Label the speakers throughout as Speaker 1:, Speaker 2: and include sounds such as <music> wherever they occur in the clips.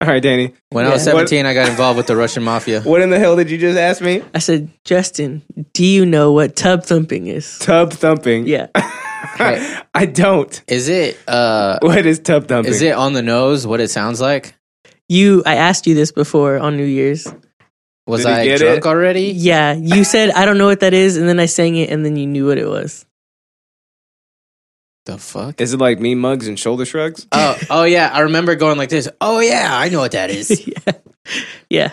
Speaker 1: All right, Danny.
Speaker 2: When I was
Speaker 1: Yeah.
Speaker 2: 17, I got involved with the Russian
Speaker 1: <laughs>
Speaker 2: mafia.
Speaker 1: What in the hell did you just ask me?
Speaker 3: I said, Justin, do you know what tub thumping is?
Speaker 1: Tub thumping. <laughs>
Speaker 3: Yeah.
Speaker 1: I don't.
Speaker 2: Is it uh
Speaker 1: What is tub thumping?
Speaker 2: is it on the nose what it sounds like?
Speaker 3: You, I asked you this before on New Year's.
Speaker 2: Was
Speaker 1: Did he
Speaker 2: I
Speaker 1: get
Speaker 2: drunk
Speaker 1: it?
Speaker 2: already?
Speaker 3: Yeah. You said, I don't know what that is. And then I sang it and then you knew what it
Speaker 2: <laughs>
Speaker 3: was. <laughs>
Speaker 2: The fuck?
Speaker 1: Is it like me mugs and shoulder shrugs? <laughs>
Speaker 2: Oh, oh yeah, I remember going like this. Oh yeah, I know what
Speaker 1: <clears throat>
Speaker 2: that is.
Speaker 3: yeah. Yeah.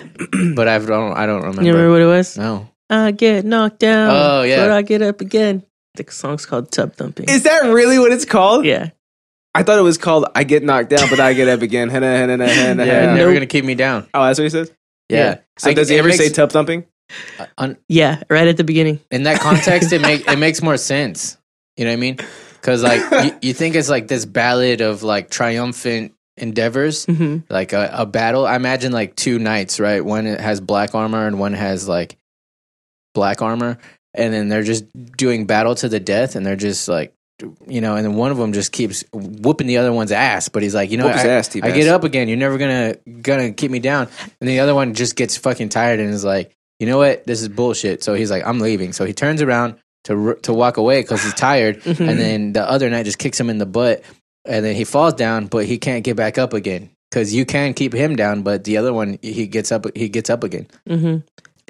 Speaker 2: but I don't I don't remember.
Speaker 3: You remember what it was?
Speaker 2: no.
Speaker 3: I get knocked down.
Speaker 2: Oh, yeah.
Speaker 3: But I get up again. The song's called Tub Thumping.
Speaker 1: Is that really what it's called?
Speaker 3: yeah.
Speaker 1: I thought it was called I Get Knocked Down, but I Get Up Again. Henna, henna, henna, henna,
Speaker 2: Yeah,
Speaker 1: henna.
Speaker 2: never
Speaker 3: Nope.
Speaker 2: gonna keep me down.
Speaker 1: Oh, that's what he says?
Speaker 2: Yeah.
Speaker 1: So
Speaker 2: I-
Speaker 1: does he
Speaker 2: it
Speaker 1: ever say
Speaker 2: makes-
Speaker 1: tub thumping?
Speaker 2: on-
Speaker 3: Yeah. Right at the beginning.
Speaker 2: in that context it make it makes more sense. You know what I mean?
Speaker 1: <laughs>
Speaker 2: Cuz like you, you think it's like this ballad of like triumphant endeavors,
Speaker 3: hmm
Speaker 2: like a, a battle. I imagine like two knights, right? One has black armor and one has like black armor, and then they're just doing battle to the death, and they're just like, you know, and then one of them just keeps whooping the other one's ass, but he's like, you know,
Speaker 1: Whoop his
Speaker 2: I,
Speaker 1: ass, T-Bass.
Speaker 2: I get up again. You're never gonna gonna keep me down, and the other one just gets fucking tired and is like, you know what? This is bullshit. So he's like, I'm leaving. So he turns around. To, r- to walk away because he's tired,
Speaker 3: Mhm.
Speaker 2: and then the other knight just kicks him in the butt, and then he falls down, but he can't get back up again because you can keep him down, but the other one he gets up he gets up again.
Speaker 3: hmm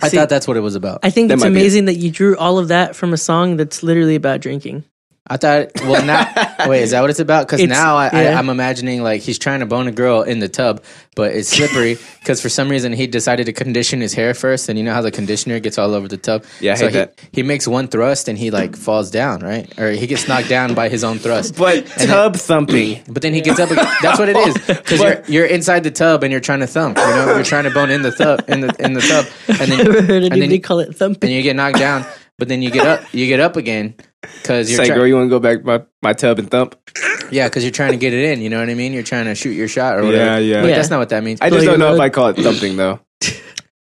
Speaker 2: I
Speaker 3: See-
Speaker 2: thought that's what it was about.
Speaker 3: I think
Speaker 1: That
Speaker 3: it's
Speaker 1: might be it.
Speaker 3: amazing that you drew all of that from a song that's literally about drinking. <laughs>
Speaker 2: I thought well
Speaker 1: <laughs>
Speaker 2: now wait is that what it's about? Because
Speaker 3: It's-
Speaker 2: now I, I,
Speaker 3: yeah.
Speaker 2: I'm imagining like he's trying to bone a girl in the tub, but it's slippery
Speaker 1: <laughs>
Speaker 2: because for some reason he decided to condition his hair first, and you know how the conditioner gets all over the tub.
Speaker 1: Yeah, I
Speaker 2: so
Speaker 1: hate
Speaker 2: he,
Speaker 1: that.
Speaker 2: he makes one thrust and he like falls down right, or he gets knocked down by his own thrust.
Speaker 1: But tub thumping.
Speaker 2: But then he gets up. Again.
Speaker 1: <laughs>
Speaker 2: That's what it is. Because you're, you're inside the tub and you're trying to thump. You know, you're trying to bone in the tub in the in the tub, and then
Speaker 1: <laughs>
Speaker 3: Never heard anybody
Speaker 2: you-
Speaker 3: call it thumping.
Speaker 2: and you get knocked down. But then you get up. You get up again because you're
Speaker 1: Say,
Speaker 2: try-
Speaker 1: girl, you want to go back my, my tub and thump?
Speaker 2: yeah, because you're trying to get it in. You know what I mean? You're trying to shoot your shot or whatever.
Speaker 1: Yeah, yeah.
Speaker 2: But
Speaker 3: Yeah.
Speaker 2: that's not what that means,
Speaker 1: I just
Speaker 3: Like,
Speaker 1: don't know if
Speaker 3: uh,
Speaker 1: I call it thumping, though.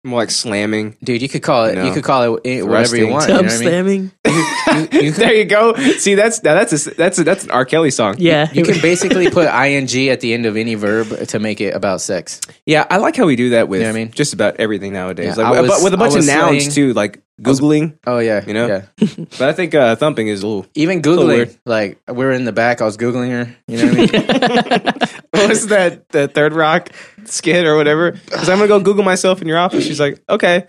Speaker 1: More like slamming.
Speaker 2: dude. You could call it.
Speaker 1: No.
Speaker 2: You could call it any- whatever
Speaker 1: Thrusting.
Speaker 2: you want. You know
Speaker 3: Tub
Speaker 2: what I mean?
Speaker 3: slamming.
Speaker 1: <laughs>
Speaker 2: You, you can,
Speaker 1: There you go. See, that's now that's a, that's a, that's an R. Kelly song.
Speaker 3: Yeah.
Speaker 2: you can basically put ing at the end of any verb to make it about sex.
Speaker 1: yeah. I like how we do that with
Speaker 2: You know what I mean?
Speaker 1: just about everything nowadays.
Speaker 2: Yeah,
Speaker 1: like,
Speaker 2: I was-
Speaker 1: but with a bunch of
Speaker 2: I was
Speaker 1: nouns
Speaker 2: slaying-
Speaker 1: too, like googling.
Speaker 2: Oh yeah,
Speaker 1: You know?
Speaker 2: Yeah.
Speaker 1: but I think uh, thumping is a little. <laughs>
Speaker 2: Even
Speaker 1: little
Speaker 2: googling,
Speaker 1: weird.
Speaker 2: like we were in the back. I was googling her. You know what I mean?
Speaker 1: What's that? The Third Rock skit or whatever? Because I'm gonna go Google myself in your office. She's like, okay.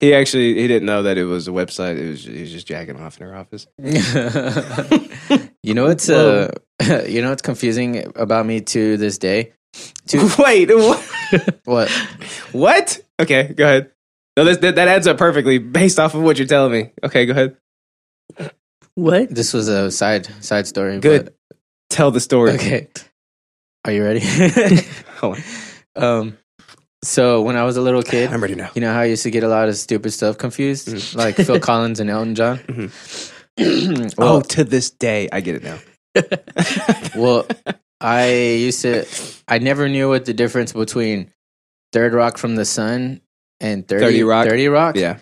Speaker 1: He actually he didn't know that it was a website. It was he was just jacking off in her office.
Speaker 3: <laughs>
Speaker 2: <laughs> you know what's uh, <laughs> you know what's confusing about me to this day. To
Speaker 1: <laughs> Wait, what?
Speaker 2: what?
Speaker 1: what? Okay, go ahead. No, this, that, that adds up perfectly based off of what you're telling me. Okay, go ahead.
Speaker 3: <laughs> what?
Speaker 2: This was a side side story.
Speaker 1: Good. Tell the
Speaker 2: but-
Speaker 1: story.
Speaker 2: okay. Are you ready?
Speaker 1: <laughs>
Speaker 2: <laughs>
Speaker 1: Hold on.
Speaker 2: um. So when I was a little kid,
Speaker 1: ready now.
Speaker 2: you know how I used to get a lot of stupid stuff confused,
Speaker 1: Mm-hmm. <laughs>
Speaker 2: like Phil Collins and Elton John.
Speaker 1: oh,
Speaker 2: <clears throat> well,
Speaker 1: to this day, I get it now. Oh.
Speaker 2: well,
Speaker 1: <laughs>
Speaker 2: I used to. I never knew what the difference between Third Rock from the Sun and 30,
Speaker 1: 30 Rock?
Speaker 2: 30 Rock.
Speaker 1: Yeah.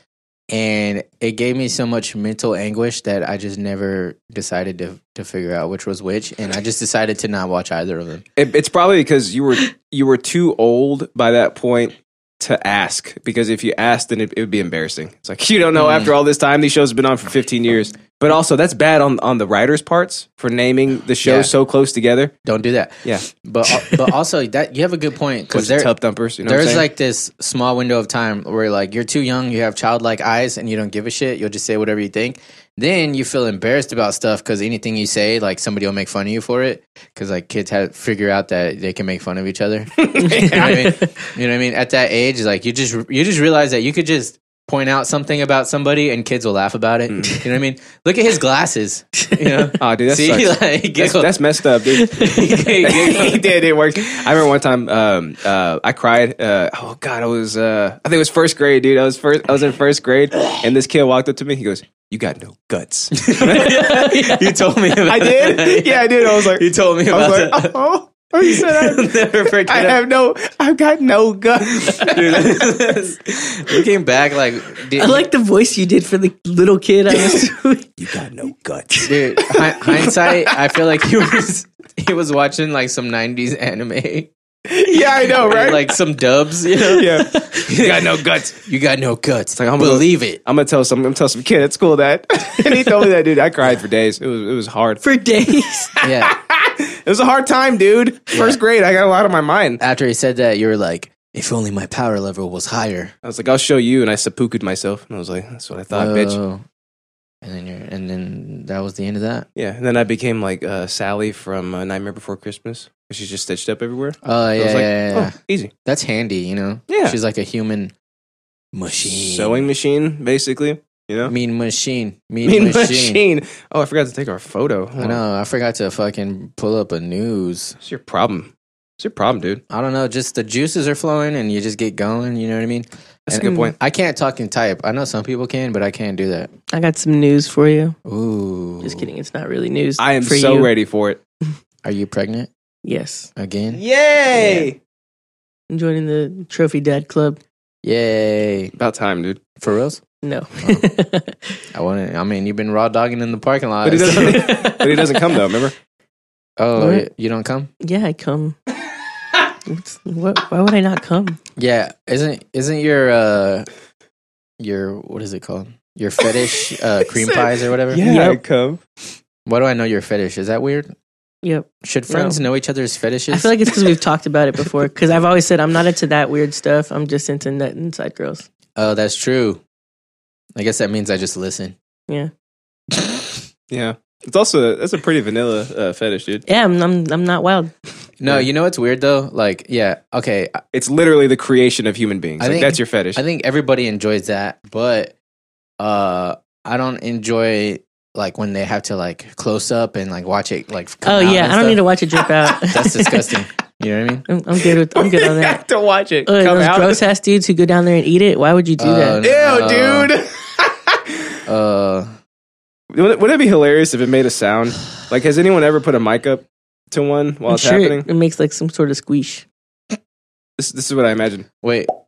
Speaker 2: and it gave me so much mental anguish that I just never decided to to figure out which was which, and I just decided to not watch either of them.
Speaker 1: It, it's probably because you were you were too old by that point to ask. Because if you asked, then it, it would be embarrassing. It's like <laughs> you don't know
Speaker 2: Mm-hmm.
Speaker 1: after all this time. These shows have been on for 15 years. But also, that's bad on on the writers' parts for naming the show
Speaker 2: Yeah.
Speaker 1: so close together.
Speaker 2: Don't do that.
Speaker 1: Yeah,
Speaker 2: But but also that you have a good point because
Speaker 1: because
Speaker 2: there,
Speaker 1: tub thumpers. You know what I'm
Speaker 2: there's
Speaker 1: saying?
Speaker 2: like this small window of time where like you're too young, you have childlike eyes, and you don't give a shit. You'll just say whatever you think. Then you feel embarrassed about stuff because anything you say, like somebody will make fun of you for it. Because like kids have figure out that they can make fun of each other. <laughs> you, know what
Speaker 1: <laughs>
Speaker 2: I mean? You know what I mean? At that age, like you just you just realize that you could just point out something about somebody and kids will laugh about it. You know what I mean? Look at
Speaker 1: <laughs>
Speaker 2: his glasses. You know?
Speaker 1: Hmm. oh, dude, that
Speaker 2: See,
Speaker 1: sucks.
Speaker 2: <laughs> like, he
Speaker 1: That's,
Speaker 2: giggled.
Speaker 1: that's messed up,
Speaker 2: <laughs>
Speaker 1: dude. <laughs>
Speaker 2: He giggled.
Speaker 1: he did. It worked. I remember one time um, uh, I cried. Uh, oh God, I was uh, I think it was first grade, dude. I was first. I was in first grade, and this kid walked up to me. He goes, "You got no guts."
Speaker 2: You told me. About
Speaker 1: I did.
Speaker 2: that.
Speaker 1: Yeah, I did. I was like,
Speaker 2: You told
Speaker 1: I
Speaker 2: me about
Speaker 1: was like,
Speaker 2: <laughs> that.
Speaker 1: oh, oh, you
Speaker 2: <laughs>
Speaker 1: said
Speaker 2: I'll
Speaker 1: I,
Speaker 2: never forget.
Speaker 1: I
Speaker 2: it.
Speaker 1: have no. I've got no guts. <laughs>
Speaker 2: <laughs> Looking back, like, dude,
Speaker 3: I like the voice you did for the little kid. I was doing.
Speaker 1: you got no guts.
Speaker 2: dude hi- hindsight. I feel like he was he was watching like some '90s anime.
Speaker 1: yeah, I know, right?
Speaker 2: like some dubs, you know? <laughs>
Speaker 1: yeah, you got no guts.
Speaker 2: You got no guts.
Speaker 1: like, I'm gonna- <laughs>
Speaker 2: Believe it.
Speaker 1: I'm gonna tell some. I'm gonna tell some kid at school that. <laughs> and he told me that, dude. I cried for days. It was it was hard.
Speaker 3: for days.
Speaker 2: Yeah.
Speaker 1: It was a hard time, dude. First grade, I got a lot on my mind.
Speaker 2: After he said that, you were like, if only my power level was higher.
Speaker 1: I was like, I'll show you, and I seppuku'd myself, and I was like, that's what I thought, bitch.
Speaker 2: Whoa. Oh. And then you're, and then that was the end of that.
Speaker 1: Yeah, and then I became like uh, Sally from uh, Nightmare Before Christmas. She's just stitched up everywhere.
Speaker 2: Oh
Speaker 1: I
Speaker 2: yeah,
Speaker 1: was like,
Speaker 2: yeah, yeah, yeah.
Speaker 1: oh, easy.
Speaker 2: That's handy, you know.
Speaker 1: Yeah.
Speaker 2: she's like a human machine,
Speaker 1: Sewing machine, basically. You know,
Speaker 2: mean machine, mean,
Speaker 1: mean
Speaker 2: machine.
Speaker 1: machine. Oh, I forgot to take our photo.
Speaker 2: I know. I forgot to fucking pull up a news.
Speaker 1: What's your problem? What's your problem, dude?
Speaker 2: I don't know. Just the juices are flowing, and you just get going. You know what I mean?
Speaker 1: That's a
Speaker 2: And
Speaker 1: good point.
Speaker 2: I can't talk and type. I know some people can, but I can't do that.
Speaker 3: I got some news for you.
Speaker 2: Ooh,
Speaker 3: Just kidding. It's not really news.
Speaker 1: I am
Speaker 3: for
Speaker 1: so
Speaker 3: you.
Speaker 1: ready for it.
Speaker 2: Are you pregnant
Speaker 3: Yes.
Speaker 2: again?
Speaker 1: Yay!
Speaker 3: I'm joining the Trophy Dad Club.
Speaker 2: Yay!
Speaker 1: About time, dude.
Speaker 2: For reals?
Speaker 3: No.
Speaker 2: I want to I mean, you've been raw dogging in the parking lot.
Speaker 1: But he
Speaker 3: <laughs>
Speaker 1: doesn't. but
Speaker 3: but
Speaker 1: he doesn't come though. Remember?
Speaker 2: <laughs> oh,
Speaker 3: What?
Speaker 2: you don't come?
Speaker 3: <laughs> Yeah, I come. What's, what, why would I not come?
Speaker 2: Yeah, isn't isn't your uh your what is it called? Your fetish uh cream
Speaker 1: said-
Speaker 2: pies or whatever?
Speaker 1: Yeah, I come.
Speaker 2: Why do I know your fetish? Is that weird?
Speaker 3: Yep.
Speaker 2: Should friends know each other's fetishes?
Speaker 3: I feel like it's because we've talked about it before. Because I've always said I'm not into that weird stuff. I'm just into nut inside girls.
Speaker 2: oh, that's true. I guess that means I just listen.
Speaker 3: Yeah.
Speaker 1: Yeah, it's also that's a pretty vanilla uh, fetish, dude.
Speaker 3: Yeah, I'm, I'm, I'm not wild.
Speaker 2: No,
Speaker 1: Yeah.
Speaker 2: you know what's weird though? Like, yeah, okay, I,
Speaker 1: It's literally the creation of human beings.
Speaker 2: I
Speaker 1: Like,
Speaker 2: think-
Speaker 1: that's your fetish.
Speaker 2: I think everybody enjoys that, but uh I don't enjoy like when they have to like close up and like watch it like come
Speaker 3: oh,
Speaker 2: out
Speaker 3: yeah. I
Speaker 2: and
Speaker 3: don't
Speaker 2: stuff.
Speaker 3: need to watch it drip out. <laughs>
Speaker 2: That's disgusting. you know what I mean?
Speaker 3: I'm, I'm good with I'm good on
Speaker 1: <laughs> You
Speaker 3: that.
Speaker 1: have to watch it.
Speaker 3: Ugh,
Speaker 1: come
Speaker 3: those
Speaker 1: out.
Speaker 3: gross ass dudes who go down there and eat it. Why would you do
Speaker 2: Uh,
Speaker 3: that?
Speaker 1: <laughs> Ew,
Speaker 2: No.
Speaker 1: dude. <laughs>
Speaker 2: Uh
Speaker 1: Wouldn't wouldn't it be hilarious if it made a sound? Like, has anyone ever put a mic up to one while
Speaker 3: I'm
Speaker 1: it's
Speaker 3: sure
Speaker 1: happening?
Speaker 3: it, it makes like some sort of squeesh.
Speaker 1: This, this is what I imagine. <laughs>
Speaker 2: wait,
Speaker 1: but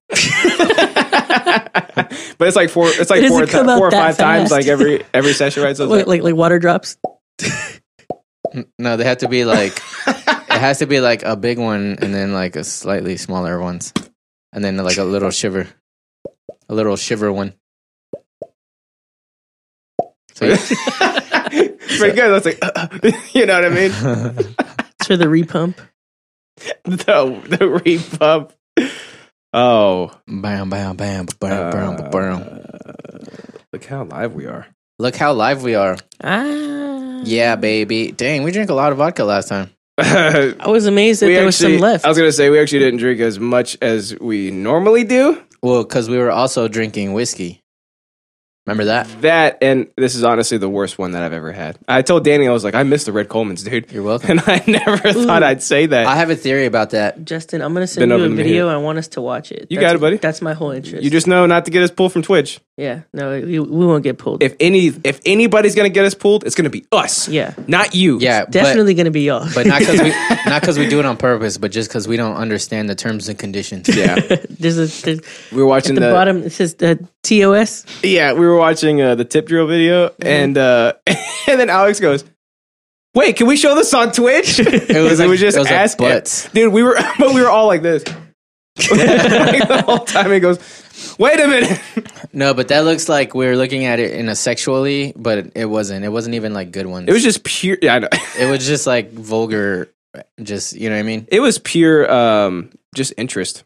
Speaker 1: it's like four. It's like
Speaker 3: Does
Speaker 1: four,
Speaker 3: it come
Speaker 1: ti-
Speaker 3: out
Speaker 1: four or
Speaker 3: that
Speaker 1: five times,
Speaker 3: fast?
Speaker 1: like every every session, right? So it's
Speaker 3: Like, like like water drops.
Speaker 2: N- No, they have to be like it has to be like a big one and then like a slightly smaller ones. And then like a little shiver. A little shiver one.
Speaker 1: <laughs>
Speaker 2: So yeah.
Speaker 1: pretty good. That's like, <laughs> you know what I mean?
Speaker 3: It's for the repump.
Speaker 1: the the repump. Oh,
Speaker 2: bam bam bam bam bam bam, bam.
Speaker 1: look how live we are. <laughs>
Speaker 2: Look how live we are.
Speaker 3: Mm-hmm. Ah.
Speaker 2: Yeah, baby. Dang, we drank a lot of vodka last time.
Speaker 1: that
Speaker 3: I was amazed that there was some left.
Speaker 1: I was gonna say we actually didn't drink as much as we normally do.
Speaker 2: Well, cuz we were also drinking whiskey. Remember that?
Speaker 1: That and this is honestly the worst one that I've ever had. I told Danny I was like, I miss the Red Coleman's, dude,
Speaker 2: You're
Speaker 1: <laughs>
Speaker 2: welcome.
Speaker 1: and I never thought I'd say that.
Speaker 2: I have a theory about that.
Speaker 3: Justin, I'm gonna send
Speaker 1: Been
Speaker 3: you a
Speaker 1: over the
Speaker 3: video. I want us to watch it.
Speaker 1: You
Speaker 3: That's-
Speaker 1: got it, buddy.
Speaker 3: That's my whole interest.
Speaker 1: you just know not to get us pulled from Twitch.
Speaker 3: yeah. No, we, we won't get pulled.
Speaker 1: If any, if anybody's gonna get us pulled, it's gonna be us,
Speaker 3: yeah,
Speaker 1: not you.
Speaker 2: Yeah, but-
Speaker 3: definitely gonna be y'all.
Speaker 2: but
Speaker 1: <laughs>
Speaker 2: not because we not 'cause we do it on purpose, but just because we don't understand the terms and conditions.
Speaker 1: yeah.
Speaker 3: <laughs> there's a
Speaker 1: <laughs>
Speaker 3: there's,
Speaker 1: We were
Speaker 3: at
Speaker 1: watching
Speaker 3: the, bottom. It says uh, TOS.
Speaker 1: Yeah, we were watching uh, the tip drill video,
Speaker 3: Mm-hmm.
Speaker 1: and uh, <laughs> and then Alex goes, "Wait, can we show this on Twitch?" <laughs> It
Speaker 2: was like- it was like butts.
Speaker 1: dude. We were, <laughs> but we were all like this <laughs> like the whole time. He goes, "Wait a minute." <laughs>
Speaker 2: No, but that looks like we are looking at it in a sexually, but it, it wasn't. It wasn't even like good ones.
Speaker 1: It was just pure. Yeah, I know. <laughs>
Speaker 2: It was just like vulgar. Just you know what I mean?
Speaker 1: It was pure, um, just interest,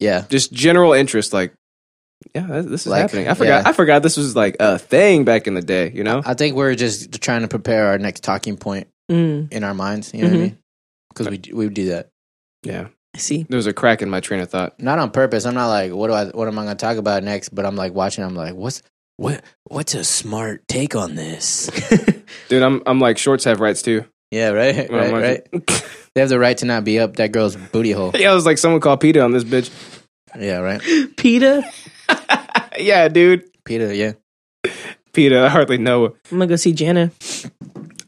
Speaker 2: Yeah.
Speaker 1: just general interest. Like, yeah, th- this is
Speaker 2: Like,
Speaker 1: happening. I forgot.
Speaker 2: yeah.
Speaker 1: I forgot this was like a thing back in the day. You know,
Speaker 2: I think we're just trying to prepare our next talking point
Speaker 3: Mm,
Speaker 2: in our minds. You know
Speaker 1: Mm-hmm.
Speaker 2: what I
Speaker 3: Mhm.
Speaker 2: mean? Because we d- we do that
Speaker 1: yeah.
Speaker 3: I see. <laughs>
Speaker 1: There was a crack in my train of thought.
Speaker 2: not on purpose. I'm not like what do I what am I going to talk about next? But I'm like watching. I'm like what's what what's a smart take on this?
Speaker 1: Dude, I'm I'm like shorts have rights too. <laughs>
Speaker 2: yeah, right, <laughs>
Speaker 1: When I'm
Speaker 2: right, right.
Speaker 1: <laughs> watching-
Speaker 2: They have the right to not be up that girl's booty hole. <laughs>
Speaker 1: Yeah, I was like, someone called Peter on this bitch.
Speaker 2: Yeah, right.
Speaker 3: PETA.
Speaker 1: yeah, dude.
Speaker 2: Peter. Yeah,
Speaker 1: Peter, I hardly know.
Speaker 3: I'm gonna go see Jana.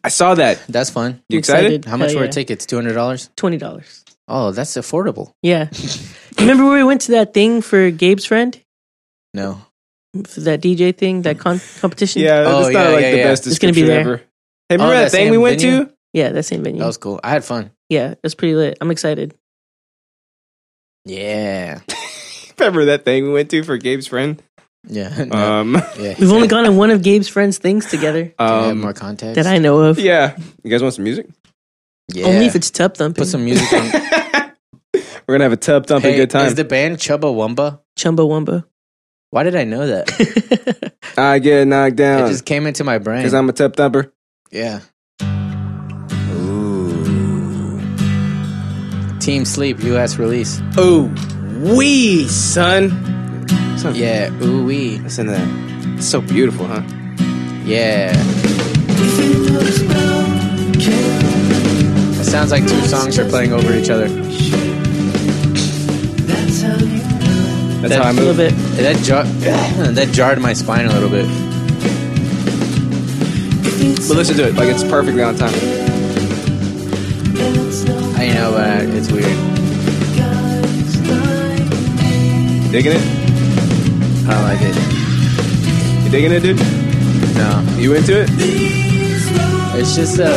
Speaker 1: I saw that.
Speaker 2: that's fun.
Speaker 1: You excited?
Speaker 2: How much
Speaker 3: Hell
Speaker 2: were
Speaker 3: yeah.
Speaker 2: tickets? Two hundred dollars.
Speaker 3: Twenty dollars.
Speaker 2: Oh, that's affordable.
Speaker 1: <laughs>
Speaker 3: Yeah. Remember when we went to that thing for Gabe's friend,
Speaker 2: No.
Speaker 3: for that DJ thing, that con- competition?
Speaker 1: Yeah,
Speaker 2: Oh,
Speaker 1: that's not
Speaker 2: yeah,
Speaker 1: like
Speaker 2: yeah,
Speaker 1: the
Speaker 2: yeah.
Speaker 1: best
Speaker 3: It's gonna be
Speaker 1: description
Speaker 3: there.
Speaker 1: ever. Hey, remember
Speaker 2: Oh,
Speaker 1: that
Speaker 2: that
Speaker 1: thing
Speaker 2: same
Speaker 1: we went
Speaker 2: venue?
Speaker 1: to?
Speaker 3: yeah, that same venue.
Speaker 2: That was cool. I had fun.
Speaker 3: yeah, it's pretty lit. I'm excited.
Speaker 2: Yeah.
Speaker 1: Remember that thing we went to for Gabe's friend?
Speaker 2: Yeah. <laughs> No.
Speaker 1: Um,
Speaker 2: yeah.
Speaker 3: We've only gone to one of Gabe's friends' things together
Speaker 2: Can we have
Speaker 1: um,
Speaker 2: more context.
Speaker 3: that I know of.
Speaker 1: yeah. You guys want some music?
Speaker 2: Yeah.
Speaker 3: Only if it's tub thumping.
Speaker 2: Put some
Speaker 1: <laughs>
Speaker 2: music on.
Speaker 1: We're gonna have a tub thumping
Speaker 2: Hey,
Speaker 1: good time.
Speaker 2: Is the band Chubba Wumba?
Speaker 3: <laughs> Chumbawamba.
Speaker 2: Why did I
Speaker 1: <laughs>
Speaker 2: know that?
Speaker 1: I get knocked
Speaker 2: It
Speaker 1: down
Speaker 2: just came into my brain.
Speaker 1: because I'm a tub thumper.
Speaker 2: yeah. Team Sleep U.S. release.
Speaker 1: Ooh, wee, son. son.
Speaker 2: Yeah. Ooh wee.
Speaker 1: Listen to that. It's so beautiful, huh?
Speaker 2: Yeah. It sounds like two songs are playing over each other.
Speaker 1: That's how
Speaker 2: That-
Speaker 1: I
Speaker 2: A
Speaker 3: A little
Speaker 1: move.
Speaker 3: bit.
Speaker 2: That jar- <clears throat> that jarred my spine a little bit.
Speaker 1: But listen to it. Like, it's perfectly on time.
Speaker 2: I know, but it's weird.
Speaker 1: You digging it?
Speaker 2: I don't like it.
Speaker 1: You digging it, dude?
Speaker 2: No.
Speaker 1: You into it?
Speaker 2: It's just a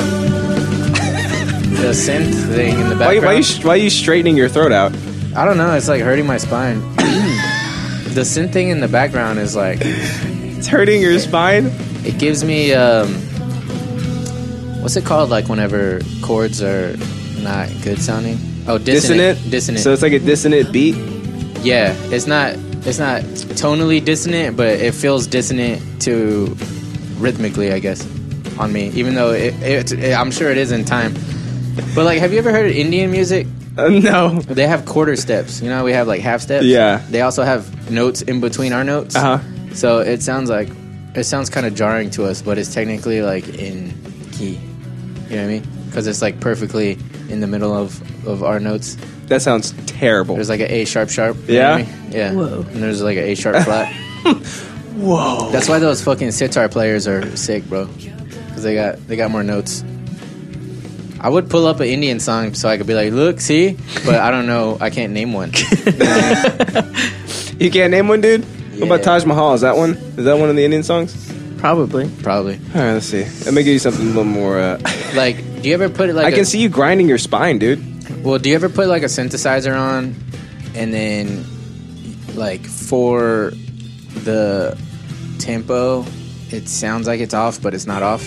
Speaker 2: <coughs> the synth thing in the
Speaker 1: Why,
Speaker 2: background.
Speaker 1: why, you, sh- why you straightening your throat out?
Speaker 2: I don't know. It's like hurting
Speaker 1: <coughs>
Speaker 2: my spine. <clears throat> the synth thing in the background is like
Speaker 1: It's hurting your spine.
Speaker 2: it gives me um, what's it called? Like whenever chords are not good sounding. Oh, dissonant.
Speaker 1: Dissonant. So it's like a dissonant beat.
Speaker 2: yeah, it's not it's not tonally dissonant, but it feels dissonant to rhythmically, I guess, on me. Even though it, it, it I'm sure it is in time. But like, have you ever heard Indian music?
Speaker 1: Uh, no.
Speaker 2: They have quarter steps. You know, how we have like half steps.
Speaker 1: Yeah.
Speaker 2: They also have notes in between our notes.
Speaker 1: Uh huh.
Speaker 2: So it sounds like it sounds kind of jarring to us, but it's technically like in key. You know what I mean? Because it's like perfectly in the middle of of our notes.
Speaker 1: That sounds terrible.
Speaker 2: There's like an A sharp sharp. you know
Speaker 1: Yeah?
Speaker 2: what I mean? Yeah.
Speaker 3: Whoa.
Speaker 2: And there's like an A sharp flat.
Speaker 1: <laughs> Whoa.
Speaker 2: That's why those fucking sitar players are sick, bro. Because they got they got more notes. I would pull up an Indian song so I could be like, look, see, but I don't know, I can't name one.
Speaker 1: You can't name one, dude. What
Speaker 2: Yeah.
Speaker 1: about Taj Mahal? Is that one? Is that one of the Indian songs?
Speaker 3: Probably.
Speaker 2: Probably.
Speaker 1: All right, let's see. Let me give you something a little more. Uh,
Speaker 2: Like, do you ever put it like
Speaker 1: I can
Speaker 2: a-
Speaker 1: see you grinding your spine, dude.
Speaker 2: Well, do you ever put like a synthesizer on and then like for the tempo, it sounds like it's off, but it's not off?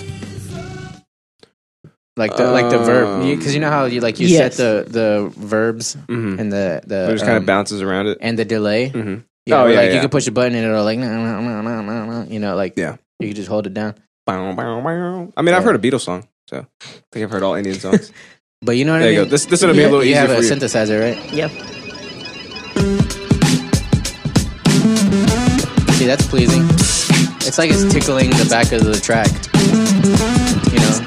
Speaker 2: Like the like the verb
Speaker 1: Um,
Speaker 2: because you know how you like you
Speaker 3: Yes.
Speaker 2: set the the verbs
Speaker 1: Mhm.
Speaker 2: and the the
Speaker 1: It just kind
Speaker 2: um,
Speaker 1: of bounces around it.
Speaker 2: and the delay.
Speaker 1: Mhm.
Speaker 2: You know,
Speaker 1: Oh, yeah,
Speaker 2: like you
Speaker 1: yeah.
Speaker 2: could push a button and it'll like nah, nah, nah, nah, nah, nah, you know like
Speaker 1: Yeah.
Speaker 2: you could just hold it down.
Speaker 1: Bow, bow, bow. I mean, I've
Speaker 2: Yeah.
Speaker 1: heard a Beatles song, so I think I've heard all Indian
Speaker 2: <laughs>
Speaker 1: songs.
Speaker 2: But you know what
Speaker 1: there
Speaker 2: I
Speaker 1: you
Speaker 2: mean.
Speaker 1: go. This this will be a
Speaker 2: You-
Speaker 1: little
Speaker 2: you
Speaker 1: easier
Speaker 2: have
Speaker 1: for
Speaker 2: a
Speaker 1: you.
Speaker 2: synthesizer, right?
Speaker 3: Yep.
Speaker 2: See, that's pleasing. It's like it's tickling the back of the track. You know?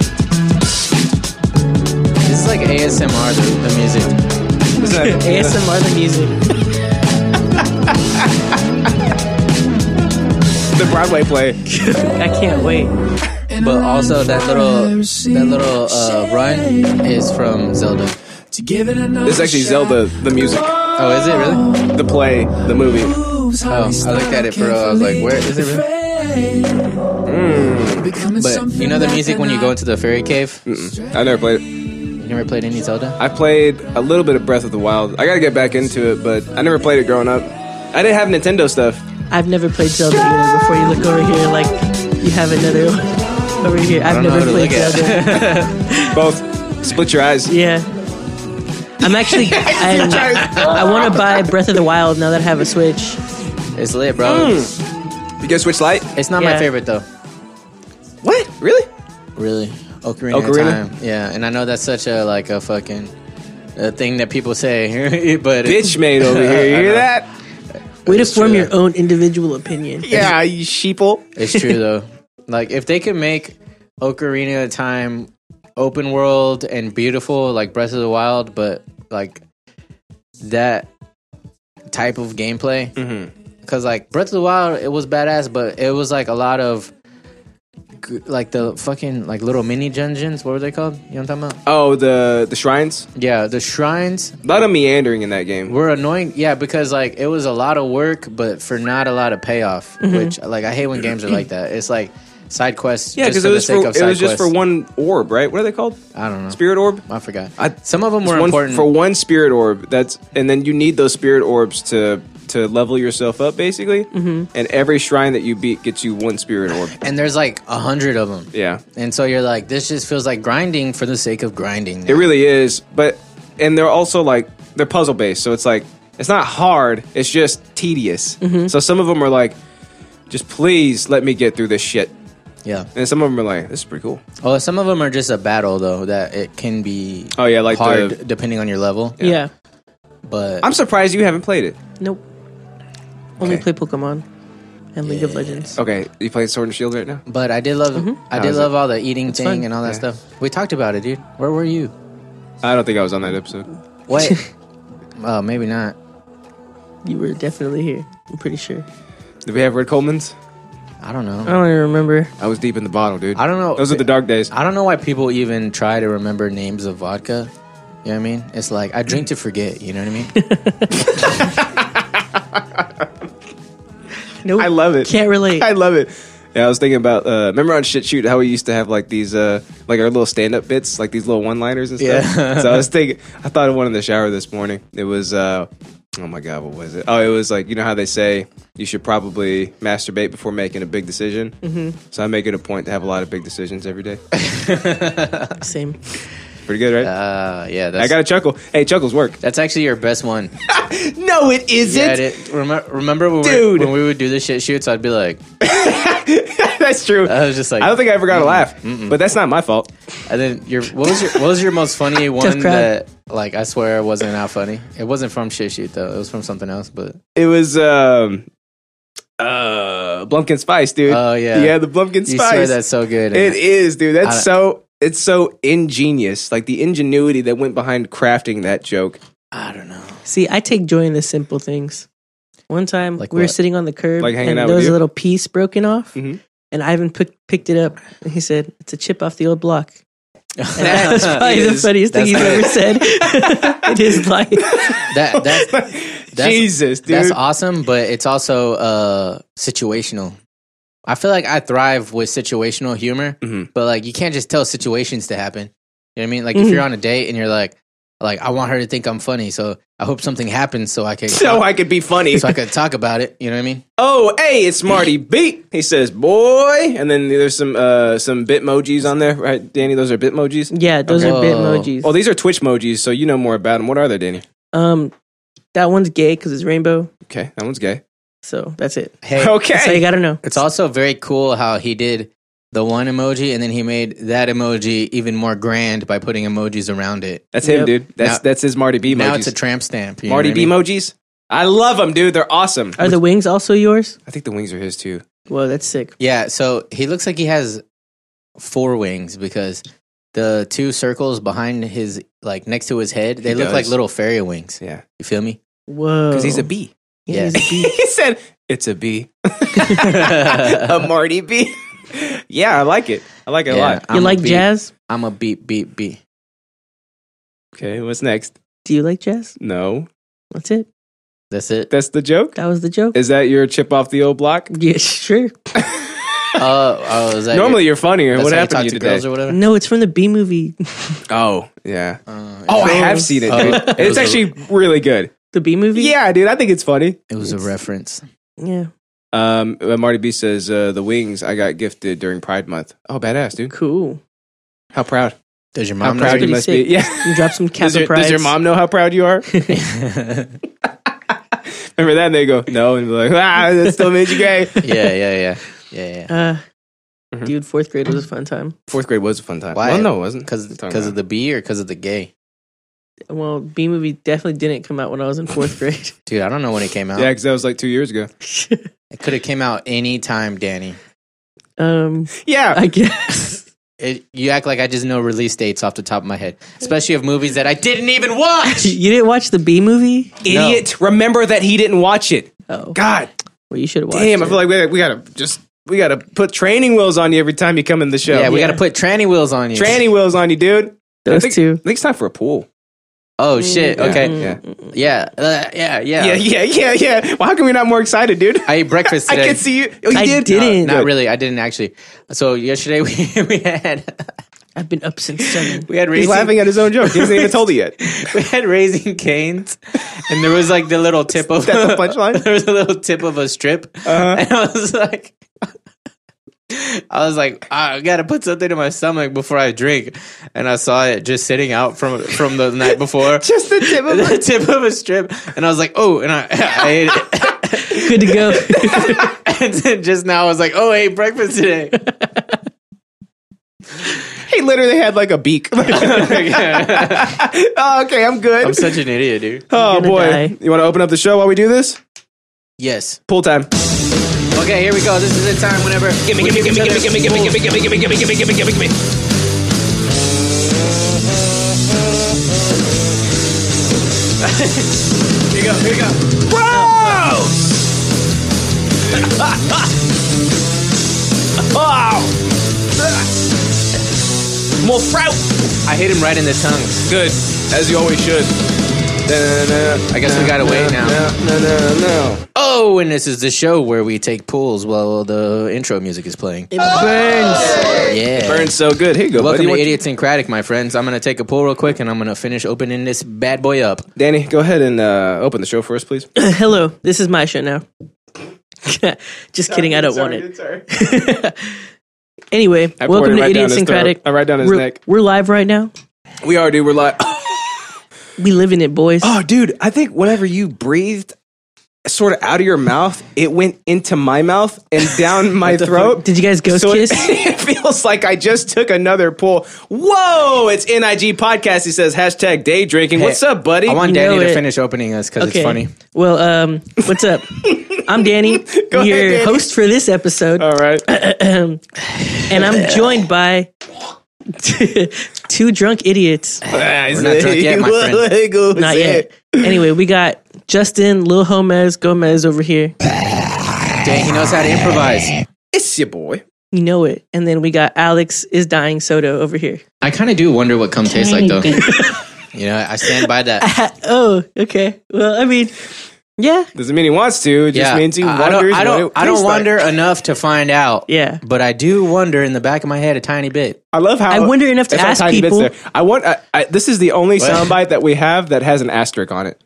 Speaker 2: This is like ASMR, the, the music.
Speaker 1: Isn't that-
Speaker 3: ASMR the music.
Speaker 1: the Broadway play.
Speaker 3: I can't wait.
Speaker 2: But also, that little that little uh, run is from Zelda.
Speaker 4: to give it another
Speaker 1: This is actually
Speaker 4: shot.
Speaker 1: Zelda, the music,
Speaker 2: Oh, is it really?
Speaker 1: the play, the movie.
Speaker 2: Oh, I looked at it for, uh, I was like, where is it really?
Speaker 4: Mm.
Speaker 2: But you know the music when you go into the fairy cave? You
Speaker 1: Mm-mm. I never played it.
Speaker 2: never played any Zelda?
Speaker 1: I played a little bit of Breath of the Wild. I gotta get back into it, but I never played it growing up. I didn't have Nintendo stuff.
Speaker 3: I've never played Zelda either. Before you look over here, like you have another <laughs> one over here. I've
Speaker 2: don't know how
Speaker 3: never
Speaker 2: to
Speaker 3: played
Speaker 2: look at.
Speaker 3: Zelda.
Speaker 1: Both split your eyes.
Speaker 3: yeah.
Speaker 2: <laughs>
Speaker 3: I'm actually. I, I want to buy Breath of the Wild now that I have a Switch.
Speaker 2: It's lit, bro.
Speaker 1: Mm. You guys switch light?
Speaker 2: It's not my
Speaker 3: Yeah.
Speaker 2: favorite, though.
Speaker 1: What? Really?
Speaker 2: Really? Ocarina, of
Speaker 1: Ocarina?
Speaker 2: Time. Yeah, and I know that's such a like a fucking a thing that people say, <laughs> but
Speaker 1: Bitch made over here. <laughs> You hear that?
Speaker 3: Way to
Speaker 2: That's
Speaker 3: form
Speaker 2: true.
Speaker 3: your own individual opinion.
Speaker 1: Yeah, you sheeple.
Speaker 2: it's true though. Like if they could make Ocarina of Time open world and beautiful like Breath of the Wild, but like that type of gameplay, because like Breath of the Wild, it was badass, but it was like a lot of g- like the fucking like little mini dungeons. What were they called? You know what I'm talking about?
Speaker 1: Oh, the the shrines.
Speaker 2: Yeah, the shrines
Speaker 1: A lot of meandering in that game.
Speaker 2: We're annoying, yeah, because like it
Speaker 1: Mm-hmm.
Speaker 2: was a lot of work, but for not a lot of payoff. Which like I hate when games are like that. It's like side quests.
Speaker 1: Yeah,
Speaker 2: just
Speaker 1: because it
Speaker 2: the
Speaker 1: was
Speaker 2: sake
Speaker 1: for
Speaker 2: of
Speaker 1: it
Speaker 2: side
Speaker 1: was just for
Speaker 2: quests.
Speaker 1: one orb, right? What are they called?
Speaker 2: I don't know.
Speaker 1: Spirit orb.
Speaker 2: I forgot.
Speaker 1: I-
Speaker 2: Some of them
Speaker 1: It's
Speaker 2: were
Speaker 1: one-
Speaker 2: important.
Speaker 1: for one spirit orb. That's and then you need those spirit orbs to to level yourself up, basically. Mm-hmm. And every shrine that you beat gets you one spirit orb.
Speaker 2: and there's like a hundred of them.
Speaker 1: Yeah,
Speaker 2: And so you're like, this just feels like grinding for the sake of grinding.
Speaker 1: it really is. But and they're also like they're puzzle based, so it's like it's not hard. It's just tedious. So some of them are like, just please let me get through this shit.
Speaker 2: yeah.
Speaker 1: And some of them are like, this is pretty cool.
Speaker 2: Oh, some of them are just a battle though that it can be.
Speaker 1: Oh, yeah, like
Speaker 2: hard
Speaker 1: the-
Speaker 2: depending on your level.
Speaker 3: Yeah.
Speaker 2: But
Speaker 1: I'm surprised you haven't played it.
Speaker 3: Nope. Only
Speaker 1: Okay.
Speaker 3: play Pokemon and League of Legends.
Speaker 1: Okay, you playing Sword and Shield right now?
Speaker 2: but I did love I
Speaker 1: How
Speaker 2: did
Speaker 1: is
Speaker 2: love all the eating thing
Speaker 3: fun.
Speaker 2: and all that
Speaker 1: Yeah.
Speaker 2: stuff. We talked about it, dude. Where were you?
Speaker 1: I don't think I was on that episode.
Speaker 3: <laughs>
Speaker 2: Wait. oh, maybe not.
Speaker 3: You were definitely here. I'm pretty sure.
Speaker 1: Did we have Red Coleman's?
Speaker 2: I don't know.
Speaker 3: I don't even remember.
Speaker 1: I was deep in the bottle, dude.
Speaker 2: I don't know.
Speaker 1: Those are the dark days.
Speaker 2: I don't know why people even try to remember names of vodka. You know what I mean? It's like I drink to forget. You know what I
Speaker 3: <laughs>
Speaker 2: mean?
Speaker 3: Nope.
Speaker 1: I love it. <laughs>
Speaker 3: Can't relate.
Speaker 1: I love it. Yeah, I was thinking about uh, remember on Shit Shoot how we used to have like these uh, like our little stand up bits, like these little one liners and stuff.
Speaker 2: Yeah.
Speaker 1: so I was thinking, I thought of one in the shower this morning. It was uh, oh my god, what was it? Oh, it was like you know how they say you should probably masturbate before making a big decision. Mm-hmm. So I make it a point to have a lot of big decisions every day.
Speaker 3: Same.
Speaker 1: Pretty good, right?
Speaker 2: Uh, yeah. That's,
Speaker 1: I got a chuckle. Hey, chuckles work.
Speaker 2: That's actually your best
Speaker 3: <laughs>
Speaker 2: one.
Speaker 1: No, it isn't.
Speaker 2: Yeah, it, remember, remember when,
Speaker 1: Dude.
Speaker 2: We, when we would do the shit shoots, I'd be like,
Speaker 1: <laughs> That's true.
Speaker 2: I was just like,
Speaker 1: I don't think I ever got a laugh, but that's not my fault.
Speaker 2: and then your what was your what was your most
Speaker 3: <laughs>
Speaker 2: funny one
Speaker 3: crowd.
Speaker 2: that like I swear wasn't not funny. It wasn't from shit shoot though. It was from something else. But
Speaker 1: It was um uh Blumpkin Spice, dude.
Speaker 2: Oh, yeah.
Speaker 1: Yeah, the Blumpkin
Speaker 2: you
Speaker 1: Spice.
Speaker 2: swear that's so good.
Speaker 1: it is, dude.
Speaker 2: I
Speaker 1: That's
Speaker 2: don't-
Speaker 1: so it's so ingenious. Like the ingenuity that went behind crafting that joke. <laughs>
Speaker 2: I don't know.
Speaker 3: See, I take joy in the simple things. One time
Speaker 2: Like
Speaker 3: we were
Speaker 2: what?
Speaker 3: sitting on the curb
Speaker 1: Like hanging
Speaker 3: and
Speaker 1: out with
Speaker 3: there was
Speaker 1: you?
Speaker 3: a little piece broken off,
Speaker 1: Mhm.
Speaker 3: and Ivan pick, picked it up and he said, "It's a chip off the
Speaker 1: <laughs>
Speaker 3: old block." And
Speaker 2: <laughs>
Speaker 3: that was
Speaker 2: that,
Speaker 3: probably the
Speaker 1: is-
Speaker 3: funniest thing
Speaker 2: that's
Speaker 3: he's ever said
Speaker 1: <laughs>
Speaker 3: in his life. <laughs>
Speaker 2: that
Speaker 1: Jesus, dude.
Speaker 2: That's awesome, but it's also uh, situational. I feel like I thrive with situational humor,
Speaker 1: Mhm.
Speaker 2: but like you can't just tell situations to happen. You know what I mean? Like if
Speaker 3: Mhm.
Speaker 2: you're
Speaker 1: Mm-hmm.
Speaker 2: on a date and you're like, like I want her to think I'm funny, so I hope something happens
Speaker 1: <laughs>
Speaker 2: so I can
Speaker 1: so I could be funny.
Speaker 2: so I could talk about it. You know what I mean?
Speaker 1: <laughs> oh, hey, it's Marty B. He says, "Boy," and then there's some uh, some bitmojis on there, right, Danny? Those are bitmojis.
Speaker 3: Yeah, those are
Speaker 2: Okay. Whoa.
Speaker 3: bitmojis.
Speaker 1: Oh, these are Twitch emojis, so you know more about them. What are they, Danny?
Speaker 3: Um, that one's gay because it's rainbow.
Speaker 1: Okay, that one's gay.
Speaker 3: So that's it.
Speaker 2: Hey,
Speaker 1: <laughs> okay,
Speaker 3: So you gotta know.
Speaker 2: it's also very cool how he did the one emoji and then he made that emoji even more grand by putting emojis around it.
Speaker 1: that's him,
Speaker 3: Yep.
Speaker 1: dude. That's
Speaker 2: Now-
Speaker 1: that's his Marty B.
Speaker 2: Now
Speaker 1: emojis.
Speaker 2: it's a tramp stamp. you know
Speaker 1: Marty
Speaker 2: what I
Speaker 1: B
Speaker 2: mean?
Speaker 1: emojis. I love them, dude. They're awesome.
Speaker 3: Are the wings also yours?
Speaker 1: I think the wings are his too.
Speaker 3: Whoa, that's sick.
Speaker 2: Yeah, so he looks like he has four wings because the two circles behind his like next to his head, they
Speaker 1: He
Speaker 2: look like
Speaker 1: does.
Speaker 2: little fairy wings.
Speaker 1: Yeah,
Speaker 2: You
Speaker 1: <laughs>
Speaker 2: feel me?
Speaker 3: Whoa,
Speaker 1: because
Speaker 2: Oh.
Speaker 1: he's a
Speaker 2: <laughs>
Speaker 1: bee. <laughs>
Speaker 3: Yeah, he's a bee.
Speaker 1: he said it's a bee, <laughs> a Marty bee. <laughs> yeah, I like it. I like it a lot.
Speaker 3: you like jazz?
Speaker 2: I'm a beep beep beep.
Speaker 1: Okay, what's next?
Speaker 3: Do you like jazz?
Speaker 1: No,
Speaker 3: That's it.
Speaker 2: That's it.
Speaker 1: that's the joke.
Speaker 3: That was
Speaker 1: <laughs>
Speaker 3: the joke.
Speaker 1: Is that your chip off the old block? <laughs>
Speaker 3: Yeah, sure.
Speaker 2: Oh, oh, is that
Speaker 1: Normally, you're funnier.
Speaker 2: your,
Speaker 1: What
Speaker 2: that's
Speaker 1: happened
Speaker 2: how you talk
Speaker 1: to you
Speaker 2: to
Speaker 1: today?
Speaker 2: girls or whatever?
Speaker 3: No, it's from the B movie. <laughs>
Speaker 1: oh, yeah.
Speaker 2: Uh,
Speaker 1: Oh, I
Speaker 2: it-
Speaker 1: have seen it.
Speaker 2: Oh,
Speaker 1: dude.
Speaker 2: it
Speaker 1: it's
Speaker 2: was a-
Speaker 1: actually really good.
Speaker 3: The B movie.
Speaker 1: Yeah, dude. I think it's funny.
Speaker 2: it was a reference.
Speaker 3: yeah.
Speaker 1: Um, Marty B says uh, the wings I got gifted during Pride Month. Oh, badass, dude.
Speaker 3: Cool.
Speaker 1: How proud.
Speaker 2: Does your
Speaker 1: How
Speaker 2: mom know?
Speaker 1: proud you
Speaker 3: pretty
Speaker 1: must
Speaker 3: sick.
Speaker 1: be. Yeah.
Speaker 3: You drop some
Speaker 1: Does
Speaker 3: Kappa
Speaker 1: your, does
Speaker 3: Prize.
Speaker 1: your mom know how proud <laughs> you are?
Speaker 2: yeah,
Speaker 1: Remember that? And they go, no. And be like, ah, that still made you gay.
Speaker 2: <laughs> yeah, yeah, yeah,
Speaker 1: <laughs>
Speaker 2: yeah.
Speaker 3: Uh,
Speaker 1: Mhm.
Speaker 3: dude, fourth grade was a fun time.
Speaker 1: <laughs> Fourth grade was a fun time.
Speaker 2: Why?
Speaker 1: Well, no, it wasn't.
Speaker 2: Because
Speaker 1: What are you talking
Speaker 2: of the bee or because of the gay,
Speaker 3: Well, B movie definitely didn't come out when I was in fourth grade. <laughs>
Speaker 2: dude. I don't know when it came out.
Speaker 1: about? Yeah, because that was like two years ago.
Speaker 2: It could have came out any time, Danny.
Speaker 3: um,
Speaker 1: Yeah.
Speaker 3: I guess. <laughs>
Speaker 2: It, you act like I just know release dates off the top of my head, especially of movies that I didn't even watch.
Speaker 3: You didn't watch the B movie?
Speaker 1: Idiot. Remember that he didn't watch it.
Speaker 3: Oh,
Speaker 1: God
Speaker 3: well, you should have watched.
Speaker 1: damn. I
Speaker 3: it.
Speaker 1: feel like we gotta, we gotta just, we gotta put training wheels on you every time you come in the show.
Speaker 2: <laughs> yeah, we
Speaker 3: Yeah.
Speaker 2: got to put tranny wheels on you.
Speaker 1: Tranny wheels on you, dude. I
Speaker 3: those
Speaker 1: think,
Speaker 3: two.
Speaker 1: I think it's time for a pool.
Speaker 2: Oh shit.
Speaker 1: Yeah,
Speaker 2: Okay.
Speaker 1: yeah.
Speaker 2: Yeah. Uh, yeah. Yeah.
Speaker 1: Yeah, yeah, yeah, yeah. Well, how come you're not more excited, dude?
Speaker 2: <laughs> I ate
Speaker 1: <laughs>
Speaker 2: breakfast
Speaker 1: I
Speaker 2: today. Uh,
Speaker 1: can see you. Oh, you
Speaker 3: I
Speaker 1: did?
Speaker 3: didn't.
Speaker 2: Not really. I didn't actually. So yesterday <laughs> we, we had <laughs>
Speaker 3: I've been up since <laughs> seven.
Speaker 2: we had
Speaker 1: He's
Speaker 2: raising,
Speaker 1: laughing at his own joke. He hasn't even told it
Speaker 2: <laughs>
Speaker 1: yet.
Speaker 2: we had raising canes, and there was like the little tip of
Speaker 1: that the
Speaker 2: <laughs>
Speaker 1: punchline?
Speaker 2: there was a little tip of a strip,
Speaker 1: Uh-huh.
Speaker 2: <laughs> and I was like. I was like, I gotta put something in my stomach before I drink, and I saw it just sitting out from from the night <laughs> before,
Speaker 1: Just the tip of
Speaker 2: the tip of a strip, and I was like, oh, and I, <laughs> I ate it,
Speaker 3: Good to go. <laughs>
Speaker 2: and then just now I was like, oh, I ate breakfast today. <laughs>
Speaker 1: He literally had like a beak. <laughs> oh, okay, I'm good.
Speaker 2: I'm such an idiot, dude.
Speaker 1: oh,
Speaker 3: gonna
Speaker 1: boy.
Speaker 3: die.
Speaker 1: You want to open up the show while we do this?
Speaker 2: Yes.
Speaker 1: Pool time.
Speaker 2: Okay, here we go. This is the time whenever. Gimme, gimme, gimme, gimme, gimme, gimme, gimme, gimme, gimme, gimme, gimme, gimme, gimme, gimme. Here you go, here you go.
Speaker 1: Gross! More fruit.
Speaker 2: I hit him right in the tongue.
Speaker 1: Good, as you always should.
Speaker 2: I guess we gotta wait now.
Speaker 1: No, no, no.
Speaker 2: Oh, and this is the show where we take pulls while the intro music is playing.
Speaker 3: It burns.
Speaker 2: Yeah.
Speaker 1: Burns so good. Here you go, buddy.
Speaker 2: Welcome to
Speaker 1: What-
Speaker 2: Idiosyncratic, my friends. I'm gonna take a pull real quick, and I'm gonna finish opening this bad boy up.
Speaker 1: Danny, go ahead and uh, open the show for us, please.
Speaker 3: Hello, this is my show now. <laughs> Just kidding, I don't want it. <laughs> Anyway,
Speaker 1: I poured
Speaker 3: welcome
Speaker 1: it
Speaker 3: to
Speaker 1: right down his
Speaker 3: Idiosyncratic.
Speaker 1: throat. Uh, right down his
Speaker 3: we're,
Speaker 1: neck.
Speaker 3: We're live right now.
Speaker 1: We are, dude. We're like, <coughs>
Speaker 3: We living it, boys.
Speaker 1: oh, dude. I think whenever you breathed sort of out of your mouth, it went into my mouth and down my throat.
Speaker 3: Did you guys ghost
Speaker 1: So it,
Speaker 3: kiss?
Speaker 1: <laughs> it feels like I just took another pull. Whoa! It's NIG podcast. He says hashtag day drinking. What's up, buddy?
Speaker 2: I want
Speaker 3: You know
Speaker 2: Danny to
Speaker 3: it.
Speaker 2: finish opening this because it's funny.
Speaker 3: Well, um, what's up? I'm
Speaker 1: <laughs>
Speaker 3: Danny, your
Speaker 1: Danny. Oh.
Speaker 3: host for this episode,
Speaker 1: All right.
Speaker 3: and
Speaker 1: <laughs>
Speaker 3: I'm joined by <laughs> two drunk idiots.
Speaker 1: We're
Speaker 2: not drunk
Speaker 1: <laughs>
Speaker 2: yet, my
Speaker 1: friend.
Speaker 3: Not yet. Anyway, we got Justin, Lil Gomez, Gomez over here.
Speaker 2: Dang, he knows how to improvise.
Speaker 1: It's your boy.
Speaker 3: You know it. And then we got Alex is dying soda over here.
Speaker 2: I kind of do wonder what cum tastes like, though. <laughs> you know, I stand by
Speaker 3: <laughs>
Speaker 2: that.
Speaker 3: oh, okay. Well, I mean, yeah,
Speaker 1: Doesn't mean he wants to. It just means he
Speaker 2: I-
Speaker 1: wonders.
Speaker 2: I don't, I
Speaker 1: what
Speaker 2: don't,
Speaker 1: it
Speaker 2: I don't
Speaker 1: tastes like.
Speaker 2: wonder enough to find out. <laughs>
Speaker 3: yeah.
Speaker 2: But I do wonder in the back of my head a tiny bit.
Speaker 1: I love how
Speaker 3: I wonder enough to
Speaker 1: That's how
Speaker 3: ask
Speaker 1: tiny
Speaker 3: people.
Speaker 1: Bits there. I want. I, I, this is the only soundbite that we have that has an asterisk on it.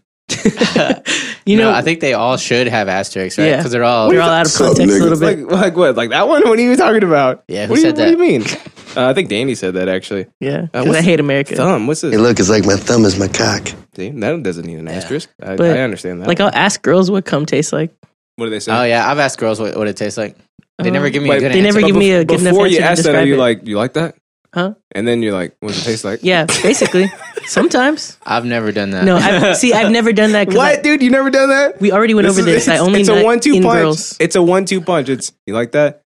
Speaker 3: You
Speaker 2: No,
Speaker 3: know,
Speaker 2: I think they all should have asterisks, right?
Speaker 3: Yeah.
Speaker 2: Because they're all.
Speaker 3: they're all out of context a little bit.
Speaker 1: Like, like what? Like that one? <laughs> What are you talking about?
Speaker 2: Yeah, who
Speaker 1: What, do you,
Speaker 2: said
Speaker 1: what do
Speaker 2: that?
Speaker 1: you mean? Uh, I think Danny said that actually.
Speaker 3: Yeah, because
Speaker 1: what's
Speaker 3: I hate America.
Speaker 1: Thumb. What's
Speaker 4: Hey,
Speaker 1: this?
Speaker 4: look, it's like my thumb is my cock.
Speaker 1: See, that doesn't need an asterisk. I,
Speaker 3: But,
Speaker 1: I understand that.
Speaker 3: Like, I'll ask girls what cum tastes like.
Speaker 1: what do they say?
Speaker 2: oh yeah, I've asked girls what, what it tastes like. They
Speaker 3: Oh.
Speaker 2: never give me a
Speaker 1: Wait,
Speaker 2: good
Speaker 3: they
Speaker 2: answer.
Speaker 3: never give me a
Speaker 1: Bef-
Speaker 3: good enough
Speaker 1: Before
Speaker 3: answer
Speaker 1: you
Speaker 3: to
Speaker 1: asked that, are
Speaker 3: describe
Speaker 1: you
Speaker 3: it.
Speaker 1: like, you like that?
Speaker 3: Huh?
Speaker 1: And then you're like, what does it taste like?
Speaker 3: Yeah, basically. Sometimes.
Speaker 2: I've never done that.
Speaker 3: No, I've, see, I've never done that. 'cause
Speaker 1: What,
Speaker 3: I-
Speaker 1: dude? You never done that?
Speaker 3: we already went over
Speaker 1: is- <laughs>
Speaker 3: this. I only
Speaker 1: it's a
Speaker 3: nut
Speaker 1: one-two
Speaker 3: in
Speaker 1: punch.
Speaker 3: girls.
Speaker 1: It's a one-two punch. It's you like that?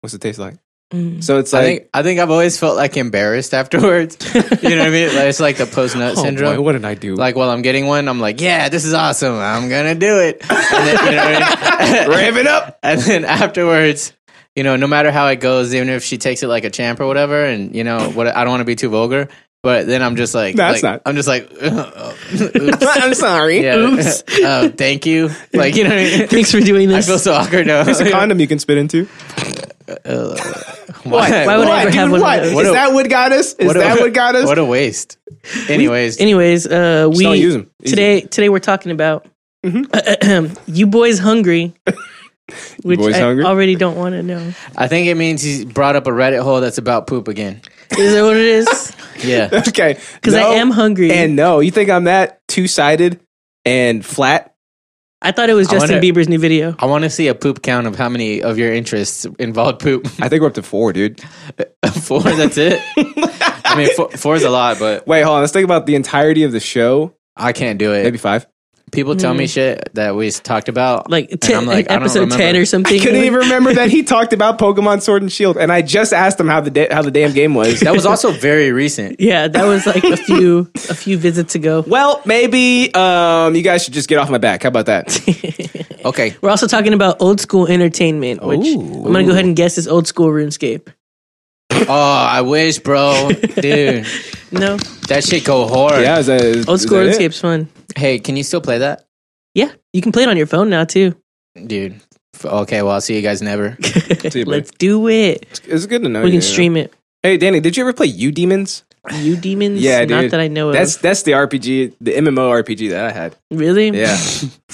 Speaker 1: What's it taste like?
Speaker 3: Mm.
Speaker 1: So it's
Speaker 2: I
Speaker 1: like, oh,
Speaker 2: think I think I've always felt like embarrassed
Speaker 1: <laughs>
Speaker 2: afterwards. you know what I mean? Like, it's like the post nut
Speaker 1: oh,
Speaker 2: syndrome.
Speaker 1: boy, what did I do?
Speaker 2: Like while I'm getting one, I'm like, yeah, this is awesome. I'm gonna do it. And then, you know <laughs> what I mean?
Speaker 1: rev it
Speaker 2: <laughs>
Speaker 1: up. <laughs>
Speaker 2: and then afterwards, you know, no matter how it goes, even if she takes it like a champ or whatever, and you know, what I don't want to be too vulgar, but then I'm just like,
Speaker 1: No, it's
Speaker 2: like-
Speaker 1: not.
Speaker 2: I'm just like, <laughs>
Speaker 1: <laughs>
Speaker 2: oops.
Speaker 1: I'm sorry.
Speaker 2: Yeah. <laughs> Oh, thank you. Like, you know, what I, mean?
Speaker 3: Thanks for doing
Speaker 2: I
Speaker 3: this.
Speaker 2: feel so awkward now. <laughs>
Speaker 1: It's a condom you can spit into.
Speaker 2: Why?
Speaker 3: Why would I
Speaker 1: What,
Speaker 3: ever
Speaker 1: dude,
Speaker 3: have one of
Speaker 1: what?
Speaker 3: those?
Speaker 1: Is
Speaker 2: What a-
Speaker 1: that what got us? Is
Speaker 2: What a-
Speaker 1: that what got us?
Speaker 2: What a waste. Anyways,
Speaker 3: Anyways, uh, we
Speaker 1: don't use 'em. Easy. Mm-hmm.
Speaker 3: today. Today we're talking about <clears throat> you
Speaker 1: <laughs>
Speaker 3: boys hungry, which
Speaker 1: boys
Speaker 3: I
Speaker 1: hungry?
Speaker 3: already don't want to know.
Speaker 2: I think it means he's brought up a Reddit hole that's about poop again.
Speaker 3: Is that what
Speaker 1: <laughs>
Speaker 3: it is? <laughs>
Speaker 2: Yeah.
Speaker 1: okay.
Speaker 3: Because I am hungry.
Speaker 1: And
Speaker 3: And
Speaker 1: no, you think I'm that two sided and flat?
Speaker 3: I thought it was
Speaker 2: I
Speaker 3: Justin
Speaker 2: wonder-
Speaker 3: Bieber's new video.
Speaker 2: I want to see a poop count of how many of your interests involved poop. <laughs>
Speaker 1: I think we're up to four, dude.
Speaker 2: four, that's it. I mean, four, four is a lot, but
Speaker 1: Wait, hold on. Let's think about the entirety of the show.
Speaker 2: I can't do it.
Speaker 1: Maybe five.
Speaker 2: People tell me shit that we talked about.
Speaker 3: Mm. Like,
Speaker 2: and
Speaker 3: 10
Speaker 2: I'm like, I don't
Speaker 3: episode
Speaker 2: remember.
Speaker 3: ten or something.
Speaker 1: I couldn't even remember
Speaker 3: <laughs>
Speaker 1: that he talked about Pokemon Sword and Shield, and I just asked him how the da- how the damn game was.
Speaker 2: <laughs>
Speaker 3: <laughs>
Speaker 2: That was also very recent.
Speaker 3: Yeah, that was like a few a few visits ago. <laughs>
Speaker 1: well, maybe um, you guys should just get off my back. How about that?
Speaker 3: <laughs>
Speaker 2: Okay.
Speaker 3: We're also talking about old school entertainment, which I'm gonna go ahead and guess is old school RuneScape.
Speaker 2: oh, I wish, bro, dude,
Speaker 3: No,
Speaker 2: that shit go hard.
Speaker 1: Yeah, is that, is,
Speaker 3: old
Speaker 1: is
Speaker 3: school
Speaker 1: that it?
Speaker 3: RuneScape's fun.
Speaker 2: Hey, can you still play that,
Speaker 3: Yeah, you can play it on your phone now too.
Speaker 2: dude? F- Okay, well, I'll see you guys never.
Speaker 1: buddy.
Speaker 3: <laughs> Let's do it.
Speaker 1: It's, it's good to know.
Speaker 3: we
Speaker 1: you
Speaker 3: can
Speaker 1: know.
Speaker 3: stream it.
Speaker 1: Hey, Danny, did you ever play U Demons?
Speaker 3: You demons?
Speaker 1: Yeah,
Speaker 3: not
Speaker 1: dude.
Speaker 3: that I know
Speaker 1: That's
Speaker 3: of.
Speaker 1: that's the RPG, the MMO RPG that I had.
Speaker 3: Really?
Speaker 1: Yeah,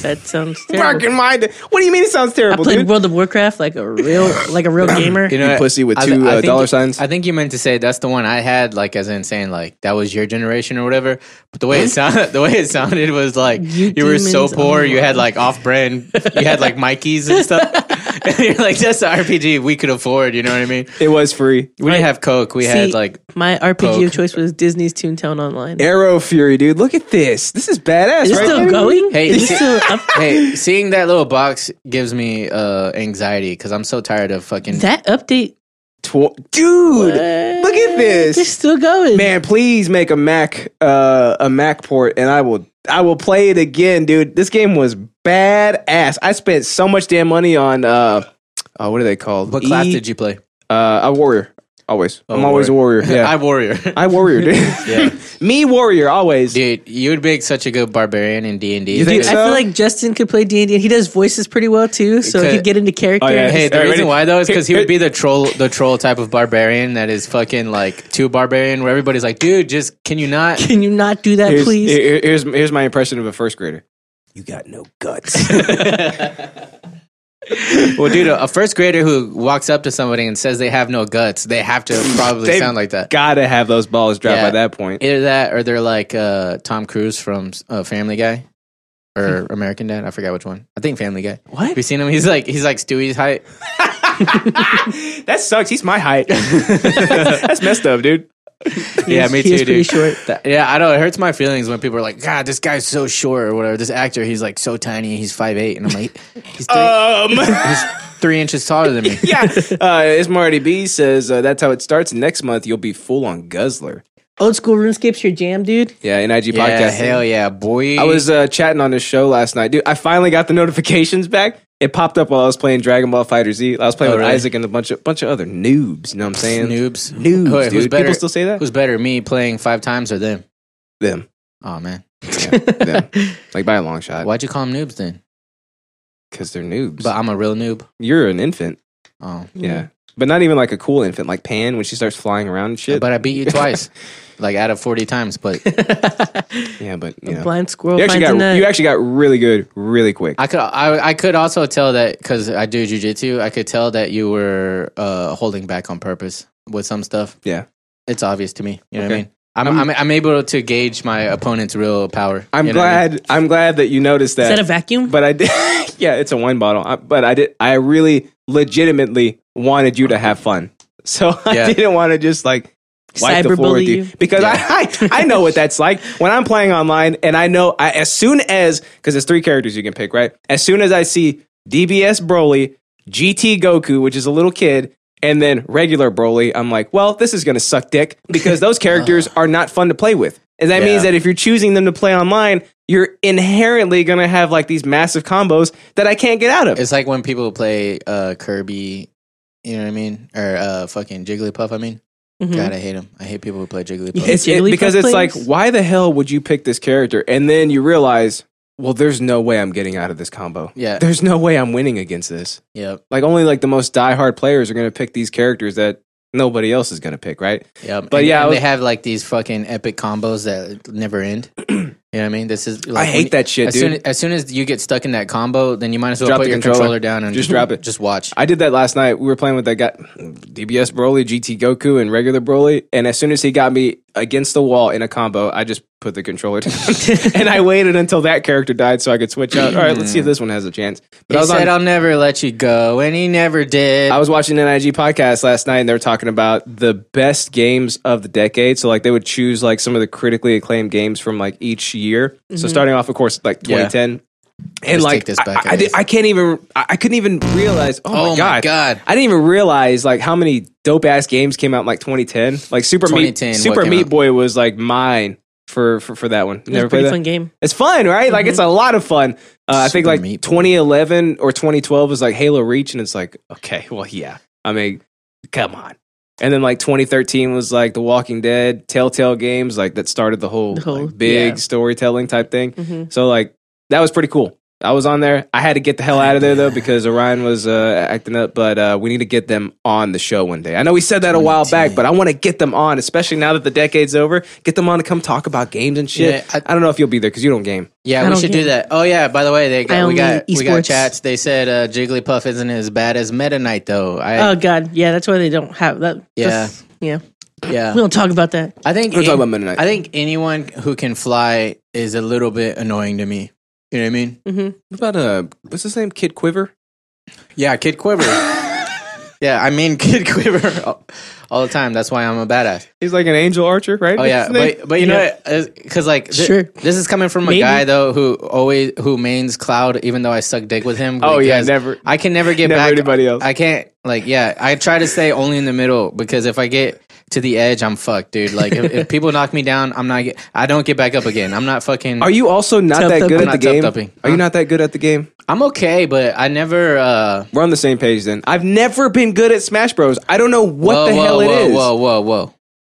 Speaker 3: That sounds terrible.
Speaker 1: fucking mind. What do you mean it sounds
Speaker 3: I
Speaker 1: terrible,
Speaker 3: played
Speaker 1: dude?
Speaker 3: World of Warcraft like a real like a
Speaker 1: <coughs>
Speaker 3: real gamer.
Speaker 1: <laughs>
Speaker 2: You
Speaker 3: <laughs>
Speaker 2: know, what?
Speaker 1: pussy with
Speaker 2: I-
Speaker 1: two uh,
Speaker 2: I think-
Speaker 1: dollar signs.
Speaker 2: I think you meant to say that's the one I had, like as in saying like that was your generation or whatever. But the way it sounded, <laughs> the way it sounded was like you,
Speaker 3: You
Speaker 2: were so
Speaker 3: demons
Speaker 2: poor, you
Speaker 3: unlocked.
Speaker 2: had like off-brand, you had like Mikey's and stuff.
Speaker 3: <laughs>
Speaker 2: <laughs> and you're like, that's the RPG we could afford. You know what I mean?
Speaker 1: it was free.
Speaker 2: We didn't have Coke. We had
Speaker 3: See,
Speaker 2: like
Speaker 3: My RPG
Speaker 2: Poke.
Speaker 3: of choice was Disney's Toontown Online.
Speaker 1: Arrow Fury, dude. Look at this. This is badass.
Speaker 3: Is it
Speaker 1: right,
Speaker 3: still
Speaker 1: Danny?
Speaker 3: going?
Speaker 2: Hey,
Speaker 3: Is
Speaker 2: see-
Speaker 3: it still
Speaker 2: <laughs>
Speaker 3: up?
Speaker 2: hey, seeing that little box gives me uh anxiety because I'm so tired of fucking.
Speaker 3: that update.
Speaker 1: Tw- dude, look at
Speaker 3: They're
Speaker 1: this.
Speaker 3: still going.
Speaker 1: Man, please make a Mac uh, a Mac port, and I will I will play it again, dude. This game was badass. I spent so much damn money on uh, oh, what are they called?
Speaker 2: what class
Speaker 1: E-
Speaker 2: did you play?
Speaker 1: Uh, a warrior. Always.
Speaker 2: Oh,
Speaker 1: I'm always a warrior.
Speaker 2: <laughs> I
Speaker 1: Yeah.
Speaker 2: warrior.
Speaker 1: I, warrior, dude.
Speaker 2: yeah,
Speaker 1: <laughs> Me warrior always.
Speaker 2: dude, you would make such a good barbarian in D and D.
Speaker 1: You think
Speaker 3: Dude, I
Speaker 1: so?
Speaker 3: feel like Justin could play D and D, and he does voices pretty well too. So he
Speaker 2: Could-
Speaker 3: could get into character.
Speaker 1: Oh, yeah.
Speaker 2: Hey, the
Speaker 1: All right,
Speaker 2: reason
Speaker 1: ready?
Speaker 2: why though is because he would be the troll, the troll type of barbarian that is fucking like too barbarian, where everybody's like, dude, just can you
Speaker 3: <laughs>
Speaker 2: not?
Speaker 3: Can you not do that,
Speaker 1: Here's,
Speaker 3: please?
Speaker 1: here- here's here's my impression of a first grader. You got no guts.
Speaker 2: Well, dude, a, a first grader who walks up to somebody and says they have no guts, they have to probably
Speaker 1: They've
Speaker 2: sound like that.
Speaker 1: Gotta have those balls dropped
Speaker 2: Yeah.
Speaker 1: by that point.
Speaker 2: Either that, or they're like uh, Tom Cruise from uh, Family Guy or American Dad. I forgot which one. I think Family Guy.
Speaker 3: What?
Speaker 2: Have you seen him? He's like he's like Stewie's height.
Speaker 1: that sucks. He's my
Speaker 2: <laughs>
Speaker 1: height. <laughs> That's messed up, dude.
Speaker 2: yeah,
Speaker 3: He's-
Speaker 2: me
Speaker 3: he
Speaker 2: too,
Speaker 3: is pretty
Speaker 2: dude.
Speaker 3: short.
Speaker 2: That- yeah, I know. It hurts my feelings when people are like, "God, this guy's so short," or whatever. This actor, he's like so tiny. He's five eight, and I'm like, <laughs> he's three, <laughs>
Speaker 1: Um, <laughs>
Speaker 2: three inches taller than me.
Speaker 1: yeah. Uh, it's Marty B says uh, that's how it starts. Next month you'll be full on guzzler.
Speaker 3: Old school RuneScape's your jam, dude.
Speaker 1: Yeah, in IG
Speaker 2: Yeah,
Speaker 1: podcast.
Speaker 2: hell yeah, boy.
Speaker 1: I was uh, chatting on this show last night, dude. I finally got the <laughs> notifications back. It popped up while I was playing Dragon Ball Fighter Z. I was playing
Speaker 2: Oh,
Speaker 1: with
Speaker 2: really?
Speaker 1: Isaac and a bunch of bunch of other noobs. You know what I'm saying?
Speaker 2: noobs.
Speaker 1: Noobs,
Speaker 2: Wait,
Speaker 1: dude. People still say that?
Speaker 2: Who's better, me playing five times or them?
Speaker 1: Them,
Speaker 2: Oh man, <laughs>
Speaker 1: them,
Speaker 3: <laughs>
Speaker 1: like by a long shot,
Speaker 2: why'd you call them noobs then?
Speaker 1: because they're noobs.
Speaker 2: But I'm a real noob.
Speaker 1: You're an infant,
Speaker 2: Oh,
Speaker 1: yeah, but not even like a cool infant, like Pan when she starts flying around and shit.
Speaker 2: but I
Speaker 1: <laughs>
Speaker 2: beat you twice, like out of forty times. But
Speaker 3: <laughs>
Speaker 1: yeah, but you know,
Speaker 3: Blind squirrel
Speaker 1: you
Speaker 3: finds
Speaker 1: actually
Speaker 3: a
Speaker 1: got
Speaker 3: nut.
Speaker 1: you actually got really good, really quick.
Speaker 2: I could I, I could also tell that because I do jujitsu, I could tell that you were uh, holding back on purpose with some stuff.
Speaker 1: Yeah.
Speaker 2: it's obvious to me. You know what I
Speaker 1: Okay.
Speaker 2: mean? I'm, I'm, I'm, able to gauge my opponent's real power.
Speaker 1: I'm
Speaker 2: you know what I mean?
Speaker 1: glad. I am glad that you noticed that.
Speaker 3: Is that a vacuum?
Speaker 1: but I did. <laughs> yeah, it's a wine bottle. I, but I did. I really, legitimately wanted you to have fun. <laughs> So I
Speaker 2: Yeah.
Speaker 1: didn't want to just like wipe the floor with
Speaker 3: Cyberbully
Speaker 1: you
Speaker 3: you?
Speaker 1: because
Speaker 2: Yeah.
Speaker 1: I, I I know what
Speaker 2: <laughs>
Speaker 1: that's like when I'm playing online and I know I, as soon as because there's three characters you can pick right as soon as I see DBS Broly GT Goku which is a little kid and then regular Broly I'm like well this is gonna suck dick because
Speaker 2: <laughs>
Speaker 1: those characters are not fun to play with and that means
Speaker 2: Uh. Yeah.
Speaker 1: that if you're choosing them to play online you're inherently gonna have like these massive combos that I can't get out of
Speaker 2: it's like when people play uh, Kirby. You know what I mean? Or uh, fucking Jigglypuff. I mean,
Speaker 1: Mm-hmm.
Speaker 3: Mhm.
Speaker 2: God, I hate him. I hate people who play Jigglypuff.
Speaker 1: <laughs>
Speaker 3: Yeah.
Speaker 1: it's it-
Speaker 3: Jigglypuff
Speaker 1: because it's like
Speaker 3: players?
Speaker 1: why the hell would you pick this character and then you realize well there's no way i'm getting out of this combo <laughs>
Speaker 2: Yeah.
Speaker 1: there's no way i'm winning against this
Speaker 2: Yep.
Speaker 1: like only like the most diehard players are going to pick these characters that nobody else is going to pick right
Speaker 2: Yep.
Speaker 1: But
Speaker 2: And-
Speaker 1: yeah, I
Speaker 2: and
Speaker 1: was-
Speaker 2: they have like these fucking epic combos that never
Speaker 1: <clears throat>
Speaker 2: end. you know what I mean? This is like
Speaker 1: i
Speaker 2: when you-
Speaker 1: hate that shit
Speaker 2: as
Speaker 1: dude
Speaker 2: soon as soon as you get stuck in that combo, then you might as well
Speaker 1: Drop
Speaker 2: put
Speaker 1: the
Speaker 2: your
Speaker 1: controller.
Speaker 2: controller. down and
Speaker 1: Just drop it.
Speaker 2: Just watch.
Speaker 1: I did that last night. We were playing with that guy, DBS Broly, GT Goku, and regular Broly. And as soon as he got me against the wall in a combo, I just put the controller <laughs> down. and I waited until that character died so I could switch out. All right, let's see if this one has a chance. But I
Speaker 2: he
Speaker 1: was on-
Speaker 2: said, "I'll never let you go," and he never did.
Speaker 1: I was watching an IG podcast last night and they were talking about the best games of the decade. So like they would choose like some of the critically acclaimed games from like each year.
Speaker 3: Mm-hmm.
Speaker 1: So starting off, of course, like
Speaker 2: Yeah.
Speaker 1: 2010. And
Speaker 2: Let's
Speaker 1: like
Speaker 2: take this
Speaker 1: I-
Speaker 2: back,
Speaker 1: I, I, did-
Speaker 2: guys.
Speaker 1: I can't even I, I couldn't even realize. Oh,
Speaker 2: oh
Speaker 1: my, god.
Speaker 2: god!
Speaker 1: I didn't even realize like how many dope ass games came out in like 2010. Like Super
Speaker 2: 2010,
Speaker 1: Meat
Speaker 2: what
Speaker 1: Super
Speaker 2: came
Speaker 1: Meat
Speaker 2: out?
Speaker 1: Boy was like mine for for, for that one.
Speaker 3: It was
Speaker 1: Never
Speaker 3: a
Speaker 1: played
Speaker 3: pretty
Speaker 1: that.
Speaker 3: fun game.
Speaker 1: It's fun, right? Like it's a lot of fun. Uh, I think
Speaker 2: Super
Speaker 1: like
Speaker 2: Meat Boy.
Speaker 1: 2011 or 2012 was like Halo Reach, and it's like okay, well, yeah. I mean, come on, And then like 2013 was like The Walking Dead, Telltale Games, like that started the whole,
Speaker 3: The whole-
Speaker 1: like, big
Speaker 3: yeah.
Speaker 1: storytelling type thing.
Speaker 3: hmm
Speaker 1: So like that was pretty cool. I was on there. I had to get the hell out of there though because Orion was uh, acting up. But uh, we need to get them on the show one day. I know we said that a while back, but I want to get them on, especially now that the decade's over. Get them on to come talk about games and shit.
Speaker 2: Yeah,
Speaker 1: I, don't know if you'll be there because you don't game.
Speaker 3: I
Speaker 2: Yeah, we
Speaker 3: don't
Speaker 2: should
Speaker 3: get
Speaker 2: do
Speaker 3: it.
Speaker 2: that. Oh yeah, by the way, they
Speaker 3: I
Speaker 2: got, we
Speaker 3: only
Speaker 2: got we got
Speaker 3: esports.
Speaker 2: chats. They said uh, Jigglypuff isn't as bad as Meta Knight though. I
Speaker 1: Uh,
Speaker 3: Oh God, yeah, that's why they don't have that.
Speaker 2: yeah
Speaker 3: that's- yeah.
Speaker 2: yeah.
Speaker 3: We don't talk about that.
Speaker 2: I think
Speaker 1: We're
Speaker 2: an-
Speaker 1: talking about Monday night.
Speaker 2: I think anyone who can fly is a little bit annoying to me. You know what I mean?
Speaker 3: hmm
Speaker 1: What about uh, what's his name? Kid Quiver.
Speaker 2: Yeah, Kid
Speaker 1: <laughs>
Speaker 2: Quiver. yeah, I mean Kid Quiver all, all the time. That's why I'm a badass.
Speaker 1: He's like an angel archer, right?
Speaker 2: Oh yeah, but but you know what? Because like thi-
Speaker 3: Sure.
Speaker 2: this is coming from a
Speaker 3: Maybe.
Speaker 2: guy though who always who mains Cloud, even though I suck dick with him.
Speaker 1: Oh, yeah,
Speaker 2: because
Speaker 1: never-
Speaker 2: I can never get
Speaker 1: never
Speaker 2: back.
Speaker 1: anybody else.
Speaker 2: I can't like yeah. I try to stay only in the middle because if I get to the edge, I'm fucked, dude. Like if, if people knock me down, I'm not. Get, I don't get back up again. I'm not fucking.
Speaker 1: Are you also not
Speaker 3: Tub
Speaker 1: that
Speaker 3: thumping.
Speaker 1: good at
Speaker 2: Not
Speaker 1: the
Speaker 2: tub
Speaker 1: game?
Speaker 2: thumping.
Speaker 1: Are you not that good at the game?
Speaker 2: I'm okay, but I never. uh
Speaker 1: We're on the same page then. I've never been good at Smash Bros. I don't know what
Speaker 2: whoa,
Speaker 1: the
Speaker 2: whoa,
Speaker 1: hell it is.
Speaker 2: whoa, Whoa, whoa, whoa,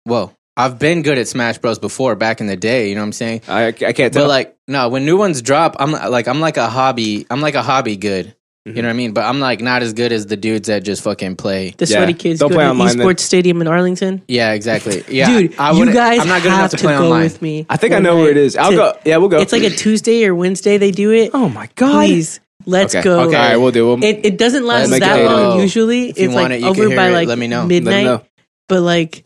Speaker 2: whoa! I've been good at Smash Bros. before, back in the day. You know what I'm saying?
Speaker 1: I, I can't
Speaker 2: But
Speaker 3: Uh-huh.
Speaker 1: tell.
Speaker 2: like, no, when new ones drop, I'm like, I'm like a hobby. I'm like a hobby good.
Speaker 3: Mm-hmm.
Speaker 2: You know what I mean? But I'm like not as good as the dudes that just fucking play.
Speaker 3: The
Speaker 1: Yeah.
Speaker 3: sweaty kids
Speaker 1: Don't
Speaker 3: go
Speaker 1: play
Speaker 3: to
Speaker 1: online
Speaker 3: esports
Speaker 1: then.
Speaker 3: stadium in Arlington.
Speaker 2: Yeah,
Speaker 3: <laughs>
Speaker 2: exactly. Yeah,
Speaker 3: Dude,
Speaker 2: I
Speaker 3: you
Speaker 2: wouldn't-
Speaker 3: guys have to, go
Speaker 2: online.
Speaker 3: with me.
Speaker 1: I think I
Speaker 3: one
Speaker 1: know where
Speaker 3: night
Speaker 1: it is. I'll
Speaker 3: to-
Speaker 1: go. Yeah, we'll go.
Speaker 3: It's like a Tuesday or Wednesday they do it.
Speaker 1: Oh my god!
Speaker 3: Please, let's
Speaker 1: okay.
Speaker 3: go.
Speaker 1: Okay, all right, we'll do. We'll,
Speaker 3: It, it doesn't last
Speaker 1: Let's
Speaker 3: that
Speaker 1: go.
Speaker 3: long usually.
Speaker 2: If you
Speaker 3: it's
Speaker 2: want
Speaker 3: like
Speaker 2: it, you can
Speaker 3: over
Speaker 2: hear
Speaker 3: by
Speaker 2: it.
Speaker 3: like
Speaker 2: Let me know. Let me
Speaker 1: let them
Speaker 3: midnight.
Speaker 1: know.
Speaker 3: But like,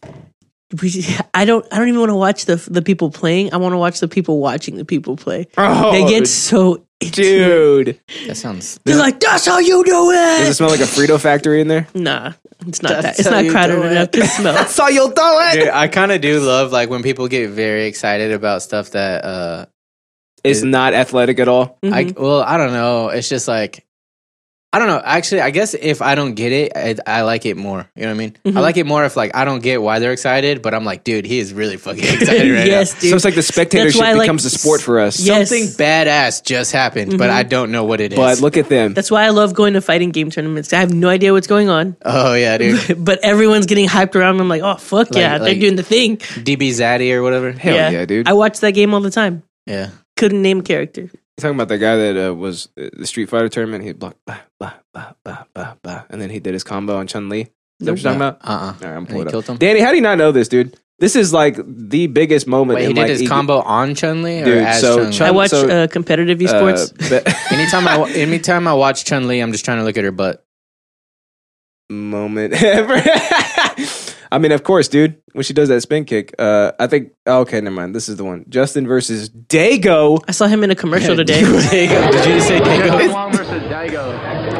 Speaker 3: we, I don't. I don't even want to watch the the people playing. I want to watch the people watching the people play.
Speaker 1: Oh,
Speaker 3: they get so into it.
Speaker 1: dude.
Speaker 2: That
Speaker 3: <laughs>
Speaker 2: sounds.
Speaker 3: They're like, "That's how you do
Speaker 1: Does it
Speaker 3: it."
Speaker 1: smell like a Frito factory in there?
Speaker 3: Nah, it's
Speaker 2: That's
Speaker 3: not that. It's
Speaker 2: how
Speaker 3: not
Speaker 2: you
Speaker 3: crowded
Speaker 2: do it.
Speaker 3: enough to smell.
Speaker 1: That's all you'll do it.
Speaker 2: Dude, I kind of do love like when people get very excited about stuff that. uh
Speaker 1: It's not athletic at all.
Speaker 2: <laughs>
Speaker 3: Mm-hmm.
Speaker 2: I well, I don't know. It's just like. I don't know. Actually, I guess if I don't get it, I, I like it more. You know what I mean?
Speaker 3: Mm-hmm.
Speaker 2: I like it more if like I don't get why they're excited, but I'm like, dude, he is really fucking <laughs> excited right now.
Speaker 3: yes, dude.
Speaker 1: So it's like the spectatorship
Speaker 3: why I like-
Speaker 1: becomes a sport for us.
Speaker 3: Yes. Mm-hmm.
Speaker 2: Something badass just happened, but I don't know what it is.
Speaker 1: But look at them.
Speaker 3: That's why I love going to fighting game tournaments. I have no idea what's going on, <laughs>
Speaker 2: oh yeah, dude,
Speaker 3: but everyone's getting hyped around. I'm like, oh fuck yeah,
Speaker 2: like-
Speaker 3: they're doing the thing.
Speaker 2: DB Zaddy or whatever.
Speaker 1: hell yeah, dude.
Speaker 3: I watch that game all the time.
Speaker 2: Yeah.
Speaker 3: Couldn't name a character.
Speaker 1: You're talking about the guy that uh, was uh, the Street Fighter tournament. He blocked, bah, bah, bah, bah, bah, bah, and then he did his combo on Chun Li. Is that what you're talking about?
Speaker 2: Uh uh
Speaker 1: All right, I'm
Speaker 2: And he
Speaker 1: pulling it
Speaker 2: killed him.
Speaker 1: up. Danny, how do you not know this, dude? This is like the biggest moment.
Speaker 2: Wait, he
Speaker 1: in,
Speaker 2: did
Speaker 1: like,
Speaker 2: his
Speaker 1: e-
Speaker 2: combo on Chun Li or
Speaker 1: Dude,
Speaker 2: as
Speaker 1: so
Speaker 2: Chun
Speaker 1: Chun-
Speaker 3: I
Speaker 2: Li.
Speaker 3: watch
Speaker 1: so,
Speaker 3: uh, competitive
Speaker 1: uh,
Speaker 3: esports.
Speaker 1: be-
Speaker 2: <laughs> Anytime
Speaker 3: <laughs>
Speaker 2: I wa- anytime I watch Chun Li, I'm just trying to look at her butt.
Speaker 1: moment <laughs> ever. I mean, of course, dude. When she does that spin kick, uh, I think. oh, okay, never mind. This is the one. Justin versus Dago.
Speaker 3: I saw him in a
Speaker 2: <laughs>
Speaker 3: commercial today. <laughs>
Speaker 2: Did you just say Dago?
Speaker 5: Long versus Daigo. Let's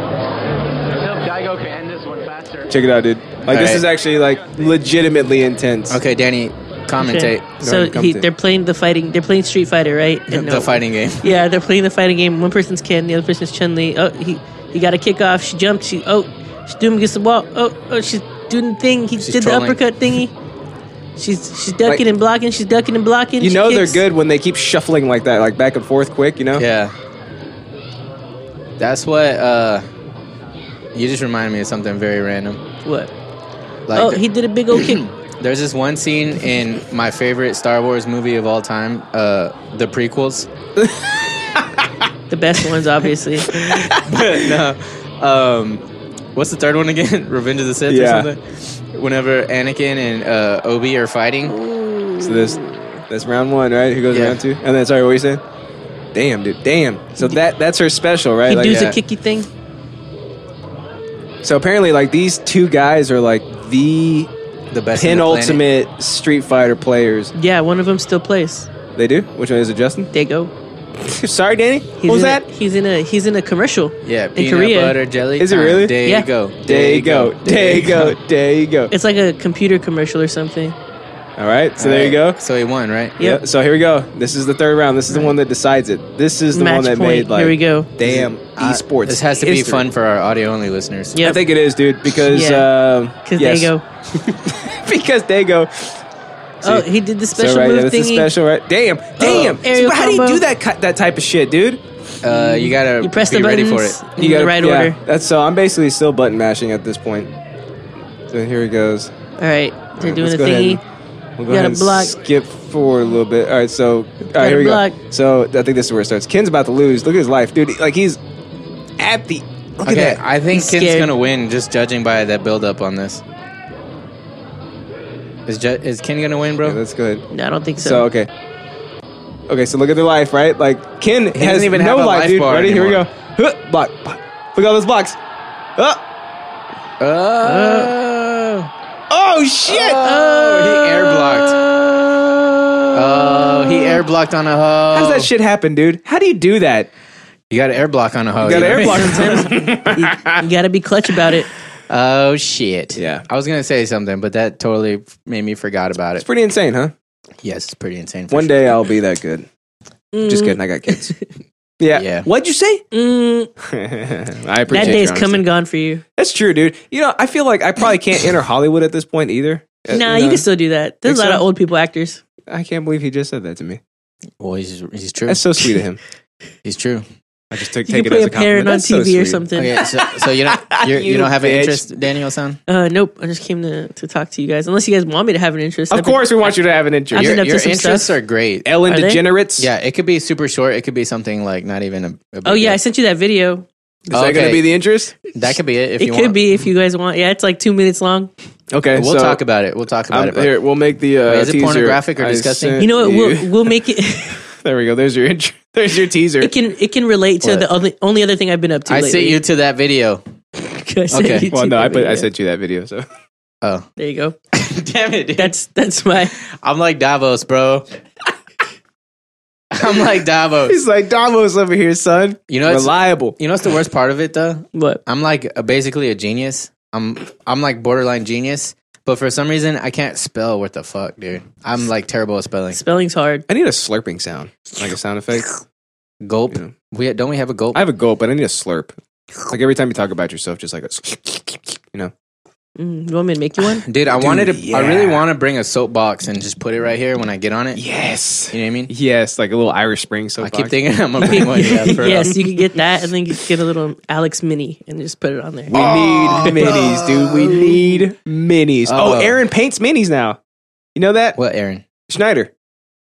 Speaker 5: hope Daigo can end this one faster.
Speaker 1: Check it out, dude. Like this
Speaker 2: right.
Speaker 1: is actually like legitimately intense.
Speaker 2: Okay, Danny,
Speaker 3: Okay.
Speaker 2: commentate
Speaker 3: So
Speaker 1: come
Speaker 3: he,
Speaker 1: to-
Speaker 3: they're playing the fighting. They're playing Street Fighter, right? And,
Speaker 2: the
Speaker 3: uh,
Speaker 2: fighting game.
Speaker 3: Yeah, they're playing the fighting game. One person's Ken, the other person's Chun Li. Oh, he he got a kick off. She jumped. She oh, she's doing against the wall. Oh, oh, she's doing the thing. He did
Speaker 2: trolling.
Speaker 3: the uppercut thingy. She's she's
Speaker 1: Like-
Speaker 3: ducking and blocking. She's ducking and blocking.
Speaker 1: You
Speaker 3: She
Speaker 1: know
Speaker 3: kicks.
Speaker 1: they're good when they keep shuffling like that, like back and forth, quick. You know.
Speaker 2: Yeah. That's what. uh You just reminded me of something very random.
Speaker 3: What?
Speaker 2: Like
Speaker 3: oh,
Speaker 2: the-
Speaker 3: he did a big old
Speaker 1: <clears throat>
Speaker 3: kick.
Speaker 2: There's this one scene in my favorite Star Wars movie of all time, uh, the prequels. <laughs>
Speaker 3: The best
Speaker 1: <laughs>
Speaker 3: ones, obviously.
Speaker 2: no. Um, what's the third one again? <laughs> Revenge of the Sith
Speaker 1: Yeah.
Speaker 2: or something? Whenever Anakin and uh, Obi are fighting.
Speaker 1: So this, that's round one, right? Who goes
Speaker 2: Yeah.
Speaker 1: round two? And then sorry, what were you saying? Damn, dude. Damn. So that that's her special, right?
Speaker 3: he
Speaker 1: Like,
Speaker 3: does
Speaker 1: yeah.
Speaker 3: a kicky thing.
Speaker 1: So apparently, like these two guys are like the
Speaker 2: The best. in the planet.
Speaker 1: penultimate Street Fighter players.
Speaker 3: Yeah, one of them still plays.
Speaker 1: They do. Which one is it,
Speaker 3: <laughs>
Speaker 1: Justin?
Speaker 3: They go.
Speaker 1: Sorry, Danny. What
Speaker 3: He's
Speaker 1: was
Speaker 3: in
Speaker 1: that?
Speaker 3: A, he's in a he's in a commercial.
Speaker 2: Yeah,
Speaker 3: in
Speaker 2: peanut
Speaker 3: Korea.
Speaker 2: butter jelly.
Speaker 1: Is it
Speaker 2: time.
Speaker 1: really?
Speaker 2: There
Speaker 3: Yeah.
Speaker 2: you go.
Speaker 1: There you go. There you go. There you
Speaker 3: <laughs>
Speaker 1: go.
Speaker 3: It's like a computer commercial or something.
Speaker 1: All right. So there you go.
Speaker 2: Alright, So he won, right?
Speaker 3: Yep.
Speaker 1: Yeah. So here we go. This is the third round. This is the one that decides it. This is the
Speaker 3: Match
Speaker 1: one that
Speaker 3: point.
Speaker 1: made like
Speaker 3: Here we go.
Speaker 1: damn
Speaker 2: Uh,
Speaker 1: esports.
Speaker 2: This has to be
Speaker 1: history.
Speaker 2: fun for our audio only listeners.
Speaker 3: Yep.
Speaker 1: I think it is, dude, because
Speaker 3: Yeah.
Speaker 1: um,
Speaker 3: Because
Speaker 1: yes.
Speaker 3: they go.
Speaker 1: <laughs> because they go.
Speaker 3: Oh, he did the special
Speaker 1: so right, yeah,
Speaker 3: move
Speaker 1: this is
Speaker 3: thingy. Oh,
Speaker 1: special, right? Damn, damn.
Speaker 3: aerial
Speaker 1: So how do you
Speaker 3: combo.
Speaker 1: do that ki- that type of shit, dude?
Speaker 2: Uh, you gotta
Speaker 3: You press
Speaker 2: be
Speaker 3: the
Speaker 2: ready
Speaker 3: buttons
Speaker 2: for it.
Speaker 3: in the right
Speaker 1: yeah,
Speaker 3: order.
Speaker 1: That's so. I'm basically still button mashing at this point. So here he goes.
Speaker 3: All right, they're
Speaker 1: Alright,
Speaker 3: doing a
Speaker 1: let's go ahead
Speaker 3: thingy.
Speaker 1: and- We'll go
Speaker 3: You
Speaker 1: ahead
Speaker 3: gotta
Speaker 1: and
Speaker 3: block.
Speaker 1: skip forward a little bit. All right, so all right,
Speaker 3: Gotta
Speaker 1: here we
Speaker 3: block.
Speaker 1: go. So I think this is where it starts. Ken's about to lose. Look at his life, dude. Like he's at the. Look
Speaker 2: okay,
Speaker 1: at that.
Speaker 2: I think
Speaker 3: He's
Speaker 2: Ken's
Speaker 3: scared.
Speaker 2: gonna win just judging by that build up on this. Is ju- is Ken gonna win, bro?
Speaker 1: Okay, let's go ahead.
Speaker 3: No, I don't think so.
Speaker 1: So okay, okay. So look at their life, right? Like Ken has
Speaker 2: doesn't even
Speaker 1: no
Speaker 2: have a
Speaker 1: life,
Speaker 2: life
Speaker 1: dude.
Speaker 2: bar
Speaker 1: Ready? Here we
Speaker 2: anymore.
Speaker 1: go. Huh, block. block. Look at all those blocks. Uh, Huh.
Speaker 2: oh,
Speaker 1: Oh shit!
Speaker 2: oh, he air blocked. Oh, he air blocked on a hoe.
Speaker 1: How does Uh. that shit happen, dude? How do you do that?
Speaker 2: You got to air block on a hoe.
Speaker 1: you got
Speaker 2: you know
Speaker 1: air
Speaker 2: what I
Speaker 1: block.
Speaker 2: mean?
Speaker 3: <laughs> you gotta be clutch about it.
Speaker 2: Oh shit.
Speaker 1: Yeah.
Speaker 2: I was gonna say something, but that totally f- made me forgot about
Speaker 1: it's
Speaker 2: it.
Speaker 1: pretty insane, huh?
Speaker 2: yes, it's pretty insane. for
Speaker 1: One
Speaker 2: sure.
Speaker 1: day I'll be that good. <laughs> Just kidding. I got kids. Yeah.
Speaker 2: Yeah.
Speaker 1: What'd you <laughs> say?
Speaker 3: Mm,
Speaker 1: I appreciate
Speaker 3: that day's
Speaker 1: your
Speaker 3: come
Speaker 1: honesty.
Speaker 3: and gone for you.
Speaker 1: That's true, dude. You know, I feel like I probably can't enter Hollywood at this point either. Uh,
Speaker 3: nah,
Speaker 1: you
Speaker 3: you
Speaker 1: know,
Speaker 3: can still do that. There's a
Speaker 1: Think
Speaker 3: lot of
Speaker 1: so?
Speaker 3: old people actors.
Speaker 1: I can't believe he just said that to me.
Speaker 2: Well, he's he's true.
Speaker 1: That's so sweet of him. <laughs>
Speaker 2: he's true.
Speaker 1: I just took,
Speaker 3: You
Speaker 1: take
Speaker 3: can
Speaker 1: it
Speaker 3: play
Speaker 1: as
Speaker 3: a
Speaker 1: a
Speaker 3: parent
Speaker 1: compliment.
Speaker 3: on
Speaker 1: That's so
Speaker 3: TV or
Speaker 1: sweet. Oh,
Speaker 3: something.
Speaker 2: Okay, so, so you don't you're, you,
Speaker 1: You
Speaker 2: don't have an
Speaker 1: bitch.
Speaker 2: interest, Daniel San.
Speaker 3: Uh, nope. I just came to, to talk to you guys. Unless you guys want me to have an interest.
Speaker 1: Of
Speaker 3: I've been-
Speaker 1: course, we want you to have an interest.
Speaker 3: I've
Speaker 2: Your,
Speaker 3: been up to
Speaker 2: your
Speaker 3: some
Speaker 2: interests
Speaker 3: stuff.
Speaker 2: are great.
Speaker 1: Ellen
Speaker 3: Are they?
Speaker 1: DeGenerates.
Speaker 2: Yeah, it could be super short. It could be something like not even a. a big
Speaker 3: oh yeah, I
Speaker 2: deal.
Speaker 3: sent you that video.
Speaker 1: Is that going to
Speaker 2: Okay.
Speaker 1: be the interest?
Speaker 2: that could be it. If
Speaker 3: it
Speaker 2: you
Speaker 3: could
Speaker 2: want.
Speaker 3: be if you guys want. Yeah, it's like two minutes long.
Speaker 1: Okay,
Speaker 2: We'll
Speaker 1: so
Speaker 2: talk about it. We'll talk about
Speaker 1: I'm-
Speaker 2: it. but-
Speaker 1: here, we'll make the. Uh,
Speaker 2: Wait, is it
Speaker 1: teaser
Speaker 2: pornographic or
Speaker 1: I
Speaker 2: disgusting?
Speaker 1: sent
Speaker 3: You know
Speaker 1: <laughs>
Speaker 3: what?
Speaker 1: you.
Speaker 3: We'll we'll make it. <laughs>
Speaker 1: there we go. There's your intro. <laughs> There's your teaser.
Speaker 3: It can it can relate to
Speaker 2: What?
Speaker 3: the only only other thing I've been up to.
Speaker 2: I
Speaker 3: lately.
Speaker 2: sent
Speaker 3: <laughs>
Speaker 2: you to that video.
Speaker 3: I sent
Speaker 2: okay.
Speaker 3: you
Speaker 1: well,
Speaker 3: to
Speaker 1: no,
Speaker 3: that
Speaker 1: I put, I
Speaker 3: video.
Speaker 1: sent you that video. So <laughs>
Speaker 2: Oh,
Speaker 3: There you go.
Speaker 2: damn it! Dude.
Speaker 3: That's that's my.
Speaker 2: I'm like
Speaker 1: <laughs>
Speaker 2: Davos, bro. I'm like Davos.
Speaker 1: he's like Davos over here, son.
Speaker 2: You know, it's,
Speaker 1: Reliable.
Speaker 2: you know what's the worst part of it though?
Speaker 3: What?
Speaker 2: I'm like a, basically a genius. I'm I'm like borderline genius, but for some reason I can't spell. What the fuck, dude? I'm like terrible at spelling.
Speaker 3: Spelling's hard.
Speaker 1: I need a slurping sound, like a sound effect.
Speaker 2: Gulp.
Speaker 1: Yeah.
Speaker 2: We don't we have a gulp?
Speaker 1: I have a gulp, but I need a slurp. Like every time you talk about yourself, just like a, you know.
Speaker 3: Mm, you want me to make you one?
Speaker 2: Dude, I wanted to. I
Speaker 1: yeah.
Speaker 2: really want to bring a soapbox and just put it right here when I get on it.
Speaker 1: Yes.
Speaker 2: You know what I mean?
Speaker 1: Yes, like a little Irish Spring
Speaker 2: I
Speaker 1: soapbox.
Speaker 2: keep thinking <laughs> I'm gonna
Speaker 3: <laughs>
Speaker 2: bring one. Yeah, for real.
Speaker 3: yes, you can get that, and then you can get a little Alex Mini and just put it on there.
Speaker 1: we need minis, dude. We need minis. Oh,
Speaker 2: Oh.
Speaker 1: Aaron paints minis now. You know that
Speaker 2: What, Aaron?
Speaker 1: Schneider.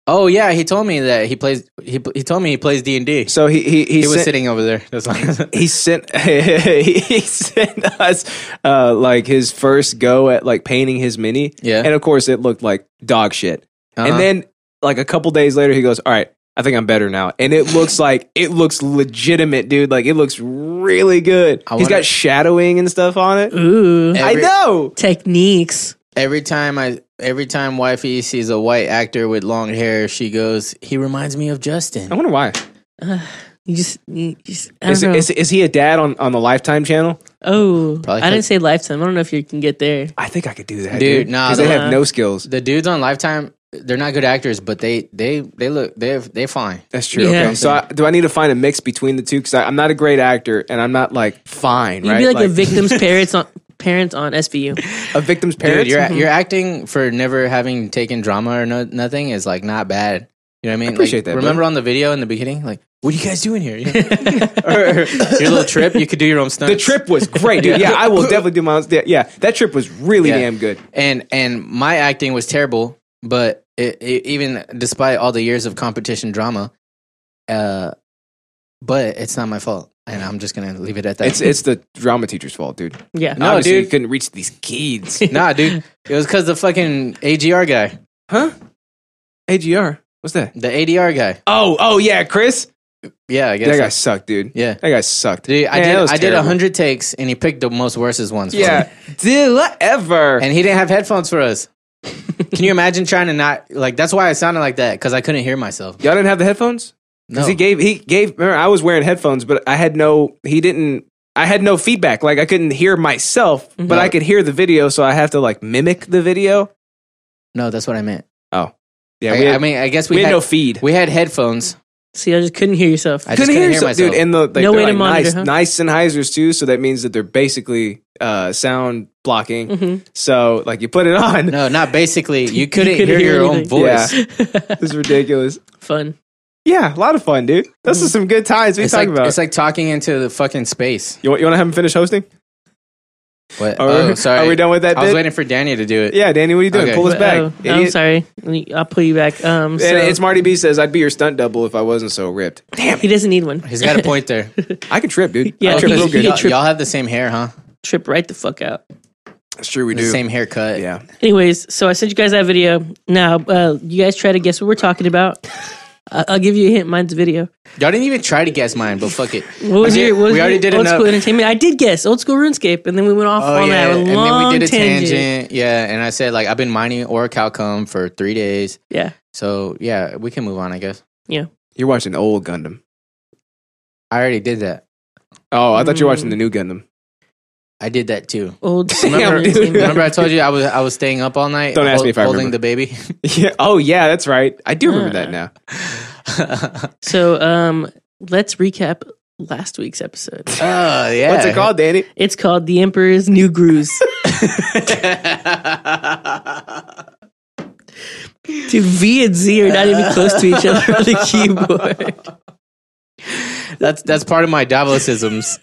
Speaker 2: Oh yeah, he told me that he plays. He he told me he plays D and D.
Speaker 1: So he he he,
Speaker 2: He was
Speaker 1: sent,
Speaker 2: sitting over there. That's why.
Speaker 1: he sent <laughs> he sent us uh, like his first go at like painting his mini.
Speaker 2: Yeah.
Speaker 1: and of course it looked like dog shit.
Speaker 2: Uh-huh.
Speaker 1: And then like a couple days later, he goes, "All right, I think I'm better now." And it
Speaker 2: <laughs>
Speaker 1: looks like it looks legitimate, dude. Like it looks really good.
Speaker 2: I
Speaker 1: He's
Speaker 2: wonder-
Speaker 1: got shadowing and stuff on it.
Speaker 3: Ooh,
Speaker 1: I
Speaker 2: Every-
Speaker 1: know.
Speaker 3: techniques.
Speaker 2: Every time I, every time wifey sees a white actor with long hair, she goes, "He reminds me of Justin."
Speaker 1: I wonder why.
Speaker 3: You just, you just I don't
Speaker 1: Is,
Speaker 3: know.
Speaker 1: is is he a dad on on the Lifetime channel?
Speaker 3: oh,
Speaker 2: Probably
Speaker 3: I didn't
Speaker 2: could-
Speaker 3: say lifetime. I don't know if you can get there.
Speaker 1: I think I could do that,
Speaker 2: Dude,
Speaker 1: dude.
Speaker 2: nah,
Speaker 1: they
Speaker 2: the-
Speaker 1: have no skills.
Speaker 2: The dudes on Lifetime, they're not good actors, but they they they look they they fine.
Speaker 1: That's true.
Speaker 3: Yeah.
Speaker 1: Okay, so I, do I need to find a mix between the two? Because I'm not a great actor, and I'm not like fine.
Speaker 3: You'd
Speaker 1: right?
Speaker 3: be like, a victim's parents on parents on SVU.
Speaker 1: <laughs> a victim's parents.
Speaker 2: Dude, you're you're acting for never having taken drama or no, nothing is like not bad. You know what I mean?
Speaker 1: appreciate
Speaker 2: Like,
Speaker 1: that,
Speaker 2: Remember on the video in the beginning, like, what are you guys
Speaker 1: <laughs>
Speaker 2: doing here? <laughs> You know? Or your little trip, you could do your own stunts.
Speaker 1: the trip was great, dude. Yeah, I will definitely do my own. Yeah, yeah, that trip was really
Speaker 2: Yeah.
Speaker 1: damn good.
Speaker 2: and and my acting was terrible, but it, it, even despite all the years of competition drama, uh, but it's not my fault, and I'm just gonna leave it at that.
Speaker 1: It's it's the drama teacher's fault, dude.
Speaker 3: Yeah,
Speaker 2: No,
Speaker 1: Obviously,
Speaker 2: dude.
Speaker 1: you couldn't reach these kids,
Speaker 2: <laughs> nah, dude. It was because the fucking AGR guy,
Speaker 1: huh? AGR, what's that?
Speaker 2: the ADR guy.
Speaker 1: Oh, oh yeah, Chris.
Speaker 2: Yeah, I guess.
Speaker 1: That guy
Speaker 2: so.
Speaker 1: sucked, dude.
Speaker 2: Yeah.
Speaker 1: that guy sucked.
Speaker 2: Dude, I
Speaker 1: Man, that
Speaker 2: did.
Speaker 1: was
Speaker 2: I did a
Speaker 1: terrible.
Speaker 2: hundred takes, and he picked the most worstest ones. for me. <laughs>
Speaker 1: Yeah, did ever?
Speaker 2: and he didn't have headphones for
Speaker 1: <laughs>
Speaker 2: us. Can you imagine trying to not like? That's why I sounded like that because I couldn't hear myself.
Speaker 1: Y'all didn't have the headphones.
Speaker 2: No,
Speaker 1: Because he gave he gave. Remember, I was wearing headphones, but I had no. He didn't. I had no feedback. Like I couldn't hear myself, but
Speaker 2: Mm-hmm.
Speaker 1: I could hear the video. So I have to like mimic the video.
Speaker 2: no, that's what I meant.
Speaker 1: Oh, yeah.
Speaker 2: I,
Speaker 1: we had,
Speaker 2: I mean, I guess
Speaker 1: we,
Speaker 2: we,
Speaker 1: had,
Speaker 2: had
Speaker 1: no feed.
Speaker 2: we had headphones.
Speaker 3: see, I just couldn't hear yourself. <laughs>
Speaker 2: I just couldn't hear, myself,
Speaker 1: dude. And the like, they're
Speaker 3: No way to
Speaker 1: like
Speaker 3: monitor,
Speaker 1: nice,
Speaker 3: huh?
Speaker 1: nice Sennheisers too. So that means that they're basically uh, sound blocking.
Speaker 3: Mhm.
Speaker 1: So like you put it on. <laughs>
Speaker 2: no, not basically. You couldn't,
Speaker 3: couldn't
Speaker 2: hear,
Speaker 3: hear
Speaker 2: your own
Speaker 3: anything.
Speaker 2: voice.
Speaker 1: Yeah, this is ridiculous.
Speaker 3: <laughs> Fun.
Speaker 1: Yeah, a lot of fun, dude. This is some good times. We
Speaker 2: Mm-hmm. It's like
Speaker 1: talking about.
Speaker 2: it's like talking into the fucking space.
Speaker 1: you want, you want to have him finish hosting?
Speaker 2: What?
Speaker 1: Are we-
Speaker 2: oh, sorry.
Speaker 1: are we done with that
Speaker 2: I was
Speaker 1: bit?
Speaker 2: waiting for Danny to do it.
Speaker 1: Yeah, Danny, what are you doing?
Speaker 2: Okay.
Speaker 1: Pull us
Speaker 3: But,
Speaker 1: back.
Speaker 3: oh,
Speaker 1: idiot.
Speaker 3: I'm sorry. I'll pull you back. Um, so
Speaker 1: And it's Marty B says I'd be your stunt double if I wasn't so ripped. Damn,
Speaker 3: he doesn't need one.
Speaker 1: <laughs>
Speaker 2: He's got a point there.
Speaker 1: I could trip, dude.
Speaker 3: Yeah,
Speaker 1: I trip
Speaker 3: he-
Speaker 1: real
Speaker 3: he-
Speaker 1: good.
Speaker 2: y'all,
Speaker 3: trip-
Speaker 2: y'all have the same hair, huh?
Speaker 3: Trip right the fuck out.
Speaker 1: That's true. We
Speaker 2: The
Speaker 1: do.
Speaker 2: same haircut.
Speaker 1: Yeah.
Speaker 3: Anyways, so I sent you guys that video. Now, uh, you guys try to guess what we're talking about. I- I'll give you a hint. Mine's a video.
Speaker 2: Y'all didn't even try to guess mine, but fuck it.
Speaker 3: What was
Speaker 2: We
Speaker 3: your
Speaker 2: did-
Speaker 3: what was
Speaker 2: we already
Speaker 3: your
Speaker 2: did
Speaker 3: old
Speaker 2: enough. Oh,
Speaker 3: school entertainment? I did guess old school RuneScape, and then we went off on that
Speaker 2: and
Speaker 3: long
Speaker 2: then we did a
Speaker 3: tangent.
Speaker 2: tangent. Yeah, and I said like I've been mining or Calcum for three days.
Speaker 3: Yeah,
Speaker 2: So yeah, we can move on, I guess.
Speaker 1: You're watching old Gundam.
Speaker 2: I already did that.
Speaker 1: Oh, I thought you were watching
Speaker 3: Mm.
Speaker 1: the new Gundam.
Speaker 2: I did
Speaker 1: <laughs>
Speaker 2: that too. <laughs>
Speaker 3: old school
Speaker 1: Damn, dude.
Speaker 3: entertainment.
Speaker 2: Remember I told you I was I was staying up all night.
Speaker 1: Don't ask me if I
Speaker 2: holding
Speaker 1: remember.
Speaker 2: the
Speaker 1: <laughs>
Speaker 2: baby.
Speaker 1: <laughs>
Speaker 2: <laughs>
Speaker 1: yeah. Oh, yeah. That's right. I do remember that
Speaker 3: Uh.
Speaker 1: now.
Speaker 3: So, um, let's recap last week's episode.
Speaker 2: Oh yeah.
Speaker 1: What's it called, Danny?
Speaker 3: It's called "The Emperor's
Speaker 2: <laughs>
Speaker 3: New Grooves." <laughs> Dude, V and Z are not even close to each other on
Speaker 2: <laughs>
Speaker 3: the keyboard.
Speaker 2: that's that's part of
Speaker 1: <laughs>
Speaker 2: my Davosisms.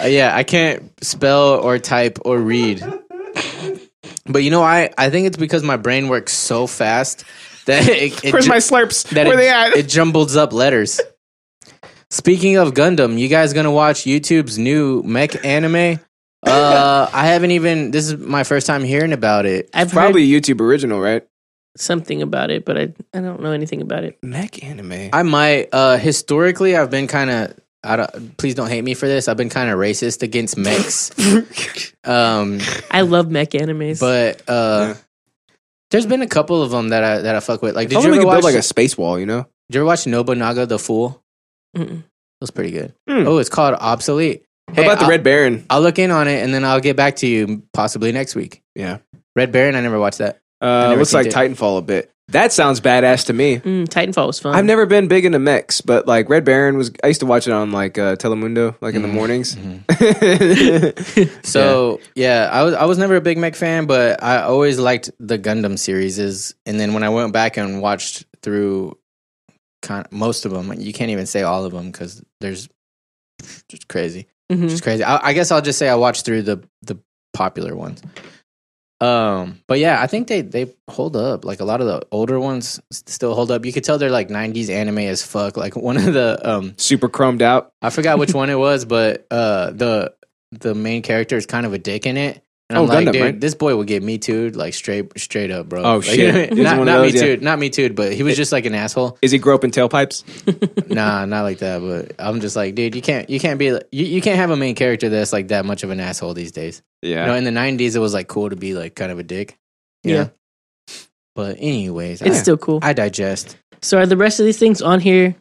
Speaker 2: Uh, yeah, I can't spell or type or read. But you know, I I think it's because my brain works so fast that it, it
Speaker 1: Where's
Speaker 2: ju-
Speaker 1: my slurps?
Speaker 2: that
Speaker 1: Where
Speaker 2: it,
Speaker 1: they <laughs> at?
Speaker 2: it jumbles up letters. Speaking of Gundam, you guys gonna watch YouTube's new
Speaker 1: <laughs>
Speaker 2: mech anime? Uh, I haven't even. This is my first time hearing about it.
Speaker 3: I've
Speaker 1: Probably a YouTube original, right?
Speaker 3: heard something about it, but I I don't know anything about it.
Speaker 1: Mech anime.
Speaker 2: I might. Uh, historically, I've been kind of. I don't, please don't hate me for this. I've been kind of racist
Speaker 1: <laughs>
Speaker 2: against mechs. um,
Speaker 3: I love mech animes.
Speaker 2: but uh,
Speaker 1: Yeah.
Speaker 2: there's been a couple of them that I that I fuck with. Like,
Speaker 1: Did
Speaker 2: did you
Speaker 1: we
Speaker 2: ever
Speaker 1: could
Speaker 2: watch?
Speaker 1: build like a space wall, you know?
Speaker 2: did you ever watch Nobunaga the Fool?
Speaker 3: Mm-mm.
Speaker 2: It was pretty good.
Speaker 1: Hmm.
Speaker 2: Oh, it's called Obsolete.
Speaker 1: How
Speaker 2: Hey,
Speaker 1: about the
Speaker 2: I'll-
Speaker 1: Red Baron?
Speaker 2: I'll look in on it and then I'll get back to you possibly next week.
Speaker 1: Yeah.
Speaker 2: Red Baron, I never watched that.
Speaker 1: Uh,
Speaker 2: never
Speaker 1: looks like
Speaker 2: peeked
Speaker 1: Titanfall a bit. That sounds badass to me.
Speaker 3: Mm, Titanfall was fun.
Speaker 1: I've never been big into mechs, but like Red Baron was. I used to watch it on like uh, Telemundo, like in the
Speaker 2: Mhm.
Speaker 1: mornings.
Speaker 2: Mhm.
Speaker 1: yeah,
Speaker 2: So yeah. I was I was never a big mech fan, but I always liked the Gundam series. And then when I went back and watched through kind most of them, you can't even say all of them because there's just crazy,
Speaker 3: Mhm.
Speaker 2: just crazy. I, I guess I'll just say I watched through the the popular ones. Um, but yeah, I think they they hold up. Like a lot of the older ones s- still hold up. You could tell they're like '90s anime as fuck. Like one of the um,
Speaker 1: <laughs> super chromed out.
Speaker 2: I forgot which one it was, but uh, the the main character is kind of a dick in it. And
Speaker 1: Oh,
Speaker 2: I'm like,
Speaker 1: Gundam,
Speaker 2: dude,
Speaker 1: right?
Speaker 2: this boy would get me too, like straight straight up, bro.
Speaker 1: Oh,
Speaker 2: Like,
Speaker 1: shit.
Speaker 2: you
Speaker 1: He's
Speaker 2: know <laughs> what I mean? not
Speaker 1: one of
Speaker 2: not me
Speaker 1: those, yeah.
Speaker 2: too, not me too, but he was just like an asshole.
Speaker 1: Is he groping tailpipes?
Speaker 2: nah, not like that. But I'm just like, dude, you can't you can't be like- you, you can't have a main character that's like that much of an asshole these days.
Speaker 1: Yeah.
Speaker 2: You know, in the '90s, it was like cool to be like kind of a dick. you
Speaker 3: Yeah.
Speaker 2: know? But anyways,
Speaker 3: It's
Speaker 2: I,
Speaker 3: still cool.
Speaker 2: I digest.
Speaker 3: so are the rest of these things on here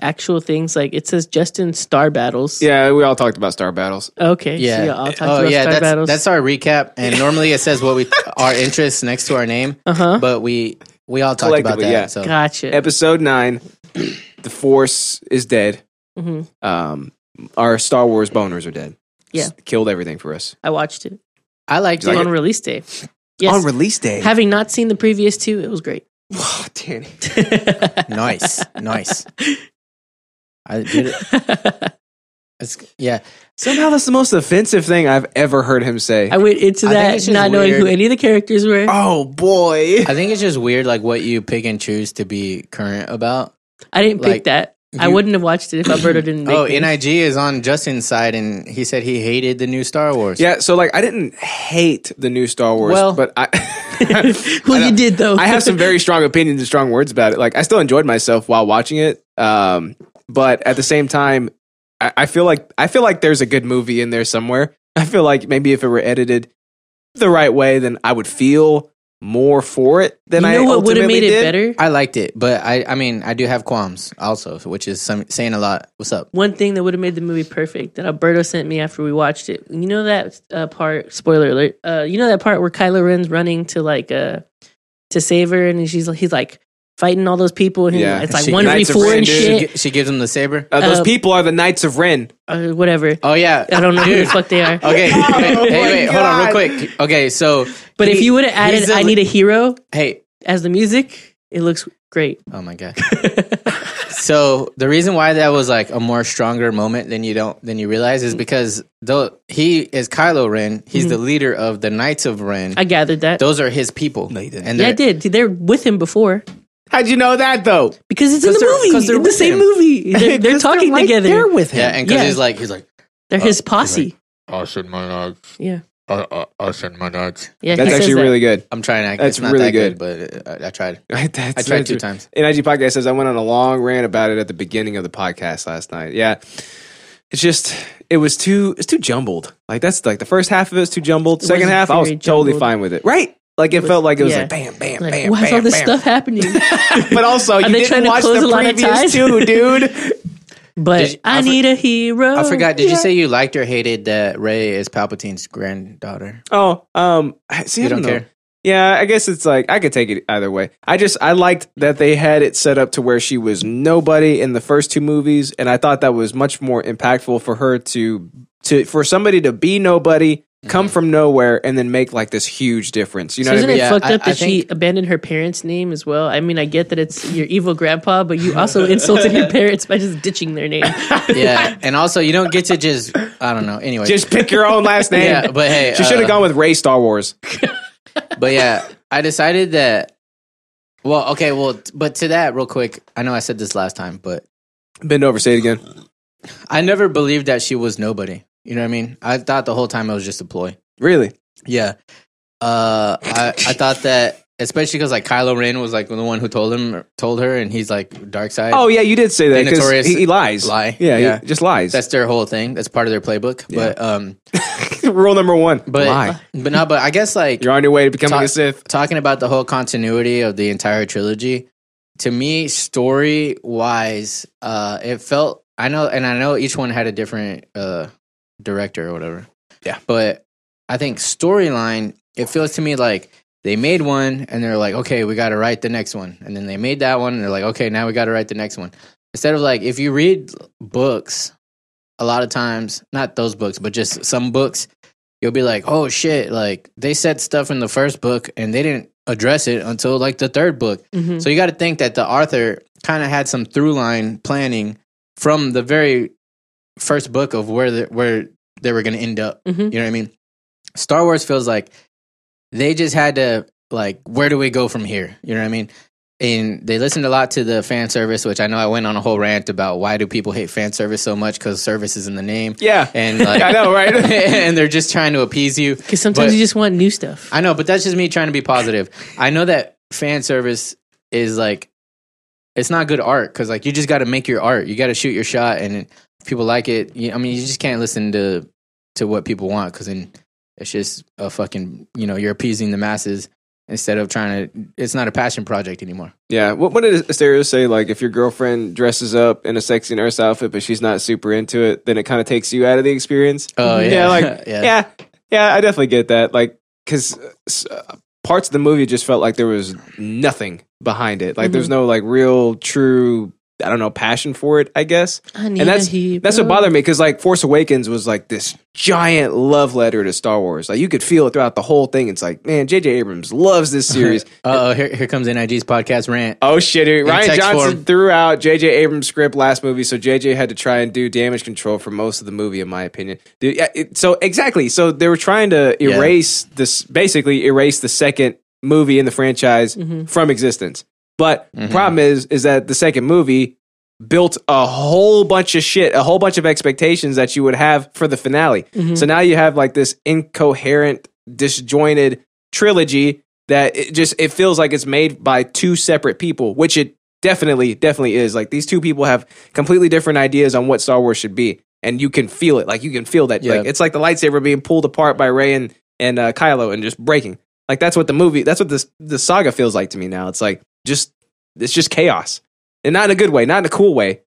Speaker 3: actual things? Like it says Justin Star Battles.
Speaker 1: yeah, we all talked about star battles.
Speaker 3: Okay.
Speaker 2: Yeah.
Speaker 3: So yeah, I'll talk
Speaker 2: Oh
Speaker 3: about
Speaker 2: yeah,
Speaker 3: Star
Speaker 2: that's
Speaker 3: Battles.
Speaker 2: that's our recap. And normally it says
Speaker 3: <laughs>
Speaker 2: what we our interests next to our name,
Speaker 3: uh huh.
Speaker 2: but we we all talked about
Speaker 1: Collectively,
Speaker 2: that.
Speaker 1: yeah.
Speaker 2: So
Speaker 3: Gotcha.
Speaker 1: Episode nine, <clears throat> the Force is dead.
Speaker 3: Mhm.
Speaker 1: Um, our Star Wars boners are dead.
Speaker 3: Yeah.
Speaker 1: S- killed everything for us
Speaker 3: I watched it
Speaker 2: I liked
Speaker 1: Like
Speaker 3: on
Speaker 2: it.
Speaker 3: release day. Yes.
Speaker 1: on release day. <laughs>
Speaker 3: Having not seen the previous two, it
Speaker 2: <laughs>
Speaker 3: was great. <laughs>
Speaker 1: Wow, Danny.
Speaker 2: nice,
Speaker 3: <laughs>
Speaker 2: nice. I did it. It's, yeah,
Speaker 1: Somehow that's the most offensive thing I've ever heard him say.
Speaker 3: I went into
Speaker 2: I think
Speaker 3: that
Speaker 2: it's just
Speaker 3: not knowing who
Speaker 2: weird.
Speaker 3: any of the characters were.
Speaker 1: oh boy.
Speaker 2: I think it's just weird, like what you pick and choose to be current about.
Speaker 3: I didn't pick
Speaker 2: like,
Speaker 3: that. I
Speaker 2: you-
Speaker 3: wouldn't have watched it if Alberto didn't. Make
Speaker 2: Oh,
Speaker 3: me.
Speaker 2: Nig is on Justin's side, and he said he hated the new Star Wars.
Speaker 1: Yeah, so like I didn't hate the new Star Wars,
Speaker 2: Well-
Speaker 1: but
Speaker 3: <laughs>
Speaker 1: I I
Speaker 3: well,
Speaker 1: don't-
Speaker 3: you did though.
Speaker 1: I have some very strong opinions and strong words about it. Like I still enjoyed myself while watching it, um, but at the same time, I, I feel like I feel like there's a good movie in there somewhere. I feel like maybe if it were edited the right way, then I would feel more for it than
Speaker 3: you
Speaker 1: I
Speaker 3: know what would
Speaker 1: ultimately
Speaker 3: have made it
Speaker 1: did.
Speaker 3: better?
Speaker 2: I liked it, but I, I mean, I do have qualms also, which is some, saying a lot. What's up?
Speaker 3: One thing that would have made the movie perfect that Alberto sent me after we watched it. You know that uh, part? Spoiler alert. Uh, you know that part where Kylo Ren's running to like uh to save her, and she's like- he's like fighting all those people, and
Speaker 1: Yeah.
Speaker 3: it's like
Speaker 2: She-
Speaker 3: one v
Speaker 1: Knights of
Speaker 3: four
Speaker 1: Ren,
Speaker 3: and
Speaker 1: dude.
Speaker 2: She,
Speaker 3: shit,
Speaker 2: gi- she gives him the saber.
Speaker 1: Uh, those
Speaker 3: Uh,
Speaker 1: people are the Knights of Ren.
Speaker 3: uh, whatever.
Speaker 2: Oh yeah,
Speaker 3: I don't know who the
Speaker 2: Dude. Uh,
Speaker 3: fuck they are. <laughs>
Speaker 2: Okay, hey,
Speaker 1: my
Speaker 2: wait, hold on, real
Speaker 1: God.
Speaker 2: quick. Okay, so
Speaker 3: But if
Speaker 2: he-
Speaker 3: you would have
Speaker 2: he's
Speaker 3: added
Speaker 2: the
Speaker 3: "I
Speaker 2: li-
Speaker 3: need a hero"
Speaker 2: hey,
Speaker 3: as the music, it looks Great.
Speaker 2: Oh my god. <laughs> so the reason why that was like a more stronger moment than you don't than you realize
Speaker 3: Mm.
Speaker 2: is because though he is Kylo Ren, he's the leader of the Knights of Ren.
Speaker 3: Mm-hmm. I gathered that.
Speaker 2: Those are his people. No,
Speaker 1: you didn't.
Speaker 2: And
Speaker 3: yeah, I
Speaker 2: they're-
Speaker 3: did. They're with him before
Speaker 1: How'd you know that though?
Speaker 3: because it's in
Speaker 2: 'Cause
Speaker 3: the
Speaker 2: they're- 'cause
Speaker 3: movie.
Speaker 2: they're
Speaker 3: in the
Speaker 2: with
Speaker 3: same
Speaker 2: him.
Speaker 3: movie.
Speaker 2: <laughs>
Speaker 3: They're,
Speaker 1: 'Cause
Speaker 3: they're talking
Speaker 1: right
Speaker 3: together.
Speaker 1: There with him.
Speaker 2: Yeah, and because
Speaker 3: Yeah.
Speaker 2: he's like he's like
Speaker 3: They're
Speaker 6: Uh,
Speaker 3: his posse.
Speaker 6: Austin Monarch.
Speaker 3: Yeah.
Speaker 6: Uh, uh, Austin Monarch.
Speaker 3: Yeah,
Speaker 1: That's
Speaker 3: he says
Speaker 1: actually
Speaker 3: that.
Speaker 1: really good.
Speaker 2: I'm trying to act.
Speaker 1: That's
Speaker 2: it's not
Speaker 1: really
Speaker 2: that good, but uh, I, I tried.
Speaker 1: <laughs> That's,
Speaker 2: I tried two times.
Speaker 1: NIG podcast says I went on a long rant about it at the beginning of the podcast last night. Yeah, it's just it was too it's too jumbled. Like that's like the first half of it's too jumbled.
Speaker 3: It
Speaker 1: Second
Speaker 3: was
Speaker 1: half I was
Speaker 3: very
Speaker 1: totally
Speaker 3: jumbled.
Speaker 1: fine with it. Right? Like it, felt like it was
Speaker 3: yeah.
Speaker 1: like bam, bam,
Speaker 3: Like,
Speaker 1: bam,
Speaker 3: why's
Speaker 1: bam,
Speaker 3: all this
Speaker 1: bam. <laughs>
Speaker 3: stuff happening?
Speaker 1: But also you
Speaker 3: they
Speaker 1: didn't
Speaker 3: trying to
Speaker 1: watch
Speaker 3: close a
Speaker 1: the
Speaker 3: lot of
Speaker 1: previous
Speaker 3: ties?
Speaker 1: two,
Speaker 3: <laughs>
Speaker 1: dude.
Speaker 3: But
Speaker 2: Did you- I
Speaker 3: I,
Speaker 2: for-
Speaker 3: need a hero.
Speaker 2: I forgot. Did you say you liked or hated that Ray is Palpatine's
Speaker 3: <laughs>
Speaker 2: granddaughter?
Speaker 1: Oh, um, I- see,
Speaker 2: You
Speaker 1: I don't,
Speaker 2: don't
Speaker 1: know.
Speaker 2: care?
Speaker 1: Yeah, I guess it's like I could take it either way. I just I liked that they had it set up to where she was nobody in the first two movies, and I thought that was much more impactful for her to to for somebody to be nobody, come
Speaker 2: Mm-hmm.
Speaker 1: from nowhere, and then make like this huge difference. You know
Speaker 3: so
Speaker 1: what I
Speaker 3: isn't
Speaker 1: mean?
Speaker 3: it
Speaker 2: Yeah,
Speaker 3: fucked
Speaker 2: I-
Speaker 3: up
Speaker 2: I
Speaker 3: that she
Speaker 2: think-
Speaker 3: abandoned her parents' name as well? I mean, I get that it's your evil grandpa, but you also
Speaker 1: <laughs>
Speaker 3: insulted your parents by just ditching their name.
Speaker 2: Yeah, and also you don't get to just I don't know. Anyway,
Speaker 1: Just pick your own last name.
Speaker 2: <laughs> yeah, but hey,
Speaker 1: she should have
Speaker 2: uh,
Speaker 1: gone with Ray Star Wars.
Speaker 2: But yeah, I decided that. Well, okay, well, t- but to that real quick, I know I said this last time, but
Speaker 1: Bend over, say it again.
Speaker 2: I never believed that she was nobody. You know what I mean? I thought the whole time it was just a ploy.
Speaker 1: Really?
Speaker 2: Yeah. Uh, I, I thought that, especially because like Kylo Ren was like the one who told him, told her, and he's like dark side.
Speaker 1: Oh yeah, you did say that
Speaker 2: The
Speaker 1: because
Speaker 2: notorious
Speaker 1: he, he lies.
Speaker 2: lie.
Speaker 1: Yeah,
Speaker 2: Yeah.
Speaker 1: He just lies.
Speaker 2: that's their whole thing. That's part of their playbook. But um,
Speaker 1: <laughs> rule number one.
Speaker 2: but
Speaker 1: lie.
Speaker 2: but no, but I guess like
Speaker 1: You're on your way to becoming
Speaker 2: Talk-
Speaker 1: a Sith.
Speaker 2: talking about the whole continuity of the entire trilogy to me story wise uh it felt i know and i know each one had a different uh director or whatever
Speaker 1: Yeah.
Speaker 2: but i think storyline it feels to me like they made one and they're like okay we got to write the next one and then they made that one and they're like okay now we got to write the next one instead of like if you read books a lot of times not those books but just some books you'll be like oh shit like they said stuff in the first book and they didn't address it until like the third book
Speaker 1: Mm-hmm.
Speaker 3: Mhm.
Speaker 2: so you got to think that the author kind of had some through line planning from the very first book of where the, where they were going to end up
Speaker 1: Mm-hmm.
Speaker 3: Mhm.
Speaker 2: you know what i mean star wars feels like they just had to like where do we go from here you know what i mean and they listened a lot to the fan service which i know i went on a whole rant about why do people hate fan service so much because service is in the name
Speaker 1: Yeah.
Speaker 2: and
Speaker 1: <laughs>
Speaker 2: like
Speaker 1: I know, right?
Speaker 2: <laughs> and they're just trying to appease you.
Speaker 3: Because sometimes
Speaker 2: But-
Speaker 3: you just want new stuff.
Speaker 2: I know, but that's just me trying to be positive. I know that fan service is like, it's not good art because like you just got to make your art. You got to shoot your shot, and if people like it. You, I mean, you just can't listen to to what people want because then it's just a fucking you know you're appeasing the masses instead of trying to. It's not a passion project anymore.
Speaker 1: Yeah. What, what did Asterios say? Like, if your girlfriend dresses up in a sexy nurse outfit, but she's not super into it, then it kind of takes you out of the experience.
Speaker 2: Oh yeah,
Speaker 1: like, <laughs> yeah. yeah. I definitely get that. Like, because uh, parts of the movie just felt like there was nothing behind it. Like, there's no, like, real, true, I don't know, passion for it, I guess.
Speaker 3: I need
Speaker 1: And that's
Speaker 3: a hero.
Speaker 1: that's what bothered me because like Force Awakens was like this giant love letter to Star Wars. Like you could feel it throughout the whole thing. It's like man, J.J. Abrams loves <laughs> this series,
Speaker 2: Uh oh, here, here comes NIG's podcast rant.
Speaker 1: Oh shit! dude. Ryan
Speaker 2: text
Speaker 1: Johnson
Speaker 2: form.
Speaker 1: threw out J.J. Abrams' script last movie, so J.J. had to try and do damage control for most of the movie, in my opinion. Dude, yeah, it- so exactly, so they were trying to
Speaker 2: Yeah.
Speaker 1: erase this, basically erase the second movie in the franchise
Speaker 2: Mm-hmm.
Speaker 1: from existence. But the problem is, is that the second movie built a whole bunch of shit, a whole bunch of expectations that you would have for the finale.
Speaker 3: Mm-hmm.
Speaker 1: So now you have like this incoherent, disjointed trilogy that it just it feels like it's made by two separate people, which it definitely definitely is. Like these two people have completely different ideas on what Star Wars should be, and you can feel it. Like you can feel that.
Speaker 2: Yeah.
Speaker 1: Like it's like the lightsaber being pulled apart by Ray and and uh, Kylo and just breaking. Like that's what the movie, that's what this the saga feels like to me now. It's like just it's just chaos, and not in a good way, not in a cool way.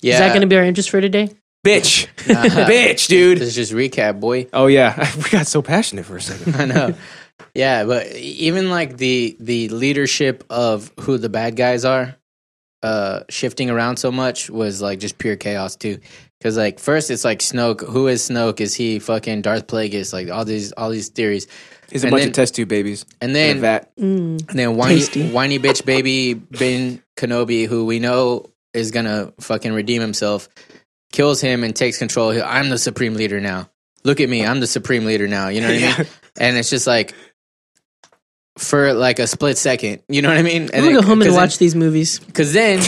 Speaker 2: Yeah,
Speaker 3: Is that going to be our interest for today?
Speaker 1: Bitch, bitch,
Speaker 2: <laughs>
Speaker 1: dude.
Speaker 2: Let's just recap, boy.
Speaker 1: Oh yeah, <laughs> we got so passionate for a second.
Speaker 2: <laughs> I know. Yeah, but even like the the leadership of who the bad guys are, uh, shifting around so much was like just pure chaos too. Because like first it's like Snoke. Who is Snoke? Is he fucking Darth Plagueis? Like all these all these theories.
Speaker 1: It's a
Speaker 2: And
Speaker 1: bunch
Speaker 2: then-
Speaker 1: of test tube babies. in
Speaker 2: And
Speaker 1: a
Speaker 2: then
Speaker 1: vat.
Speaker 3: Mm.
Speaker 2: and then whiny,
Speaker 3: Tasty.
Speaker 2: whiny bitch baby Ben Kenobi, who we know is gonna fucking redeem himself, kills him and takes control. He- I'm the supreme leader now. Look at me, I'm the supreme leader now. You know what I
Speaker 3: <laughs>
Speaker 1: Yeah.
Speaker 2: mean? And it's just like for like a split second. You know what I mean?
Speaker 3: I'm gonna
Speaker 2: then-
Speaker 3: go home and
Speaker 2: 'cause then-
Speaker 3: watch these movies.
Speaker 2: Cause then,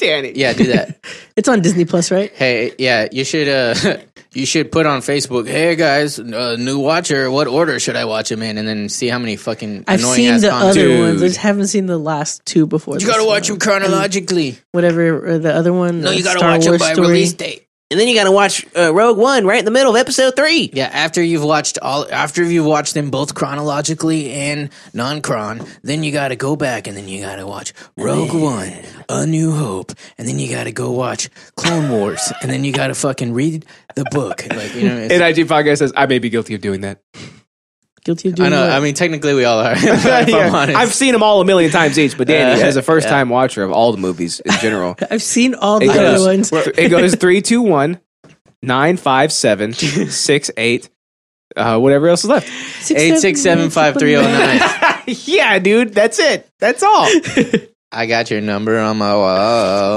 Speaker 2: yeah, do that.
Speaker 3: <laughs> It's on Disney Plus, right?
Speaker 2: Hey, yeah, you should uh, <laughs> you should put on Facebook. Hey guys, uh, new watcher. What order should I watch him in? And then see how many fucking
Speaker 3: I've
Speaker 2: annoying
Speaker 3: seen
Speaker 2: ass
Speaker 3: the
Speaker 2: comments.
Speaker 3: other
Speaker 1: Dude.
Speaker 3: ones. I just haven't seen the last two before.
Speaker 2: you gotta
Speaker 3: this
Speaker 2: watch
Speaker 3: one.
Speaker 2: him chronologically.
Speaker 3: Whatever or the other one.
Speaker 2: No,
Speaker 3: uh,
Speaker 2: you gotta
Speaker 3: Star
Speaker 2: watch
Speaker 3: Wars
Speaker 2: him by
Speaker 3: story.
Speaker 2: release date.
Speaker 7: And then you gotta watch uh, Rogue One right in the middle of episode three.
Speaker 2: Yeah, after you've watched all, after you've watched them both chronologically and non-chron, then you gotta go back and then you gotta watch Rogue One, A New Hope, and then you gotta go watch Clone Wars, and then you gotta fucking read the book. Like you know, it's-
Speaker 1: NIG podcast says I may be guilty of doing that.
Speaker 3: Guilty of doing
Speaker 2: I know.
Speaker 3: what?
Speaker 2: I mean, technically, we all are. <laughs> if
Speaker 7: <laughs>
Speaker 1: Yeah.
Speaker 2: I'm honest.
Speaker 1: I've seen them all a million times each, but Danny,
Speaker 2: Uh,
Speaker 1: as a first time watcher of all the movies in general,
Speaker 3: I've seen all the
Speaker 1: it
Speaker 3: other
Speaker 1: goes,
Speaker 3: ones.
Speaker 1: it goes three, two, one, nine, five, seven, six, eight, uh, whatever else is left.
Speaker 3: Six,
Speaker 2: Eight six seven five three
Speaker 7: <laughs>
Speaker 2: zero nine.
Speaker 1: yeah, dude, that's it. That's all.
Speaker 2: I got your number on my wall.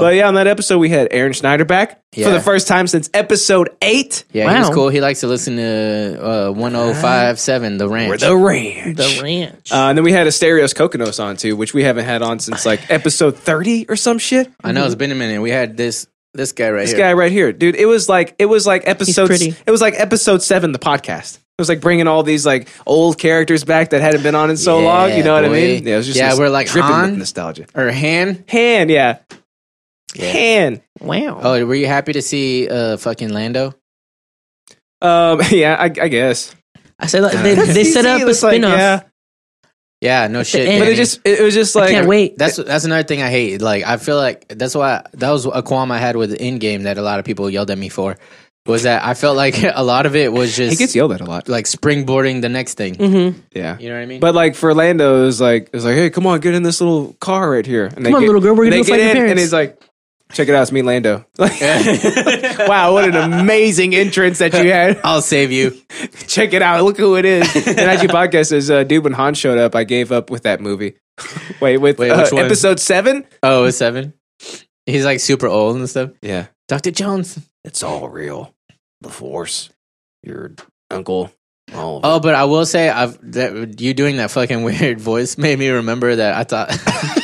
Speaker 1: <laughs> But yeah, on that episode, we had Aaron Schneider back
Speaker 2: Yeah.
Speaker 1: for the first time since episode eight.
Speaker 2: yeah, he's
Speaker 3: Wow.
Speaker 2: cool. He likes to listen to uh, one zero five seven, the ranch.
Speaker 1: Ranch.
Speaker 3: <laughs> The ranch.
Speaker 1: Uh, and then we had Asterios Kokonos on too, which we haven't had on since like episode 30 or some shit.
Speaker 2: I know it's been a minute. We had this this guy right
Speaker 1: This
Speaker 2: here.
Speaker 1: guy right here, dude. It was like it was like episode.
Speaker 3: pretty.
Speaker 1: It was like episode seven, the podcast. It was like bringing all these like old characters back that hadn't been on in so
Speaker 2: Yeah,
Speaker 1: long. You know what I
Speaker 2: boy.
Speaker 1: mean? Yeah, it was just
Speaker 2: Yeah,
Speaker 1: nos-
Speaker 2: we're like,
Speaker 1: dripping
Speaker 2: Han?
Speaker 1: with nostalgia.
Speaker 2: or Han.
Speaker 1: Hand, yeah,
Speaker 2: Yeah.
Speaker 1: hand.
Speaker 3: wow.
Speaker 2: Oh, were you happy to see uh, fucking Lando?
Speaker 1: Um, <laughs> yeah, I, I guess.
Speaker 3: I said like, they, they set
Speaker 1: CC
Speaker 3: up a
Speaker 1: was like,
Speaker 3: spin off.
Speaker 1: yeah.
Speaker 2: Yeah, no shit.
Speaker 3: end.
Speaker 1: but
Speaker 2: Danny.
Speaker 1: it just it, it was just like
Speaker 3: Can't wait.
Speaker 2: that's that's another thing I hate. Like I feel like that's why that was a qualm I had with Endgame that a lot of people yelled at me for. Was that I felt like <laughs> a lot of it was just
Speaker 1: He gets yelled at a lot.
Speaker 2: like springboarding the next thing.
Speaker 3: Mm-hmm.
Speaker 1: Yeah.
Speaker 2: You know what I mean?
Speaker 1: But like for Lando, it was like it was like, hey, come on, get in this little car right here. And they
Speaker 3: Come on,
Speaker 1: get-
Speaker 3: little girl, we're
Speaker 1: they
Speaker 3: gonna go
Speaker 1: get
Speaker 3: find your
Speaker 1: in,
Speaker 3: parents.
Speaker 1: and he's like, check it out, it's me, Lando. <laughs> Like, wow, what an amazing entrance that <laughs> you had.
Speaker 2: <laughs> I'll save you.
Speaker 1: check it out. Look who it is. And actually, podcast is uh, dude. When Han showed up, I gave up with that movie. <laughs> Wait, with
Speaker 2: Wait,
Speaker 1: uh,
Speaker 2: which one?
Speaker 1: episode seven?
Speaker 2: Oh, it's seven. He's like super old and stuff.
Speaker 1: Yeah,
Speaker 2: Doctor Jones.
Speaker 1: it's all real. The Force, your uncle. All
Speaker 2: Oh, but I will say, I've that you doing that fucking <laughs> weird voice made me remember that I thought. <laughs>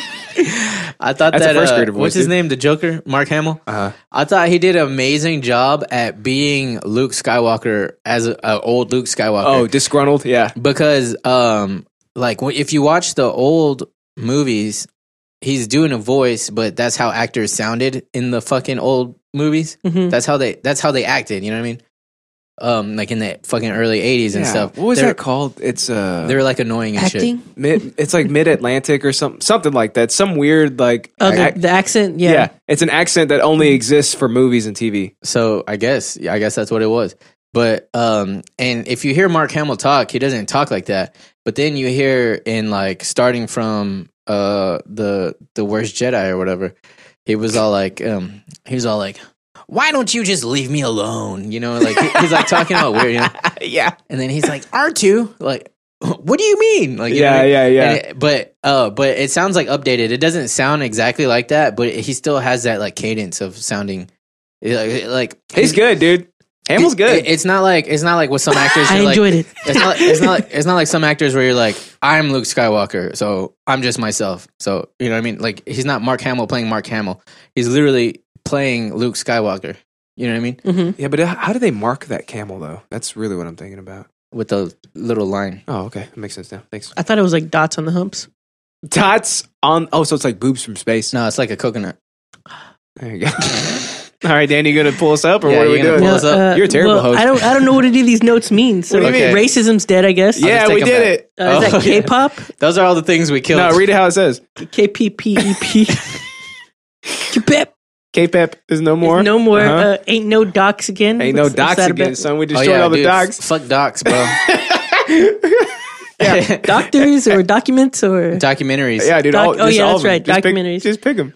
Speaker 2: I thought
Speaker 1: That's a
Speaker 2: that
Speaker 1: first
Speaker 2: uh,
Speaker 1: grader voice,
Speaker 2: what's his
Speaker 1: dude.
Speaker 2: name, the Joker, Mark Hamill.
Speaker 1: Uh-huh.
Speaker 2: I thought he did an amazing job at being Luke Skywalker as a, a old Luke Skywalker.
Speaker 1: oh, disgruntled. Yeah,
Speaker 2: because um like wh- if you watch the old movies he's doing a voice but that's how actors sounded in the fucking old movies
Speaker 1: Mm-hmm.
Speaker 3: Mhm.
Speaker 2: that's how they that's how they acted you know what i mean um like in the fucking early 80s and
Speaker 1: Yeah.
Speaker 2: stuff
Speaker 1: What was
Speaker 2: They're-
Speaker 1: that called? It's uh,
Speaker 2: they were like annoying and shit
Speaker 3: Acting.
Speaker 1: mid, it's like Mid Atlantic or something, something like that. Some weird like
Speaker 3: Oh, the,
Speaker 1: ac-
Speaker 3: the accent. Yeah.
Speaker 1: yeah. it's an accent that only exists for movies and TV.
Speaker 2: so i guess yeah, i guess that's what it was but um and if you hear mark hamill talk he doesn't talk like that but then you hear in like starting from uh the the worst jedi or whatever he was all like um he was all like why don't you just leave me alone you know like he- he's like talking all weird you know
Speaker 1: yeah,
Speaker 2: and then he's like r2 like <laughs> what do you mean like you know what I
Speaker 1: yeah,
Speaker 2: mean?
Speaker 1: yeah, yeah.
Speaker 2: And it- but uh, but it sounds like updated. It doesn't sound exactly like that, but he still has that like cadence of sounding eh, like, like-
Speaker 1: He's good, dude. Hamill's good.
Speaker 2: It- it's not like it's not like with
Speaker 3: <laughs>
Speaker 2: some actors.
Speaker 3: I
Speaker 2: you're like-
Speaker 3: enjoyed it.
Speaker 2: It's
Speaker 3: <laughs>
Speaker 2: not. It's not. Like, it's not like some actors where you're like, I'm Luke Skywalker, so I'm just myself. So you know what I mean? Like he's not Mark Hamill playing Mark Hamill. He's literally playing Luke Skywalker. You know what I mean?
Speaker 3: Mm-hmm.
Speaker 1: yeah, but uh, how do they mark that camel though? That's really what I'm thinking about.
Speaker 2: With the little line.
Speaker 1: Oh, okay. That makes sense now. Thanks.
Speaker 3: I thought it was like dots on the humps.
Speaker 1: Tots on. Oh, so it's like boobs from space.
Speaker 2: No, it's like a coconut.
Speaker 1: There you go. <laughs> All right, Danny, you gonna pull us up or
Speaker 2: Yeah,
Speaker 1: what are
Speaker 2: you
Speaker 1: we
Speaker 2: gonna
Speaker 1: doing?
Speaker 2: pull us- up.
Speaker 1: You're a terrible host.
Speaker 3: uh, I don't. I don't know what any of these notes mean. So
Speaker 1: What do you
Speaker 2: mean?
Speaker 3: racism's dead, I guess.
Speaker 1: yeah,
Speaker 2: just
Speaker 1: we
Speaker 2: take 'em
Speaker 1: did
Speaker 2: back.
Speaker 1: it.
Speaker 3: Uh, is
Speaker 2: Oh, <laughs>
Speaker 3: that
Speaker 2: yeah.
Speaker 3: K-pop?
Speaker 2: Those are all the things we killed.
Speaker 1: No, read it how it says.
Speaker 2: <laughs>
Speaker 3: E K-P-P-E-P. K-Pep.
Speaker 1: K-pep is no more.
Speaker 3: No more. uh
Speaker 1: Uh-huh.
Speaker 3: ain't no docs again.
Speaker 1: Ain't no
Speaker 3: What's- what's
Speaker 1: docs
Speaker 3: that
Speaker 1: again, <laughs>
Speaker 3: about?
Speaker 1: son. We
Speaker 2: Oh,
Speaker 1: destroyed
Speaker 2: yeah,
Speaker 1: all the
Speaker 2: dude, <laughs>
Speaker 1: docs.
Speaker 2: f- Fuck
Speaker 1: <laughs>
Speaker 2: docs, bro.
Speaker 3: Doctors or documents or
Speaker 2: documentaries.
Speaker 1: yeah, dude.
Speaker 3: Doc-
Speaker 1: all,
Speaker 3: oh,
Speaker 1: just
Speaker 3: yeah,
Speaker 1: all
Speaker 3: that's
Speaker 1: of them.
Speaker 3: right,
Speaker 1: Just pick-
Speaker 3: documentaries.
Speaker 1: just pick them.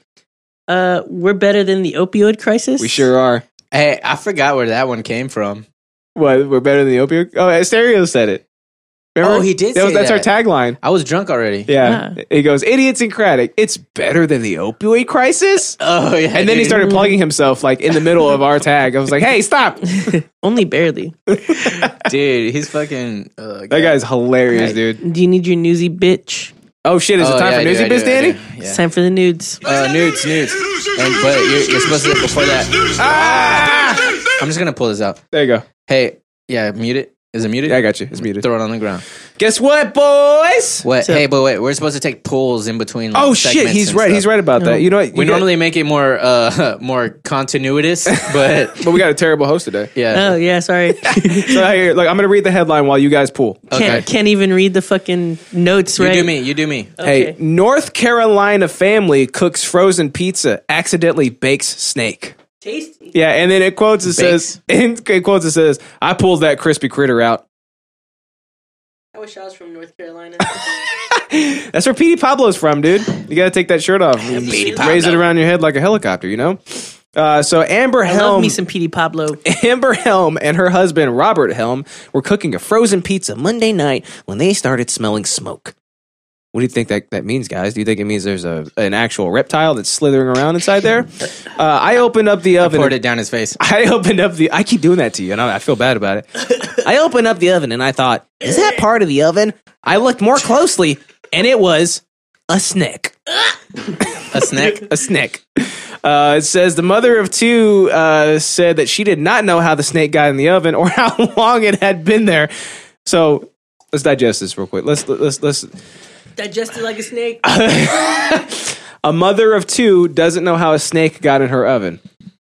Speaker 3: uh, we're better than the opioid crisis.
Speaker 1: We sure are.
Speaker 2: Hey, I forgot where that one came from.
Speaker 1: What? We're better than the opioid? Oh, Stereo said it. Remember?
Speaker 2: Oh, he did
Speaker 1: That was-
Speaker 2: say
Speaker 1: that's our tagline.
Speaker 2: I was drunk already.
Speaker 1: Yeah. He goes, idiosyncratic. It's better than the opioid crisis.
Speaker 2: <laughs> Oh yeah.
Speaker 1: And then he
Speaker 2: dude.
Speaker 1: started plugging himself like in the middle of our tag. I was like, hey, stop.
Speaker 3: Only barely.
Speaker 2: Dude, he's fucking. Uh,
Speaker 1: That guy's hilarious, dude.
Speaker 3: Do you need your newsy bitch?
Speaker 1: Oh, shit. Is it time for Newsy Biz, Danny?
Speaker 2: Yeah.
Speaker 3: It's time for
Speaker 1: <laughs>
Speaker 3: the nudes.
Speaker 2: Uh, nudes, nudes. And, but you're, you're supposed to before that.
Speaker 1: Ah!
Speaker 2: I'm just gonna pull this out.
Speaker 1: There you go.
Speaker 2: Hey, yeah, mute it. Is it muted?
Speaker 1: Yeah, I got you. It's muted.
Speaker 2: Throw it on the ground.
Speaker 1: Guess what, boys?
Speaker 2: What?
Speaker 3: So-
Speaker 2: hey, but wait, we're supposed to take polls in between. Like,
Speaker 1: Oh, shit.
Speaker 2: segments
Speaker 1: He's
Speaker 2: and
Speaker 1: right.
Speaker 2: stuff.
Speaker 1: He's right about that. You know what? You
Speaker 2: We
Speaker 1: got-
Speaker 2: normally make it more uh <laughs> more continuous, but
Speaker 1: <laughs> But we got a terrible host today.
Speaker 2: yeah.
Speaker 3: Oh
Speaker 1: <laughs>
Speaker 3: yeah, sorry.
Speaker 1: So I hear, like, I'm going to read the headline while you guys pull.
Speaker 2: Okay.
Speaker 3: <laughs> Can't can't even read the fucking notes.
Speaker 2: you
Speaker 3: Right?
Speaker 2: do me. You do me.
Speaker 1: Hey, North Carolina family cooks frozen pizza, accidentally bakes snake.
Speaker 3: tasty.
Speaker 1: Yeah, and then it quotes it says, <laughs> it quotes it says, I pulled that crispy critter out.
Speaker 3: I wish I was from North Carolina.
Speaker 1: That's where Petey Pablo's from, dude. You got to take that shirt off. and raise it around your head like a helicopter, you know? Uh, so Amber
Speaker 3: I
Speaker 1: Helm,
Speaker 3: love me some
Speaker 1: <laughs>
Speaker 3: Petey Pablo.
Speaker 1: Amber Helm, and her husband Robert Helm were cooking a frozen pizza Monday night when they started smelling smoke. What do you think that, that means, guys? Do you think it means there's a an actual reptile that's slithering around inside there? Uh, I opened up the oven.
Speaker 2: Poured it down his face.
Speaker 1: <laughs> I opened up the. I keep doing that to you, and I, I feel bad about it. I opened up the oven, and I thought, "Is that part of the oven?" I looked more closely, and it was a snake. <laughs>
Speaker 2: A snack.
Speaker 1: A snake. Uh, it says the mother of two uh, said that she did not know how the snake got in the oven or <laughs> how long it had been there. So let's digest this real quick. Let's let's let's.
Speaker 3: Digested like
Speaker 1: <laughs>
Speaker 3: a snake.
Speaker 1: A mother of two doesn't know how a snake got in her oven.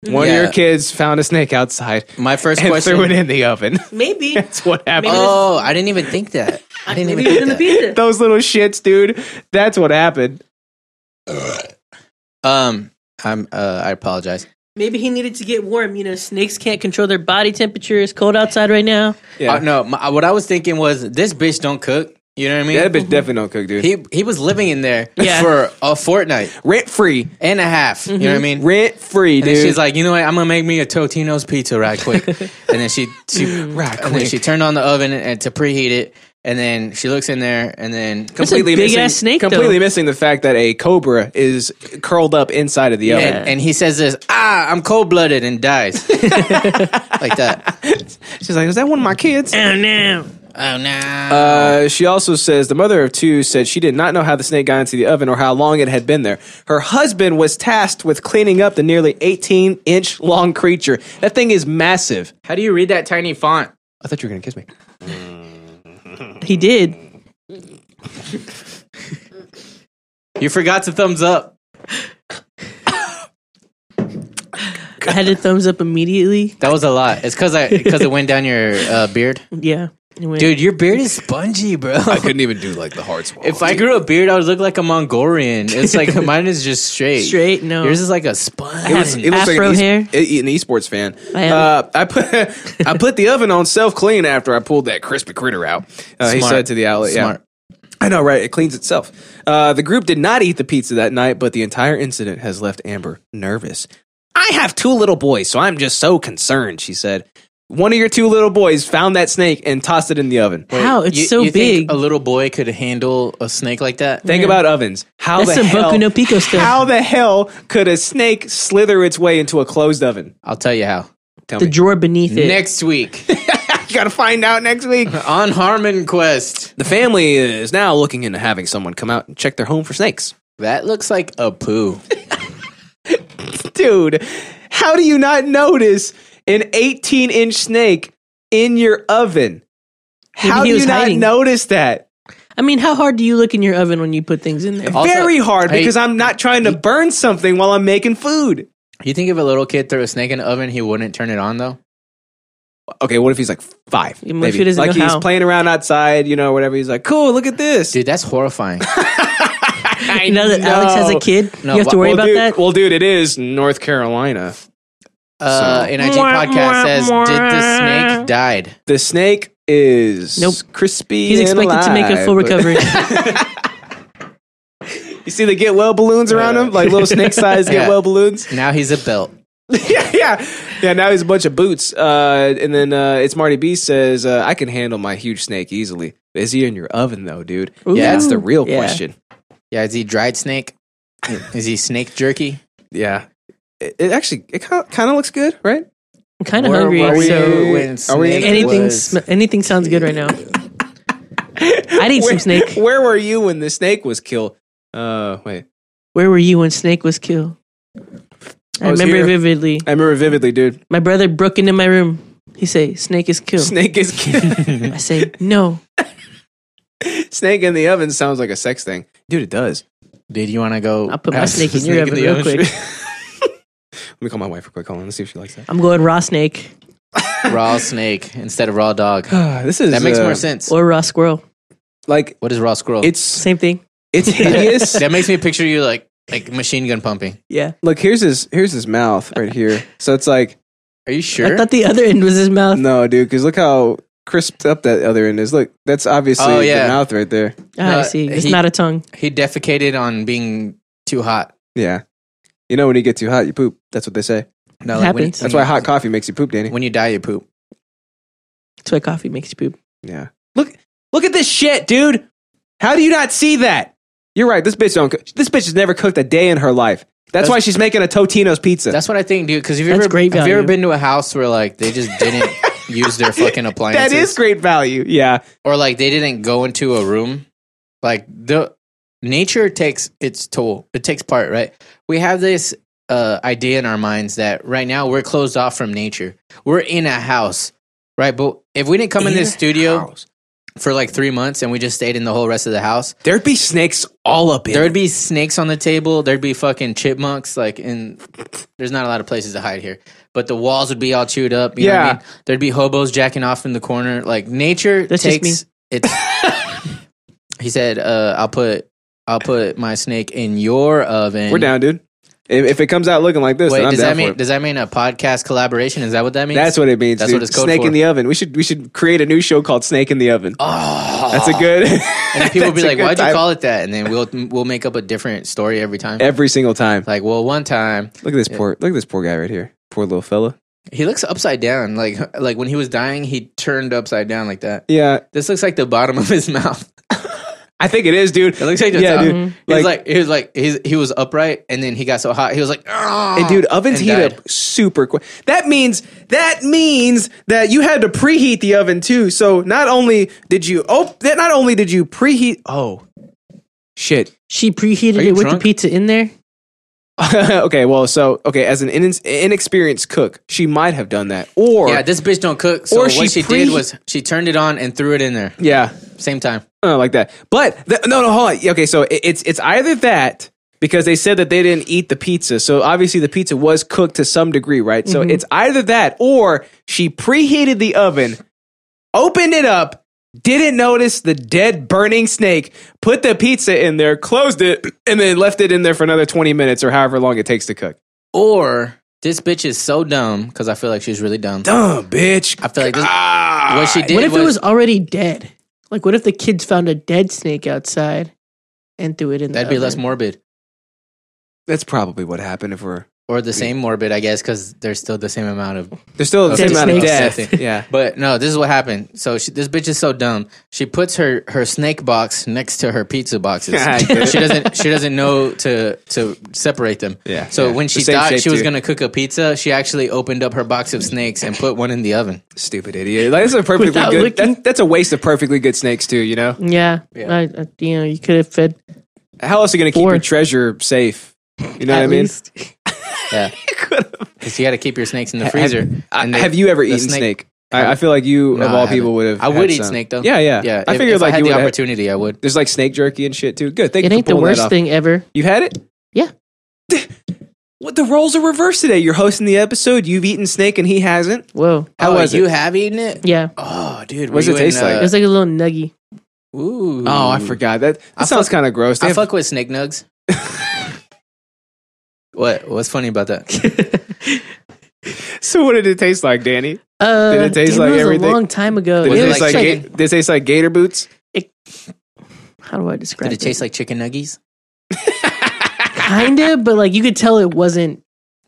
Speaker 1: One
Speaker 2: Yeah.
Speaker 1: of your kids found a snake outside
Speaker 2: My
Speaker 1: <laughs>
Speaker 2: first
Speaker 1: and
Speaker 2: question.
Speaker 1: threw it in the oven. <laughs>
Speaker 3: Maybe.
Speaker 1: That's what happened.
Speaker 2: Oh, I didn't even think that. I didn't even think that.
Speaker 3: pizza.
Speaker 1: those little shits, dude. That's what happened. <laughs>
Speaker 2: Um, I'm. Uh, I apologize.
Speaker 3: Maybe he needed to get warm. You know, snakes can't control their body temperature. It's cold outside right now.
Speaker 1: Yeah.
Speaker 2: Uh, no, my, what I was thinking was this bitch don't cook. You know what I mean?
Speaker 1: That bitch definitely don't cook, dude.
Speaker 2: He he was living in there
Speaker 3: Yeah.
Speaker 2: for a fortnight
Speaker 1: rent free,
Speaker 2: and a half. You know what I mean?
Speaker 1: rent free,
Speaker 2: And then
Speaker 1: Mm-hmm. dude.
Speaker 2: she's like, you know what? I'm gonna make me a Totino's pizza
Speaker 1: <laughs>
Speaker 2: right quick. and then she she
Speaker 1: Right
Speaker 2: and then
Speaker 1: quick.
Speaker 2: she turned on the oven and, and to preheat it. And then she looks in there and then
Speaker 3: a big ass snake,
Speaker 1: Completely
Speaker 3: though.
Speaker 1: missing the fact that a cobra is curled up inside of the oven.
Speaker 2: and, and he says this, ah, I'm cold blooded and dies like that.
Speaker 1: She's like, "Is that one of my kids?"
Speaker 3: Oh no!
Speaker 2: Oh no!
Speaker 1: Uh, she also says the mother of two said she did not know how the snake got into the oven or how long it had been there. Her husband was tasked with cleaning up the nearly 18 inch long creature. That thing is massive.
Speaker 2: How do you read that tiny font?
Speaker 1: I thought you were gonna kiss me.
Speaker 3: He did.
Speaker 2: You forgot to thumbs up.
Speaker 3: I had a thumbs up immediately.
Speaker 2: That was a lot. It's because I because it went down your uh, beard,
Speaker 3: Yeah, It went-
Speaker 2: dude. Your beard is spongy, bro.
Speaker 1: couldn't even do like the hard swallow.
Speaker 2: <laughs> If I grew a beard, I would look like a Mongolian. It's like <laughs> mine is just straight.
Speaker 3: Straight? No.
Speaker 2: Yours is like a sponge.
Speaker 3: It was-
Speaker 1: it looks
Speaker 3: Afro
Speaker 1: like an,
Speaker 3: hair?
Speaker 1: e- an esports fan.
Speaker 3: I am.
Speaker 1: Uh, I put <laughs> I put the oven on self clean after I pulled that crispy critter out. Uh, he
Speaker 2: Smart.
Speaker 1: said to the outlet, "Yeah,
Speaker 2: Smart.
Speaker 1: I know, right? It cleans itself." Uh, the group did not eat the pizza that night, but the entire incident has left Amber nervous. I have two little boys, so I'm just so concerned. She said, "One of your two little boys found that snake and tossed it in the oven."
Speaker 3: Wow, it's so
Speaker 2: think
Speaker 3: big.
Speaker 2: a little boy could handle a snake like that.
Speaker 1: Think about ovens. How
Speaker 3: That's
Speaker 1: the
Speaker 3: some
Speaker 1: hell?
Speaker 3: Boku no Pico stuff.
Speaker 1: How the hell could a snake slither its way into a closed oven? <laughs>
Speaker 2: I'll tell you how.
Speaker 1: Tell
Speaker 3: the
Speaker 1: me.
Speaker 3: drawer beneath it.
Speaker 2: Next week
Speaker 1: you gotta find out next
Speaker 3: <laughs>
Speaker 1: week.
Speaker 2: on Harmon Quest.
Speaker 1: The family is now looking into having someone come out and check their home for snakes.
Speaker 2: That looks like a <laughs> poo.
Speaker 1: Dude, how do you not notice an 18 inch snake in your oven? How
Speaker 3: he
Speaker 1: do you
Speaker 3: was
Speaker 1: not
Speaker 3: hiding.
Speaker 1: notice that?
Speaker 3: I mean, how hard do you look in your oven when you put things in there?
Speaker 2: Also-
Speaker 1: Very hard
Speaker 2: Hey,
Speaker 1: because I'm not trying to burn something while I'm making food.
Speaker 2: You think if a little kid threw a snake in the oven, he wouldn't turn it on though?
Speaker 1: Okay, what if he's like five?
Speaker 3: Yeah, what if he doesn't
Speaker 1: like
Speaker 3: know
Speaker 1: he's
Speaker 3: how?
Speaker 1: playing around outside, you know, whatever. He's like, cool, look at this.
Speaker 3: <laughs>
Speaker 2: Dude, that's <laughs> horrifying.
Speaker 1: I
Speaker 3: You know that Alex has a
Speaker 1: know.
Speaker 3: kid.
Speaker 2: No,
Speaker 3: you have to worry
Speaker 1: well,
Speaker 3: about
Speaker 1: dude,
Speaker 3: that.
Speaker 1: Well, dude, it is North Carolina.
Speaker 2: Uh,
Speaker 1: So-
Speaker 2: NIG podcast says, "Did the snake died?"
Speaker 1: The snake is
Speaker 3: Nope.
Speaker 1: crispy.
Speaker 3: He's
Speaker 1: and
Speaker 3: expected to make a full
Speaker 1: alive, but- <laughs>
Speaker 3: recovery.
Speaker 1: You see the get well balloons around him, like little snake sized get
Speaker 2: Yeah.
Speaker 1: well balloons.
Speaker 2: Now he's a belt.
Speaker 1: <laughs> yeah, yeah, yeah. Now he's a bunch of boots. Uh, and then uh, it's Marty B says, uh, "I can handle my huge snake easily." Is he in your oven though, dude?
Speaker 3: Ooh.
Speaker 1: Yeah, that's the real
Speaker 3: Yeah.
Speaker 1: question.
Speaker 2: Yeah, is he dried <laughs> snake? is he snake jerky?
Speaker 1: Yeah, it, it actually it kind of looks good, right?
Speaker 3: I'm kind of
Speaker 2: Where
Speaker 3: hungry.
Speaker 2: were we
Speaker 3: so
Speaker 2: when
Speaker 1: are we
Speaker 2: snake
Speaker 3: anything,
Speaker 2: was-
Speaker 3: sm- anything sounds good right now. I'd
Speaker 1: where,
Speaker 3: eat some snake.
Speaker 1: <laughs> Where were you when the snake was killed? Uh, wait,
Speaker 3: Where were you when Snake was killed? I,
Speaker 1: I was
Speaker 3: remember
Speaker 1: here.
Speaker 3: vividly.
Speaker 1: I remember vividly,
Speaker 3: <laughs>
Speaker 1: dude.
Speaker 3: My brother broke into my room. He say, "Snake is killed."
Speaker 1: Snake is <laughs> killed.
Speaker 3: I say, "No."
Speaker 1: snake in the oven sounds like a sex thing, dude. It does.
Speaker 2: Dude, you want to go?
Speaker 3: I'll put my
Speaker 2: ask
Speaker 3: snake
Speaker 2: the
Speaker 3: in your oven
Speaker 2: the
Speaker 3: real
Speaker 2: oven?
Speaker 3: quick.
Speaker 1: Let me call my wife real quick. Hold on, let's see if she likes that. <sighs>
Speaker 3: I'm going raw snake
Speaker 2: <laughs> raw snake instead of raw
Speaker 3: <laughs>
Speaker 2: dog.
Speaker 1: this is
Speaker 2: That makes
Speaker 1: uh,
Speaker 2: more sense.
Speaker 3: or raw squirrel.
Speaker 1: Like
Speaker 2: What is raw squirrel?
Speaker 1: it's
Speaker 3: Same thing.
Speaker 1: it's hideous.
Speaker 2: <laughs> that makes me picture you like like machine gun pumping.
Speaker 3: Yeah.
Speaker 1: Look, here's his here's his mouth right here. So it's like
Speaker 2: Are you sure?
Speaker 3: I thought the other end was his mouth.
Speaker 1: no, dude, because look how crisped up that other end is. Look, that's obviously
Speaker 2: Oh, yeah.
Speaker 1: the mouth right there.
Speaker 3: Ah, I
Speaker 2: No,
Speaker 3: see. It's
Speaker 2: he-
Speaker 3: not a tongue.
Speaker 2: he defecated on being too hot.
Speaker 1: Yeah, you know when you get too hot, you poop. That's what they say.
Speaker 2: No,
Speaker 3: It
Speaker 2: when you-
Speaker 3: happens.
Speaker 1: That's why hot coffee makes you poop, Danny.
Speaker 2: When you die, you poop.
Speaker 3: That's why coffee makes you poop.
Speaker 1: Yeah. Look look at this shit, dude. How do you not see that? You're right. This bitch don't cook. This bitch has never cooked a day in her life. That's,
Speaker 2: That's-
Speaker 1: why she's making a Totino's pizza.
Speaker 2: That's what I think, dude. Because have you
Speaker 3: That's
Speaker 2: ever
Speaker 3: great
Speaker 2: have you ever
Speaker 3: value.
Speaker 2: been to a house where like they just
Speaker 3: <laughs>
Speaker 2: didn't use their fucking appliances?
Speaker 1: That is great value. Yeah.
Speaker 2: or like they didn't go into a room like the nature takes its toll it takes part right we have this uh, idea in our minds that right now we're closed off from nature we're in a house right but if we didn't come in, this studio for like three months and we just stayed in the whole rest of the house
Speaker 1: There'd be snakes all up in
Speaker 2: there'd be snakes on the table there'd be fucking chipmunks like in there's not a lot of places to hide here but the walls would be all chewed up you know what I
Speaker 1: Yeah.
Speaker 2: mean? there'd be hobos jacking off in the corner like nature
Speaker 3: That's just
Speaker 2: takes it <laughs> he said uh, i'll put i'll put my snake in your oven
Speaker 1: We're down, dude. If, if it comes out looking like this,
Speaker 2: wait
Speaker 1: then I'm
Speaker 2: does
Speaker 1: down
Speaker 2: that mean
Speaker 1: for it.
Speaker 2: does that mean a podcast collaboration is that what that means
Speaker 1: That's what it means.
Speaker 2: That's
Speaker 1: dude.
Speaker 2: what it's code
Speaker 1: Snake
Speaker 2: for.
Speaker 1: in the oven. We should we should create a new show called Snake in the Oven.
Speaker 2: oh.
Speaker 1: <laughs> That's a good.
Speaker 2: <laughs> and then people would
Speaker 1: that's
Speaker 2: be
Speaker 1: a
Speaker 2: like
Speaker 1: good
Speaker 2: why'd you
Speaker 1: time.
Speaker 2: call it that and then we'll we'll make up a different story every time
Speaker 1: every single time?
Speaker 2: like well one time
Speaker 1: Look at this poor look at this poor guy right here. Poor little fella.
Speaker 2: He looks upside down, like like when he was dying, he turned upside down like that.
Speaker 1: Yeah,
Speaker 2: This looks like the bottom of his <laughs> mouth.
Speaker 1: I think it is, dude.
Speaker 2: It looks like the
Speaker 1: yeah,
Speaker 2: top.
Speaker 1: dude.
Speaker 2: He was
Speaker 1: Like-
Speaker 2: like he was like he's, he was upright, and then he got so hot, he was like, "Ah,"
Speaker 1: And dude, ovens
Speaker 2: and
Speaker 1: heat
Speaker 2: died.
Speaker 1: up super quick. That means that means that you had to preheat the oven too. So not only did you oh that not only did you preheat oh shit. <laughs>
Speaker 3: She preheated
Speaker 2: Are
Speaker 3: it
Speaker 2: you
Speaker 3: with the
Speaker 2: drunk?
Speaker 3: pizza in there.
Speaker 1: okay, well, so okay, as an in- inexperienced cook, she might have done that, or
Speaker 2: Yeah, this bitch don't cook. So
Speaker 1: or
Speaker 2: what
Speaker 1: she
Speaker 2: she,
Speaker 1: pre-
Speaker 2: did was she turned it on and threw it in there
Speaker 1: yeah,
Speaker 2: same time.
Speaker 1: uh, like that. But the, no, no, hold on. Okay, so it, it's it's either that because they said that they didn't eat the pizza, so obviously the pizza was cooked to some degree, right? So it's either that or she preheated the oven, opened it up, didn't notice the dead burning snake, put the pizza in there, closed it, and then left it in there for another twenty minutes or however long it takes to cook.
Speaker 2: Or this bitch is so dumb because I feel like she's really dumb.
Speaker 1: Dumb bitch.
Speaker 2: I feel like this, what she did
Speaker 3: what if
Speaker 2: was,
Speaker 3: it was already dead? Like, what if the kids found a dead snake outside and threw it in?
Speaker 2: that'd
Speaker 3: the
Speaker 2: be less
Speaker 3: oven?
Speaker 2: morbid
Speaker 1: That's probably what happened. If we're
Speaker 2: or the same morbid, I guess, because there's still the same amount of
Speaker 1: there's still the
Speaker 2: Dead
Speaker 1: same amount of
Speaker 2: snake.
Speaker 1: death.
Speaker 2: Upsetting.
Speaker 1: yeah.
Speaker 2: But no, this is what happened. So she, this bitch is so dumb. She puts her, her snake box next to her pizza boxes.
Speaker 1: <laughs> I
Speaker 2: <laughs> she
Speaker 1: get it.
Speaker 2: doesn't she doesn't know to to separate them.
Speaker 1: Yeah,
Speaker 2: So
Speaker 1: yeah.
Speaker 2: when
Speaker 1: The
Speaker 2: she
Speaker 1: same
Speaker 2: thought
Speaker 1: shape
Speaker 2: she was
Speaker 1: too.
Speaker 2: gonna cook a pizza, she actually opened up her box of snakes and put one in the oven.
Speaker 1: Stupid idiot. Like, that's a perfectly
Speaker 3: Without
Speaker 1: good.
Speaker 3: looking. Mm.
Speaker 1: That, that's a waste of perfectly good snakes too. You know.
Speaker 3: Yeah,
Speaker 2: Yeah.
Speaker 3: I, I, you know, you could have fed.
Speaker 1: How else are you going to keep
Speaker 3: Or-
Speaker 1: your treasure safe? You know
Speaker 3: at
Speaker 1: what I mean? <laughs>
Speaker 3: least.
Speaker 2: Yeah. Because you got to keep your snakes in the
Speaker 1: Have-
Speaker 2: freezer.
Speaker 1: I-
Speaker 2: And they-
Speaker 1: have you ever
Speaker 2: the
Speaker 1: eaten snake?
Speaker 2: snake-
Speaker 1: I, I feel like you,
Speaker 2: No,
Speaker 1: of
Speaker 2: I
Speaker 1: all
Speaker 2: haven't.
Speaker 1: people, would have.
Speaker 2: I
Speaker 1: had
Speaker 2: would eat
Speaker 1: some.
Speaker 2: snake though.
Speaker 1: Yeah, yeah,
Speaker 2: yeah.
Speaker 1: I
Speaker 2: if-
Speaker 1: figured
Speaker 2: if
Speaker 1: like
Speaker 2: I had
Speaker 1: you
Speaker 2: the
Speaker 1: would. Have,
Speaker 2: opportunity, I would.
Speaker 1: there's like snake jerky and shit too. Good. Thank
Speaker 3: It
Speaker 1: you
Speaker 3: ain't
Speaker 1: for
Speaker 3: the
Speaker 1: pulling that
Speaker 3: worst
Speaker 1: off.
Speaker 3: thing ever.
Speaker 1: You had it.
Speaker 3: Yeah.
Speaker 1: What the roles are reversed today? You're hosting the episode. You've eaten snake and he hasn't.
Speaker 3: Whoa.
Speaker 1: How
Speaker 2: oh,
Speaker 1: was
Speaker 2: you
Speaker 1: it?
Speaker 2: have eaten it?
Speaker 3: Yeah.
Speaker 2: Oh, dude,
Speaker 1: What's
Speaker 2: were
Speaker 1: it
Speaker 2: you
Speaker 1: taste like?
Speaker 3: It was like a little nuggy.
Speaker 2: ooh.
Speaker 1: Oh, I forgot that. That sounds kind of gross. They
Speaker 2: I
Speaker 1: have-
Speaker 2: fuck with snake nugs. what? What's funny
Speaker 1: <laughs>
Speaker 2: about that?
Speaker 1: <laughs> so what did it taste like, Danny?
Speaker 3: Uh,
Speaker 1: Did it taste
Speaker 3: damn,
Speaker 1: like
Speaker 3: that was
Speaker 1: everything?
Speaker 3: a long time ago.
Speaker 1: Did
Speaker 2: Was
Speaker 1: it
Speaker 2: it
Speaker 1: taste like
Speaker 2: like
Speaker 1: ga-
Speaker 2: chicken?
Speaker 1: did it taste like gator boots?
Speaker 3: How do I describe
Speaker 2: Did it taste like chicken nuggies?
Speaker 1: <laughs>
Speaker 3: Kinda, but like you could tell it wasn't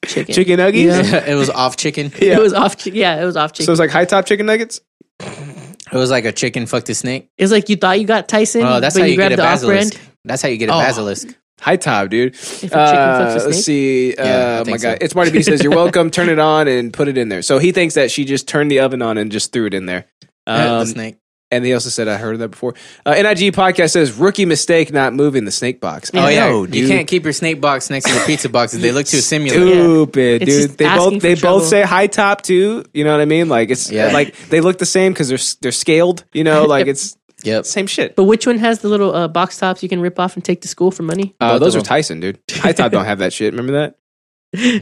Speaker 3: chicken.
Speaker 1: Chicken nuggets?
Speaker 3: Yeah.
Speaker 2: <laughs> it was off chicken.
Speaker 1: Yeah.
Speaker 3: It was off. chi- Yeah, it was off chicken.
Speaker 1: So it's like high top chicken nuggets?
Speaker 2: It was like a chicken fucked a snake.
Speaker 3: it's like you thought you got Tyson,
Speaker 2: Oh, that's
Speaker 3: but
Speaker 2: how
Speaker 3: you,
Speaker 2: you get
Speaker 3: grabbed
Speaker 2: a
Speaker 3: the off
Speaker 2: basilisk.
Speaker 3: brand.
Speaker 2: That's how you get a
Speaker 1: Oh.
Speaker 2: basilisk.
Speaker 1: High top, dude. Uh,
Speaker 3: If a chicken fucks a
Speaker 1: let's
Speaker 3: snake?
Speaker 1: see.
Speaker 2: Yeah, I
Speaker 1: uh, my
Speaker 2: think
Speaker 1: God.
Speaker 2: so.
Speaker 1: It's Marty B says,
Speaker 3: <laughs>
Speaker 1: You're welcome. Turn it on and put it in there. So he thinks that she just turned the oven on and just threw it in there.
Speaker 2: the
Speaker 1: Um,
Speaker 2: snake.
Speaker 1: and he also said, I heard of that before. Uh, NIG podcast says, Rookie mistake not moving the snake box.
Speaker 2: Oh yeah,
Speaker 1: No,
Speaker 2: you can't keep your snake box next to the pizza boxes. They look too similar.
Speaker 1: Stupid,
Speaker 3: It's
Speaker 1: dude.
Speaker 3: just
Speaker 1: They
Speaker 3: asking
Speaker 1: both
Speaker 3: for
Speaker 1: they
Speaker 3: trouble.
Speaker 1: both say high top too. You know what I mean? Like it's uh,
Speaker 2: Yeah.
Speaker 1: like they look the same because they're s- they're scaled. You
Speaker 3: <laughs>
Speaker 1: know, like it's
Speaker 2: Yep.
Speaker 1: same shit.
Speaker 3: But which one has the little uh, box tops you can rip off and take to school for money? <laughs>
Speaker 1: Uh,
Speaker 2: Both
Speaker 1: those
Speaker 2: of
Speaker 1: are
Speaker 2: them.
Speaker 1: Tyson, dude. High top don't have that shit. Remember that?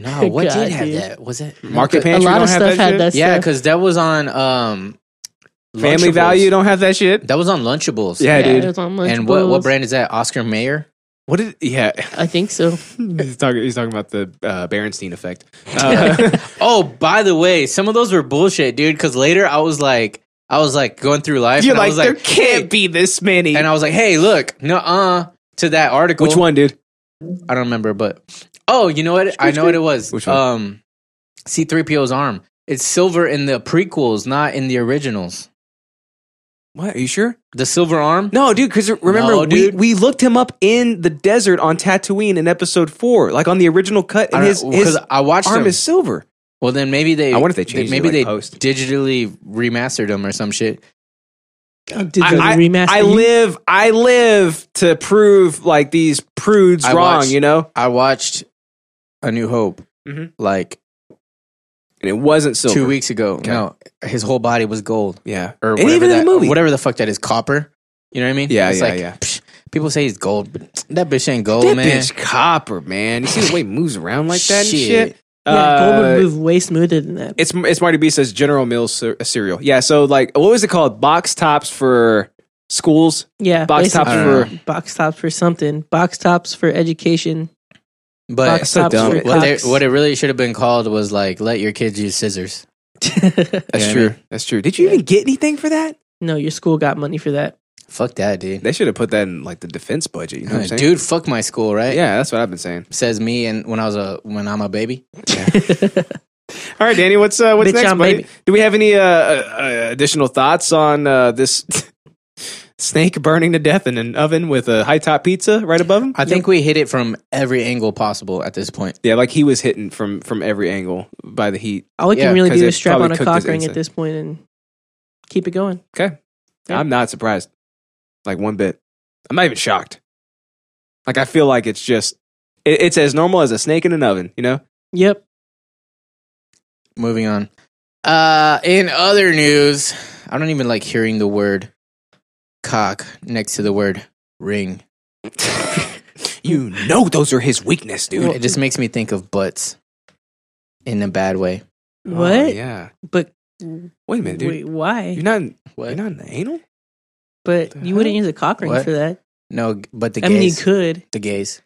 Speaker 1: <laughs>
Speaker 2: No, what
Speaker 3: God,
Speaker 2: did have
Speaker 3: dude.
Speaker 2: that? Was it
Speaker 1: Market
Speaker 3: A
Speaker 1: pantry
Speaker 3: lot
Speaker 1: don't
Speaker 3: of
Speaker 1: have that
Speaker 3: stuff had
Speaker 1: shit.
Speaker 3: that.
Speaker 2: Yeah,
Speaker 3: stuff.
Speaker 2: because that was on um,
Speaker 1: Family
Speaker 2: Lunchables.
Speaker 1: value don't have that shit.
Speaker 2: That was on Lunchables.
Speaker 1: Yeah,
Speaker 3: Yeah,
Speaker 1: dude.
Speaker 3: it was on
Speaker 2: And what what
Speaker 3: Lunchables.
Speaker 2: brand is that? Oscar Mayer.
Speaker 1: What did? Yeah,
Speaker 3: I think
Speaker 1: <laughs>
Speaker 3: so.
Speaker 1: he's talking. He's talking about the uh, Berenstein effect. Uh, <laughs>
Speaker 2: Oh, by the way, some of those were bullshit, dude. Because later I was like, I was like going through life,
Speaker 1: you're
Speaker 2: and I
Speaker 1: like,
Speaker 2: was
Speaker 1: there
Speaker 2: like,
Speaker 1: can't be this many.
Speaker 2: and I was like, hey, look, no, uh, to that article.
Speaker 1: Which one, dude?
Speaker 2: I don't remember, but oh, you know what? I know what it was.
Speaker 1: Which one?
Speaker 2: um, C3PO's arm. It's silver in the prequels, not in the originals.
Speaker 1: What? Are you sure?
Speaker 2: The silver arm.
Speaker 1: No, dude, because remember,
Speaker 2: No,
Speaker 1: we,
Speaker 2: dude.
Speaker 1: we looked him up in the desert on Tatooine in episode four, like on the original cut,
Speaker 2: I
Speaker 1: and
Speaker 2: don't-
Speaker 1: his, his
Speaker 2: I watched
Speaker 1: arm
Speaker 2: them.
Speaker 1: is silver.
Speaker 2: Well, then maybe they.
Speaker 1: I wonder if they changed it,
Speaker 2: maybe
Speaker 1: like,
Speaker 2: they
Speaker 1: post.
Speaker 2: digitally remastered them or some shit.
Speaker 3: Did
Speaker 1: I,
Speaker 3: the
Speaker 1: I-
Speaker 3: remaster
Speaker 1: I
Speaker 3: you-
Speaker 1: live, I live to prove like these prudes
Speaker 2: I
Speaker 1: wrong,
Speaker 2: watched-
Speaker 1: you know.
Speaker 2: I watched A New Hope
Speaker 1: Mhm.
Speaker 2: like
Speaker 1: And it wasn't silver.
Speaker 2: two weeks ago. No, his whole body was gold
Speaker 1: yeah,
Speaker 2: or
Speaker 1: And
Speaker 2: whatever
Speaker 1: even in
Speaker 2: that,
Speaker 1: the movie.
Speaker 2: whatever the fuck that is, copper. You know what I mean?
Speaker 1: Yeah,
Speaker 2: It's
Speaker 1: yeah,
Speaker 2: like,
Speaker 1: yeah.
Speaker 2: psh, people say he's gold, but that bitch ain't gold,
Speaker 1: that
Speaker 2: man.
Speaker 1: bitch Oh, copper, man. You see the way it moves around like that and shit.
Speaker 2: Shit.
Speaker 3: Yeah, gold
Speaker 1: Uh,
Speaker 3: would move way smoother than that.
Speaker 1: It's it's Marty B says General Mills cer- uh, cereal. Yeah, so like what was it called? Box tops for schools.
Speaker 3: Yeah,
Speaker 1: box tops
Speaker 2: Uh,
Speaker 3: basically, box tops for something. Box tops for education.
Speaker 2: But
Speaker 3: box
Speaker 1: so
Speaker 3: tops
Speaker 1: dumb.
Speaker 3: for
Speaker 2: what, they,
Speaker 3: cocks.
Speaker 2: what
Speaker 3: <laughs>
Speaker 2: it really should have been called was like, let your kids use scissors.
Speaker 1: That's
Speaker 2: Yeah, I
Speaker 1: true. That's true. Did you even get anything for that?
Speaker 3: no, your school got money for that.
Speaker 2: Fuck that, dude.
Speaker 1: They should have put that in like the defense budget. You know what I'm saying?
Speaker 2: Uh, Dude, fuck my school, right?
Speaker 1: Yeah, that's what I've been saying.
Speaker 2: Says me, and when I was a when I'm a baby.
Speaker 1: All right, Danny, what's uh, what's
Speaker 3: Bitch,
Speaker 1: next,
Speaker 3: I'm
Speaker 1: buddy?
Speaker 3: baby.
Speaker 1: Do we have any uh, uh, uh, additional thoughts on uh, this <laughs> snake burning to death in an oven with a high top pizza right above him?
Speaker 2: I think we hit it from every angle possible at this point.
Speaker 1: Yeah, like he was hitting from from every angle by the heat.
Speaker 3: All we
Speaker 2: Yeah,
Speaker 3: can really
Speaker 1: 'cause
Speaker 3: do
Speaker 1: it
Speaker 3: is strap
Speaker 1: probably
Speaker 3: on a
Speaker 1: cooked
Speaker 3: cock
Speaker 1: his
Speaker 3: ring
Speaker 1: inside.
Speaker 3: at this point and keep it going.
Speaker 1: Okay,
Speaker 3: Yeah.
Speaker 1: I'm not surprised, like one bit. I'm not even shocked. Like I feel like it's just it, it's as normal as a snake in an oven. You know? <laughs>
Speaker 3: Yep.
Speaker 2: Moving on. Uh, in other news, I don't even like hearing the word cock next to the word ring.
Speaker 1: You know those are his weakness, dude.
Speaker 2: It just makes me think of butts in a bad way.
Speaker 1: Oh,
Speaker 3: What?
Speaker 1: yeah.
Speaker 3: But
Speaker 1: Wait a minute, dude.
Speaker 3: wait, why?
Speaker 1: You're not. in-
Speaker 2: What?
Speaker 1: You're not in the anal.
Speaker 3: but
Speaker 1: the
Speaker 3: you wouldn't
Speaker 1: hell?
Speaker 3: use a cock ring
Speaker 2: What?
Speaker 3: for that.
Speaker 2: No, but the
Speaker 3: I
Speaker 2: gays.
Speaker 3: mean, you could.
Speaker 2: The gays.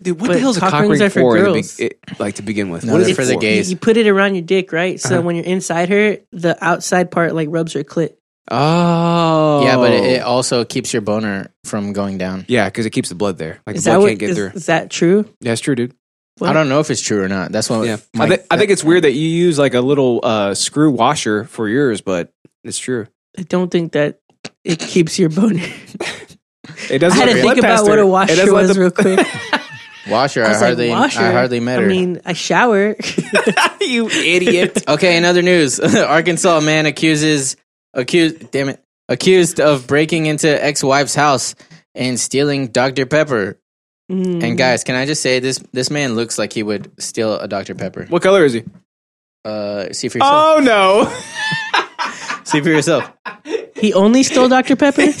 Speaker 1: Dude, what
Speaker 3: But
Speaker 1: the hell's a
Speaker 3: cock
Speaker 1: cock
Speaker 3: rings
Speaker 1: ring
Speaker 3: are for
Speaker 1: for? in the
Speaker 3: girls.
Speaker 1: big- it- like to begin with,
Speaker 2: No,
Speaker 1: what is
Speaker 2: they're
Speaker 1: it
Speaker 2: for the
Speaker 1: for?
Speaker 2: gay- Gays.
Speaker 3: You put it around your dick, right? So
Speaker 1: Uh-huh.
Speaker 3: when you're inside her, the outside part like rubs her clit.
Speaker 1: Oh,
Speaker 2: Yeah, but it, it also keeps your boner from going down.
Speaker 1: yeah, because it keeps the blood there. Like
Speaker 3: Is
Speaker 1: the
Speaker 3: that
Speaker 1: blood
Speaker 3: what-
Speaker 1: can't get
Speaker 3: is-
Speaker 1: through.
Speaker 3: Is that true?
Speaker 1: Yeah, it's true, dude.
Speaker 3: What?
Speaker 2: I don't know if Oh, it's true or not. That's what
Speaker 1: Yeah, I,
Speaker 2: my-
Speaker 1: thi- I think it's weird that you use like a little uh, screw washer for yours, but it's true.
Speaker 3: I don't think that it keeps your boner.
Speaker 1: It
Speaker 3: I
Speaker 1: doesn't. let the
Speaker 3: had to think
Speaker 1: blood pass
Speaker 3: about what
Speaker 1: through.
Speaker 3: a
Speaker 1: It
Speaker 3: washer
Speaker 1: doesn't let
Speaker 3: was
Speaker 1: the-
Speaker 3: real quick.
Speaker 2: washer. I,
Speaker 3: was like,
Speaker 2: hardly,
Speaker 3: washer?
Speaker 2: I hardly met her. <laughs>
Speaker 3: I mean, I shower.
Speaker 1: <laughs> you idiot.
Speaker 2: Okay, in other news, <laughs> Arkansas man accuses accused damn it accused of breaking into ex-wife's house and stealing Dr. Pepper.
Speaker 3: Mm.
Speaker 1: Hmm.
Speaker 2: And guys, can I just say this this man looks like he would steal a Dr. Pepper.
Speaker 1: What color is he?
Speaker 2: Uh see for yourself.
Speaker 1: Oh no. <laughs> Oh.
Speaker 2: see for yourself.
Speaker 3: he only stole Dr. Pepper.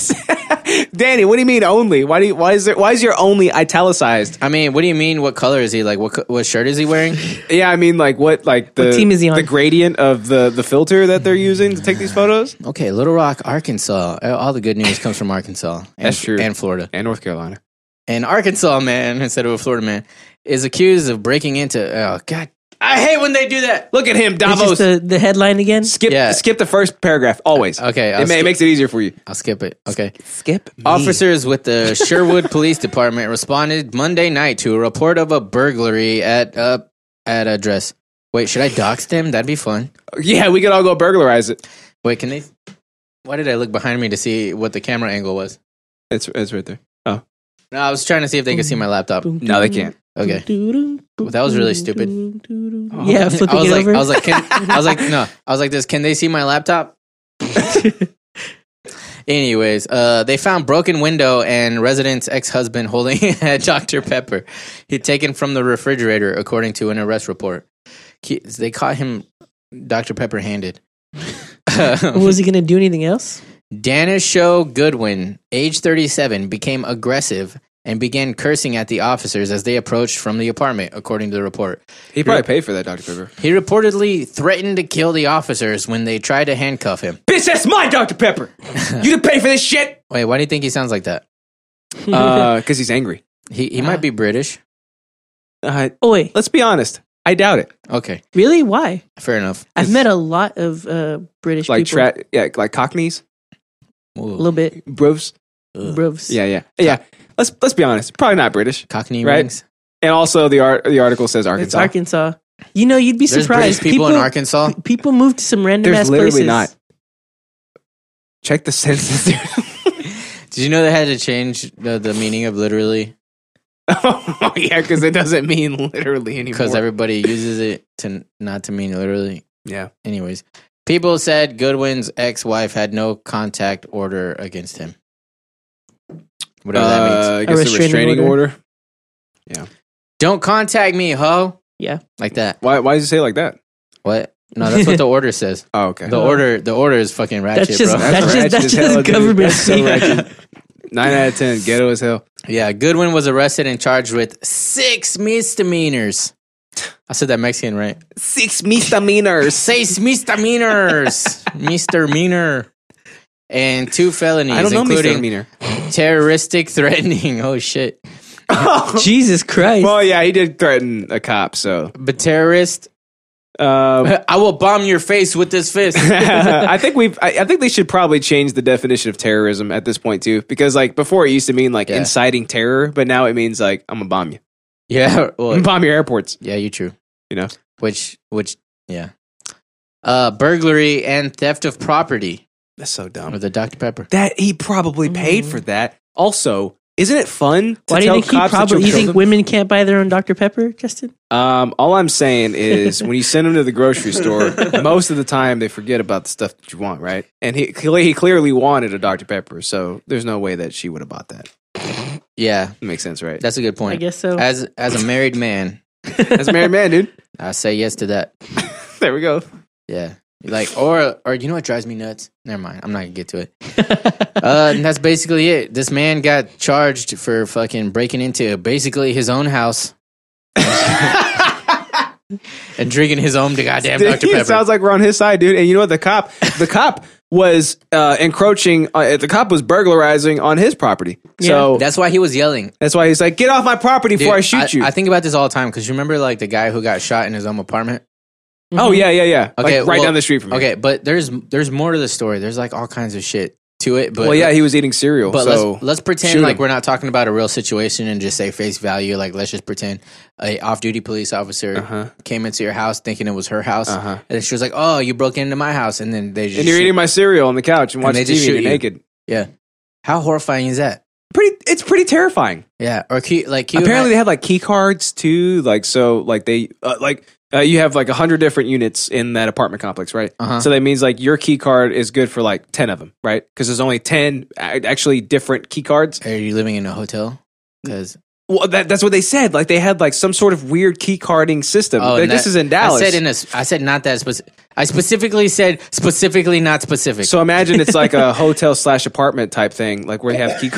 Speaker 1: Danny, what do you mean only? Why do you, why is there why is your only italicized?
Speaker 2: I mean, what do you mean what color is he? Like what co- what shirt is he
Speaker 1: <laughs>
Speaker 2: wearing?
Speaker 1: Yeah, I mean like what like the
Speaker 3: team is he on?
Speaker 1: the gradient of the the filter that they're using to take these photos?
Speaker 2: Okay, Little Rock, Arkansas. All the good news comes from Arkansas. And,
Speaker 1: That's true.
Speaker 2: And Florida.
Speaker 1: And North Carolina.
Speaker 2: an Arkansas man <laughs> instead of a Florida man is accused of breaking into. Oh God, I hate when they do that.
Speaker 1: Look at him,
Speaker 3: It's
Speaker 1: Davos.
Speaker 3: just the, the headline again.
Speaker 1: skip
Speaker 2: Yeah.
Speaker 1: skip the first paragraph
Speaker 3: Uh,
Speaker 1: always.
Speaker 2: Okay, I'll
Speaker 1: It, ma- it
Speaker 2: skip-
Speaker 1: makes it easier for you.
Speaker 2: I'll skip it. Okay,
Speaker 1: Skip.
Speaker 2: officers with the Sherwood Police Department responded Monday night to a report of a burglary at a at address. Wait, should I dox them? That'd be fun.
Speaker 1: Yeah, we could all go burglarize it.
Speaker 2: Wait, can they? Why did I look behind me to see what the camera angle was?
Speaker 1: It's it's right there.
Speaker 2: No, I was trying to see if they could see my laptop.
Speaker 1: No, they can't.
Speaker 2: Okay.
Speaker 3: That
Speaker 2: That was really stupid.
Speaker 3: Yeah, flipping
Speaker 2: I was
Speaker 3: it
Speaker 2: like,
Speaker 3: over.
Speaker 2: I was like, can, I was like, no, I was like, this. Can they see my laptop? Anyways, uh, they found broken window and resident's ex-husband holding <laughs> a Dr. Pepper. He'd taken from the refrigerator, according to an arrest report. He- they caught him Dr. Pepper handed.
Speaker 3: was he gonna do anything else?
Speaker 2: Danish Show Goodwin, age 37, became aggressive and began cursing at the officers as they approached from the apartment, according to the report.
Speaker 1: He probably paid for that, Dr.
Speaker 3: <laughs>
Speaker 1: Pepper.
Speaker 2: He reportedly threatened to kill the officers when they tried to handcuff him.
Speaker 1: Bitch, that's my Dr.
Speaker 3: <laughs>
Speaker 1: Pepper. You didn't pay for this shit.
Speaker 2: Wait, why do you think he sounds like that?
Speaker 1: Uh, because he's angry.
Speaker 2: He he might be British.
Speaker 1: Uh,
Speaker 3: Oi,
Speaker 1: let's be honest. I doubt it.
Speaker 2: Okay,
Speaker 3: really? Why?
Speaker 2: fair enough.
Speaker 3: I've met a lot of uh, British
Speaker 1: Like
Speaker 3: people.
Speaker 1: tra- yeah, like Cockneys,
Speaker 3: a little bit,
Speaker 1: bros.
Speaker 3: bruvs.
Speaker 1: Yeah, yeah, yeah. Let's let's be honest. Probably not British.
Speaker 2: Cockney
Speaker 1: Right.
Speaker 2: rings.
Speaker 1: And also the art the article says
Speaker 3: it's
Speaker 1: Arkansas.
Speaker 3: Arkansas. You know, you'd be
Speaker 2: There's British
Speaker 3: surprised.
Speaker 2: people, in Arkansas.
Speaker 3: people move to some random
Speaker 1: There's
Speaker 3: ass
Speaker 1: literally
Speaker 3: places.
Speaker 1: not. Check the census. <laughs>
Speaker 2: Did you know they had to change the, the meaning of literally
Speaker 1: oh yeah, because it doesn't mean literally anymore.
Speaker 2: because everybody uses it to not to mean literally.
Speaker 1: yeah.
Speaker 2: Anyways, people said Goodwin's ex-wife had no contact order against him. Whatever that means.
Speaker 1: Uh, I guess a restraining, order.
Speaker 2: Don't contact me, ho.
Speaker 3: Yeah.
Speaker 2: like that.
Speaker 1: Why why does it say it like that?
Speaker 2: What? No, that's what the order says.
Speaker 1: Oh okay.
Speaker 2: The order, the order is fucking ratchet,
Speaker 3: That's just
Speaker 1: <laughs>
Speaker 2: bro.
Speaker 3: that's,
Speaker 1: That's
Speaker 3: just
Speaker 1: ratchet as
Speaker 3: that's
Speaker 1: hell,
Speaker 3: just
Speaker 1: dude.
Speaker 3: government.
Speaker 1: That's so
Speaker 3: Yeah.
Speaker 1: ratchet. Nine out of ten. Ghetto as hell.
Speaker 2: Yeah, Goodwin was arrested and charged with six misdemeanors. I said that Mexican right.
Speaker 1: Six misdemeanors.
Speaker 2: Six misdemeanors, misdemeanor, and two felonies,
Speaker 1: I don't know
Speaker 2: including
Speaker 1: misdemeanor.
Speaker 2: terroristic <laughs> threatening. Oh shit!
Speaker 3: Jesus Christ!
Speaker 1: Well, yeah, he did threaten a cop. So
Speaker 2: But terrorist, <laughs>
Speaker 1: um, <laughs>
Speaker 2: I will bomb your face with this fist.
Speaker 1: I think we've. I, I think they should probably change the definition of terrorism at this point too, because like before it used to mean like
Speaker 2: Yeah.
Speaker 1: inciting terror, but now it means like I'm gonna bomb you,
Speaker 2: yeah,
Speaker 1: I'm gonna
Speaker 2: well,
Speaker 1: <laughs> bomb your airports.
Speaker 2: yeah, you true.
Speaker 1: You know,
Speaker 2: Which, which, yeah. Uh, burglary and theft of property
Speaker 1: that's so dumb.
Speaker 2: with the Dr Pepper.
Speaker 1: Mm-hmm. That he probably paid for that. Also, isn't it fun? To
Speaker 3: Mm-hmm. Why do you
Speaker 1: tell
Speaker 3: think he
Speaker 1: cops that
Speaker 3: probably?
Speaker 1: you'll
Speaker 3: You
Speaker 1: kill
Speaker 3: think
Speaker 1: them?
Speaker 3: women can't buy their own Dr Pepper, Justin?
Speaker 1: Um, all I'm saying is, when you send them to the grocery
Speaker 3: <laughs>
Speaker 1: store, most of the time they forget about the stuff that you want, right? And he he clearly wanted a Dr Pepper, so there's no way that she would have bought that.
Speaker 2: Yeah,
Speaker 1: Makes sense, right?
Speaker 2: that's a good point.
Speaker 3: I guess so.
Speaker 2: As as a married man,
Speaker 1: That's a married man,
Speaker 2: <laughs>
Speaker 1: dude.
Speaker 2: I say yes to that.
Speaker 1: There we <laughs> go.
Speaker 2: Yeah. Like or or you know what drives me nuts? Never mind. I'm not gonna get
Speaker 1: <laughs>
Speaker 2: to it. uh, and that's basically it. This man got charged for fucking breaking into basically his
Speaker 1: <laughs>
Speaker 2: own house and drinking his own goddamn
Speaker 1: Dude,
Speaker 2: Dr
Speaker 1: It
Speaker 2: Pepper.
Speaker 1: sounds like we're on his side, dude. And you know what? The cop, the cop was uh, encroaching. Uh, the cop was burglarizing on his property. So
Speaker 2: that's why he was yelling.
Speaker 1: that's why he's like, "Get off my property
Speaker 2: Dude,
Speaker 1: before I shoot you."
Speaker 2: I think about this all the time because you remember like the guy who got shot in his own apartment.
Speaker 1: oh yeah, yeah, yeah.
Speaker 2: Okay,
Speaker 1: like right
Speaker 2: well,
Speaker 1: down the street from me.
Speaker 2: Okay, but there's there's more to the story. There's like all kinds of shit to it. But
Speaker 1: well, yeah, he was eating cereal.
Speaker 2: But
Speaker 1: so
Speaker 2: let's, let's pretend
Speaker 1: shoot
Speaker 2: like
Speaker 1: him.
Speaker 2: we're not talking about a real situation and just say face value. Like let's just pretend a off-duty police officer
Speaker 1: Uh-huh.
Speaker 2: came into your house thinking it was her house,
Speaker 1: Uh-huh.
Speaker 2: and she was like, "Oh, you broke into my house," and then they just
Speaker 1: and you're
Speaker 2: shoot-
Speaker 1: eating my cereal on the couch and
Speaker 2: And they
Speaker 1: watching
Speaker 2: just
Speaker 1: TV and you're
Speaker 2: shoot you.
Speaker 1: naked.
Speaker 2: yeah. How horrifying is that?
Speaker 1: Pretty, it's pretty terrifying.
Speaker 2: Yeah, or can you- like can you
Speaker 1: Apparently,
Speaker 2: ima-
Speaker 1: they had like key cards too. Like so, like they uh, like. Uh, you have like a hundred different units in that apartment complex, right?
Speaker 2: Uh-huh.
Speaker 1: So that means like your key card is good for like ten of them, right? Because there's only ten a- actually different key cards.
Speaker 2: are you living in a hotel? Because
Speaker 1: Well, that, that's what they said. Like they had like some sort of weird key carding system. Like, this is in Dallas.
Speaker 2: oh, I said in a, s- I said not that specific. I specifically said specifically not specific.
Speaker 1: so imagine it's like
Speaker 2: <laughs>
Speaker 1: a hotel slash apartment type thing, like where they have key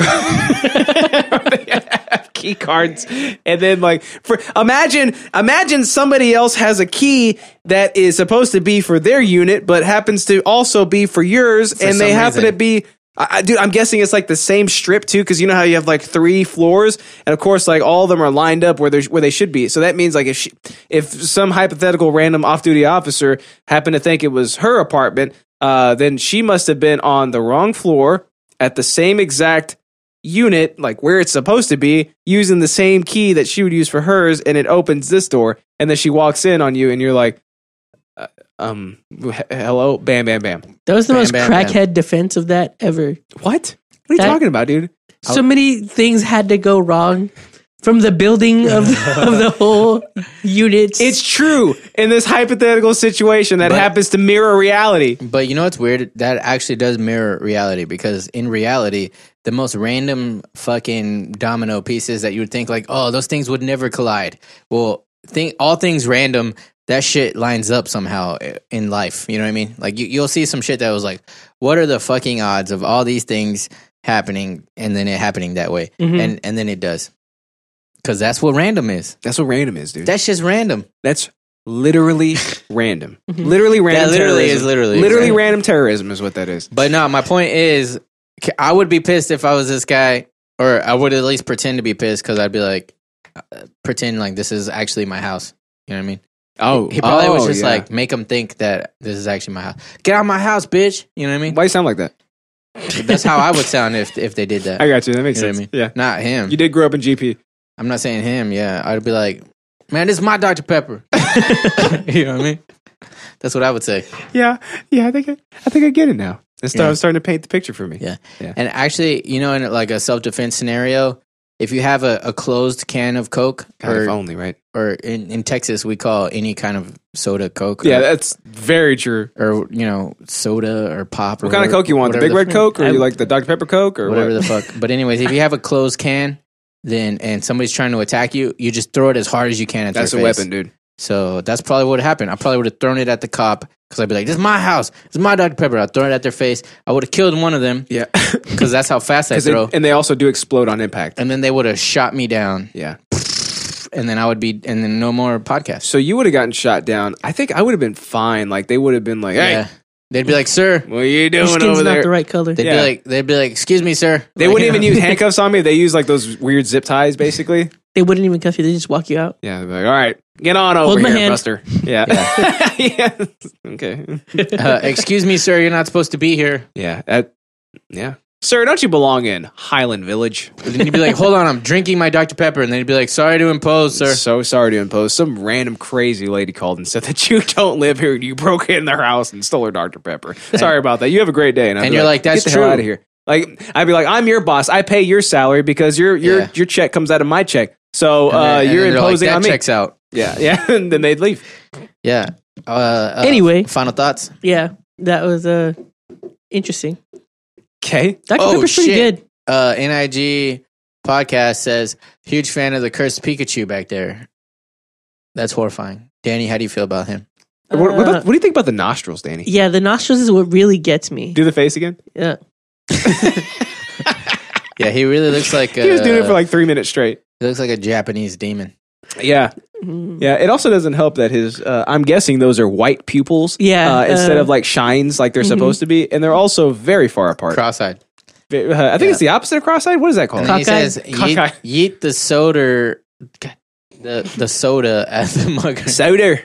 Speaker 1: cards. <laughs> key cards, and then like for imagine imagine somebody else has a key that is supposed to be for their unit, but happens to also be for yours, and they
Speaker 2: some
Speaker 1: happen
Speaker 2: reason.
Speaker 1: to be. I, I- dude, I'm guessing it's like the same strip too, because you know how you have like three floors, and of course, like all of them are lined up where they where they should be. So that means like if she, if some hypothetical random off duty officer happened to think it was her apartment, uh, then she must have been on the wrong floor at the same exact unit, like where it's supposed to be, using the same key that she would use for hers, and it opens this door, and then she walks in on you, and you're like, uh, um, h- hello, bam, bam, bam.
Speaker 3: That was the
Speaker 2: Bam,
Speaker 3: most
Speaker 2: bam, bam.
Speaker 3: crackhead defense of that ever.
Speaker 1: What? What are you
Speaker 3: That-
Speaker 1: talking about, dude?
Speaker 3: So many things had to go wrong from the building
Speaker 1: <laughs>
Speaker 3: of the, of the whole units.
Speaker 1: It's true in this hypothetical situation that
Speaker 2: But-
Speaker 1: happens to mirror reality.
Speaker 2: But you know what's weird? That actually does mirror reality because in reality, the most random fucking domino pieces that you would think like, oh, those things would never collide. Well, think all things random. That shit lines up somehow i- in life. You know what I mean? Like you, you'll see some shit that was like, what are the fucking odds of all these things happening and then it happening that way,
Speaker 3: Mhm.
Speaker 2: and and then it does, because that's what random is.
Speaker 1: That's what random is, dude.
Speaker 2: That's just random.
Speaker 1: That's
Speaker 2: <laughs>
Speaker 1: literally random. Literally random.
Speaker 2: That literally
Speaker 1: terrorism.
Speaker 2: is literally
Speaker 1: literally
Speaker 2: random.
Speaker 1: random terrorism is what that is.
Speaker 2: But no, my point is, c- I would be pissed if I was this guy, or I would at least pretend to be pissed because I'd be like, uh, pretend like this is actually my house. You know what I mean?
Speaker 1: Oh,
Speaker 2: He probably was
Speaker 1: oh,
Speaker 2: just
Speaker 1: yeah.
Speaker 2: like make him think that this is actually my house. Get out of my house, bitch. You know what I mean?
Speaker 1: Why you sound like that?
Speaker 2: That's how I would sound if if they did that.
Speaker 1: I got you. That makes
Speaker 2: You know what I
Speaker 1: sense.
Speaker 2: mean?
Speaker 1: Yeah.
Speaker 2: Not him.
Speaker 1: You did grow up in GP.
Speaker 2: I'm not saying him. Yeah, I'd be like, man, this is my
Speaker 1: <laughs>
Speaker 2: Dr Pepper. <laughs> you know what I mean? That's what I would say.
Speaker 1: Yeah. Yeah. I think I, I think I get it now. It's
Speaker 2: Yeah.
Speaker 1: start, starting to paint the picture for me.
Speaker 2: Yeah.
Speaker 1: Yeah.
Speaker 2: And actually, you know, in like a self defense scenario, if you have a, a closed can of Coke,
Speaker 1: God, if
Speaker 2: or,
Speaker 1: only, right?
Speaker 2: or in, in Texas, we call any kind of soda Coke.
Speaker 1: Yeah,
Speaker 2: Or,
Speaker 1: that's very true.
Speaker 2: or, you know, soda or pop.
Speaker 1: What
Speaker 2: or
Speaker 1: kind of
Speaker 2: whatever-
Speaker 1: Coke you want? The
Speaker 2: whatever
Speaker 1: Big Red
Speaker 2: f-
Speaker 1: Coke, or
Speaker 3: I-
Speaker 1: you like the Dr Pepper Coke, or
Speaker 2: Whatever
Speaker 1: what?
Speaker 2: the fuck. But, anyways, if you have a closed can, then and somebody's trying to attack you, you just throw it as hard as you can at
Speaker 1: That's a
Speaker 2: their face.
Speaker 1: weapon, dude.
Speaker 2: So that's probably what happened. I probably would have thrown it at the cop because I'd be like, "This is my house. This is my Dr Pepper." I'd throw it at their face. I would have killed one of them
Speaker 1: <laughs> Yeah.
Speaker 2: because that's how fast
Speaker 1: <laughs>
Speaker 2: I
Speaker 1: 'Cause they-
Speaker 2: throw.
Speaker 1: and they also do explode on impact.
Speaker 2: and then they would have shot me down.
Speaker 1: Yeah.
Speaker 2: and then I would be, and then no more podcasts.
Speaker 1: So you would have gotten shot down. I think I would have been fine. Like they would have been like, "Hey,
Speaker 2: Yeah, they'd be like, "Sir,"
Speaker 1: what are you
Speaker 3: Your
Speaker 1: doing
Speaker 3: skin's
Speaker 1: over
Speaker 3: not
Speaker 1: there?"
Speaker 3: the right color.
Speaker 2: they'd
Speaker 1: Yeah.
Speaker 2: be like, they'd be like, "Excuse me, sir."
Speaker 1: They
Speaker 2: Like,
Speaker 1: wouldn't even
Speaker 2: you
Speaker 3: <laughs>
Speaker 1: use handcuffs on me. They use like those weird zip ties, basically.
Speaker 3: They wouldn't even cuff you. They just walk you out.
Speaker 1: Yeah, they'd be like, all right, get on over
Speaker 3: Hold my
Speaker 1: here,
Speaker 3: hand."
Speaker 1: Buster. Yeah. <laughs> yeah. Okay.
Speaker 2: know. Uh, excuse me, sir. You're not supposed to be here.
Speaker 1: Yeah. That, yeah. Sir, don't you belong in Highland Village?
Speaker 2: And then you'd be like, "Hold on, I'm drinking my Dr Pepper," and they'd be like, "Sorry to impose, sir."
Speaker 1: So sorry to impose. Some random crazy lady called and said that you <laughs> don't live here. You broke in their house and stole her Dr. Pepper. Sorry about that. You have a great day. I'd
Speaker 2: And
Speaker 1: be
Speaker 2: you're like, "That's
Speaker 1: get the hell
Speaker 2: true."
Speaker 1: out of here. Like I'd be like, I'm your boss. I pay your salary because your your
Speaker 2: Yeah.
Speaker 1: your check comes out of my check. So
Speaker 2: And then-
Speaker 1: uh,
Speaker 2: and
Speaker 1: you're
Speaker 2: then they're like,
Speaker 1: imposing
Speaker 2: that
Speaker 1: on me.
Speaker 2: Checks out.
Speaker 1: Yeah, <laughs> yeah. and then they'd leave.
Speaker 2: Yeah. Uh, uh,
Speaker 3: Anyway.
Speaker 2: final thoughts.
Speaker 3: Yeah, that was uh, interesting.
Speaker 1: Okay.
Speaker 3: Dr.
Speaker 2: Oh,
Speaker 3: Pepper's pretty
Speaker 2: shit.
Speaker 3: good.
Speaker 2: Uh, Nig podcast says, "Huge fan of the cursed Pikachu back there." That's horrifying. Danny, how do you feel about him?
Speaker 1: what, what,
Speaker 3: Uh,
Speaker 1: about, what do you think about the nostrils, Danny?
Speaker 3: Yeah, the nostrils is what really gets me.
Speaker 1: Do the face again.
Speaker 3: Yeah.
Speaker 2: Yeah, he really looks like
Speaker 1: <laughs> he was doing it
Speaker 2: uh,
Speaker 1: for like three minutes straight.
Speaker 2: He looks like a Japanese demon.
Speaker 1: Yeah,
Speaker 3: Mm.
Speaker 1: yeah. It also doesn't help that his. Uh, I'm guessing those are white pupils.
Speaker 3: Yeah,
Speaker 1: uh, instead
Speaker 3: uh,
Speaker 1: of like shines like they're
Speaker 3: mhm.
Speaker 1: supposed to be, and they're also very far apart.
Speaker 2: Cross-eyed.
Speaker 1: Uh, I think it's the opposite of cross-eyed. What is that called?
Speaker 2: And then he
Speaker 3: Cockeyed?
Speaker 2: says, yeet,
Speaker 1: Cockeyed.
Speaker 2: yeet the soda, the, the soda at the
Speaker 1: <laughs>
Speaker 2: mugger.
Speaker 1: Soda.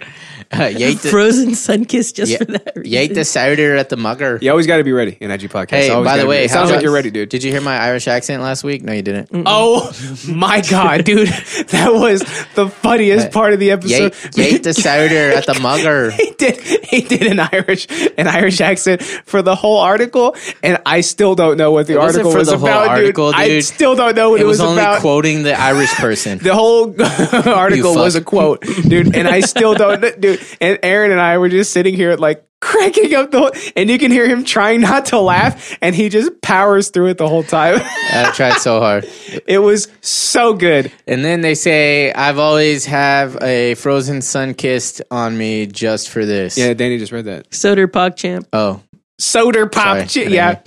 Speaker 2: Uh, <laughs> yeet, the,
Speaker 3: Frozen sun kiss just
Speaker 2: Yeah.
Speaker 3: for that
Speaker 2: yeet
Speaker 3: reason.
Speaker 2: the soda at the mugger.
Speaker 1: You always got to be ready in IG podcast.
Speaker 2: Hey,
Speaker 1: Always
Speaker 2: by
Speaker 1: gotta
Speaker 2: the
Speaker 1: be
Speaker 2: way,
Speaker 1: ready.
Speaker 2: how
Speaker 1: sounds like
Speaker 2: about-
Speaker 1: you're ready, dude.
Speaker 2: Did you hear my Irish accent last week? No, you didn't.
Speaker 3: Mm-hmm. Mm,
Speaker 1: Oh my god, dude! <laughs> That was the funniest part of the
Speaker 2: Yeet,
Speaker 1: episode.
Speaker 2: yeet
Speaker 3: <laughs>
Speaker 2: the soda at the mugger.
Speaker 1: he did he did an Irish an Irish accent for the whole article, and I still don't know what the
Speaker 2: wasn't
Speaker 1: article
Speaker 2: for
Speaker 1: was
Speaker 2: the whole
Speaker 1: about,
Speaker 2: article,
Speaker 1: dude. I
Speaker 2: dude.
Speaker 1: still don't know what
Speaker 2: It
Speaker 1: it,
Speaker 2: was only
Speaker 1: about.
Speaker 2: quoting the Irish
Speaker 3: <laughs>
Speaker 2: person.
Speaker 1: the whole <laughs> article
Speaker 2: You
Speaker 1: was
Speaker 2: fuck.
Speaker 1: a quote, dude, and I still
Speaker 2: <laughs>
Speaker 1: don't, kn- dude. And Aaron and I were just sitting here like cracking up the whole, and you can hear him trying not to laugh, and he just powers through it the whole time. <laughs>
Speaker 2: I tried so hard.
Speaker 1: it was so good.
Speaker 2: And then they say, I've always have a frozen sun kissed on me just for this.
Speaker 1: Yeah, Danny just read that.
Speaker 3: Soder PogChamp.
Speaker 2: Oh,
Speaker 1: Soda pop,
Speaker 2: Sorry,
Speaker 1: chi-
Speaker 2: I didn't
Speaker 1: yeah,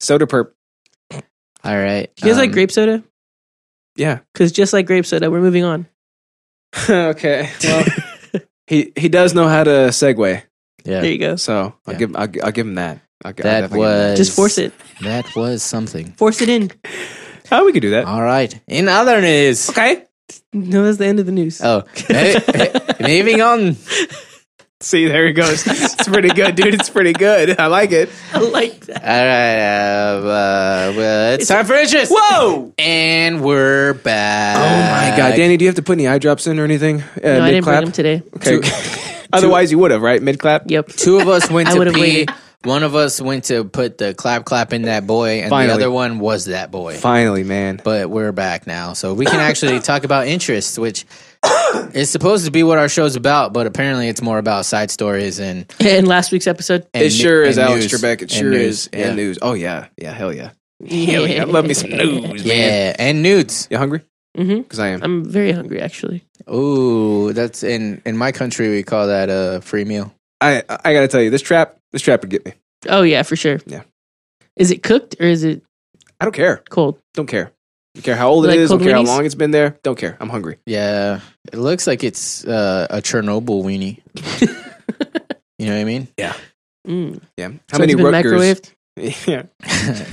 Speaker 1: soda perp,
Speaker 2: all right.
Speaker 3: Do you guys like
Speaker 2: Um,
Speaker 3: grape soda?
Speaker 1: yeah.
Speaker 3: Because just like grape soda, we're moving on.
Speaker 1: <laughs> okay. Well, he he does know how to segue,
Speaker 2: Yeah.
Speaker 3: There you go.
Speaker 1: so I'll
Speaker 2: Yeah.
Speaker 1: give I'll, gi- I'll give him that. I'll, gi- I'll
Speaker 2: That
Speaker 1: definitely give him
Speaker 2: was
Speaker 3: Just force it.
Speaker 2: That was something.
Speaker 3: Force it in. <laughs>
Speaker 1: that. Oh, we could do that.
Speaker 2: All right. In other news.
Speaker 1: Okay.
Speaker 2: Uh,
Speaker 3: No, that's the end of the news.
Speaker 2: Oh, eh, eh, moving on.
Speaker 1: See, there he <laughs> goes. It's pretty good, dude. It's pretty good. I like it.
Speaker 3: <laughs> I like that.
Speaker 2: All right, uh, uh, well, it's, time for interest.
Speaker 1: Whoa!
Speaker 2: And we're back.
Speaker 1: Oh my god, Danny, do you have to put any eye drops in or anything? Uh,
Speaker 3: No, I didn't bring him today.
Speaker 1: <laughs> Okay. Otherwise, you would have, right? Mid clap.
Speaker 3: Yep. <laughs>
Speaker 2: Two of us went
Speaker 3: I
Speaker 2: to
Speaker 3: would've
Speaker 2: pee.
Speaker 3: waited.
Speaker 2: One of us went to put the clap clap in that boy, and
Speaker 1: Finally.
Speaker 2: the other one was that boy.
Speaker 1: Finally, man.
Speaker 2: But we're back now, so we can actually talk about interests, which <coughs> is supposed to be what our show's about, but apparently it's more about side stories and.
Speaker 3: In last week's episode.
Speaker 2: and
Speaker 1: it sure
Speaker 2: nu-
Speaker 1: is
Speaker 2: and
Speaker 1: Alex
Speaker 2: news.
Speaker 1: Trebek. It
Speaker 2: And
Speaker 1: sure
Speaker 2: news.
Speaker 1: is. And
Speaker 2: yeah.
Speaker 1: news. Oh yeah, yeah. Hell yeah. <laughs>
Speaker 3: Yeah,
Speaker 1: yeah. Love me some news, man.
Speaker 2: Yeah, and nudes.
Speaker 1: You hungry?
Speaker 3: hmm
Speaker 1: Because I am.
Speaker 3: I'm very hungry, actually.
Speaker 2: Ooh, that's in in my country we call that a free meal.
Speaker 1: I I gotta tell you, this trap, this trap would get me.
Speaker 3: Oh, yeah, for sure.
Speaker 1: Yeah.
Speaker 3: Is it cooked or is it
Speaker 1: I don't care.
Speaker 3: cold?
Speaker 1: Don't care. Don't care how old
Speaker 3: Like
Speaker 1: it is. Don't
Speaker 3: cold
Speaker 1: care how
Speaker 3: weenies?
Speaker 1: long it's been there. Don't care. I'm hungry.
Speaker 2: Yeah, it looks like it's uh, a Chernobyl weenie. you know what I mean? <laughs>
Speaker 3: Mm.
Speaker 1: Yeah. How
Speaker 3: So
Speaker 1: many
Speaker 3: it's been
Speaker 1: Rutgers?
Speaker 3: microwaved? <laughs>
Speaker 1: <laughs> yeah.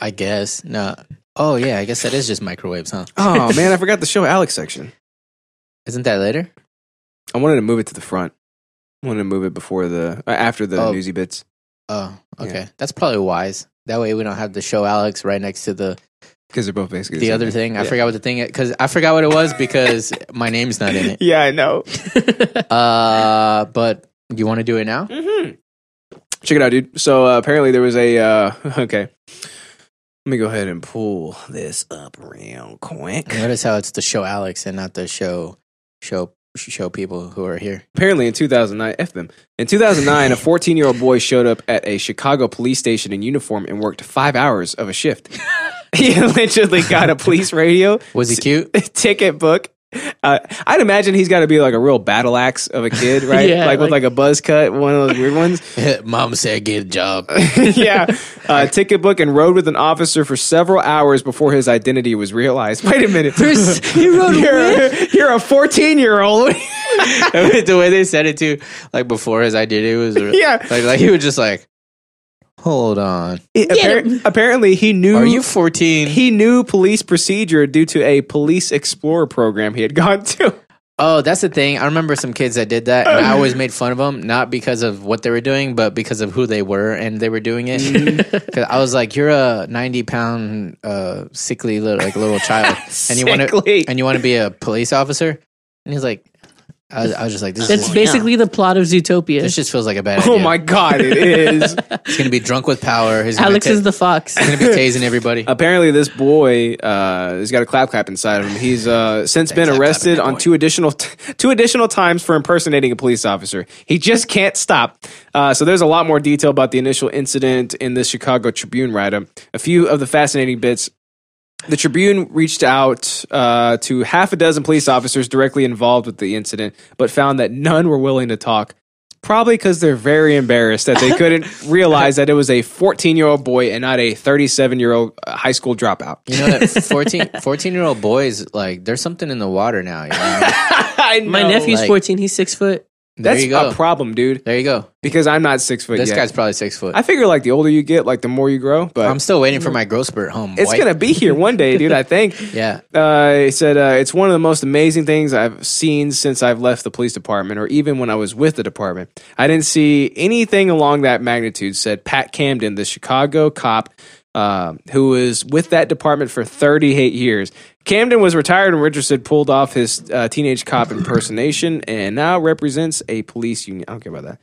Speaker 2: I guess no. Oh yeah, I guess that is just microwaves, huh?
Speaker 1: Oh man, I forgot the show Alex section.
Speaker 2: Isn't that later?
Speaker 1: I wanted to move it to the front. I wanted to move it before the uh, after the
Speaker 2: Oh.
Speaker 1: newsy bits.
Speaker 2: Oh, okay.
Speaker 1: Yeah.
Speaker 2: That's probably wise. That way we don't have to show Alex right next to the
Speaker 1: Because they're both basically the,
Speaker 2: the
Speaker 1: same
Speaker 2: other thing. I
Speaker 1: Yeah.
Speaker 2: forgot what the thing because I forgot what it was because my name's not in
Speaker 1: <laughs>
Speaker 2: it.
Speaker 1: Yeah, I know.
Speaker 2: Uh, but you want to do it now?
Speaker 1: Mm-hmm. Check it out, dude. So uh, apparently there was a uh, <laughs> okay. Let me go ahead and pull this up real quick.
Speaker 2: Notice how it's the show Alex and not the show show show people who are here.
Speaker 1: Apparently, in 2009, F them. In 2009, a 14 year old boy showed up at a Chicago police station in uniform and worked five hours of a shift. <laughs> he allegedly got a police radio
Speaker 2: Was he <laughs> cute?
Speaker 1: ticket book. Uh, I'd imagine he's got to be like a real battle axe of a kid, right?
Speaker 3: Yeah,
Speaker 1: like with
Speaker 3: like-
Speaker 1: like a buzz cut, one of those weird
Speaker 2: <laughs>
Speaker 1: ones.
Speaker 2: Mom said get a <laughs> job.
Speaker 1: yeah. Uh, ticket book and rode with an officer for several hours before his identity was realized. Wait a minute.
Speaker 3: he wrote
Speaker 1: you're, you're a 14 year old.
Speaker 2: the way they said it too, like before his identity <laughs> was
Speaker 1: Yeah.
Speaker 2: like, like he was just like, hold on,
Speaker 1: apparently, he knew.
Speaker 2: are you fourteen?
Speaker 1: he knew police procedure due to a police explorer program he had gone to. <laughs>
Speaker 2: Oh, that's the thing. I remember some kids that did that, and I always made fun of them, not because of what they were doing, but because of who they were and they were doing it.
Speaker 1: Mm-hmm.
Speaker 2: <laughs> 'Cause I was like, "You're a 90 pound uh, sickly little like
Speaker 1: <laughs>
Speaker 2: little child, and you want to
Speaker 1: Sickly.
Speaker 2: and you want to be a police officer." And he's like, "I was, I was just like, this
Speaker 3: That's
Speaker 2: is,
Speaker 3: basically the plot of Zootopia.
Speaker 2: this just feels like a bad idea.
Speaker 1: Oh my God, it is.
Speaker 2: He's gonna be drunk with power. He's gonna
Speaker 3: Alex
Speaker 2: ta-
Speaker 3: is the
Speaker 2: <laughs>
Speaker 3: fox.
Speaker 2: he's gonna be
Speaker 1: <laughs>
Speaker 2: tasing everybody."
Speaker 1: Apparently, this boy uh, has got a clap clap inside of him. He's uh, since been
Speaker 2: clap clap in
Speaker 1: arrested
Speaker 2: that
Speaker 1: on
Speaker 2: boy.
Speaker 1: two additional <laughs> two additional times for impersonating a police officer. He just can't stop. Uh, so there's a lot more detail about the initial incident in this Chicago Tribune write-up. A few of the fascinating bits the Tribune reached out uh, to half a dozen police officers directly involved with the incident, but found that none were willing to talk. Probably because they're very embarrassed that they
Speaker 2: <laughs>
Speaker 1: couldn't realize that it was a 14 year old boy and not a 37 year old high school
Speaker 2: <laughs>
Speaker 1: dropout.
Speaker 2: You know that 14, 14 year old boys like there's something in the water now. You know?
Speaker 1: <laughs> I know.
Speaker 3: My nephew's
Speaker 2: like-
Speaker 3: 14. He's six foot.
Speaker 2: There
Speaker 1: That's
Speaker 2: you go.
Speaker 1: a problem, dude.
Speaker 2: there you go.
Speaker 1: Because I'm not six foot
Speaker 2: This
Speaker 1: yet.
Speaker 2: guy's probably six foot.
Speaker 1: I figure like the older you get, like the more you grow. But
Speaker 2: I'm still waiting for my growth spurt home.
Speaker 1: it's
Speaker 2: white.
Speaker 1: gonna be here one day, dude. I think.
Speaker 2: <laughs> yeah.
Speaker 1: Uh, it said uh, it's one of the most amazing things I've seen since I've left the police department, or even when I was with the department. I didn't see anything along that magnitude," said Pat Camden, the Chicago cop uh, who was with that department for 38 years. Camden was retired and Richardson pulled off his uh, teenage cop impersonation and now represents a police union. I don't care about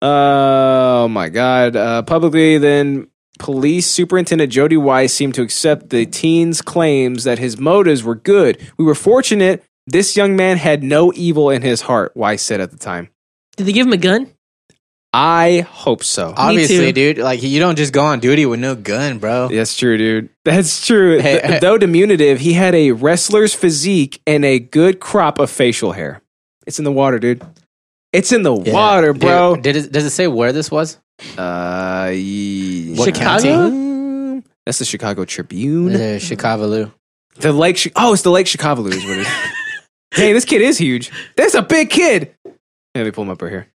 Speaker 1: that. Oh my God. Uh, publicly, then police superintendent Jody Weiss seemed to accept the teen's claims that his motives were good. We were fortunate this young man had no evil in his heart, Weiss said at the time.
Speaker 3: Did they give him a gun?
Speaker 1: I hope so.
Speaker 2: Obviously,
Speaker 3: too.
Speaker 2: dude. Like you don't just go on duty with no gun, bro.
Speaker 1: That's true, dude. That's true.
Speaker 2: Hey,
Speaker 1: Th- Though diminutive, he had a wrestler's physique and a good crop of facial hair. It's in the water, dude. It's in the
Speaker 2: Yeah.
Speaker 1: water, bro.
Speaker 2: Dude, did it, does it say where this was?
Speaker 1: Uh, ye-
Speaker 2: What
Speaker 3: Chicago?
Speaker 1: county? That's the Chicago Tribune.
Speaker 2: The Chicago.
Speaker 1: The Lake. Chi- oh, it's the Lake Chicago is <laughs> what it is. hey, this kid is huge. That's a big kid. Hey, Let me pull him up right <laughs> here.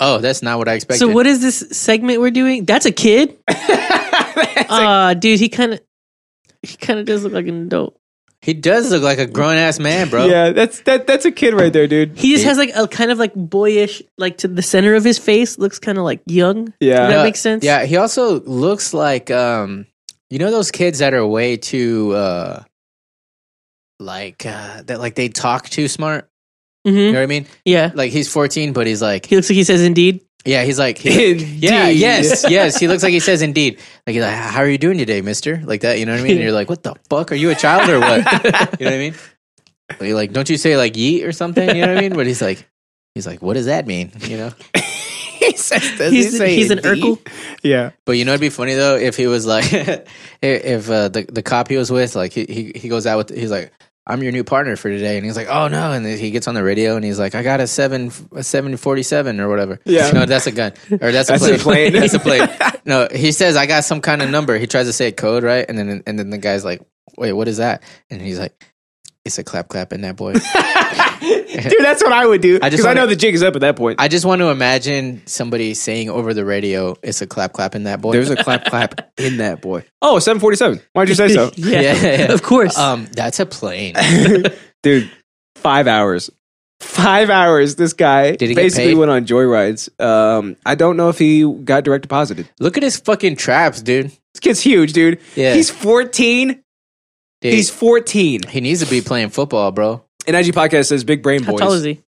Speaker 2: Oh, that's not what I expected.
Speaker 3: So what is this segment we're doing? That's a kid.
Speaker 1: That's a-
Speaker 3: Uh dude, he kind of he kind of does look like an adult.
Speaker 2: He does look like a grown ass man, bro.
Speaker 1: Yeah, that's that that's a kid right there, dude.
Speaker 3: He just has like a kind of like boyish, like to the center of his face looks kind of like young.
Speaker 1: Yeah.
Speaker 3: Does
Speaker 2: Uh,
Speaker 3: that make sense?
Speaker 2: Yeah, he also looks like um you know those kids that are way too uh like uh that like they talk too smart. You
Speaker 3: hmm
Speaker 2: know what I mean?
Speaker 3: Yeah.
Speaker 2: Like he's 14 but he's like
Speaker 3: He looks like he says indeed.
Speaker 2: yeah, he's
Speaker 1: <laughs>
Speaker 2: like he- Yeah,
Speaker 1: Indeed.
Speaker 2: yes, yes. He looks like he says indeed. Like he's like, How are you doing today, mister? Like that, you know what I mean? And you're like, What the fuck? Are you a child or what?
Speaker 3: <laughs>
Speaker 2: you know what I mean? But you're like, don't you say like yeet or something? You know what I mean? But he's like he's like, What does that mean? You
Speaker 3: <laughs>
Speaker 2: know?
Speaker 1: he says, does he
Speaker 3: He's,
Speaker 1: say
Speaker 3: he's an
Speaker 1: indeed?
Speaker 3: Urkel.
Speaker 1: <laughs> Yeah.
Speaker 2: But you know, it'd be funny though if he was like, <laughs> if- if uh, the the cop he was with, like he, he he goes out with, he's like, I'm your new partner for today, and he's like, oh no, and then he gets on the radio and he's like, I got a seven a seven forty seven or whatever.
Speaker 1: Yeah.
Speaker 2: no, that's a gun or that's a
Speaker 1: That's a
Speaker 2: plane.
Speaker 1: plane.
Speaker 2: <laughs> that's
Speaker 1: <laughs>
Speaker 2: a plane. No, he says I got some kind of number. He tries to say a code, right? And then and then the guy's like, wait, what is that? And he's like, it's a clap clap in that boy.
Speaker 1: Dude, that's what I would do.
Speaker 2: I just
Speaker 1: Because I,
Speaker 2: wanna-
Speaker 1: know the jig is up at that point.
Speaker 2: I just want to imagine somebody saying over the radio, it's a clap clap in that boy. <laughs>
Speaker 1: There's a clap clap in that boy. Oh, 747. Why'd you say so?
Speaker 3: <laughs> Yeah.
Speaker 2: Yeah.
Speaker 3: Of course.
Speaker 2: um, that's a plane.
Speaker 1: <laughs>
Speaker 2: <laughs>
Speaker 1: Dude, five hours. Five hours. This guy
Speaker 2: Did he get
Speaker 1: basically
Speaker 2: paid?
Speaker 1: went on joyrides. Um, I don't know if he got direct deposited.
Speaker 2: Look at his fucking traps, dude.
Speaker 1: This kid's huge, dude.
Speaker 2: Yeah.
Speaker 1: He's 14.
Speaker 2: Dude,
Speaker 1: He's 14.
Speaker 2: he needs to be playing football, bro.
Speaker 1: And IG Podcast says big brain
Speaker 3: How
Speaker 1: boys.
Speaker 3: tall is he?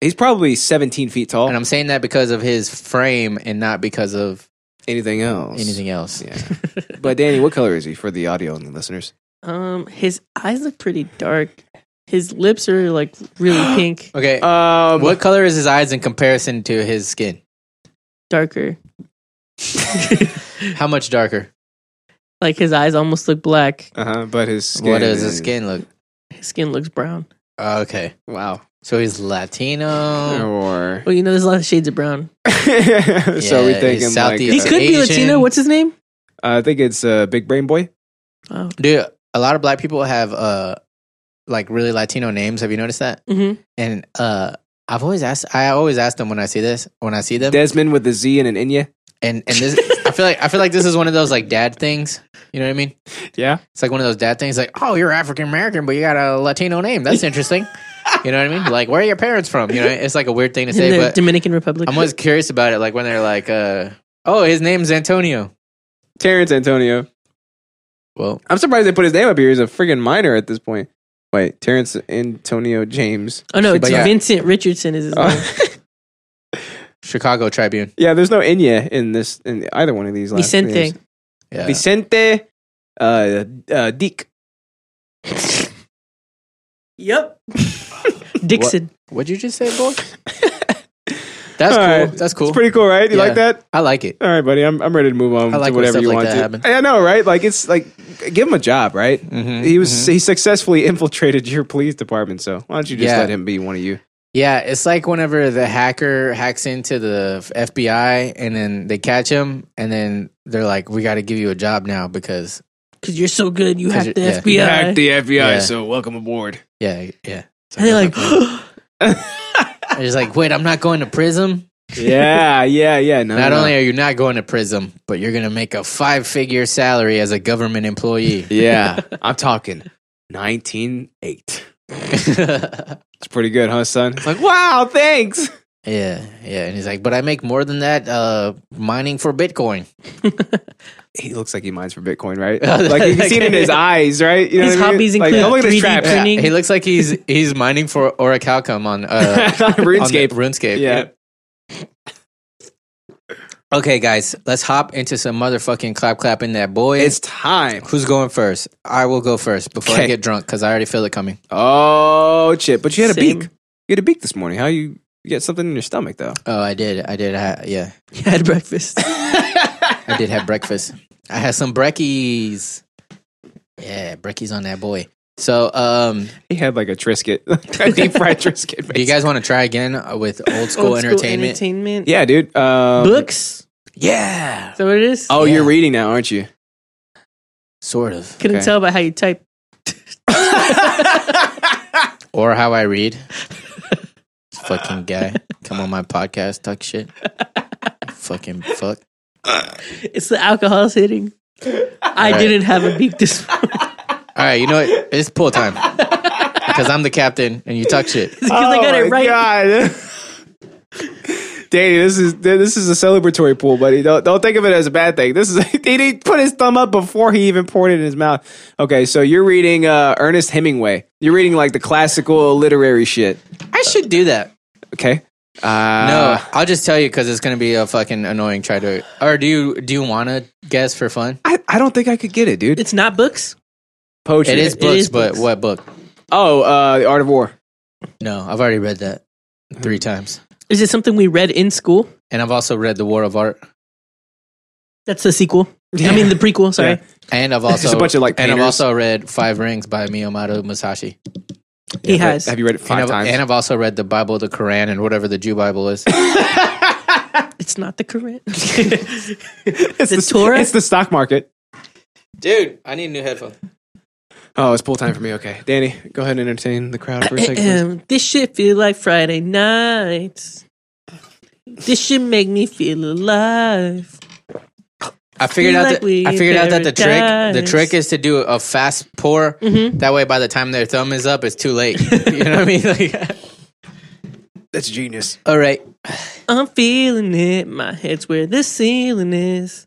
Speaker 1: He's probably 17 feet tall.
Speaker 2: And I'm saying that because of his frame and not because of
Speaker 1: anything else.
Speaker 2: anything else.
Speaker 1: <laughs> Yeah. but Danny,
Speaker 2: <laughs>
Speaker 1: what color is he for the audio and the listeners?
Speaker 3: Um, his eyes look pretty dark. His lips are like really pink,
Speaker 2: Okay.
Speaker 1: Um,
Speaker 2: what color is his eyes in comparison to his skin?
Speaker 3: darker.
Speaker 2: How much darker?
Speaker 3: Like his eyes almost look black.
Speaker 1: Uh-huh, but his skin.
Speaker 2: What does his skin look?
Speaker 3: His skin looks brown.
Speaker 2: Okay.
Speaker 1: Wow.
Speaker 2: So he's Latino.
Speaker 1: Oh.
Speaker 2: <laughs>
Speaker 1: Or
Speaker 3: Well, Oh, you know, there's a lot of shades of brown.
Speaker 1: so we
Speaker 2: Yeah,
Speaker 1: think
Speaker 2: he's
Speaker 1: like,
Speaker 2: Southeast
Speaker 3: He
Speaker 2: Yeah.
Speaker 1: uh,
Speaker 3: could be
Speaker 2: Asian.
Speaker 3: Latino. What's his name?
Speaker 1: I think it's uh, Big Brain Boy.
Speaker 3: Oh.
Speaker 2: Dude, a lot of black people have uh like really Latino names. Have you noticed that?
Speaker 3: hmm
Speaker 2: And uh I've always asked I always ask them when I see this, when I see them.
Speaker 1: Desmond with a Z and an Inya.
Speaker 2: and and this I feel like I feel like this is one of those like dad things. You know what I mean?
Speaker 1: Yeah.
Speaker 2: It's like one of those dad things. Like, oh, you're African American, but you got a Latino name. That's interesting. you know what I mean? Like, where are your parents from? You know, it's like a weird thing to
Speaker 3: In
Speaker 2: say.
Speaker 3: the
Speaker 2: But
Speaker 3: Dominican Republic.
Speaker 2: I'm always curious about it. Like when they're like, uh, oh, his name's Antonio.
Speaker 1: Terrence Antonio.
Speaker 2: Well,
Speaker 1: I'm surprised they put his name up here. He's a friggin' minor at this point. Wait, Terrence Antonio James.
Speaker 3: oh no, it's
Speaker 2: But yeah.
Speaker 3: Vincent Richardson is his
Speaker 1: Oh.
Speaker 3: name.
Speaker 2: Oh. Chicago Tribune.
Speaker 1: <laughs> yeah, there's no Inya in this in either one of these last
Speaker 3: Vicente.
Speaker 1: names.
Speaker 2: Yeah.
Speaker 1: Vicente uh, uh, Dick.
Speaker 3: Yep. Dixon.
Speaker 2: What'd you just say,
Speaker 1: <laughs>
Speaker 2: boy? That's
Speaker 1: All
Speaker 2: cool.
Speaker 1: right.
Speaker 2: That's cool.
Speaker 1: It's pretty cool, right? You
Speaker 2: Yeah.
Speaker 1: like that?
Speaker 2: I like it.
Speaker 1: All right, buddy. I'm I'm ready to move on
Speaker 2: I like
Speaker 1: to
Speaker 2: when
Speaker 1: whatever
Speaker 2: stuff
Speaker 1: you
Speaker 2: like
Speaker 1: want
Speaker 2: that
Speaker 1: to.
Speaker 2: happen.
Speaker 1: I know, right? Like it's like give him a job, right?
Speaker 2: Mhm,
Speaker 1: He was
Speaker 2: mhm.
Speaker 1: he successfully <laughs> infiltrated your police department, so why don't you just
Speaker 2: Yeah.
Speaker 1: let him be one of you?
Speaker 2: Yeah, it's like whenever the hacker hacks into the FBI and then they catch him and then they're like, "We got to give you a job now because
Speaker 3: Because you're so good, you
Speaker 2: 'Cause
Speaker 3: hacked the
Speaker 2: you're- yeah.
Speaker 3: FBI.
Speaker 1: Hacked the FBI,
Speaker 2: Yeah.
Speaker 1: so welcome aboard.
Speaker 2: yeah, yeah." It's
Speaker 3: and they're like, <gasps>
Speaker 2: "Oh, my God." They're just like, "Wait, I'm not going to prison."
Speaker 1: yeah, <laughs> yeah, yeah. No,
Speaker 2: Not
Speaker 1: no, no.
Speaker 2: only are you not going to prison, but you're going to make a five-figure salary as a government
Speaker 1: <laughs>
Speaker 2: employee.
Speaker 1: yeah, I'm talking nineteen eight. It's pretty good, huh, son? It's like wow, thanks.
Speaker 2: <laughs> yeah, yeah, and he's like, "But I make more than that uh mining for Bitcoin."
Speaker 1: He looks like he mines for Bitcoin, right?
Speaker 2: Oh,
Speaker 1: <laughs> like you can
Speaker 2: that
Speaker 1: see it in
Speaker 2: guy.
Speaker 1: his eyes, right? You know
Speaker 3: His
Speaker 1: what I mean?
Speaker 3: hobbies
Speaker 1: Like,
Speaker 3: include
Speaker 1: oh, look at this
Speaker 3: 3D
Speaker 1: trap.
Speaker 2: Yeah,
Speaker 3: Printing.
Speaker 2: he looks like he's he's mining for Orichalcum on uh
Speaker 3: <laughs>
Speaker 1: <laughs> RuneScape.
Speaker 2: on the RuneScape.
Speaker 1: yeah.
Speaker 2: Okay, guys, let's hop into some motherfucking clap clap in that boy.
Speaker 1: It's time.
Speaker 2: Who's going first? I will go first before I
Speaker 1: Okay.
Speaker 2: get drunk because I already feel it coming.
Speaker 1: Oh, Chip. But you had a
Speaker 3: Same.
Speaker 1: beak. You had a beak this morning. How you, you got something in your stomach, though?
Speaker 2: Oh, I did. I did. I, yeah,
Speaker 3: you had breakfast.
Speaker 2: <laughs> I did have breakfast. I had some brekkies. Yeah, brekkies on that boy. So, um,
Speaker 1: He had like a <laughs> Trisket, a deep fried Trisket.
Speaker 2: do you guys want to try again uh, with old school
Speaker 3: Old school
Speaker 2: entertainment?
Speaker 3: entertainment.
Speaker 1: Yeah, dude. Um,
Speaker 3: Books.
Speaker 2: Yeah,
Speaker 3: Is that what it is?
Speaker 1: Oh, you're
Speaker 2: Yeah.
Speaker 1: reading now, aren't you?
Speaker 2: sort of.
Speaker 3: Couldn't
Speaker 1: okay.
Speaker 3: tell by how you type.
Speaker 2: Or how I read. This fucking guy, come on my podcast, talk shit. fucking fuck.
Speaker 3: It's the alcohol's hitting. I
Speaker 2: Right.
Speaker 3: didn't have a beak this morning.
Speaker 2: All All right, you know what? It's pull time because I'm the captain and you talk shit.
Speaker 3: Because I
Speaker 1: Oh
Speaker 3: got it right.
Speaker 1: God. <laughs> Danny, this is this is a celebratory pool, buddy. Don't don't think of it as a bad thing. This is <laughs> he didn't put his thumb up before he even poured it in his mouth. Okay, so you're reading uh, Ernest Hemingway. You're reading like the classical literary shit.
Speaker 2: I should do that.
Speaker 1: Okay. Uh,
Speaker 2: No, I'll just tell you because it's gonna be a fucking annoying try to. Or do you do you want to guess for fun?
Speaker 1: I, I don't think I could get it, dude.
Speaker 3: It's not books.
Speaker 1: Poetry.
Speaker 2: It is books,
Speaker 3: is
Speaker 2: but
Speaker 3: books.
Speaker 2: what book?
Speaker 1: Oh, uh, The Art of War.
Speaker 2: No, I've already read that three
Speaker 1: Hmm.
Speaker 2: times,
Speaker 3: Is it something we read in school?
Speaker 2: and I've also read The War of Art,
Speaker 3: That's the sequel. I mean the prequel. Sorry.
Speaker 1: Yeah.
Speaker 2: and
Speaker 1: <laughs>
Speaker 2: I've also
Speaker 1: Just a bunch of, like,
Speaker 2: and I've
Speaker 1: painters.
Speaker 2: also read Five Rings by Miyamoto Musashi.
Speaker 3: He
Speaker 1: Have-
Speaker 3: has.
Speaker 1: Have you read it five
Speaker 2: and, I've,
Speaker 1: times?
Speaker 3: <laughs>
Speaker 2: and I've also read the Bible, the Quran, and whatever the Jew Bible is.
Speaker 3: It's not the <laughs> current.
Speaker 1: it's
Speaker 3: the
Speaker 1: s-
Speaker 3: Torah?
Speaker 1: It's the stock market.
Speaker 2: Dude, I need a new headphone.
Speaker 1: Oh, it's pool time for me. Okay, Danny, go ahead and entertain the crowd for a second.
Speaker 3: <clears throat>
Speaker 1: please.
Speaker 3: Ahem. this shit feel like Friday nights. This shit make me feel alive.
Speaker 2: I figured out
Speaker 3: like
Speaker 2: that
Speaker 3: we
Speaker 2: I figured out that the trick the
Speaker 3: paradise.
Speaker 2: trick is to do a fast pour.
Speaker 3: Mm-hmm.
Speaker 2: That way, by the time their thumb is up, it's too late. <laughs> you know what I mean? Like,
Speaker 1: That's genius.
Speaker 2: all right,
Speaker 3: I'm feeling it. My head's where the ceiling is.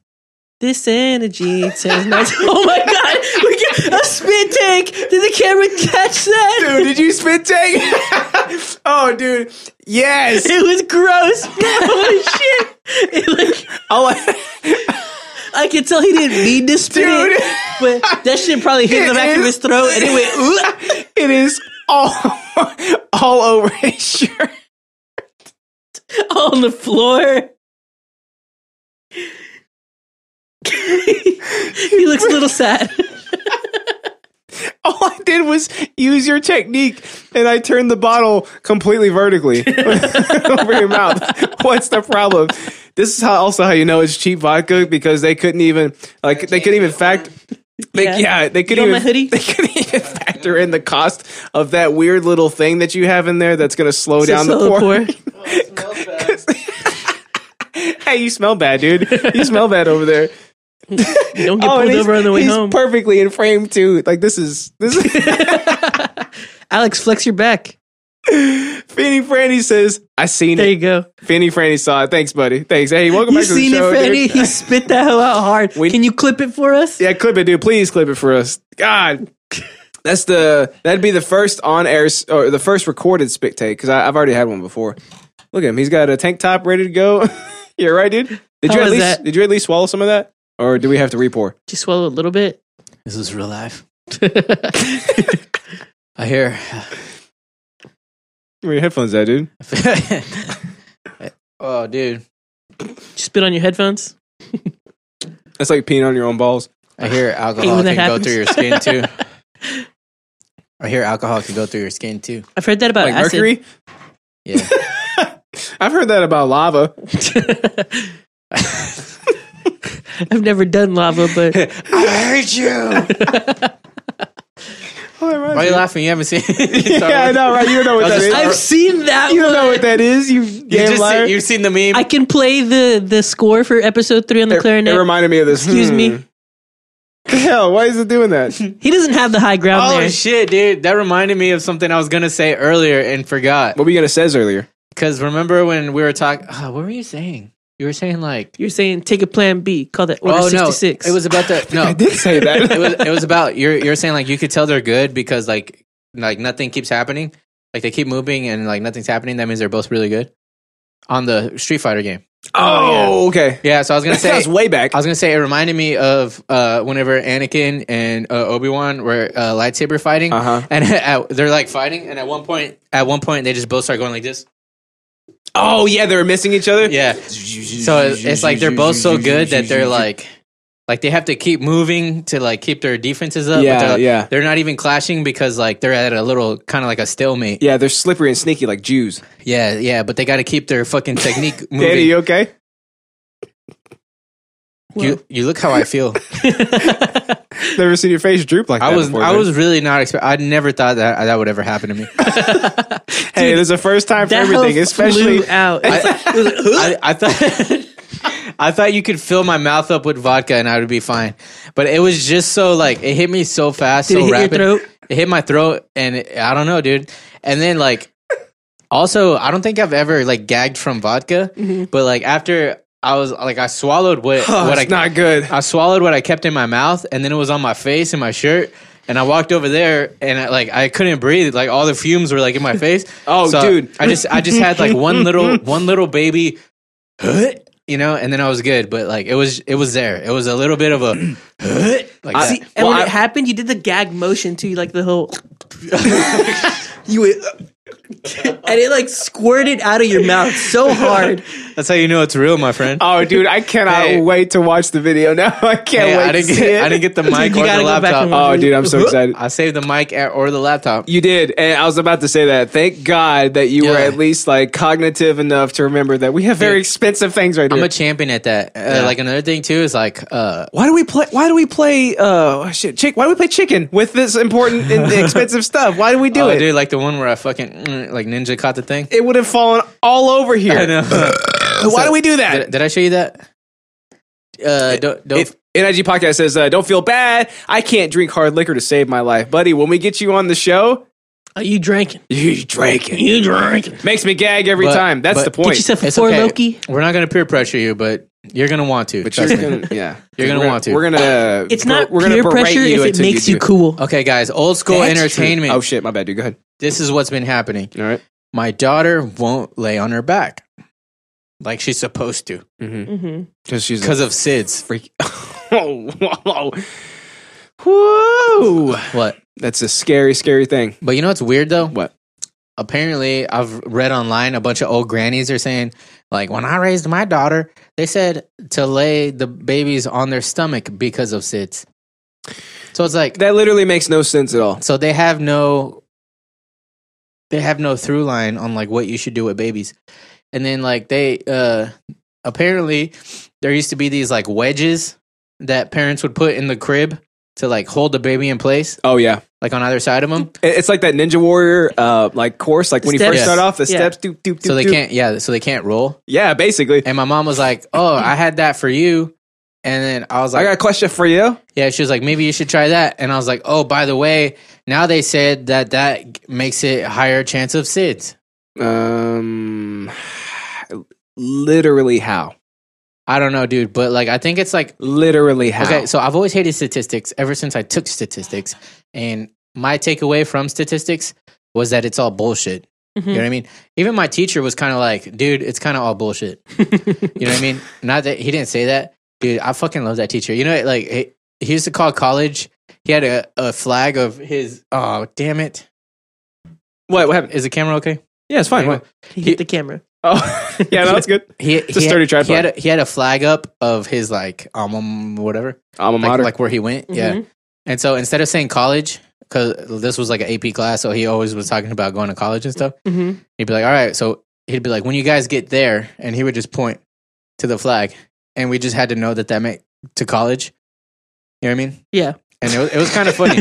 Speaker 3: This energy turns my. <laughs> Oh my god! We get a spit take. Did the camera catch that?
Speaker 1: Dude, did you spit take? <laughs> oh, dude,
Speaker 3: <laughs>
Speaker 1: yes.
Speaker 3: <laughs> It was gross. Holy shit! It, like,
Speaker 1: Oh,
Speaker 3: I could tell he didn't mean to spit,
Speaker 1: Dude.
Speaker 3: it, but that shit probably hit
Speaker 1: It
Speaker 3: the back of
Speaker 1: is-
Speaker 3: his throat, and it went. Ooh.
Speaker 1: <laughs> it is all <laughs> all over his shirt.
Speaker 3: on the floor. <laughs> he looks a little sad.
Speaker 1: <laughs> All I did was use your technique, and I turned the bottle completely vertically <laughs> over your mouth. <laughs> What's the problem? This is how also how you know it's cheap vodka because they couldn't even like they couldn't even fact. They, yeah.
Speaker 3: Yeah.
Speaker 1: they couldn't
Speaker 3: You want
Speaker 1: even <laughs>
Speaker 3: my hoodie?
Speaker 1: they couldn't even factor in the cost of that weird little thing that you have in there that's going to slow <laughs> down the
Speaker 3: So
Speaker 1: pour.
Speaker 3: <laughs> poor.
Speaker 1: <laughs> Hey, you smell bad, dude. You smell bad over
Speaker 3: <laughs>
Speaker 1: there.
Speaker 3: Don't get pulled
Speaker 1: Oh, and he's-
Speaker 3: over on the way
Speaker 1: he's
Speaker 3: home.
Speaker 1: perfectly in frame too. Like this is this is <laughs>
Speaker 3: Alex, flex your back.
Speaker 1: Fanny Franny says, I seen
Speaker 3: There
Speaker 1: it.
Speaker 3: you go.
Speaker 1: Fanny Franny saw it. Thanks, buddy. Thanks. Hey, welcome
Speaker 3: You
Speaker 1: back to the
Speaker 3: seen it,
Speaker 1: show.
Speaker 3: Freddie?
Speaker 1: dude. <laughs>
Speaker 3: He spit that hoe out hard.
Speaker 1: We-
Speaker 3: Can you clip it for us?
Speaker 1: Yeah, clip it, dude. Please clip it for us. God. <laughs> That's the that'd be the first on air or the first recorded spit take because I've already had one before. Look at him; he's got a tank top ready to go. <laughs> You're right, dude. Did
Speaker 3: How
Speaker 1: you at
Speaker 3: was
Speaker 1: least
Speaker 3: that?
Speaker 1: did you at least swallow some of that, or do we have to repour?
Speaker 3: Did you swallow a little bit? <laughs>
Speaker 2: this is real life. I hear. <laughs>
Speaker 1: Where are your headphones at, dude?
Speaker 2: oh, dude,
Speaker 3: Just spit on your headphones?
Speaker 1: That's like peeing on your own balls.
Speaker 2: I
Speaker 3: <laughs>
Speaker 2: hear
Speaker 3: Hey,
Speaker 2: alcohol
Speaker 3: when
Speaker 2: can
Speaker 3: that
Speaker 2: go through your skin too.
Speaker 3: <laughs>
Speaker 2: I hear alcohol can go through your skin too.
Speaker 3: I've heard that about
Speaker 1: Like
Speaker 3: acid.
Speaker 1: mercury.
Speaker 2: Yeah.
Speaker 1: I've heard that about lava.
Speaker 3: <laughs> I've never done lava, but
Speaker 1: <laughs>
Speaker 2: I heard you.
Speaker 1: Oh, that reminds
Speaker 2: Why are you
Speaker 1: me.
Speaker 2: laughing? You
Speaker 3: <laughs>
Speaker 2: haven't seen.
Speaker 1: <laughs>
Speaker 2: <laughs>
Speaker 1: yeah, I know, right? You don't know what
Speaker 2: I'll
Speaker 1: that
Speaker 2: just-
Speaker 1: is.
Speaker 3: I've seen that
Speaker 1: you
Speaker 3: one.
Speaker 1: don't know what that is. You
Speaker 2: You
Speaker 1: damn
Speaker 2: just
Speaker 1: liar.
Speaker 2: seen, you've seen the meme.
Speaker 3: I can play the the score for episode three on the
Speaker 1: it,
Speaker 3: clarinet.
Speaker 1: it reminded me of this.
Speaker 3: Excuse
Speaker 1: Hmm.
Speaker 3: me.
Speaker 1: The hell, why is it doing <laughs> that?
Speaker 3: He doesn't have the high ground
Speaker 2: Oh
Speaker 3: there.
Speaker 2: shit, dude! That reminded me of something I was gonna say earlier and forgot.
Speaker 1: what were you gonna says earlier?
Speaker 2: Because remember when we were talking? Oh, what were you saying? You were saying like,
Speaker 3: You're saying take a plan B. Call that order
Speaker 2: oh no,
Speaker 3: 66.
Speaker 2: it was about the
Speaker 1: <laughs>
Speaker 2: no.
Speaker 1: I did <laughs> say <laughs>
Speaker 2: it
Speaker 1: that.
Speaker 2: was it was about you're you're saying like you could tell they're good because like like nothing keeps happening, like they keep moving and like nothing's happening. That means they're both really good on the Street Fighter game.
Speaker 1: oh, okay.
Speaker 2: Yeah, so I was gonna
Speaker 1: That
Speaker 2: say
Speaker 1: sounds way back.
Speaker 2: I was gonna say it reminded me of uh, whenever Anakin and uh, Obi Wan were uh, lightsaber fighting,
Speaker 1: Uh-huh.
Speaker 2: and <laughs> at, they're like fighting, and at one point, at one point, they just both start going like this.
Speaker 1: Oh yeah, they were missing each other.
Speaker 2: Yeah, so it's, it's like they're both so good that they're like, like they have to keep moving to like keep their defenses up.
Speaker 1: Yeah,
Speaker 2: but they're,
Speaker 1: yeah.
Speaker 2: They're not even clashing because like they're at a little kind of like a stalemate.
Speaker 1: Yeah, they're slippery and sneaky like Jews.
Speaker 2: Yeah, yeah, but they got to keep their
Speaker 1: <laughs>
Speaker 2: fucking technique moving.
Speaker 1: Danny, you okay?
Speaker 2: you, you look how
Speaker 1: <laughs>
Speaker 2: I feel.
Speaker 1: Never seen your face droop like that.
Speaker 2: I was
Speaker 1: before,
Speaker 2: I
Speaker 1: dude.
Speaker 2: was really not expect. I never thought that that would ever happen to me.
Speaker 1: Hey, there's a first time for
Speaker 3: that
Speaker 1: everything,
Speaker 3: hoe <laughs>
Speaker 1: especially
Speaker 3: flew out.
Speaker 2: I, I thought <laughs> I thought you could fill my mouth up with vodka and I would be fine. But it was just so like it hit me so fast,
Speaker 3: Did
Speaker 2: so
Speaker 3: it hit your
Speaker 2: rapid.
Speaker 3: throat?
Speaker 2: It hit my throat, and it- I don't know, dude. And then like, also, I don't think I've ever like gagged from vodka,
Speaker 3: Mm-hmm.
Speaker 2: but like after I was like I swallowed what
Speaker 1: <laughs> Oh,
Speaker 2: what
Speaker 1: it's
Speaker 2: I
Speaker 1: not good.
Speaker 2: I swallowed what I kept in my mouth, and then it was on my face and my shirt. And I walked over there, and I, like I couldn't breathe. Like all the fumes were like in my face.
Speaker 1: <laughs> Oh,
Speaker 2: So,
Speaker 1: dude.
Speaker 2: I just I just had like one little one little baby, you know, and then I was good. But like it was it was there. It was a little bit of a
Speaker 1: <clears throat>
Speaker 2: like
Speaker 1: I-
Speaker 2: that.
Speaker 1: See, Well,
Speaker 3: And when
Speaker 1: I-
Speaker 3: it happened, you did the gag motion too, like the whole.
Speaker 7: You went,
Speaker 3: <laughs> And it like squirted out of your mouth so hard.
Speaker 2: That's how you know it's real, my friend.
Speaker 1: Oh, <laughs> dude, I cannot
Speaker 2: Hey.
Speaker 1: wait to watch the video now. <laughs> I can't
Speaker 2: Hey,
Speaker 1: wait
Speaker 2: I
Speaker 1: to
Speaker 2: didn't
Speaker 1: see
Speaker 2: get
Speaker 1: it.
Speaker 2: I
Speaker 1: <laughs>
Speaker 2: didn't get the mic
Speaker 3: You
Speaker 2: or the
Speaker 3: gotta go back
Speaker 2: laptop.
Speaker 3: and watch
Speaker 1: oh, dude, <laughs> I'm so excited.
Speaker 2: I saved the mic a- or the laptop.
Speaker 1: You did, and I was about to say that. Thank God that you were
Speaker 2: Yeah.
Speaker 1: at least like cognitive enough to remember that we have very
Speaker 2: Dude.
Speaker 1: expensive things right
Speaker 2: I'm
Speaker 1: here.
Speaker 2: a champion at that. Uh, Like another thing too is like uh,
Speaker 1: why do we play? Why do we play? Uh, shit, chick. Why do we play chicken with this important
Speaker 2: <laughs>
Speaker 1: and expensive stuff? Why do we do
Speaker 2: oh,
Speaker 1: it?
Speaker 2: dude, like the one where I fucking mm, like ninja caught the thing.
Speaker 1: It would have fallen all over here.
Speaker 2: I know.
Speaker 1: <laughs> Why
Speaker 2: So,
Speaker 1: do we do that?
Speaker 2: Did, did I show you that? Uh, don't, don't
Speaker 1: It- NIG podcast says, uh, "Don't feel bad. I can't drink hard liquor to save my life, buddy. When we get you on the show,
Speaker 3: Are you drinking?
Speaker 1: you drink it.
Speaker 3: You drinking?
Speaker 1: Makes me gag every
Speaker 2: But-
Speaker 1: time. That's
Speaker 2: but-
Speaker 1: the
Speaker 3: Get
Speaker 1: point.
Speaker 3: yourself a
Speaker 2: It's
Speaker 3: four
Speaker 2: okay.
Speaker 3: Loki.
Speaker 2: We're not gonna peer pressure you, but you're gonna want to.
Speaker 1: but
Speaker 2: trust
Speaker 1: you're
Speaker 2: me.
Speaker 1: gonna, yeah,
Speaker 2: <laughs> You're gonna
Speaker 1: We're-
Speaker 2: want to.
Speaker 1: We're gonna.
Speaker 3: It's
Speaker 1: ber-
Speaker 3: not
Speaker 1: we're gonna
Speaker 3: peer
Speaker 1: berate
Speaker 3: pressure
Speaker 1: you
Speaker 3: if it
Speaker 1: until
Speaker 3: makes
Speaker 1: do
Speaker 3: you cool.
Speaker 2: okay, guys. Old school
Speaker 3: That's true.
Speaker 2: entertainment.
Speaker 1: Oh shit, my bad, dude. Go ahead.
Speaker 2: This is what's been happening.
Speaker 1: All right.
Speaker 2: My daughter won't lay on her back like she's supposed to
Speaker 3: Mm-hmm.
Speaker 1: Because she's
Speaker 2: because of SIDS. <laughs>
Speaker 1: freak. oh, whoa. Whoa.
Speaker 2: What?
Speaker 1: That's a scary, scary thing.
Speaker 2: But you know what's weird though?
Speaker 1: What?
Speaker 2: Apparently, I've read online a bunch of old grannies are saying, like, when I raised my daughter, they said to lay the babies on their stomach because of SIDS. So it's like,
Speaker 1: That literally makes no sense at all.
Speaker 2: so they have no they have no through line on like what you should do with babies and then like they uh apparently there used to be these like wedges that parents would put in the crib to like hold the baby in place
Speaker 1: Oh yeah,
Speaker 2: like on either side of them
Speaker 1: It- it's like that Ninja Warrior uh, like course. Like when you
Speaker 3: Steps.
Speaker 1: first start off, the
Speaker 3: Yeah.
Speaker 1: steps doop doop doop.
Speaker 2: so they
Speaker 1: doop.
Speaker 2: can't yeah so they can't roll
Speaker 1: Yeah, basically.
Speaker 2: and my mom was like oh i had that for you and then i was
Speaker 1: I
Speaker 2: like
Speaker 1: got a question for you.
Speaker 2: Yeah, she was like, maybe you should try that. And I was like, oh, by the way, now they said that that g- makes it a higher chance of SIDS.
Speaker 1: Um, literally how?
Speaker 2: I don't know, dude, but like, I think it's like,
Speaker 1: Literally how?
Speaker 2: okay, so I've always hated statistics ever since I took statistics. And my takeaway from statistics was that it's all bullshit. You know what I mean? Even my teacher was kind of like, dude, it's kind of all bullshit. you know what I mean? Not that he didn't say that. Dude, I fucking love that teacher. You know, like he, he used to call college, he had a, a flag of his, oh, damn it.
Speaker 1: what? What happened?
Speaker 2: Is the camera okay?
Speaker 1: Yeah, it's fine.
Speaker 2: Anyway,
Speaker 1: What?
Speaker 3: He hit the camera.
Speaker 1: Oh, <laughs> yeah, no, that's good.
Speaker 2: He,
Speaker 1: a
Speaker 2: he
Speaker 1: sturdy
Speaker 2: had,
Speaker 1: tripod.
Speaker 2: He had, a, he had a flag up of his like um whatever,
Speaker 1: Alma
Speaker 2: like,
Speaker 1: mater.
Speaker 2: like where he went. Yeah.
Speaker 1: Mm-hmm.
Speaker 2: And so instead of saying college, because this was like an AP class, so he always was talking about going to college and stuff.
Speaker 3: Mm-hmm.
Speaker 2: He'd be like, "All right," so he'd be like, "When you guys get there," and he would just point to the flag, and we just had to know that that meant to college. You know what I mean?
Speaker 3: Yeah.
Speaker 2: And it was, it
Speaker 1: <laughs>
Speaker 2: was kind of funny.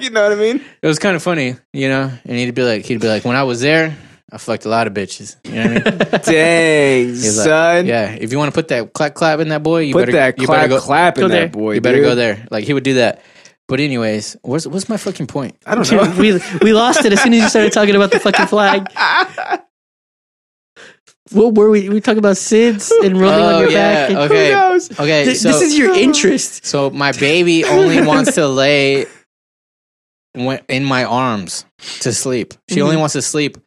Speaker 1: you know what I
Speaker 2: <laughs>
Speaker 1: mean?
Speaker 2: it was kind of funny, you know. And he'd be like, he'd be like, "When I was there, I fucked a lot of bitches." You know what I mean?
Speaker 1: Dang,
Speaker 2: He's like,
Speaker 1: son.
Speaker 2: yeah, if you want to put that clap clap in that boy, you
Speaker 1: Put
Speaker 2: better
Speaker 1: that
Speaker 2: you
Speaker 1: clap
Speaker 2: better go,
Speaker 1: clap in
Speaker 3: go there.
Speaker 1: that boy.
Speaker 2: you better
Speaker 1: dude.
Speaker 2: go there. Like he would do that. But anyways, what's what's my fucking point?
Speaker 1: I don't
Speaker 3: <laughs>
Speaker 1: know. <laughs>
Speaker 3: we we lost it as soon as you started talking about the fucking flag. What were we? We were talking about SIDS and rolling on
Speaker 2: Oh,
Speaker 3: your
Speaker 2: yeah,
Speaker 3: back. and-
Speaker 2: okay.
Speaker 3: <laughs>
Speaker 1: Who knows?
Speaker 2: Okay,
Speaker 3: Th-
Speaker 2: so
Speaker 3: this is your interest.
Speaker 2: so my
Speaker 3: <laughs>
Speaker 2: baby only wants to lay when- in my arms to sleep. She only
Speaker 3: Mm-hmm.
Speaker 2: wants to sleep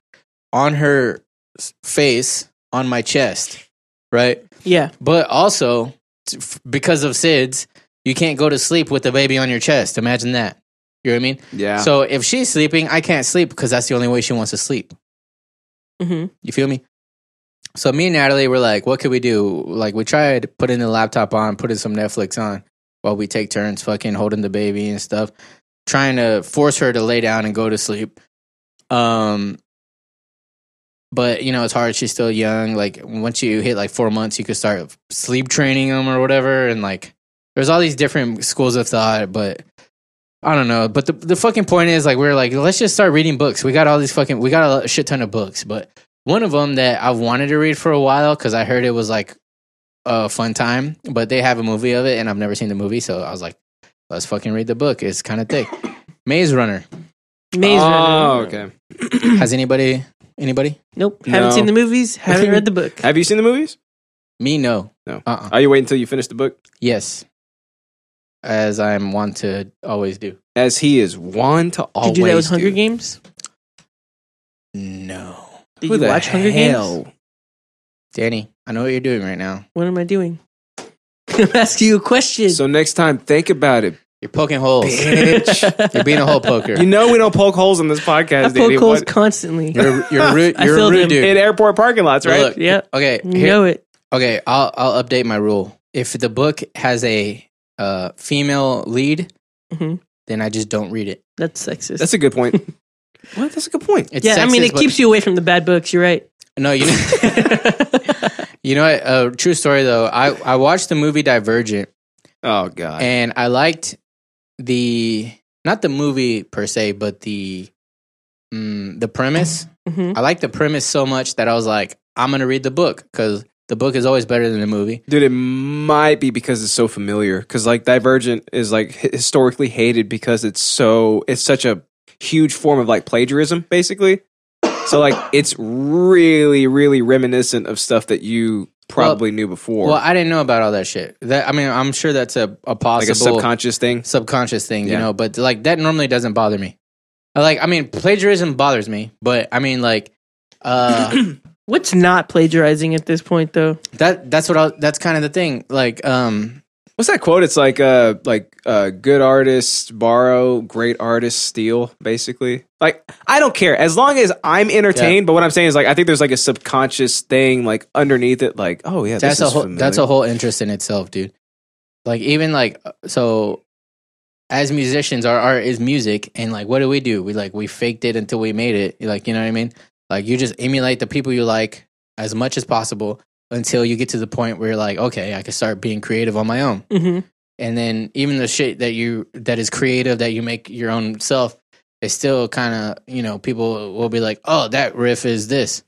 Speaker 2: on her s- face on my chest, right?
Speaker 3: Yeah.
Speaker 2: But also t- f- because of SIDS, you can't go to sleep with the baby on your chest. Imagine that. You know what I mean?
Speaker 1: Yeah.
Speaker 2: So if she's sleeping, I can't sleep because that's the only way she wants to sleep.
Speaker 3: hmm
Speaker 2: You feel me? So me and Natalie were like, what could we do? Like we tried putting the laptop on, putting some Netflix on while we take turns fucking holding the baby and stuff, trying to force her to lay down and go to sleep. Um but you know it's hard she's still young like once you hit like 4 months you could start sleep training them or whatever and like there's all these different schools of thought but I don't know, but the the fucking point is like we're like let's just start reading books. We got all these fucking we got a shit ton of books, but one of them that I've wanted to read for a while because I heard it was like a fun time, but they have a movie of it, and I've never seen the movie, so I was like, let's fucking read the book. It's kind of thick. Maze Runner.
Speaker 3: Maze
Speaker 1: oh,
Speaker 3: Runner.
Speaker 1: okay.
Speaker 2: Has anybody? Anybody?
Speaker 3: Nope.
Speaker 1: No.
Speaker 3: Haven't seen the movies. Haven't read the book.
Speaker 1: Have you seen the movies?
Speaker 2: Me? No.
Speaker 1: No.
Speaker 3: Uh-uh.
Speaker 2: Uh. uh
Speaker 1: Are you waiting until you finish the book?
Speaker 2: Yes. As I'm want to always do.
Speaker 1: As he is one to <laughs>
Speaker 3: Did you
Speaker 1: always.
Speaker 3: do that with Hunger
Speaker 1: do.
Speaker 3: Games?
Speaker 2: No.
Speaker 3: Did
Speaker 1: Who
Speaker 3: you
Speaker 1: the
Speaker 3: watch Hunger Games?
Speaker 1: hell?
Speaker 2: Danny, I know what you're doing right now.
Speaker 3: What am I doing? <laughs> I'm asking you a question.
Speaker 1: So next time, think about it,
Speaker 2: You're poking holes.
Speaker 1: bitch.
Speaker 2: <laughs> you're being a hole poker.
Speaker 1: you know we don't poke holes in this podcast,
Speaker 3: I
Speaker 1: Danny.
Speaker 3: poke holes
Speaker 1: What- <laughs>
Speaker 3: constantly.
Speaker 2: You're you're rude.
Speaker 3: I
Speaker 2: You're a
Speaker 3: filled
Speaker 2: rude
Speaker 3: him.
Speaker 2: dude.
Speaker 1: in airport parking lots, right?
Speaker 2: Look,
Speaker 3: Yep.
Speaker 2: Okay.
Speaker 3: You
Speaker 2: here-
Speaker 3: know it.
Speaker 2: Okay, I'll I'll update my rule. If the book has a uh, female lead,
Speaker 3: Mhm.
Speaker 2: then I just don't read it.
Speaker 3: That's sexist.
Speaker 1: That's a good
Speaker 3: <laughs>
Speaker 1: point. what? That's a good point.
Speaker 2: It's
Speaker 3: yeah, I mean,
Speaker 2: sexist,
Speaker 3: it
Speaker 2: but-
Speaker 3: keeps you away from the bad books.
Speaker 1: <laughs>
Speaker 3: You're right. <laughs>
Speaker 2: No, you know, <laughs> you know what? Uh, true story though. I I watched the movie Divergent,
Speaker 1: Oh god.
Speaker 2: and I liked the not the movie per se, but the mm, the premise.
Speaker 3: Mhm.
Speaker 2: I liked the premise so much that I was like, I'm gonna read the book because the book is always better than the movie.
Speaker 1: Dude, it might be because it's so familiar. Because like Divergent is like hi- historically hated because it's so it's such a huge form of like plagiarism, basically. So like it's really, really reminiscent of stuff that you probably knew before,
Speaker 2: Well, I didn't know about all that shit. That I mean, I'm sure that's a, a
Speaker 1: like a
Speaker 2: possible
Speaker 1: subconscious thing.
Speaker 2: subconscious thing, you
Speaker 1: Yeah.
Speaker 2: know, but like that normally doesn't bother me. I Like, I mean, plagiarism bothers me, but I mean, like,
Speaker 1: <clears throat>
Speaker 2: uh,
Speaker 3: What's not plagiarizing at this point, though?
Speaker 2: that that's what I, that's kind of the thing. Like, um,
Speaker 1: What's that quote? It's like uh like uh good artists borrow, great artists steal, basically. Like I don't care as long as I'm entertained. But what I'm saying is like I think there's like a subconscious thing like underneath it. Like oh yeah,
Speaker 2: that's
Speaker 1: this
Speaker 2: a
Speaker 1: is
Speaker 2: whole,
Speaker 1: familiar.
Speaker 2: that's a whole interest in itself, dude. Like, even like, uh, so as musicians, our art is music, and like, what do we do? We like we faked it until we made it. Like, you know what I mean? Like, you just emulate the people you like as much as possible until you get to the point where you're like, okay, I can start being creative on my own.
Speaker 3: hmm
Speaker 2: and then even the shit that you that is creative that you make your own self it's still kind of you know people will be like oh that riff is this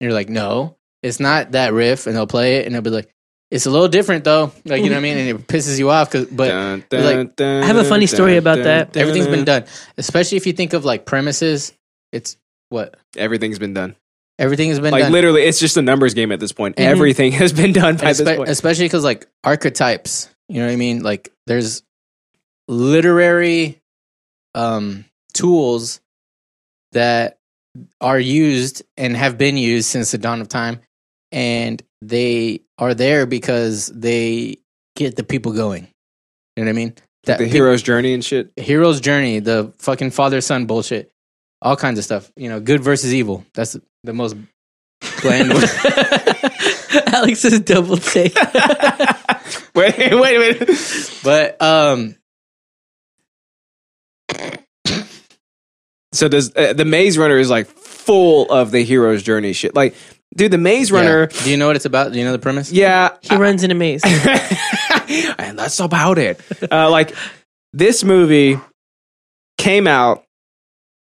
Speaker 2: and you're like no it's not that riff and they'll play it and they'll be like it's a little different though like you know what i mean and it pisses you off 'cause- but
Speaker 1: Dun,
Speaker 2: like-
Speaker 1: dun,
Speaker 3: I have a funny story about that.
Speaker 2: everything's been done especially if you think of like premises it's what
Speaker 1: Everything's been done.
Speaker 2: everything has been
Speaker 1: Like
Speaker 2: done
Speaker 1: literally, it's just a numbers game at this point.
Speaker 2: Mhm.
Speaker 1: Everything <laughs> has been done by
Speaker 2: And
Speaker 1: this
Speaker 2: espe-
Speaker 1: point.
Speaker 2: especially because like archetypes you know what i mean like there's literary um tools that are used and have been used since the dawn of time and they are there because they get the people going you know what i mean
Speaker 1: Like the
Speaker 2: pe-
Speaker 1: hero's journey and shit.
Speaker 2: hero's journey the fucking father son bullshit all kinds of stuff you know good versus evil that's the most
Speaker 1: <laughs>
Speaker 2: bland one
Speaker 3: <laughs> Alex is double take.
Speaker 1: Wait, wait, wait.
Speaker 2: but um
Speaker 1: So does uh, the Maze Runner is like full of the hero's journey shit. Like, dude, the Maze Runner.
Speaker 2: Yeah. Do you know what it's about? Do you know the premise?
Speaker 1: Yeah,
Speaker 3: he runs in a maze.
Speaker 1: <laughs> and that's about it. Uh, like this movie came out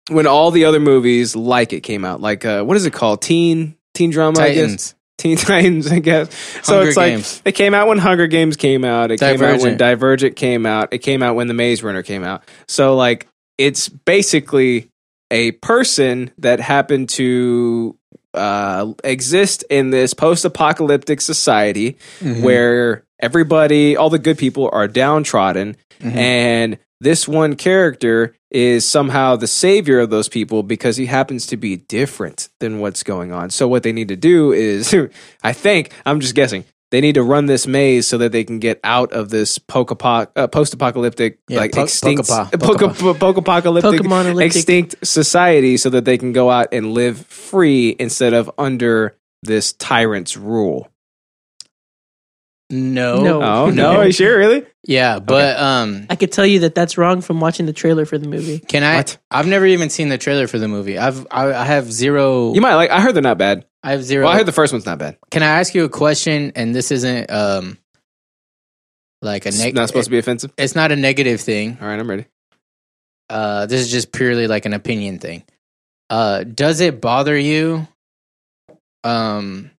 Speaker 1: when all the other movies like it came out. Like uh, what is it called? Teen teen drama. I guess.
Speaker 2: Titans.
Speaker 1: Teen <laughs> Titans, I guess. So
Speaker 2: Hunger
Speaker 1: it's like
Speaker 2: Games.
Speaker 1: it came out when Hunger Games came out. It came out when
Speaker 2: Divergent.
Speaker 1: Divergent came out. It came out when The Maze Runner came out. So like it's basically a person that happened to uh, exist in this post-apocalyptic society
Speaker 2: Mm-hmm.
Speaker 1: where everybody, all the good people, are downtrodden,
Speaker 2: Mhm.
Speaker 1: and this one character is somehow the savior of those people because he happens to be different than what's going on. So what they need to do is, <laughs> I think, I'm just guessing. They need to run this maze so that they can get out of this pokepo- uh, post-apocalyptic,
Speaker 2: Yeah,
Speaker 1: like
Speaker 2: po-
Speaker 1: extinct, <laughs>
Speaker 2: pokepa-
Speaker 1: poke- poke-apocalyptic,
Speaker 3: Pokemonalyptic.
Speaker 1: extinct society, so that they can go out and live free instead of under this tyrant's rule.
Speaker 2: No.
Speaker 3: No.
Speaker 1: Oh no! <laughs> Are you sure? Really?
Speaker 2: Yeah, but um
Speaker 3: I could tell you that that's wrong from watching the trailer for the movie.
Speaker 2: can I
Speaker 1: What?
Speaker 2: I've never even seen the trailer for the movie. I've I, I have zero
Speaker 1: You might like. I heard they're not bad.
Speaker 2: I have zero
Speaker 1: Well, I heard the first one's not bad.
Speaker 2: Can I ask you a question and this isn't um like a
Speaker 1: It's
Speaker 2: negative
Speaker 1: not supposed to be offensive.
Speaker 2: It's not a negative thing.
Speaker 1: All right, I'm ready.
Speaker 2: Uh this is just purely like an opinion thing. Uh does it bother you um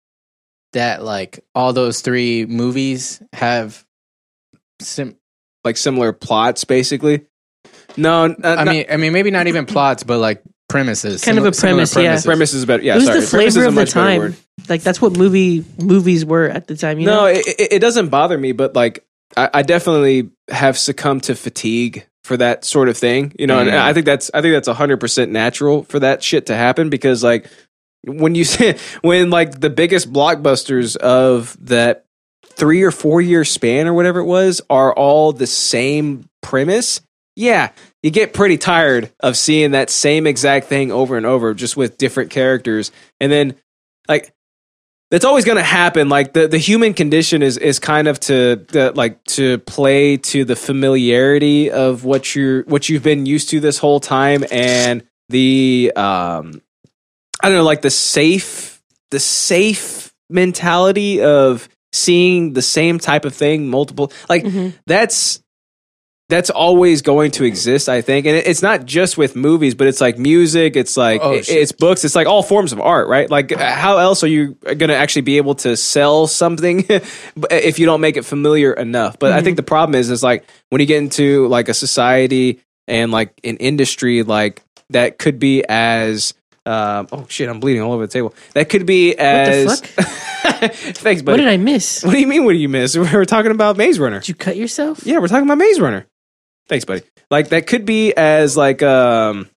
Speaker 2: that like all those three movies have sim-
Speaker 1: like similar plots, basically. No, n-
Speaker 2: I
Speaker 1: not-
Speaker 2: mean I mean maybe not even plots but like premises.
Speaker 3: Kind of a
Speaker 2: similar
Speaker 3: premise, yeah.
Speaker 2: premises.
Speaker 1: premise is better. Yeah,
Speaker 3: it was
Speaker 1: sorry.
Speaker 3: the
Speaker 1: Premise is
Speaker 3: flavor
Speaker 1: a
Speaker 3: of the
Speaker 1: much better
Speaker 3: time.
Speaker 1: word.
Speaker 3: Like that's what movie movies were at the time. You
Speaker 1: No,
Speaker 3: know?
Speaker 1: it, it, it doesn't bother me, but like I, I definitely have succumbed to fatigue for that sort of thing. You know, and
Speaker 2: Mm.
Speaker 1: I think that's I think that's hundred percent natural for that shit to happen because like when you <laughs> say when like the biggest blockbusters of that three or four year span or whatever it was are all the same premise. Yeah, you get pretty tired of seeing that same exact thing over and over, just with different characters. And then, like, that's always going to happen. Like the, the human condition is is kind of to the, like to play to the familiarity of what you're what you've been used to this whole time, and the um, I don't know, like the safe the safe mentality of seeing the same type of thing multiple like
Speaker 3: Mhm.
Speaker 1: that's that's always going to exist i think and it- it's not just with movies but it's like music it's like
Speaker 2: Oh,
Speaker 1: it-
Speaker 2: shit.
Speaker 1: it's books it's like all forms of art right like uh, how else are you going to actually be able to sell something <laughs> b- if you don't make it familiar enough but i
Speaker 3: Mm-hmm.
Speaker 1: think the problem is is like when you get into like a society and like an industry like that could be as um, oh shit i'm bleeding all over the table that could be as <laughs> thanks buddy
Speaker 3: what did I miss?
Speaker 1: what do you mean? What do you miss? <laughs> We were talking about Maze Runner.
Speaker 3: Did you cut yourself?
Speaker 1: Yeah, we're talking about Maze Runner. Thanks, buddy. Like that could be as like um,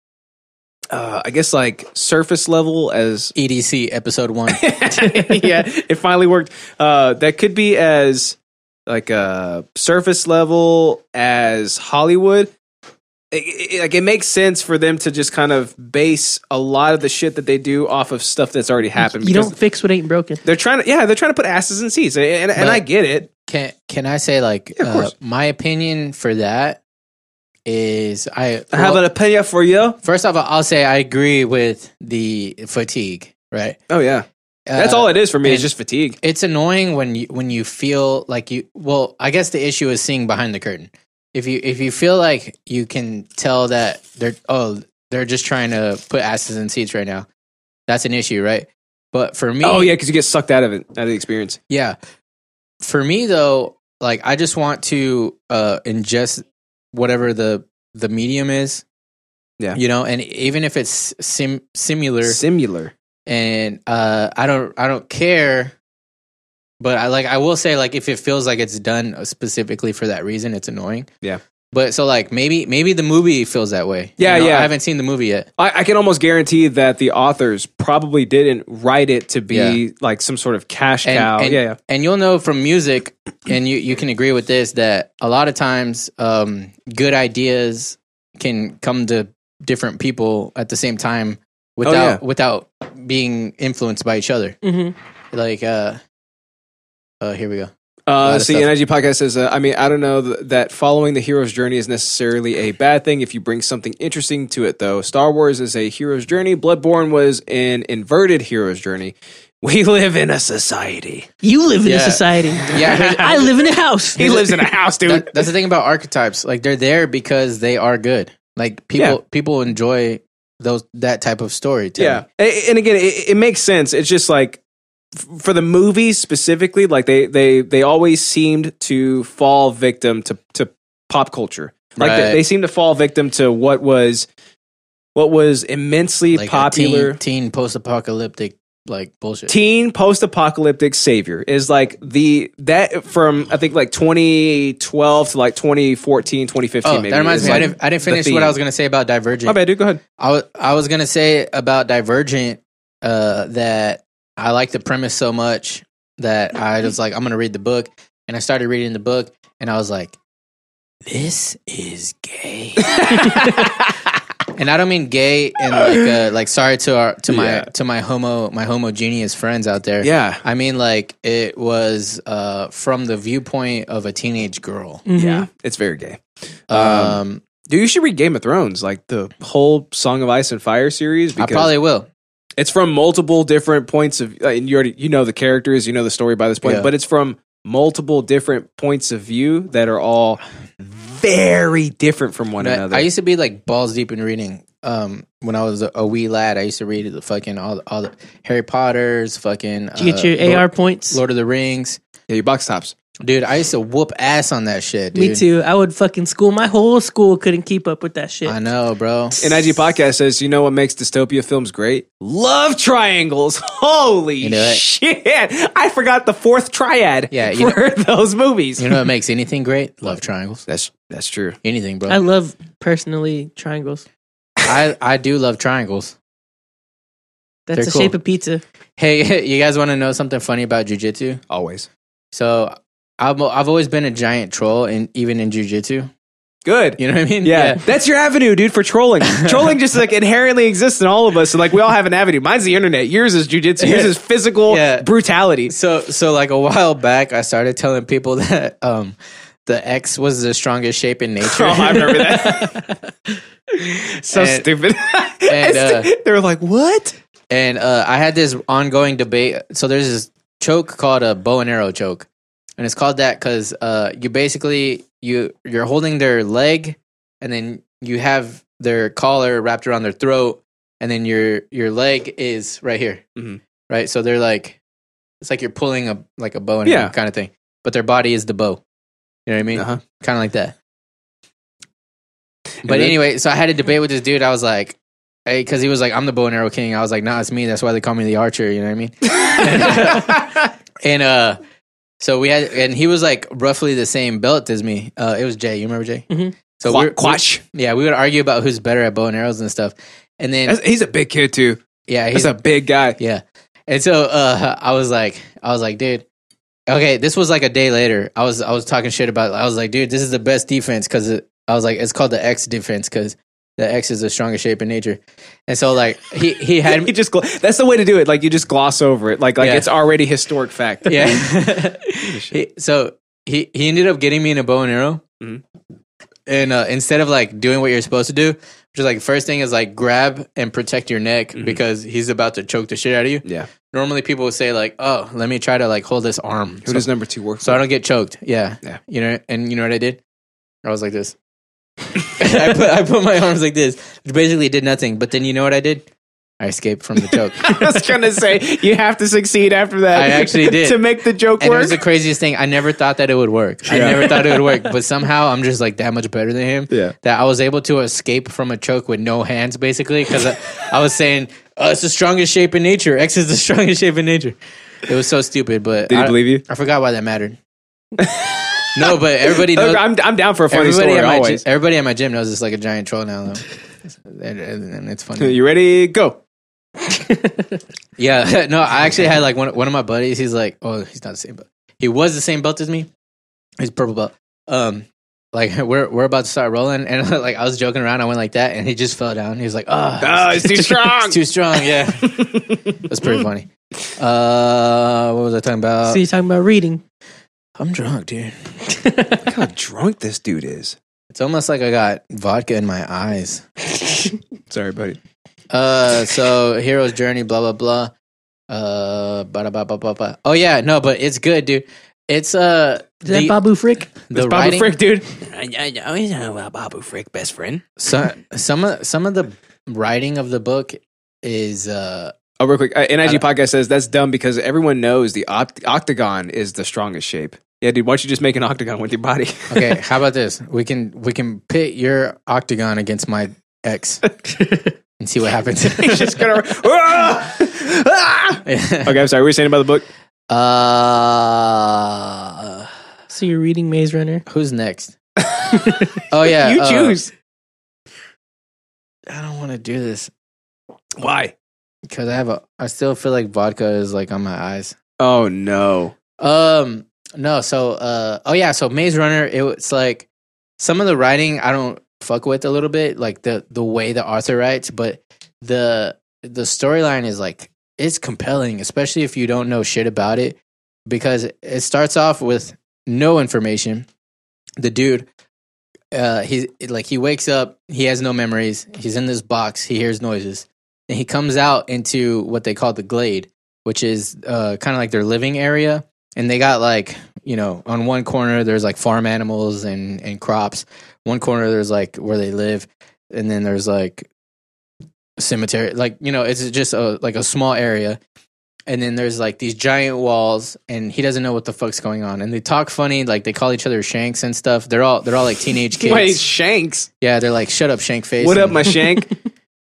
Speaker 1: uh, I guess like surface level as <laughs>
Speaker 2: EDC E episode
Speaker 3: <laughs>
Speaker 2: 1.
Speaker 1: yeah, it finally worked. Uh, that could be as like uh, surface level as Hollywood. It- it- it- like it makes sense for them to just kind of base a lot of the shit that they do off of stuff that's already happened.
Speaker 3: You
Speaker 1: because
Speaker 3: don't fix what ain't broken.
Speaker 1: They're trying to, yeah, they're trying to put asses in seats, and, and, and
Speaker 2: But-
Speaker 1: I get it.
Speaker 2: Can can I say like
Speaker 1: Yeah, of
Speaker 2: uh,
Speaker 1: course.
Speaker 2: my opinion for that is I
Speaker 1: I have
Speaker 2: well,
Speaker 1: an opinion for you.
Speaker 2: First off, I'll say I agree with the fatigue, right?
Speaker 1: Oh yeah, that's all it is for me. It's
Speaker 2: Uh, and-
Speaker 1: just fatigue.
Speaker 2: It's annoying when you when you feel like you. Well, I guess the issue is seeing behind the curtain. If you if you feel like you can tell that they're oh they're just trying to put asses in seats right now, that's an issue, right? But for me,
Speaker 1: Oh yeah, because you get sucked out of it, out of the experience.
Speaker 2: yeah. For me though, like I just want to uh ingest whatever the the medium is.
Speaker 1: Yeah.
Speaker 2: You know, and even if it's sim similar
Speaker 1: Similar.
Speaker 2: and uh I don't I don't care but I like I will say like if it feels like it's done uh, specifically for that reason, it's annoying.
Speaker 1: Yeah.
Speaker 2: But so like maybe maybe the movie feels that way.
Speaker 1: Yeah,
Speaker 2: You know,
Speaker 1: yeah.
Speaker 2: I haven't seen the movie yet.
Speaker 1: I, I can almost guarantee that the authors probably didn't write it to be
Speaker 2: Yeah.
Speaker 1: like some sort of cash
Speaker 2: and,
Speaker 1: cow.
Speaker 2: and-
Speaker 1: yeah, yeah.
Speaker 2: and you'll know from music, and you, you can agree with this that a lot of times um, good ideas can come to different people at the same time
Speaker 1: Oh,
Speaker 2: without without being influenced by each other.
Speaker 3: hmm
Speaker 2: Like, uh, uh here we go.
Speaker 1: Uh,
Speaker 2: of
Speaker 1: see,
Speaker 2: stuff.
Speaker 1: NIG podcast says, uh, I mean, I don't know th- that following the hero's journey is necessarily a bad thing if you bring something interesting to it, though. Star Wars is a hero's journey. Bloodborne was an inverted hero's journey. We live in a society.
Speaker 3: You live in a
Speaker 2: Yeah.
Speaker 3: society.
Speaker 1: <laughs>
Speaker 2: Yeah, here's-
Speaker 3: I live in a house.
Speaker 1: He lives in a house, dude.
Speaker 2: <laughs> That- that's the thing about archetypes. Like they're there because they are good. Like people
Speaker 1: Yeah.
Speaker 2: people enjoy those that type of story.
Speaker 1: Yeah, A- and again, it, it makes sense. It's just like f- for the movies specifically, like they they they always seemed to fall victim to to pop culture. Like they,
Speaker 2: Right.
Speaker 1: they seem to fall victim to what was what was immensely
Speaker 2: like a
Speaker 1: popular
Speaker 2: teen, teen post apocalyptic like bullshit.
Speaker 1: teen post-apocalyptic savior is like the that from I think like 2012 to like 2014, 2015
Speaker 2: Oh,
Speaker 1: maybe.
Speaker 2: that reminds
Speaker 1: is
Speaker 2: me.
Speaker 1: like
Speaker 2: I didn't. I didn't
Speaker 1: the
Speaker 2: finish what
Speaker 1: theme.
Speaker 2: I was gonna say about Divergent.
Speaker 1: My bad, dude. Go ahead.
Speaker 2: I was. I was gonna say about Divergent uh, that I like the premise so much
Speaker 1: <laughs>
Speaker 2: that I was like, I'm gonna read the book, and I started reading the book, and I was like, this is
Speaker 1: <laughs>
Speaker 2: gay. And I don't mean gay and like uh, like sorry to our to my
Speaker 1: Yeah.
Speaker 2: to my homo my homogeneous friends out there.
Speaker 1: Yeah.
Speaker 2: I mean like it was uh from the viewpoint of a teenage girl.
Speaker 1: Yeah. It's very gay.
Speaker 2: um
Speaker 1: Dude, you should read Game of Thrones, like the whole Song of Ice and Fire series,
Speaker 2: I
Speaker 1: because
Speaker 2: probably will.
Speaker 1: it's from multiple different points of. uh, And you already you know the characters, you know the story by this point,
Speaker 2: Yeah.
Speaker 1: but it's from multiple different points of view that are all very different from one
Speaker 2: But
Speaker 1: another.
Speaker 2: I used to be like balls deep in reading um, when I was a, a wee lad, I used to read the fucking all the, all the Harry Potter's, fucking.
Speaker 3: Did you
Speaker 2: uh,
Speaker 3: get your
Speaker 2: Lord-
Speaker 3: AR points?
Speaker 2: Lord of the Rings,
Speaker 1: Yeah, your box tops.
Speaker 2: dude. I used to whoop ass on that shit. Dude.
Speaker 3: Me too. I would fucking school. My whole school couldn't keep up with that shit.
Speaker 2: I know, bro.
Speaker 1: And IG Podcast says, you know what makes dystopia films great? Love triangles. <laughs> Holy
Speaker 2: You know it.
Speaker 1: shit. I forgot the fourth triad
Speaker 2: Yeah, you
Speaker 1: for <laughs> those movies.
Speaker 2: You know what makes
Speaker 1: <laughs>
Speaker 2: anything great? Love triangles.
Speaker 1: that's that's true.
Speaker 2: Anything, bro.
Speaker 3: I love personally triangles.
Speaker 2: I, I do love triangles.
Speaker 3: That's
Speaker 2: They're
Speaker 3: the
Speaker 2: cool.
Speaker 3: shape of pizza.
Speaker 2: Hey, <laughs> you guys want to know something funny about jujitsu?
Speaker 1: Always.
Speaker 2: So I've I've always been a giant troll, and even in jujitsu,
Speaker 1: Good.
Speaker 2: you know what I
Speaker 1: <laughs>
Speaker 2: mean?
Speaker 1: Yeah. that's your avenue, dude, for
Speaker 2: <laughs>
Speaker 1: trolling. trolling just like inherently exists in all of us. So like we all have an avenue. Mine's the internet. Yours is jujitsu. Yours is physical
Speaker 2: Yeah. <laughs>
Speaker 1: brutality.
Speaker 2: So so like a while back, I started telling people <laughs> that um the X was the strongest shape in nature. <laughs>
Speaker 1: Oh, <laughs> I remember that. <laughs> so
Speaker 2: And-
Speaker 1: stupid. <laughs>
Speaker 2: and, uh,
Speaker 1: they were like, "What?"
Speaker 2: and uh, I had this ongoing debate. So there's this choke called a bow and arrow choke, and it's called that because uh, you basically you you're holding their leg, and then you have their collar wrapped around their throat, and then your your leg is right here,
Speaker 1: Mhm.
Speaker 2: right. So they're like, it's like you're pulling a like a bow and
Speaker 1: Yeah.
Speaker 2: arrow kind of thing, but their body is the bow. You know what I mean?
Speaker 1: Uh-huh.
Speaker 2: Kind of like that.
Speaker 1: And
Speaker 2: But
Speaker 1: then-
Speaker 2: anyway, so I had a debate with this dude. I was like, because he was like, I'm the bow and arrow king. I was like, nah, it's me. That's why they call me the archer. You know what I mean?
Speaker 1: <laughs>
Speaker 2: and uh, so we had, and he was like roughly the same belt as me. Uh, it was Jay. You remember Jay?
Speaker 3: Mhm.
Speaker 2: So we
Speaker 1: Mm-hmm. Qua-
Speaker 2: were-
Speaker 1: Quatch.
Speaker 2: yeah, we would argue about who's better at bow and arrows and stuff. And then
Speaker 1: That's- he's a big kid too.
Speaker 2: yeah,
Speaker 1: He's
Speaker 2: he's
Speaker 1: a big guy.
Speaker 2: yeah. And so uh, I was like, I was like, dude. Okay, this was like a day later. I was I was talking shit about. I was like, dude, this is the best defense because I was like, it's called the X defense because the X is the strongest shape in nature. And so like
Speaker 1: <laughs>
Speaker 2: he he had
Speaker 1: You just gl- that's the way to do it. Like you just gloss over it. Like like
Speaker 2: Yeah.
Speaker 1: it's already historic fact.
Speaker 2: yeah. <laughs> he, so he he ended up getting me in a bow and arrow,
Speaker 1: Mhm.
Speaker 2: and uh, instead of like doing what you're supposed to do, which is like first thing is like grab and protect your neck because he's about to choke the shit out of you.
Speaker 1: Mm-hmm. Yeah.
Speaker 2: Normally people would say like, oh, let me try to like hold this arm
Speaker 1: Who
Speaker 2: so,
Speaker 1: does number two work?
Speaker 2: so I don't get choked. Yeah,
Speaker 1: Yeah.
Speaker 2: You know, and you know what I did? I was like this. <laughs> I put I put my arms like this, which basically did nothing. But then you know what I did? I escaped from the
Speaker 1: <laughs>
Speaker 2: choke.
Speaker 1: <laughs> I was gonna say you have to succeed after that.
Speaker 2: I actually
Speaker 1: <laughs>
Speaker 2: did.
Speaker 1: to make the joke
Speaker 2: And it
Speaker 1: work.
Speaker 2: was the craziest thing. I never thought that it would work. I
Speaker 1: Yeah.
Speaker 2: never thought it would
Speaker 1: <laughs>
Speaker 2: work, but somehow I'm just like that much better than him.
Speaker 1: Yeah.
Speaker 2: That I was able to escape from a choke with no hands, basically, because I, I was saying, oh, it's the strongest shape in nature. X is the <laughs> strongest shape in nature. It was so stupid, but
Speaker 1: Did he
Speaker 2: I,
Speaker 1: believe you?
Speaker 2: I forgot why that mattered. <laughs> no, but
Speaker 1: <laughs>
Speaker 2: everybody knows.
Speaker 1: I'm, I'm down for a funny
Speaker 2: Everybody
Speaker 1: story
Speaker 2: at, my
Speaker 1: always.
Speaker 2: gym, everybody at my gym knows it's like a giant troll now, though. And, and- and it's funny.
Speaker 1: <laughs> you ready? Go.
Speaker 2: Yeah, <laughs> no, I actually had like one one of my buddies. He's like, oh, he's not the same belt. He was the same belt as me. He's purple belt. Um, like <laughs> we're we're about to start rolling, and <laughs> like I was joking around, I went like that, and he just fell down. He was like, oh,
Speaker 1: Oh, it's too strong.
Speaker 2: it's too strong. Yeah, that's pretty funny. Uh, what was I talking about?
Speaker 3: so you're talking about reading.
Speaker 2: I'm drunk, dude.
Speaker 1: Look <laughs> how drunk this dude is.
Speaker 2: It's almost like I got vodka in my eyes.
Speaker 1: Sorry, buddy.
Speaker 2: Uh, so hero's journey, blah blah blah. Uh, ba ba ba ba ba. Oh yeah, no, but it's good, dude. It's uh
Speaker 3: Is that Babu Frick?
Speaker 2: the
Speaker 1: Bob
Speaker 2: writing,
Speaker 1: Frick, dude.
Speaker 7: I, I, I always know about Babu Frick, best friend.
Speaker 2: so, some of some of the writing of the book is uh
Speaker 1: Oh, real quick. Uh, NIG podcast says that's dumb because everyone knows the opt- octagon is the strongest shape. Yeah, dude. Why don't you just make an octagon with your <laughs> body?
Speaker 2: okay. how about this? We can we can pit your octagon against my
Speaker 1: <laughs>
Speaker 2: ex and see what happens.
Speaker 1: He's just gonna. <laughs> Ah! Ah! Okay, I'm sorry. We were saying about the book.
Speaker 2: <laughs> Uh,
Speaker 3: So you're reading Maze Runner.
Speaker 1: <laughs>
Speaker 2: who's next? oh yeah,
Speaker 1: you
Speaker 2: uh,
Speaker 1: choose.
Speaker 2: I don't want to do this
Speaker 1: Why?
Speaker 2: because I have a. I still feel like vodka is like on my eyes.
Speaker 1: Oh no.
Speaker 2: Um, no, so uh oh yeah, so Maze Runner, it was like some of the writing I don't fuck with a little bit, like the the way the author writes, but the the storyline is like it's compelling, especially if you don't know shit about it, because it starts off with no information. The dude uh he like he wakes up, he has no memories, he's in this box, he hears noises, and he comes out into what they call the glade, which is uh kind of like their living area and they got like you know on one corner there's like farm animals and and crops one corner there's like where they live and then there's like cemetery. Like you know, it's just a like a small area, and then there's like these giant walls, and he doesn't know what the fuck's going on. And they talk funny, like they call each other shanks and stuff. They're all they're all like teenage
Speaker 1: <laughs>
Speaker 2: kids.
Speaker 1: Wait, Shanks.
Speaker 2: Yeah, they're like shut up, shank face.
Speaker 1: What up,
Speaker 2: and-
Speaker 1: my
Speaker 2: <laughs>
Speaker 1: Shank?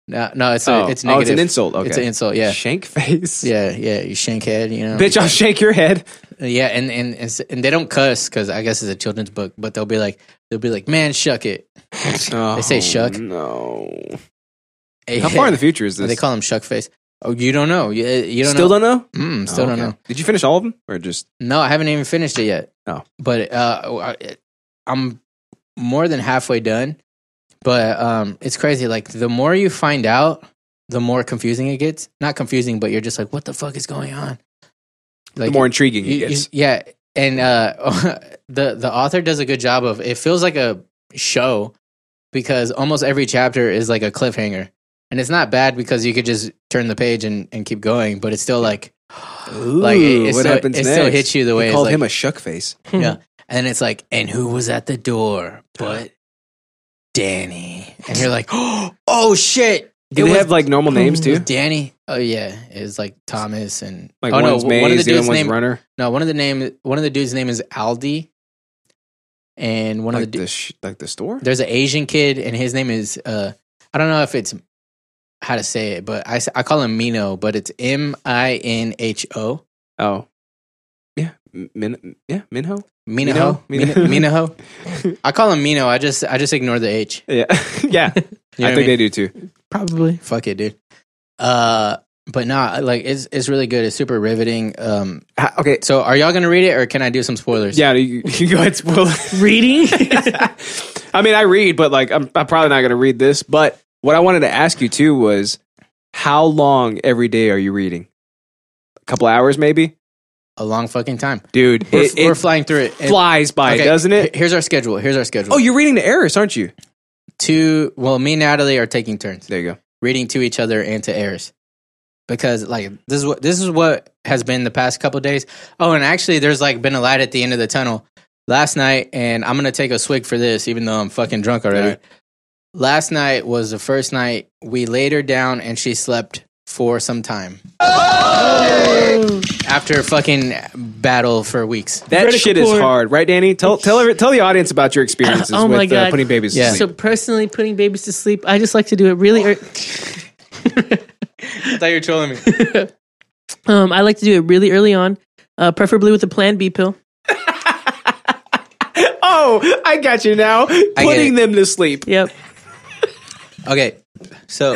Speaker 2: No, no, it's
Speaker 1: oh.
Speaker 2: a, it's
Speaker 1: oh, it's
Speaker 2: negative.
Speaker 1: an insult. Okay.
Speaker 2: It's an insult. Yeah,
Speaker 1: Shank face.
Speaker 2: yeah, yeah. You shank head. You know,
Speaker 1: Bitch, I'll shake your head.
Speaker 2: Yeah, and and and, s- and they don't cuss because I guess it's a children's book, but they'll be like they'll be like, man, shuck it.
Speaker 1: Oh,
Speaker 2: say shuck.
Speaker 1: No. How far in the future is this?
Speaker 2: They call him shuck face. Oh, you don't know. You, you don't
Speaker 1: still
Speaker 2: know.
Speaker 1: don't know?
Speaker 2: mm, still
Speaker 1: Oh,
Speaker 2: don't
Speaker 1: okay.
Speaker 2: know.
Speaker 1: Did you finish all of them or just
Speaker 2: No, I haven't even finished it yet.
Speaker 1: Oh.
Speaker 2: but uh, I- I'm more than halfway done. But um, it's crazy. Like the more you find out, the more confusing it gets. Not confusing, but you're just like, what the fuck is going on?
Speaker 1: the
Speaker 2: Like
Speaker 1: more intriguing
Speaker 2: You-
Speaker 1: it
Speaker 2: you-
Speaker 1: gets?
Speaker 2: yeah, and uh, <laughs> the the author does a good job of it. Feels like a show because almost every chapter is like a cliffhanger, and it's not bad because you could just turn the page and, and keep going, but it's still like like
Speaker 1: Ooh,
Speaker 2: it, it
Speaker 1: what
Speaker 2: still,
Speaker 1: happens
Speaker 2: it
Speaker 1: next?
Speaker 2: still hits you the
Speaker 1: They
Speaker 2: way it's
Speaker 1: called
Speaker 2: like,
Speaker 1: him a shuck face.
Speaker 2: yeah, and it's like and who was at the door but Danny, and you're like <gasps> oh shit.
Speaker 1: Do
Speaker 2: It
Speaker 1: they
Speaker 2: was-
Speaker 1: have like normal names
Speaker 2: it was
Speaker 1: too?
Speaker 2: Danny. Oh yeah, it was like Thomas and
Speaker 1: Like
Speaker 2: oh
Speaker 1: one's Maze,
Speaker 2: one of the
Speaker 1: the other
Speaker 2: dudes'
Speaker 1: one's
Speaker 2: name
Speaker 1: Runner.
Speaker 2: no, one of the name one of the dude's name is Aldi, and one
Speaker 1: Like
Speaker 2: of the,
Speaker 1: the
Speaker 2: du-
Speaker 1: sh- like the store.
Speaker 2: there's an Asian kid, and his name is uh, I don't know if it's how to say it, but I s- I call him Mino, but it's M I N H O
Speaker 1: Oh, yeah, M- Min yeah Minho.
Speaker 2: Mino
Speaker 1: Mino? <laughs>
Speaker 2: Mino Mino. I call him Mino. I just I just ignore the H.
Speaker 1: Yeah, yeah.
Speaker 2: <laughs> You know what
Speaker 1: I
Speaker 2: I
Speaker 1: think
Speaker 2: mean?
Speaker 1: they do too.
Speaker 3: Probably.
Speaker 2: Fuck it, dude. Uh, but nah, like it's it's really good. It's super riveting. Um,
Speaker 1: Ha- okay,
Speaker 2: so are y'all gonna read it, or can I do some spoilers?
Speaker 1: yeah. You, <laughs> you can go ahead. Spoil. it.
Speaker 3: Reading?
Speaker 1: <laughs> I mean, I read, but like, I'm, I'm probably not going to read this. But what I wanted to ask you too was, how long every day are you reading? A couple hours, maybe,
Speaker 2: a long fucking time.
Speaker 1: dude.
Speaker 2: We're,
Speaker 1: It,
Speaker 2: we're
Speaker 1: it
Speaker 2: flying through it. And-
Speaker 1: flies by,
Speaker 2: okay,
Speaker 1: doesn't it?
Speaker 2: he- Here's our schedule. Here's our schedule.
Speaker 1: Oh, you're reading the Eris, aren't you?
Speaker 2: to well, me and Natalie are taking turns
Speaker 1: There you go.
Speaker 2: reading to each other and to Eris because like this is what this is what has been the past couple days. Oh, and actually, there's like been a light at the end of the tunnel last night, and I'm gonna take a swig for this, even though I'm fucking drunk already.
Speaker 1: All right.
Speaker 2: Last night was the first night we laid her down and she slept for some time Oh! after fucking battle for weeks.
Speaker 1: That
Speaker 3: Vertical
Speaker 1: shit is
Speaker 3: porn.
Speaker 1: hard, right, Danny? Tell tell every, tell the audience about your experiences
Speaker 3: Oh my
Speaker 1: with uh,
Speaker 3: God.
Speaker 1: putting babies
Speaker 2: Yeah.
Speaker 1: to
Speaker 3: So
Speaker 1: sleep.
Speaker 3: personally, putting babies to sleep, I just like to do it really.
Speaker 2: <laughs>
Speaker 3: ear
Speaker 2: I thought you were trolling me.
Speaker 3: um, I like to do it really early on, uh, preferably with a Plan B pill.
Speaker 1: oh, I got you now. Putting
Speaker 2: it.
Speaker 1: them to sleep,
Speaker 3: Yep.
Speaker 2: Okay, so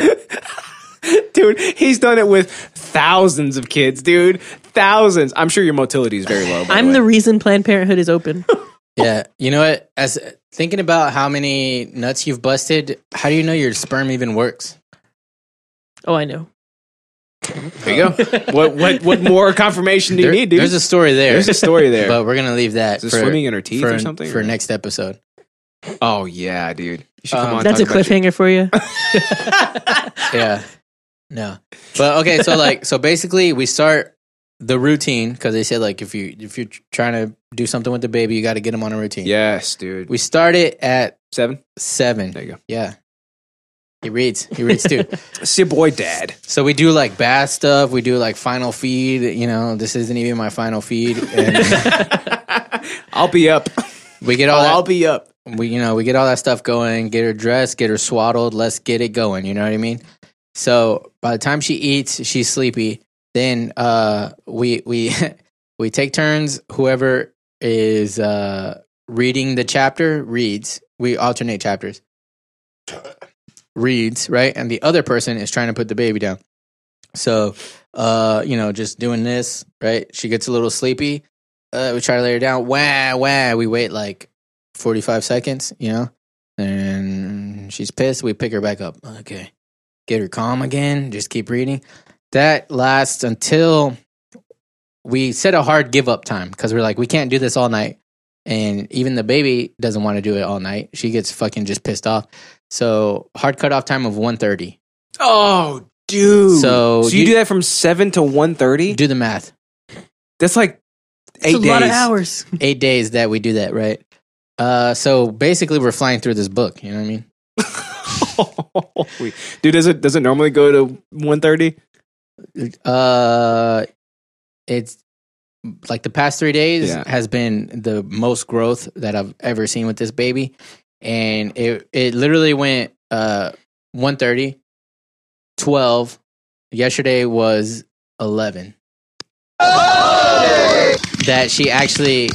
Speaker 1: dude. He's done it with thousands of kids, dude. Thousands. I'm sure your motility is very low. by
Speaker 3: I'm
Speaker 1: way.
Speaker 3: the reason Planned Parenthood is open.
Speaker 2: Yeah, you know what? As thinking about how many nuts you've busted, how do you know your sperm even works?
Speaker 3: Oh, I know.
Speaker 1: There you go. Oh. <laughs> what what what more confirmation do you
Speaker 2: There-
Speaker 1: need, dude?
Speaker 2: There's a story there.
Speaker 1: There's a
Speaker 2: <laughs>
Speaker 1: story there.
Speaker 2: but we're gonna leave that
Speaker 1: Is it swimming in her teeth
Speaker 2: for,
Speaker 1: or something?
Speaker 2: for next episode.
Speaker 1: oh yeah, dude. You should
Speaker 2: Um,
Speaker 1: come on.
Speaker 3: That's a
Speaker 1: talk about your-
Speaker 3: cliffhanger for you.
Speaker 2: Yeah, no, but okay. So like, so basically, we start the routine because they said like if you if you're trying to do something with the baby, you got to get them on a routine.
Speaker 1: Yes, dude.
Speaker 2: we start it at
Speaker 1: Seven.
Speaker 2: seven.
Speaker 1: There you go.
Speaker 2: Yeah, he reads. He reads too.
Speaker 1: <laughs> It's your boy, Dad.
Speaker 2: So we do like bad stuff. We do like final feed. You know, this isn't even my final feed. And
Speaker 1: I'll be <laughs> up. Oh,
Speaker 2: we get all
Speaker 1: I'll
Speaker 2: that,
Speaker 1: be up.
Speaker 2: we you know we get all that stuff going. Get her dressed. Get her swaddled. Let's get it going. You know what I mean? So by the time she eats, she's sleepy. Then uh, we we <laughs> we take turns. Whoever is uh, reading the chapter reads. We alternate chapters. Reads right, and the other person is trying to put the baby down. So, uh, you know, just doing this right. She gets a little sleepy. Uh, we try to lay her down. Wah wah. We wait like forty five seconds. You know, and she's pissed. We pick her back up. Okay get her calm again, just keep reading. That lasts until we set a hard give up time because we're like, we can't do this all night. And even the baby doesn't want to do it all night. She gets fucking just pissed off. So hard cutoff time of 1.30.
Speaker 1: Oh, dude.
Speaker 2: So
Speaker 1: you,
Speaker 2: you-
Speaker 1: do that from seven to one thirty.
Speaker 2: Do the math.
Speaker 1: That's like eight
Speaker 3: It's a
Speaker 1: days.
Speaker 3: lot
Speaker 1: <laughs>
Speaker 3: of hours.
Speaker 2: Eight days that we do that, right? Uh, so basically we're flying through this book. You know what I mean?
Speaker 1: Dude, does it does it normally go to one thirty?
Speaker 2: Uh, it's like the past three days
Speaker 1: Yeah.
Speaker 2: has been the most growth that I've ever seen with this baby, and it it literally went uh 130, 12. Yesterday was eleven. That she actually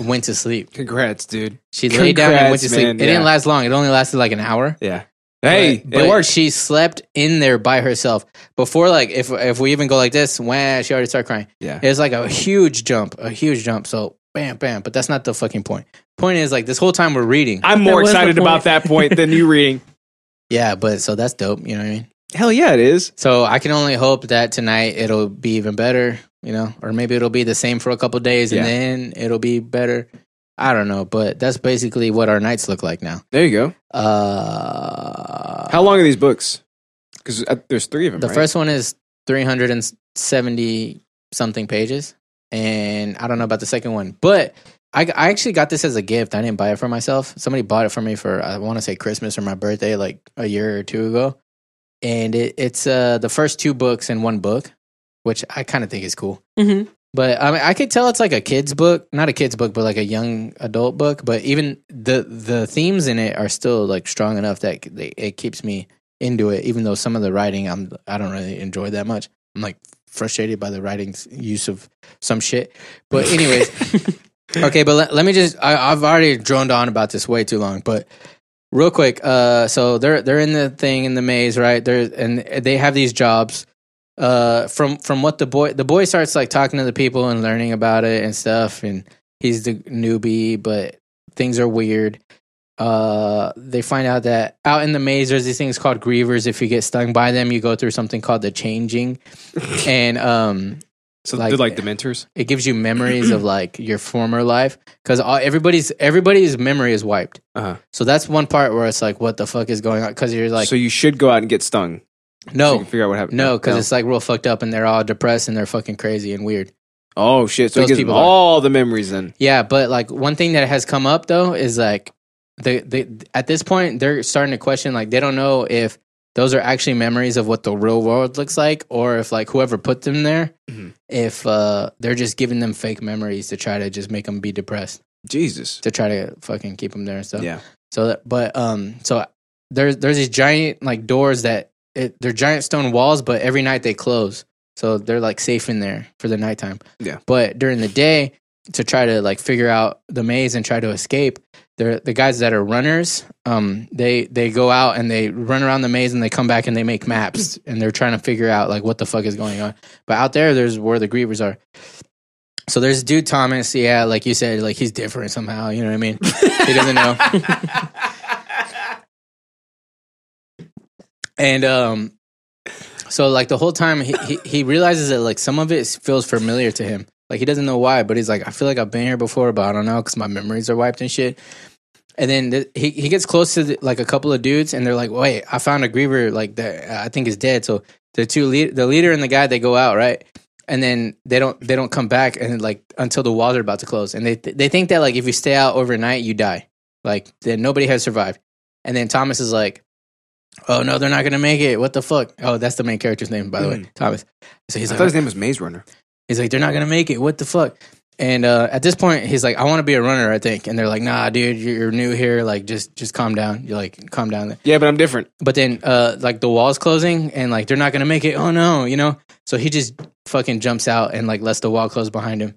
Speaker 2: went to sleep.
Speaker 1: Congrats, dude.
Speaker 2: She laid down and
Speaker 1: Congrats,
Speaker 2: went to sleep.
Speaker 1: man,
Speaker 2: It
Speaker 1: yeah.
Speaker 2: didn't last long. It only lasted like an hour.
Speaker 1: Yeah. Hey,
Speaker 2: But-
Speaker 1: it
Speaker 2: but
Speaker 1: worked.
Speaker 2: She slept in there by herself. Before, like, if if we even go like this, when she already started crying.
Speaker 1: Yeah.
Speaker 2: It's like a huge jump, a huge jump. So bam, bam. But that's not the fucking point. Point is like this whole time we're reading.
Speaker 1: I'm more
Speaker 3: That was the
Speaker 1: excited about
Speaker 3: point.
Speaker 1: that point than you reading.
Speaker 2: Yeah, but so that's dope. You know what I mean?
Speaker 1: <laughs> Hell yeah, it is.
Speaker 2: So I can only hope that tonight it'll be even better. You know, or maybe it'll be the same for a couple days
Speaker 1: Yeah.
Speaker 2: and then it'll be better. I don't know, but that's basically what our nights look like now.
Speaker 1: There you go.
Speaker 2: Uh,
Speaker 1: How long are these books? Because there's three of them.
Speaker 2: The
Speaker 1: right?
Speaker 2: first one is 370 something pages. And I don't know about the second one, but I, I actually got this as a gift. I didn't buy it for myself. Somebody bought it for me for, I want to say Christmas or my birthday, like a year or two ago. And it, it's uh, the first two books in one book, which I kind of think is cool.
Speaker 3: hmm
Speaker 2: But I mean, I could tell it's like a kid's book, not a kid's book, but like a young adult book. But even the the themes in it are still like strong enough that they, it keeps me into it. Even though some of the writing I'm I don't really enjoy that much. I'm like frustrated by the writing's use of some shit. But anyways, okay. But let, let me just I, I've already droned on about this way too long. But real quick, uh, so they're they're in the thing in the maze, right? They're and they have these jobs uh from from what the boy the boy starts like talking to the people and learning about it and stuff and he's the newbie but things are weird uh they find out that out in the maze there's these things called grievers if you get stung by them you go through something called the changing
Speaker 1: <laughs>
Speaker 2: and um
Speaker 1: So
Speaker 2: like-
Speaker 1: they're like Dementors.
Speaker 2: it gives you memories of like your former life because everybody's everybody's memory is wiped
Speaker 1: Uh-huh.
Speaker 2: so that's one part where it's like what the fuck is going on because you're like
Speaker 1: so you should go out and get stung. so you
Speaker 2: no
Speaker 1: can figure out what happened.
Speaker 2: no because it's like real fucked up and they're all depressed and they're fucking crazy and weird
Speaker 1: oh shit. So it
Speaker 2: those
Speaker 1: gives them
Speaker 2: people are-
Speaker 1: all the memories then.
Speaker 2: Yeah, but like one thing that has come up though is like they they at this point they're starting to question like they don't know if those are actually memories of what the real world looks like or if like whoever put them there
Speaker 1: Mhm.
Speaker 2: if uh they're just giving them fake memories to try to just make them be depressed
Speaker 1: Jesus.
Speaker 2: to try to fucking keep them there and stuff.
Speaker 1: Yeah.
Speaker 2: So that, but um so there's there's these giant like doors that it, they're giant stone walls, but every night they close. So they're like safe in there for the nighttime.
Speaker 1: Yeah.
Speaker 2: But during the day, to try to like figure out the maze and try to escape, they're the guys that are runners, um, they they go out and they run around the maze and they come back and they make maps and they're trying to figure out like what the fuck is going on. But out there there's where the grievers are. So there's dude Thomas, yeah, like you said, like he's different somehow, you know what I mean? he doesn't know. and um so like the whole time he, he he realizes that like some of it feels familiar to him like he doesn't know why but he's like i feel like i've been here before but i don't know because my memories are wiped and shit and then th- he, he gets close to the, like a couple of dudes and they're like wait i found a griever like that uh, i think is dead so the two lead, the leader and the guy they go out right and then they don't they don't come back and like until the walls are about to close and they they think that like if you stay out overnight you die like then nobody has survived and then thomas is like oh no they're not gonna make it what the fuck oh that's the main character's name by the way thomas so he's
Speaker 1: Mm. I
Speaker 2: like
Speaker 1: thought his name was Maze Runner.
Speaker 2: He's like, they're not gonna make it. What the fuck? And uh, at this point, he's like, I want to be a runner, I think. And they're like, Nah, dude, you're you're new here. Like, just just calm down. You're like, calm down.
Speaker 1: Yeah, but I'm different.
Speaker 2: But then, uh, like the wall's closing, and like they're not gonna make it. Oh no, you know. So he just fucking jumps out and like lets the wall close behind him,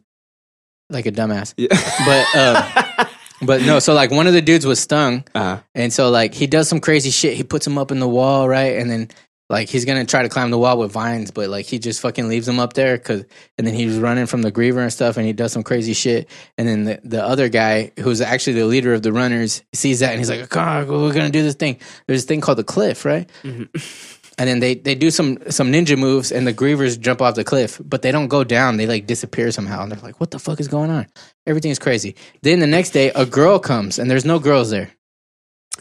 Speaker 2: like a dumbass.
Speaker 1: Yeah. <laughs>
Speaker 2: But uh, but no. So like one of the dudes was stung,
Speaker 1: Uh-huh.
Speaker 2: and so like he does some crazy shit. He puts him up in the wall, right? And then like he's gonna try to climb the wall with vines, but like he just fucking leaves him up there because and then he's running from the griever and stuff and he does some crazy shit. And then the, the other guy who's actually the leader of the runners sees that and he's like, God, we're gonna do this thing. There's this thing called the cliff, right? And then they, they do some some ninja moves and the grievers jump off the cliff, but they don't go down. They like disappear somehow. And they're like, what the fuck is going on? Everything's crazy. Then the next day, a girl comes and there's no girls there.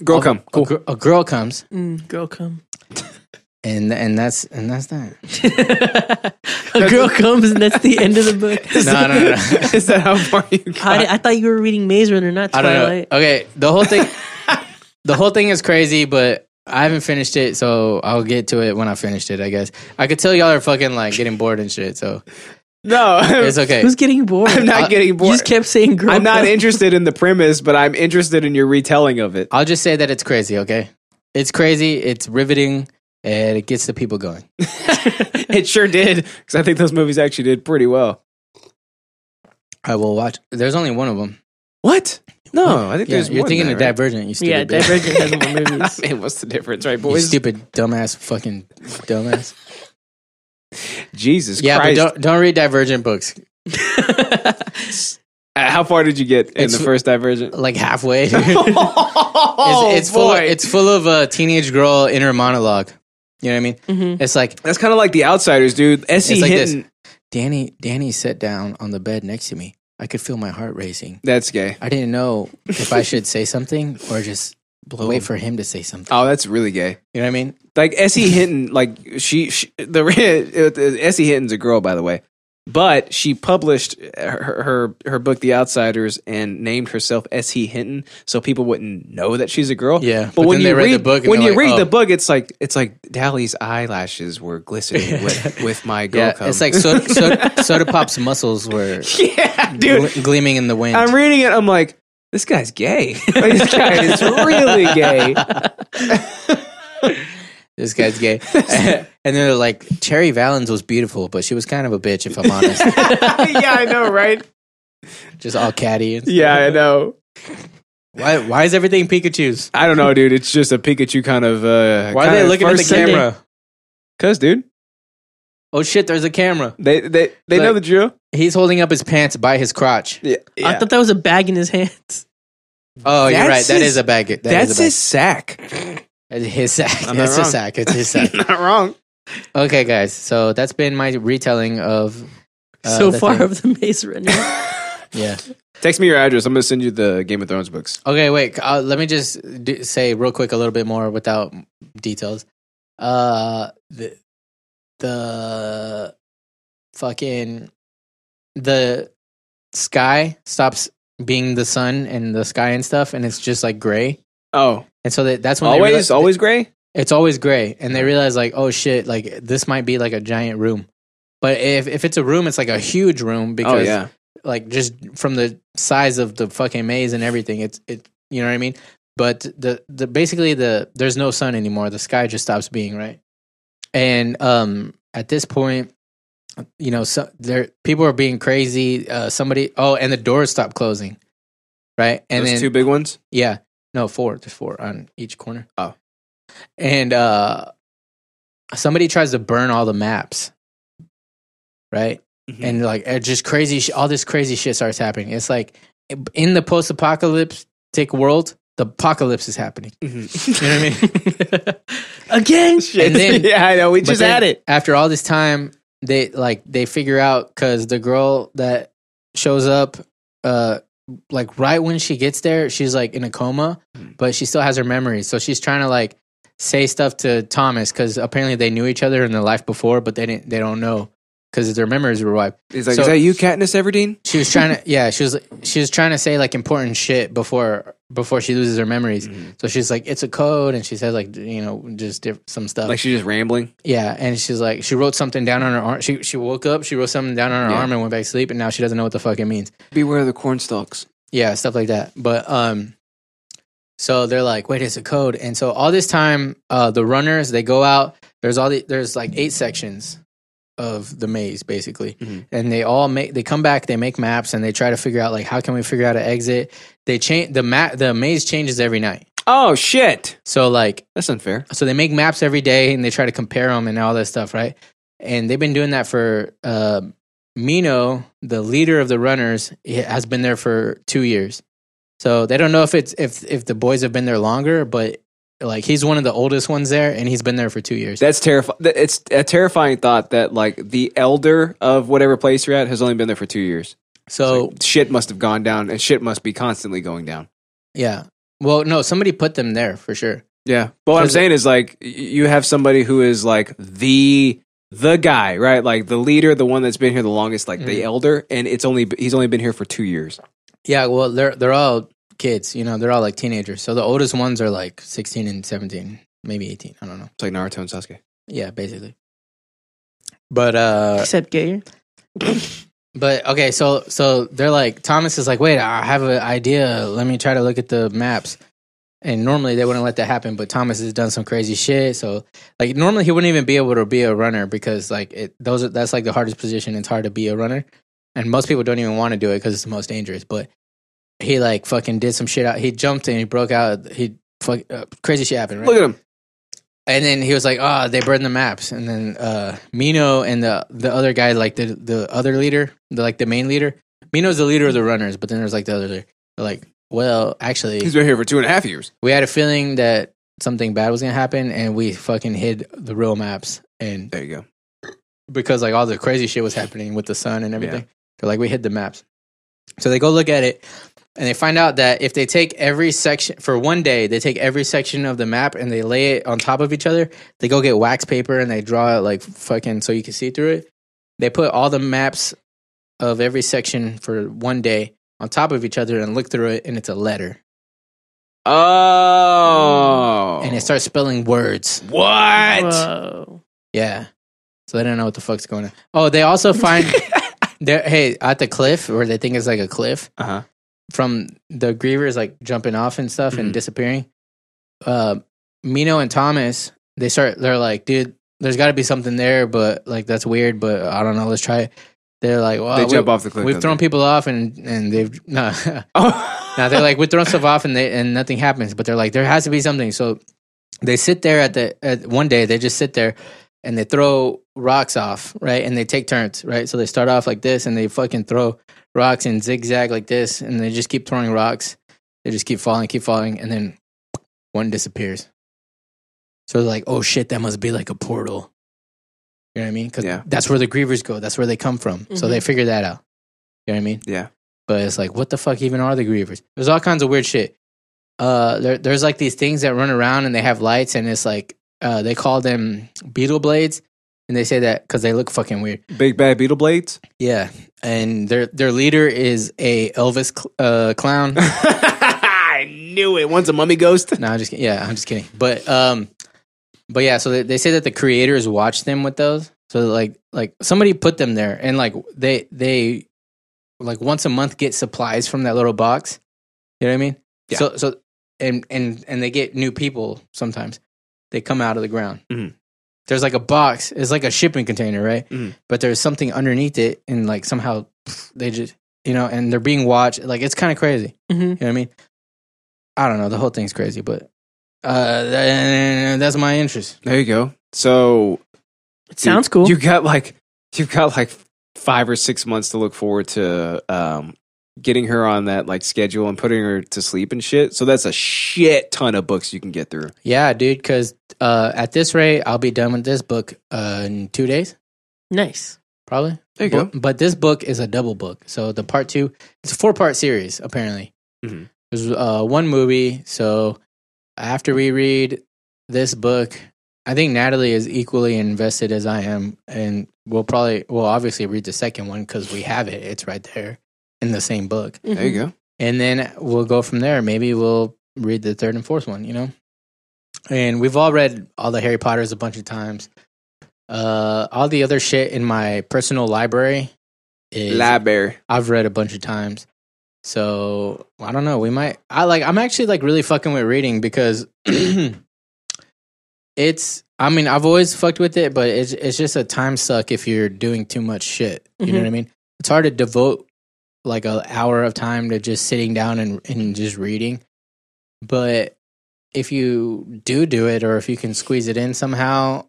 Speaker 1: Girl
Speaker 2: A-
Speaker 1: come. <laughs>
Speaker 2: A, gr- a girl comes,
Speaker 3: Mm, girl come. <laughs>
Speaker 2: and and that's and that's that.
Speaker 3: a girl comes, and that's the end of the book.
Speaker 2: <laughs> No, no, no. no.
Speaker 1: Is that how far you <laughs>
Speaker 2: <laughs>
Speaker 1: got?
Speaker 3: How did- I thought you were reading Maze Runner, not
Speaker 2: I don't
Speaker 3: Twilight.
Speaker 2: <laughs> know. Okay, the whole thing, the whole thing is crazy, but I haven't finished it, so I'll get to it when I finished it. I guess I could tell y'all are fucking like getting bored and shit. So
Speaker 1: No,
Speaker 2: it's okay. Uh,
Speaker 3: Who's getting bored?
Speaker 1: I'm not getting
Speaker 3: You
Speaker 1: bored.
Speaker 3: just kept saying girl.
Speaker 1: I'm
Speaker 2: <laughs>
Speaker 1: not
Speaker 3: code.
Speaker 1: interested in the premise, but I'm interested in your retelling of
Speaker 2: <laughs>
Speaker 1: it. <laughs>
Speaker 2: I'll just say that it's crazy. Okay, it's crazy. It's riveting, and it gets the people going.
Speaker 1: it sure did, because I think those movies actually did pretty well.
Speaker 2: I will watch. There's only one of them.
Speaker 1: What? No, I think
Speaker 2: Yeah,
Speaker 1: there's
Speaker 2: you're
Speaker 1: more
Speaker 2: thinking
Speaker 1: than
Speaker 2: of
Speaker 1: that,
Speaker 2: Divergent. You stupid.
Speaker 3: Yeah,
Speaker 2: bitch.
Speaker 3: Divergent has more
Speaker 1: <laughs> right?
Speaker 3: movies.
Speaker 1: I mean, what's the difference, right,
Speaker 2: You
Speaker 1: boys?
Speaker 2: stupid dumbass fucking <laughs> dumbass.
Speaker 1: Jesus
Speaker 2: yeah,
Speaker 1: Christ!
Speaker 2: but don't don't read Divergent books.
Speaker 1: Uh, How far did you get in
Speaker 2: It's-
Speaker 1: the first Divergent?
Speaker 2: Like halfway. <laughs> it's
Speaker 1: Oh,
Speaker 2: it's full. It's full of a teenage girl inner monologue. You know what I mean?
Speaker 1: Mm-hmm.
Speaker 2: It's like
Speaker 1: That's kind of like The Outsiders, dude. Essie
Speaker 2: It's like this.
Speaker 1: Hinton.
Speaker 2: Danny, Danny sat down on the bed next to me. I could feel my heart racing.
Speaker 1: That's gay.
Speaker 2: I didn't know if I should say something or just wait for him to say something.
Speaker 1: Oh, that's really gay.
Speaker 2: You know what I mean?
Speaker 1: Like Essie
Speaker 2: <laughs>
Speaker 1: Hinton, like she, she the <laughs> it- it- Essie Hinton's a girl, by the way, but she published her, her her book The Outsiders and named herself Essie Hinton, so people wouldn't know that she's a girl.
Speaker 2: Yeah,
Speaker 1: but,
Speaker 2: but
Speaker 1: when
Speaker 2: then
Speaker 1: you
Speaker 2: they
Speaker 1: read,
Speaker 2: read the book and
Speaker 1: when you
Speaker 2: they're like,
Speaker 1: read
Speaker 2: oh.
Speaker 1: the book, it's like it's like Dally's eyelashes were glistening
Speaker 2: <laughs>
Speaker 1: with with my girl.
Speaker 2: yeah,
Speaker 1: cum."
Speaker 2: it's like soda, soda, soda pop's muscles were
Speaker 1: <laughs>
Speaker 2: <laughs>
Speaker 1: yeah, dude.
Speaker 2: gl- gleaming in the wind.
Speaker 1: I'm reading it. I'm like, this guy's gay. <laughs> Like, this guy is really gay.
Speaker 2: this
Speaker 1: <laughs>
Speaker 2: guy's gay. <laughs> and then they're like, Cherry Valens was beautiful, but she was kind of a bitch, if I'm honest.
Speaker 1: <laughs> <laughs> yeah, I know, right?
Speaker 2: just all catty. And
Speaker 1: Yeah, I know.
Speaker 2: Why, why is everything Pikachu's?
Speaker 1: I don't know, dude. It's just a Pikachu kind of. Uh,
Speaker 2: Why are they looking at the camera?
Speaker 1: Cause, dude,
Speaker 2: Oh shit, there's a camera.
Speaker 1: they they they know
Speaker 2: Like-
Speaker 1: the drill.
Speaker 2: He's holding up his pants by his crotch.
Speaker 1: Yeah,
Speaker 3: I thought that was a bag in hig hands.
Speaker 2: Oh, you're
Speaker 1: That's
Speaker 2: right. that
Speaker 1: his-
Speaker 2: is a bag. That is
Speaker 1: that's
Speaker 2: a bag.
Speaker 1: his <laughs> sack.
Speaker 2: It's his sack.
Speaker 1: I'm not
Speaker 2: it's
Speaker 1: wrong.
Speaker 2: his sack. It's his
Speaker 1: <laughs>
Speaker 2: sack.
Speaker 1: Not wrong.
Speaker 2: okay, guys. So that's been my retelling of uh,
Speaker 3: so
Speaker 2: the
Speaker 3: far
Speaker 2: thing.
Speaker 3: of the
Speaker 1: <laughs>
Speaker 3: Maze Runner.
Speaker 2: Yeah.
Speaker 1: Text me your address. I'm gonna send you the Game of Thrones books.
Speaker 2: Okay, wait. Uh, let me just do, say real quick a little bit more without details. Uh, the the fucking the sky stops being the sun and the sky and stuff, and it's just like gray.
Speaker 1: Oh,
Speaker 2: And so that, that's when they
Speaker 1: always
Speaker 2: realize-
Speaker 1: always gray.
Speaker 2: It's always gray, and they realize like, oh shit, like this might be like a giant room. But if if it's a room, it's like a huge room because
Speaker 1: Oh yeah,
Speaker 2: like just from the size of the fucking maze and everything, it's it you know what I mean. But the the basically the there's no sun anymore. The sky just stops being right. And um, at this point, you know, so there people are being crazy. Uh, somebody, oh, and the doors stop closing, right? And
Speaker 1: and those
Speaker 2: then
Speaker 1: two big ones.
Speaker 2: yeah. No, four. There's four on each corner.
Speaker 1: Oh.
Speaker 2: And uh somebody tries to burn all the maps. Right?
Speaker 1: Mhm.
Speaker 2: And like it just crazy sh- all this crazy shit starts happening. It's like in the post-apocalyptic world, the apocalypse is happening. You know what I mean?
Speaker 3: <laughs> Again,
Speaker 2: And
Speaker 1: <laughs>
Speaker 2: then-
Speaker 1: yeah, I know. We just
Speaker 2: But then
Speaker 1: had it.
Speaker 2: After all this time, they like they figure out because the girl that shows up, uh, like right when she gets there, she's like in a coma,
Speaker 1: Hmm.
Speaker 2: but she still has her memories. So she's trying to like say stuff to Thomas because apparently they knew each other in their life before, but they didn't. They don't know because their memories were wiped.
Speaker 1: He's like,
Speaker 2: So-
Speaker 1: is that you, Katniss Everdeen?
Speaker 2: She was
Speaker 1: <laughs>
Speaker 2: trying to yeah, she was she was trying to say like important shit before before she loses her memories.
Speaker 1: Mm-hmm.
Speaker 2: So she's like, it's a code, and she says like you know just diff- some stuff
Speaker 1: Like she's just rambling.
Speaker 2: yeah, and she's like, she wrote something down on her arm. She she woke up, she wrote something down on her
Speaker 1: Yeah.
Speaker 2: arm and went back to sleep, and now she doesn't know what the fuck it means.
Speaker 1: Beware the cornstalks.
Speaker 2: Yeah, stuff like that. But um, so they're like, wait, it's a code, and so all this time, uh, the runners they go out. There's all the there's like eight sections of the maze basically,
Speaker 1: Mhm.
Speaker 2: and they all make they come back, they make maps, and they try to figure out like how can we figure out an exit. They change the map, the maze changes every night.
Speaker 1: Oh shit,
Speaker 2: So like
Speaker 1: that's unfair.
Speaker 2: so they make maps every day and they try to compare them and all that stuff, right? And they've been doing that for uh, Mino, the leader of the runners, he has been there for two years. So they don't know if it's if if the boys have been there longer, but like he's one of the oldest ones there, and he's been there for two years.
Speaker 1: That's terrifying. It's a terrifying thought that like the elder of whatever place you're at has only been there for two years.
Speaker 2: So
Speaker 1: Shit must have gone down, and shit must be constantly going down.
Speaker 2: yeah, well, no, somebody put them there for sure.
Speaker 1: Yeah. But what I'm
Speaker 2: Because-
Speaker 1: saying is like y- you have somebody who is like the the guy, right? Like the leader, the one that's been here the longest, like the
Speaker 2: Mhm.
Speaker 1: elder, and it's only he's only been here for two years.
Speaker 2: Yeah, well, they're they're all kids, you know, they're all like teenagers. So the oldest ones are like sixteen and seventeen. maybe 18. I don't know.
Speaker 1: It's like Naruto and Sasuke.
Speaker 2: Yeah, basically. But uh
Speaker 3: Except gayer.
Speaker 2: But okay, so so they're like Thomas is like, wait, I have an idea. Let me try to look at the maps. And normally they wouldn't let that happen, but Thomas has done some crazy shit. So like normally he wouldn't even be able to be a runner because like it those are, that's like the hardest position. It's hard to be a runner, and most people don't even want to do it because it's the most dangerous. But he like fucking did some shit out. He jumped and he broke out. He fuck uh, crazy shit happened. Right?
Speaker 1: Look at him.
Speaker 2: And then he was like, "Oh, they burned the maps." And then uh, Mino and the the other guy, like the the other leader, the, like the main leader. Mino's the leader of the runners, but then there's like the other leader. They're like, "Well, actually,
Speaker 1: He's been here for two and a half years.
Speaker 2: we had a feeling that something bad was gonna happen, and we fucking hid the real maps, and
Speaker 1: There you go.
Speaker 2: because like all the crazy shit was happening with the sun and everything, they're like, we hid the maps." So they go look at it, and they find out that if they take every section for one day, they take every section of the map and they lay it on top of each other. They go get wax paper and they draw it like fucking so you can see through it. They put all the maps of every section for one day on top of each other and look through it, and it's a letter,
Speaker 1: Oh.
Speaker 2: Mm. and it starts spelling words.
Speaker 1: What?
Speaker 3: Whoa.
Speaker 2: Yeah, so they don't know what the fuck's going on. Oh, they
Speaker 1: <laughs>
Speaker 2: also find. they're- Hey, at the cliff where they think it's like a cliff,
Speaker 1: Uh huh.
Speaker 2: from the grievers like jumping off and stuff
Speaker 1: Mm-hmm.
Speaker 2: and disappearing uh mino and thomas they start they're like dude there's got to be something there but like that's weird but i don't know let's try it they're like well
Speaker 1: they
Speaker 2: we,
Speaker 1: jump off the cliff.
Speaker 2: we've
Speaker 1: don't
Speaker 2: thrown
Speaker 1: they?
Speaker 2: people off and and they've <laughs> no
Speaker 1: Oh.
Speaker 2: now they're like we've thrown stuff off and they and nothing happens but they're like there has to be something so they sit there at the at one day they just sit there and they throw rocks off right and they take turns right so they start off like this and they fucking throw rocks in zigzag like this and they just keep throwing rocks they just keep falling keep falling and then one disappears so they're like oh shit that must be like a portal you know what i mean because
Speaker 1: Yeah.
Speaker 2: that's where the grievers go that's where they come from so they figure that out you know what i mean
Speaker 1: Yeah.
Speaker 2: but it's like, what the fuck even are the grievers? There's all kinds of weird shit. Uh, there, there's like these things that run around and they have lights, and it's like uh, they call them beetle blades, and they say that because they look fucking weird.
Speaker 1: <laughs> Big bad beetle blades.
Speaker 2: Yeah, and their their leader is a Elvis cl- uh, clown.
Speaker 1: <laughs> I knew it. One's a mummy ghost.
Speaker 2: <laughs> no, I'm just kidding. yeah, I'm just kidding. But um, but yeah, so they, they say that the creators watch them with those. So like like somebody put them there, and like they they like once a month get supplies from that little box. You know what I mean?
Speaker 1: Yeah.
Speaker 2: So so and and and they get new people sometimes. They come out of the ground.
Speaker 1: Mhm.
Speaker 2: There's like a box. It's like a shipping container, right?
Speaker 1: Mhm.
Speaker 2: But there's something underneath it, and like somehow pff, they just you know, and they're being watched. Like it's kind of crazy.
Speaker 3: Mhm.
Speaker 2: You know what I mean? I don't know. The whole thing's crazy, but uh, th- that's my interest.
Speaker 1: There you go. So
Speaker 3: It sounds cool.
Speaker 1: You got like you've got like five or six months to look forward to um, getting her on that like schedule and putting her to sleep and shit. So that's a shit ton of books you can get through.
Speaker 3: Mm-hmm.
Speaker 2: Yeah, dude. Because uh, at this rate, I'll be done with this book uh, in two days,
Speaker 3: nice.
Speaker 2: probably.
Speaker 1: There you
Speaker 2: but, But this book is a double book. So the part two, it's a four part series, apparently.
Speaker 1: Mhm.
Speaker 2: There's uh, one movie. So after we read this book, I think Natalie is equally invested as I am. And we'll probably, we'll obviously read the second one because we have it. It's right there in the same book.
Speaker 3: Mm-hmm.
Speaker 1: There you go.
Speaker 2: And then we'll go from there. Maybe we'll read the third and fourth one, you know? And we've all read all the Harry Potters a bunch of times. Uh, all the other shit in my personal library is
Speaker 1: Library.
Speaker 2: I've read a bunch of times. So I don't know. We might. I like. I'm actually like really fucking with reading because <clears throat> it's. I mean, I've always fucked with it, but it's it's just a time suck if you're doing too much shit. You know
Speaker 3: Mhm.
Speaker 2: what I mean? It's hard to devote like an hour of time to just sitting down and and just reading. But if you do do it, or if you can squeeze it in somehow,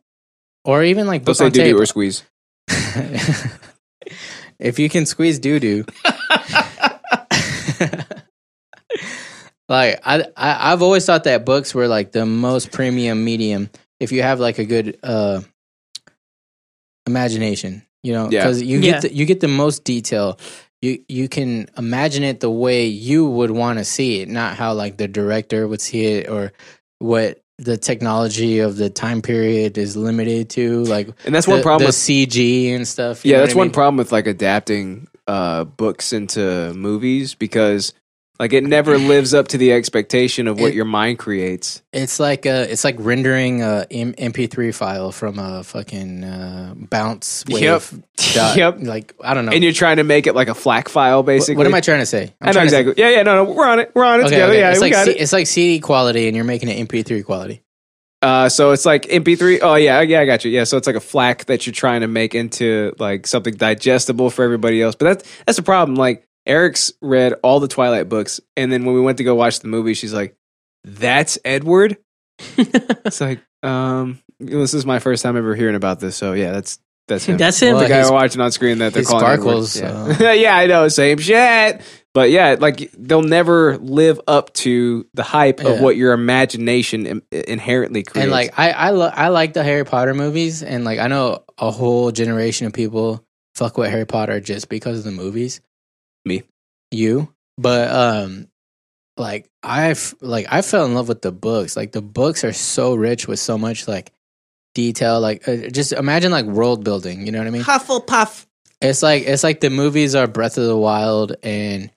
Speaker 2: or even like
Speaker 1: Don't
Speaker 2: book
Speaker 1: say
Speaker 2: on
Speaker 1: doo
Speaker 2: tape,
Speaker 1: doo or squeeze.
Speaker 2: <laughs> if you can squeeze doo doo, like I, I I've always thought that books were like the most premium medium if you have like a good uh imagination, you know,
Speaker 1: Yeah.
Speaker 2: because you
Speaker 3: Yeah.
Speaker 2: get the, you get the most detail. You you can imagine it the way you would want to see it, not how like the director would see it or what the technology of the time period is limited to like
Speaker 1: And that's one
Speaker 2: the-
Speaker 1: problem
Speaker 2: the
Speaker 1: with-
Speaker 2: CG and stuff. you
Speaker 1: Yeah,
Speaker 2: know
Speaker 1: that's
Speaker 2: what I
Speaker 1: one
Speaker 2: mean?
Speaker 1: problem with like adapting uh, books into movies because Like it never lives up to the expectation of what your mind creates.
Speaker 2: It's like uh, it's like rendering a M- MP3 file from a fucking uh, bounce wave.
Speaker 1: Yep. <laughs>
Speaker 2: dot.
Speaker 1: Yep.
Speaker 2: Like I don't know.
Speaker 1: And you're trying to make it like a FLAC file, basically.
Speaker 2: what am I trying to say?
Speaker 1: I
Speaker 2: I'm
Speaker 1: know
Speaker 2: trying to say-
Speaker 1: exactly. Yeah, yeah, no, no, we're on it. We're on it
Speaker 2: Okay,
Speaker 1: together.
Speaker 2: okay.
Speaker 1: Yeah,
Speaker 2: it's
Speaker 1: we
Speaker 2: like
Speaker 1: got
Speaker 2: C-
Speaker 1: it.
Speaker 2: it's like CD quality, and you're making it MP3 quality.
Speaker 1: Uh, so it's like MP3. Oh yeah, yeah, I got you. Yeah, so it's like a flack that you're trying to make into like something digestible for everybody else. But that's that's the problem. Like Eric's read all the Twilight books, and then when we went to go watch the movie, she's like, "That's
Speaker 2: <laughs>
Speaker 1: Edward." it's like, um, this is my first time ever hearing about this. So yeah, that's that's him.
Speaker 3: <laughs> That's him.
Speaker 1: the
Speaker 2: Well,
Speaker 1: guy
Speaker 2: his-
Speaker 1: we're watching on screen that they're
Speaker 2: his
Speaker 1: calling Edward. <laughs>
Speaker 2: sparkles,
Speaker 1: Yeah. yeah, I know, same shit. But yeah, like they'll never live up to the hype of
Speaker 2: Yeah.
Speaker 1: what your imagination im- inherently creates.
Speaker 2: And like I I, lo- I like the Harry Potter movies, and like I know a whole generation of people fuck with Harry Potter just because of the movies.
Speaker 1: Me.
Speaker 2: you, but um, like I've like I fell in love with the books. Like the books are so rich with so much like detail. Like uh, just imagine like world building. You know what I mean?
Speaker 7: Hufflepuff.
Speaker 2: It's like it's like the movies are Breath of the Wild and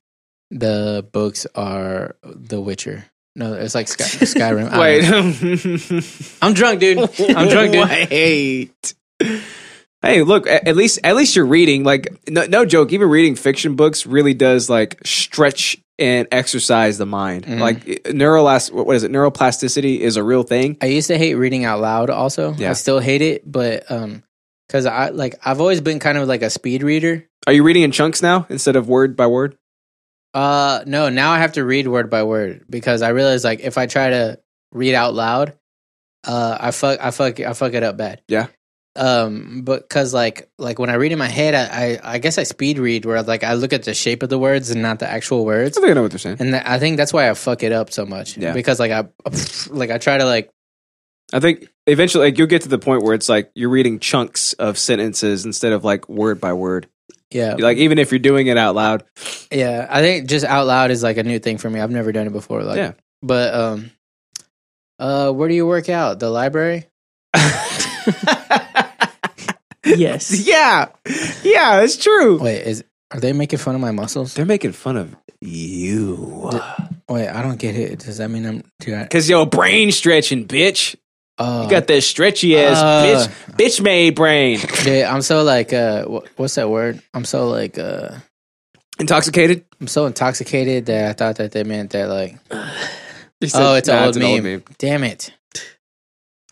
Speaker 2: the books are The Witcher. No, it's like Sky, Skyrim. I don't
Speaker 1: <laughs>
Speaker 2: know.
Speaker 1: Wait.
Speaker 2: I'm drunk, dude. I'm drunk, dude.
Speaker 1: Wait. Hey, look. a- At least, at least you're reading. Like, no, no joke. Even reading fiction books really does like stretch and exercise the mind.
Speaker 2: Mhm.
Speaker 1: Like, neurolast. What is it? Neuroplasticity is a real thing.
Speaker 2: I used to hate reading out loud. Also,
Speaker 1: Yeah.
Speaker 2: I still hate it, but um, because I like I've always been kind of like a speed reader.
Speaker 1: Are you reading in chunks now instead of word by word?
Speaker 2: Uh, no, now I have to read word by word because I realize like if I try to read out loud, uh, I fuck, I fuck, I fuck it up bad.
Speaker 1: Yeah.
Speaker 2: Um, but cause like like when I read in my head, I I, I guess I speed read where like I look at the shape of the words and not the actual
Speaker 1: I
Speaker 2: words.
Speaker 1: think I know what they're saying.
Speaker 2: And that I think that's why I fuck it up so much.
Speaker 1: Yeah.
Speaker 2: Because like I like I try to like
Speaker 1: I think eventually, like, you'll get to the point where it's like you're reading chunks of sentences instead of like word by word.
Speaker 2: yeah
Speaker 1: Like, even if you're doing it out loud, <laughs>
Speaker 2: Yeah, I think just out loud is like a new thing for me. I've never done it before. Like,
Speaker 1: Yeah.
Speaker 2: But um, uh, where do you work out? The library.
Speaker 1: <laughs>
Speaker 3: yes.
Speaker 1: yeah, yeah, it's true.
Speaker 2: Wait, is are they making fun of my muscles?
Speaker 1: They're making fun of you.
Speaker 2: Wait, I don't get it. Does that mean I'm? Dude, I,
Speaker 1: Cause yo, brain stretching, bitch.
Speaker 2: oh,
Speaker 1: You got that stretchy ass
Speaker 2: Uh.
Speaker 1: bitch, bitch made brain.
Speaker 2: dude, I'm so like uh, wh- what's that word? I'm so like uh,
Speaker 1: Intoxicated.
Speaker 2: I'm so intoxicated that I thought that they meant that like. oh, it's, an
Speaker 1: nah,
Speaker 2: old
Speaker 1: it's an old
Speaker 2: meme.
Speaker 1: meme.
Speaker 2: Damn it!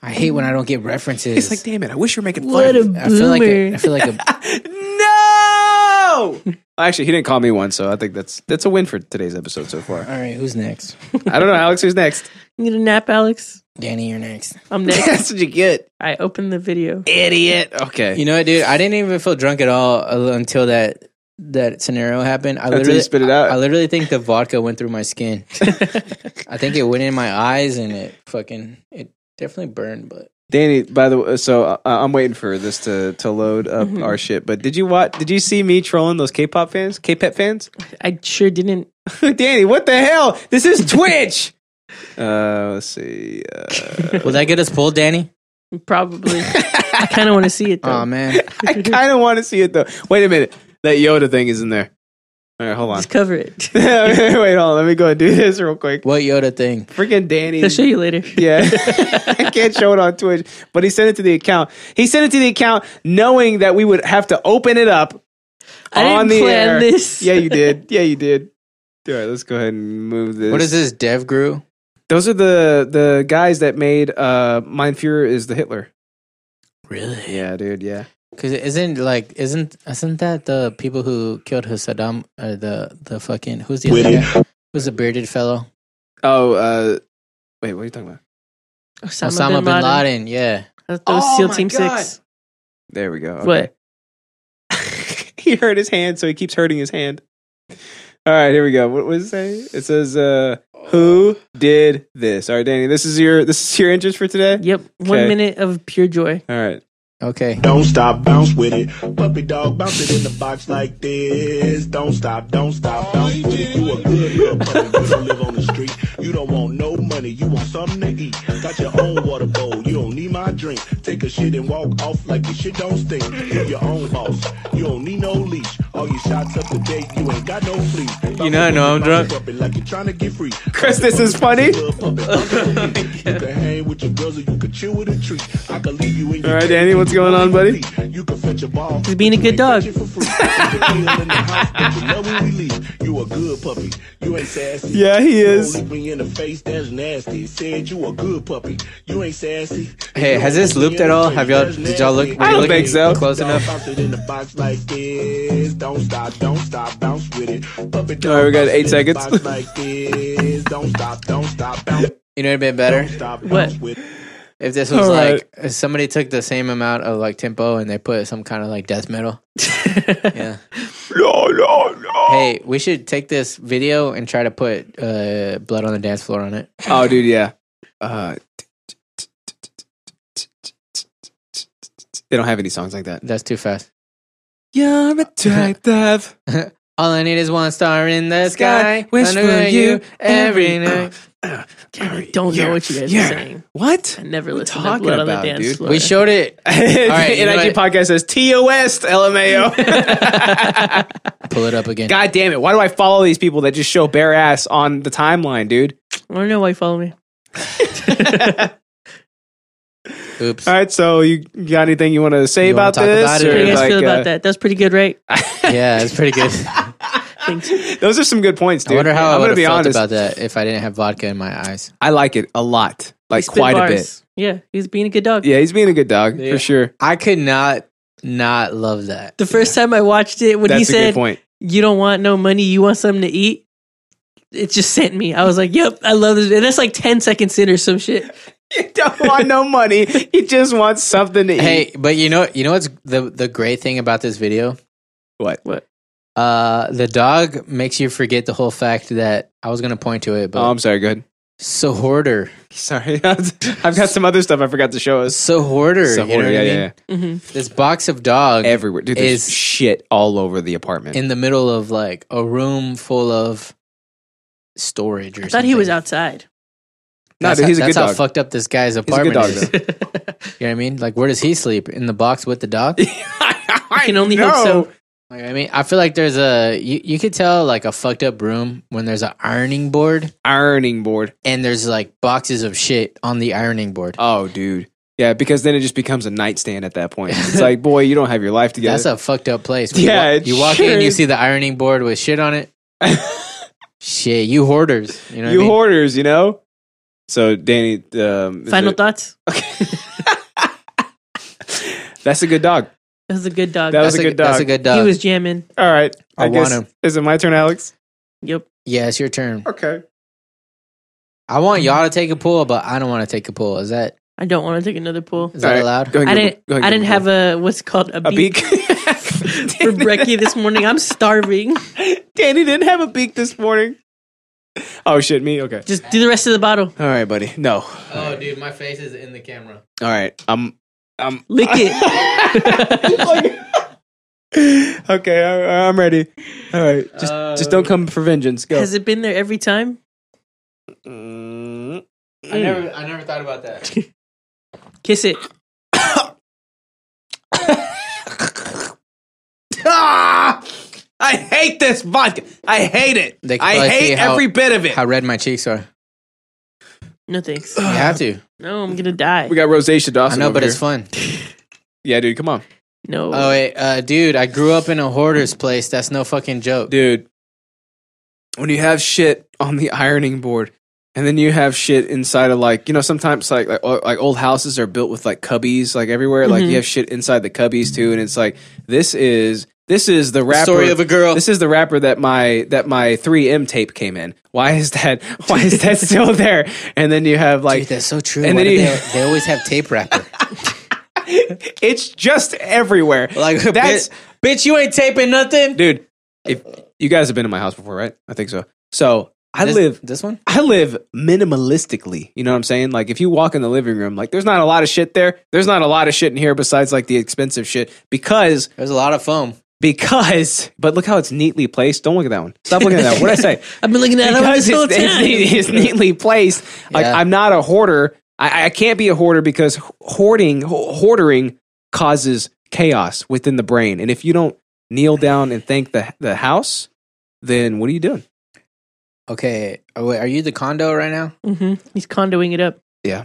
Speaker 2: I hate when I don't get references.
Speaker 1: It's like, damn it! I wish you're making fun
Speaker 3: What a
Speaker 1: of me.
Speaker 2: I feel like a,
Speaker 3: boomer.
Speaker 2: I feel like a
Speaker 1: no. <laughs> Actually, he didn't call me one, so I think that's that's a win for today's episode so far.
Speaker 2: all right. Who's next?
Speaker 1: I don't know, Alex. Who's next? <laughs>
Speaker 3: You need a nap, Alex?
Speaker 2: Danny, you're next.
Speaker 3: I'm next. <laughs>
Speaker 1: what you get,
Speaker 3: I opened the video.
Speaker 1: idiot. Okay.
Speaker 2: You know what, dude? I didn't even feel drunk at all uh, until that that scenario happened. I
Speaker 1: Until you
Speaker 2: literally
Speaker 1: spit it out.
Speaker 2: I, I literally think the vodka went through my
Speaker 1: <laughs>
Speaker 2: skin. I think it went in my eyes and it fucking it definitely burned. But
Speaker 1: Danny, by the way, so uh, I'm waiting for this to to load up our shit. But did you watch? Did you see me trolling those K-pop fans, K-pop fans? <laughs>
Speaker 3: I sure didn't.
Speaker 1: Danny, what the hell? This is Twitch. <laughs> uh, let's see. Uh,
Speaker 2: will that get us pulled, Danny?
Speaker 3: Probably. I kind of want to see it
Speaker 1: <laughs>
Speaker 3: though.
Speaker 2: Oh
Speaker 1: Um,
Speaker 2: man,
Speaker 1: I kind of want to see it though. Wait a minute. That Yoda thing is in there. All right, hold on.
Speaker 3: Just cover it.
Speaker 1: <laughs> Wait, hold on. Let me go and do this real quick.
Speaker 2: what Yoda thing?
Speaker 1: Freaking Danny.
Speaker 3: I'll show you later.
Speaker 1: <laughs> Yeah. I can't show it on Twitch, but he sent it to the account. He sent it to the account knowing that we would have to open it up
Speaker 3: I
Speaker 1: on
Speaker 3: didn't
Speaker 1: the
Speaker 3: plan
Speaker 1: air.
Speaker 3: this.
Speaker 1: Yeah, you did. Yeah, you did. All right, let's go ahead and move this.
Speaker 2: What is this? Dev Grew?
Speaker 1: Those are the the guys that made uh Mein Fuhrer is the Hitler.
Speaker 2: Really?
Speaker 1: Yeah, dude. Yeah.
Speaker 2: Because isn't like isn't isn't that the people who killed Saddam or the the fucking who's the other guy? Who's the bearded fellow?
Speaker 1: Oh, uh, wait. What are you talking about?
Speaker 3: <laughs> Osama,
Speaker 2: Osama bin Laden. Yeah.
Speaker 3: I thought That was
Speaker 1: Oh
Speaker 3: SEAL
Speaker 1: my
Speaker 3: Team
Speaker 1: God.
Speaker 3: Six.
Speaker 1: There we go.
Speaker 3: What?
Speaker 1: <laughs> he hurt his hand, so he keeps hurting his hand. All right, here we go. What was it say? It says, uh, "Who did this?" All right, Danny. This is your this is your interest for today.
Speaker 3: Yep. One
Speaker 1: Okay.
Speaker 3: minute of pure joy.
Speaker 1: All right.
Speaker 2: Okay.
Speaker 8: Don't stop, bounce with it. Puppy dog, bounce it in the box like this. Don't stop, don't stop, bounce with it. You a good little puppy, you don't live on the street. You don't want no money, you want something to eat. Got your own water bowl, you don't need my drink. Take a shit and walk off like your shit don't stink. You're your own boss. You don't need no leash. All your shots up to date. You ain't got no fleas.
Speaker 2: You know I know I'm drunk.
Speaker 8: Like you're trying to get free.
Speaker 1: Chris, this is funny.
Speaker 8: You can hang with your girls or you can chill with a treat. I can leave you in your
Speaker 1: All right, Danny, what's going on, buddy?
Speaker 8: You can fetch a ball.
Speaker 3: He's being a good dog.
Speaker 8: You can fetch it for free. You can feel it in the house, but you love when we leave. You a good puppy. You ain't sassy.
Speaker 1: Yeah, he
Speaker 8: You
Speaker 1: is.
Speaker 8: don't lick me in the face, that's nasty. Said you a good puppy. You ain't sassy.
Speaker 2: Hey,
Speaker 8: You
Speaker 2: has
Speaker 8: don't
Speaker 2: this
Speaker 8: lick me
Speaker 2: looped
Speaker 8: in
Speaker 2: at
Speaker 8: the
Speaker 2: all?
Speaker 8: face,
Speaker 2: Have y'all-
Speaker 8: that's
Speaker 2: did y'all look-
Speaker 8: nasty.
Speaker 1: were you I don't looking think so.
Speaker 2: close enough?
Speaker 8: Bounce it in the box like this. Don't stop, don't stop, bounce with it. Puppy dog,
Speaker 1: All right, we got
Speaker 8: bounce
Speaker 1: eight
Speaker 8: it in the
Speaker 1: seconds.
Speaker 8: box like this. Don't stop, don't stop, bounce.
Speaker 2: You know it'd been better
Speaker 8: Stop,
Speaker 3: What?
Speaker 8: bounce with it.
Speaker 2: if this was
Speaker 1: All right.
Speaker 2: like if somebody took the same amount of like tempo and they put some kind of like death metal. yeah.
Speaker 1: No, no, no.
Speaker 2: Hey, we should take this video and try to put uh, blood on the dance floor on it.
Speaker 1: Oh, dude, yeah. Uh, they don't have any songs like that.
Speaker 2: That's too fast.
Speaker 1: You're a <laughs> type of
Speaker 2: All I need is one star in the sky.
Speaker 1: wish
Speaker 2: under
Speaker 1: for you every
Speaker 2: every night.
Speaker 1: night.
Speaker 3: Don't know what you guys are saying.
Speaker 1: What? <laughs>
Speaker 3: I
Speaker 1: What are
Speaker 3: never
Speaker 1: you
Speaker 3: listened to
Speaker 1: talking
Speaker 3: Blood on
Speaker 1: about,
Speaker 3: the Dance
Speaker 1: dude?
Speaker 3: Floor.
Speaker 2: We showed it. right, you know
Speaker 1: NIG podcast says TOS
Speaker 3: <laughs>
Speaker 1: LMAO.
Speaker 2: Pull it up again.
Speaker 1: God damn it. Why do I follow these people that just show bare ass on the timeline, dude?
Speaker 3: I don't know why you follow me.
Speaker 2: Oops.
Speaker 1: All right, so you you got anything you want to say
Speaker 2: You wanna
Speaker 1: about
Speaker 2: talk
Speaker 1: this?
Speaker 2: about it?
Speaker 3: How
Speaker 1: or
Speaker 3: do you guys
Speaker 1: like,
Speaker 3: feel about
Speaker 1: uh,
Speaker 3: that? That's pretty good, right?
Speaker 2: Yeah, it's pretty <laughs> good.
Speaker 3: Thanks.
Speaker 1: Those are some good points, dude.
Speaker 2: I wonder how
Speaker 1: I'm
Speaker 2: I
Speaker 1: gonna
Speaker 2: would have
Speaker 1: be
Speaker 2: felt
Speaker 1: honest.
Speaker 2: about that if I didn't have vodka in my eyes.
Speaker 1: I like it a lot,
Speaker 3: He
Speaker 1: like
Speaker 3: spit
Speaker 1: quite a bit.
Speaker 3: bars. Yeah, he's being a good dog.
Speaker 1: Yeah, he's being a good dog
Speaker 2: Yeah.
Speaker 1: for sure.
Speaker 2: I could not not love that.
Speaker 3: The first time I watched it, when
Speaker 1: That's
Speaker 3: he
Speaker 1: a good
Speaker 3: said,
Speaker 1: point.
Speaker 3: "You don't want no money, you want something to eat," it just sent me. I was like, "Yep, I love this." And that's like ten seconds in or some shit.
Speaker 1: <laughs> You don't want no money. He just wants something to eat.
Speaker 2: Hey, but you know, you know what's the the great thing about this video?
Speaker 1: What?
Speaker 3: What?
Speaker 2: Uh, the dog makes you forget the whole fact that I was gonna point to it, but
Speaker 1: Oh, I'm sorry. Go ahead.
Speaker 2: Sahorder,
Speaker 1: Sorry, <laughs> I've got some other stuff I forgot to show us.
Speaker 2: Sahorder,
Speaker 1: Some
Speaker 2: you know
Speaker 1: more-
Speaker 2: what
Speaker 1: yeah,
Speaker 2: I
Speaker 1: yeah,
Speaker 2: mean?
Speaker 1: yeah.
Speaker 3: hmm
Speaker 2: This box of dogs
Speaker 1: Everywhere, dude. There's
Speaker 2: Is-
Speaker 1: shit all over the apartment.
Speaker 2: in the middle of like a room full of storage. Or
Speaker 3: I thought he was
Speaker 2: something.
Speaker 3: outside.
Speaker 1: No,
Speaker 2: That's
Speaker 1: dude,
Speaker 2: how-
Speaker 1: he's a
Speaker 2: that's
Speaker 1: good
Speaker 2: how
Speaker 1: dog.
Speaker 2: fucked up this guy's
Speaker 1: He's a good
Speaker 2: apartment
Speaker 1: dog.
Speaker 2: is. <laughs>
Speaker 1: <laughs>
Speaker 2: You know what I mean? Like, where does he sleep? In the box with
Speaker 1: <laughs>
Speaker 2: the dog?
Speaker 1: I
Speaker 3: can only hope so.
Speaker 2: Like, I mean, I feel like there's a you, you could tell like a fucked up room when there's an ironing board
Speaker 1: Ironing board.
Speaker 2: and there's like boxes of shit on the ironing board.
Speaker 1: Oh, dude. Yeah, because then it just becomes a nightstand at that point. It's like, boy, you don't have your life together.
Speaker 2: That's a fucked up place. You
Speaker 1: Yeah,
Speaker 2: wa-
Speaker 1: it
Speaker 2: you walk
Speaker 1: sure
Speaker 2: in, you
Speaker 1: is.
Speaker 2: see the ironing board with shit on it.
Speaker 1: <laughs>
Speaker 2: shit, you hoarders. You know,
Speaker 1: you
Speaker 2: what I mean?
Speaker 1: hoarders, you know. So, Danny, um, is
Speaker 3: Final
Speaker 1: there-
Speaker 3: thoughts.
Speaker 1: that's a good dog.
Speaker 3: That was a good dog.
Speaker 1: That was
Speaker 2: That's
Speaker 1: a good
Speaker 2: That's
Speaker 1: dog.
Speaker 2: a good
Speaker 3: he
Speaker 2: dog.
Speaker 3: was jamming.
Speaker 1: All right,
Speaker 2: I want
Speaker 1: guess
Speaker 2: him.
Speaker 1: is it my turn, Alex?
Speaker 3: Yep.
Speaker 2: yeah, it's your turn.
Speaker 1: Okay.
Speaker 2: I want y'all to take a pull, but I don't want to take a pull. Is that
Speaker 3: I don't want to take another pull.
Speaker 2: is that
Speaker 1: All right.
Speaker 2: allowed?
Speaker 1: Go ahead. and
Speaker 3: I
Speaker 1: give
Speaker 3: didn't.
Speaker 1: it- go ahead
Speaker 3: I
Speaker 1: and
Speaker 3: didn't
Speaker 1: give it
Speaker 3: have a what's it called a,
Speaker 1: a
Speaker 3: beak,
Speaker 1: beak. <laughs>
Speaker 3: for brekkie this morning. I'm starving.
Speaker 1: Danny didn't have a beak this morning. Oh shit, me. Okay.
Speaker 3: Just do the rest of the bottle.
Speaker 1: All right, buddy. No. All
Speaker 2: Oh, dude, my face is in the camera.
Speaker 1: right. I'm. I'm.
Speaker 3: Lick
Speaker 1: <laughs>
Speaker 3: it.
Speaker 1: Okay. I, I'm ready. All right. Just, just don't come for vengeance. Go.
Speaker 3: Has it been there every time?
Speaker 1: Mm.
Speaker 2: I never, I never thought about that.
Speaker 3: Kiss it.
Speaker 1: <laughs> Ah! I hate this vodka. I hate it.
Speaker 2: They can
Speaker 1: I
Speaker 2: probably see
Speaker 1: hate
Speaker 2: how-
Speaker 1: every bit of it.
Speaker 2: How red my cheeks are.
Speaker 3: No thanks.
Speaker 1: <sighs>
Speaker 2: You have to.
Speaker 3: No, I'm gonna die.
Speaker 1: got rosacea
Speaker 2: I
Speaker 1: Dawson.
Speaker 2: know,
Speaker 1: over
Speaker 2: but
Speaker 1: here.
Speaker 2: it's fun.
Speaker 1: Yeah, dude, come on,
Speaker 3: No.
Speaker 2: Oh wait, uh, dude, I grew up in a hoarder's place. That's no fucking joke.
Speaker 1: dude. When you have shit on the ironing board, and then you have shit inside of like you know sometimes like like, o- like old houses are built with like cubbies like everywhere.
Speaker 2: Mm-hmm.
Speaker 1: Like you have shit inside the cubbies too, and it's like this is this is the rapper
Speaker 2: Story of a girl.
Speaker 1: This is the rapper that my that my 3M tape came in. Why is that? <laughs> Why is that
Speaker 2: <laughs>
Speaker 1: still there? And then you have like
Speaker 2: Dude, that's so true.
Speaker 1: and
Speaker 2: Why
Speaker 1: then
Speaker 2: do
Speaker 1: you-
Speaker 2: they, they always have tape wrapper.
Speaker 1: <laughs> it's just everywhere.
Speaker 2: Like
Speaker 1: That's-
Speaker 2: bitch, bitch, you ain't taping nothing.
Speaker 1: dude. If you guys have been in my house before, right? I think so. So I
Speaker 2: this,
Speaker 1: live
Speaker 2: this one.
Speaker 1: I live minimalistically. You know what I'm saying? Like if you walk in the living room, like there's not a lot of shit there. There's not a lot of shit in here besides like the expensive shit because
Speaker 2: There's a lot of foam.
Speaker 1: because but look how it's neatly placed. Don't look at that one. Stop looking at that. What would I say?
Speaker 3: I've been looking at it
Speaker 1: because
Speaker 3: this whole
Speaker 1: it's, it's,
Speaker 3: time.
Speaker 1: neat- it's neatly placed. Like
Speaker 2: Yeah.
Speaker 1: I'm not a hoarder. I, I can't be a hoarder because hoarding, ho- hoarding causes chaos within the brain. And if you don't kneel down and thank the, the house, then what are you doing?
Speaker 2: Okay, oh, wait, are you the condo right now?
Speaker 3: hmm He's condoing it up.
Speaker 2: Are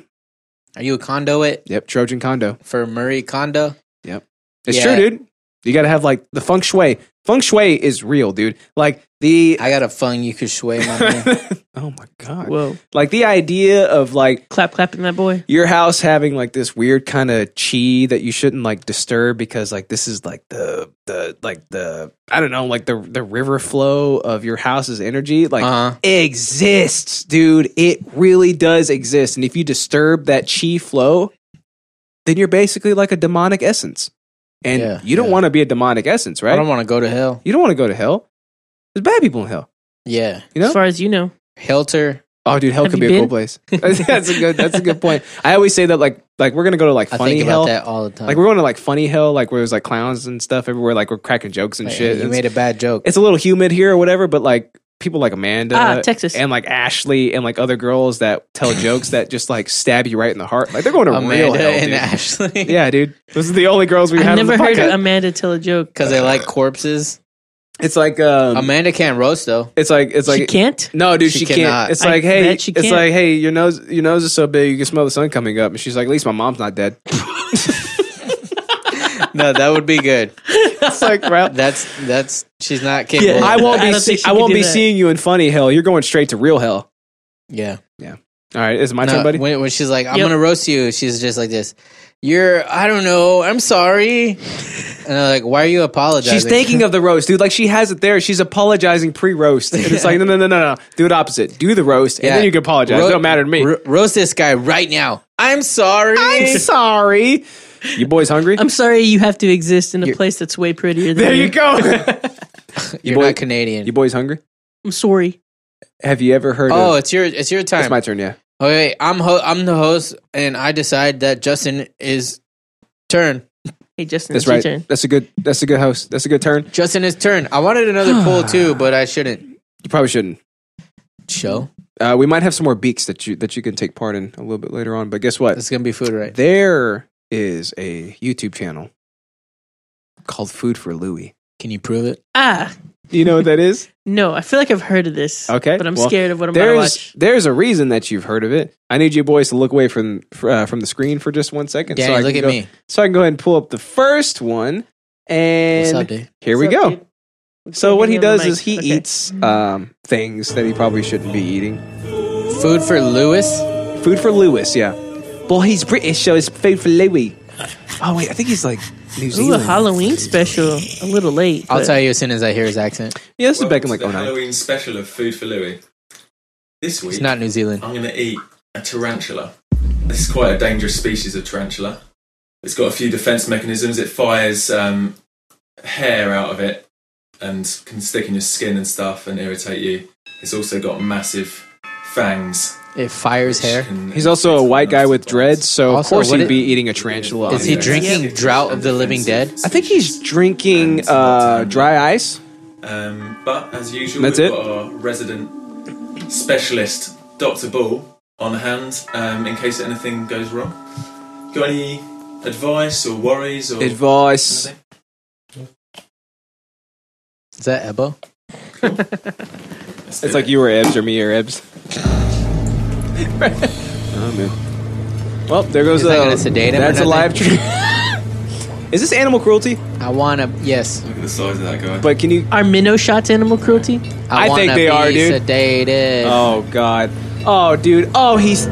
Speaker 2: you a condo it
Speaker 1: Yep, Trojan condo.
Speaker 2: for Murray condo?
Speaker 1: It's
Speaker 2: Yeah.
Speaker 1: true, dude. You got to have like the feng shui. Feng shui is real, dude. Like the.
Speaker 2: I got a fun you could
Speaker 1: <laughs>
Speaker 2: sway my man.
Speaker 1: oh my God.
Speaker 3: Whoa.
Speaker 1: Like the idea of like
Speaker 3: Clap, clapping that boy.
Speaker 1: your house having like this weird kind of chi that you shouldn't like disturb because like this is like the the like the I don't know like the the river flow of your house's energy like
Speaker 2: Uh-huh.
Speaker 1: exists, dude. It really does exist, and if you disturb that chi flow, then you're basically like a demonic essence, and
Speaker 2: Yeah,
Speaker 1: you don't
Speaker 2: yeah.
Speaker 1: want to be a demonic essence, right?
Speaker 2: I don't want to go to hell.
Speaker 1: you don't want to go to hell. There's bad people in hell.
Speaker 2: Yeah,
Speaker 1: You know?
Speaker 3: As far as you know.
Speaker 2: Helter.
Speaker 1: Oh, dude, hell
Speaker 3: Have
Speaker 1: could be
Speaker 3: you
Speaker 1: a cool
Speaker 3: been? <laughs>
Speaker 1: place. that's a good. That's a good point. I always say that like like we're gonna go to like
Speaker 2: I
Speaker 1: funny
Speaker 2: think about
Speaker 1: hell.
Speaker 2: that all the time.
Speaker 1: Like we're going to like funny hell, like where there's like clowns and stuff everywhere, like we're cracking jokes and
Speaker 2: Like,
Speaker 1: shit.
Speaker 2: You
Speaker 1: It's,
Speaker 2: made a bad joke.
Speaker 1: it's a little humid here or whatever, but like people like Amanda
Speaker 3: Ah, Texas.
Speaker 1: and like Ashley and like other girls that tell jokes that just like stab you right in the heart. Like they're going to real
Speaker 2: Amanda
Speaker 1: hell,
Speaker 2: and
Speaker 1: dude.
Speaker 2: Ashley. <laughs>
Speaker 1: Yeah, dude. Those are the only girls we
Speaker 3: I
Speaker 1: have. in the
Speaker 3: never heard
Speaker 1: podcast.
Speaker 3: Amanda tell a joke.
Speaker 2: because they like corpses.
Speaker 1: It's like um,
Speaker 2: Amanda can't roast though.
Speaker 1: it's like it's
Speaker 3: she
Speaker 1: like
Speaker 3: can't?
Speaker 1: no, dude,
Speaker 2: She
Speaker 1: she, can't.
Speaker 2: cannot.
Speaker 1: It's
Speaker 3: I
Speaker 1: like hey,
Speaker 3: bet she
Speaker 1: it's
Speaker 3: can't.
Speaker 1: like hey, your nose, your nose is so big, you can smell the sun coming up. And she's like, at least my mom's not dead. <laughs>
Speaker 2: No, that would be good.
Speaker 1: it's like,
Speaker 2: <laughs>
Speaker 1: bro,
Speaker 2: That's that's she's not capable.
Speaker 3: Yeah.
Speaker 2: of
Speaker 1: I won't
Speaker 3: I
Speaker 1: be,
Speaker 3: don't
Speaker 1: see-
Speaker 3: think she
Speaker 1: I
Speaker 3: could
Speaker 1: won't
Speaker 3: do
Speaker 1: be
Speaker 3: that.
Speaker 1: seeing you in funny hell. You're going straight to real hell.
Speaker 2: <laughs> Yeah.
Speaker 1: All right, is it my
Speaker 2: No,
Speaker 1: turn, buddy?
Speaker 2: when, when she's like, "I'm
Speaker 3: Yep.
Speaker 2: gonna roast you," she's just like this. You're, I don't know. I'm sorry. And they're like, "Why are you apologizing?"
Speaker 1: She's thinking of the roast, dude. Like she has it there. She's apologizing pre-roast, and it's like, no, no, no, no, no. Do it opposite. Do the roast, and
Speaker 2: Yeah.
Speaker 1: then you can apologize.
Speaker 2: Ro-
Speaker 1: it don't matter to me.
Speaker 2: "Ro- roast this guy right now. I'm sorry. <laughs>
Speaker 1: I'm sorry. You boys hungry?
Speaker 3: I'm sorry you have to exist in a place that's way prettier than
Speaker 1: <laughs> there you go.
Speaker 2: You're
Speaker 1: boy-
Speaker 2: not Canadian.
Speaker 1: you boys hungry?
Speaker 3: I'm sorry.
Speaker 1: Have you ever heard?
Speaker 2: oh,
Speaker 1: of,
Speaker 2: it's your it's your time.
Speaker 1: it's my turn. Yeah.
Speaker 2: okay, I'm ho- I'm the host, and I decide that Justin is turn.
Speaker 3: Hey, Justin,
Speaker 1: That's
Speaker 3: it's
Speaker 1: right.
Speaker 3: your turn.
Speaker 1: That's a good. That's a good host. That's a good turn.
Speaker 2: Justin is turn. I wanted
Speaker 1: <sighs>
Speaker 2: another pool too, but I shouldn't.
Speaker 1: You probably shouldn't.
Speaker 2: Show.
Speaker 1: Uh, we might have some more beaks that you that you can take part in a little bit later on. But guess what?
Speaker 2: It's gonna be food, right?
Speaker 1: There is a YouTube channel called Food for Louie.
Speaker 2: Can you prove it?
Speaker 3: Ah,
Speaker 1: You know what that is?
Speaker 3: no. I feel like I've heard of this.
Speaker 1: Okay,
Speaker 3: But I'm
Speaker 1: well,
Speaker 3: scared of what I'm going to
Speaker 1: there's
Speaker 3: watch.
Speaker 1: there's a reason that you've heard of it. I need you boys to look away from uh, from the screen for just one second.
Speaker 2: Danny,
Speaker 1: I
Speaker 2: look
Speaker 1: can
Speaker 2: at
Speaker 1: go,
Speaker 2: me.
Speaker 1: So I can go ahead and pull up the first one,
Speaker 2: What's
Speaker 1: and
Speaker 2: up, dude?
Speaker 1: here we
Speaker 3: What's
Speaker 1: go.
Speaker 3: up, dude?
Speaker 1: So
Speaker 3: Okay,
Speaker 1: what
Speaker 3: hang
Speaker 1: he
Speaker 3: on the
Speaker 1: does
Speaker 3: mic.
Speaker 1: is he
Speaker 3: Okay.
Speaker 1: eats um, things that he probably shouldn't be eating.
Speaker 2: Food for Lewis.
Speaker 1: Food for Lewis, yeah. Well, he's British, so it's food for Louis. Oh wait, I think he's like New
Speaker 3: Ooh, a
Speaker 1: Zealand.
Speaker 3: Halloween special. A little late.
Speaker 2: I'll
Speaker 3: but-
Speaker 2: tell you as soon as I hear his accent.
Speaker 1: yeah, this is back in like
Speaker 9: Welcome to the
Speaker 1: 09.
Speaker 9: Halloween special of Food for Louie. This week,
Speaker 2: It's not New Zealand.
Speaker 9: I'm going to eat a tarantula. This is quite a dangerous species of tarantula. It's got a few defense mechanisms. It fires um, hair out of it and can stick in your skin and stuff and irritate you. It's also got massive fangs.
Speaker 2: It fires
Speaker 9: which
Speaker 2: hair.
Speaker 9: can-
Speaker 1: He's also a white guy with dreads, so of
Speaker 2: Also,
Speaker 1: course
Speaker 2: what
Speaker 1: he'd
Speaker 2: it-
Speaker 1: be eating a tarantula.
Speaker 2: Is he
Speaker 9: Yeah.
Speaker 2: drinking
Speaker 9: Yeah.
Speaker 2: Drought of the Living Dead?
Speaker 1: I think he's drinking
Speaker 9: And-
Speaker 1: uh, dry ice.
Speaker 9: Um, but as usual,
Speaker 1: That's
Speaker 9: we've
Speaker 1: it?
Speaker 9: got our resident specialist, Dr. Bull, on hand um, in case anything goes wrong. Got any advice or worries or
Speaker 1: Advice.
Speaker 2: Is that Ebo?
Speaker 1: It's like you were Ebs or me or Ebs.
Speaker 2: <laughs>
Speaker 1: oh man. Well, there goes.
Speaker 2: He's not
Speaker 1: uh,
Speaker 2: gonna sedate him or
Speaker 1: That's a live tree. <laughs> Is this animal cruelty?
Speaker 2: I want to. Yes,
Speaker 9: Look at the size of that guy.
Speaker 1: But can you?
Speaker 3: Are minnow shots animal cruelty?
Speaker 2: I,
Speaker 1: I
Speaker 2: wanna
Speaker 1: think they
Speaker 2: be
Speaker 1: are, dude.
Speaker 2: Sedated.
Speaker 1: Oh god. Oh dude. Oh he's.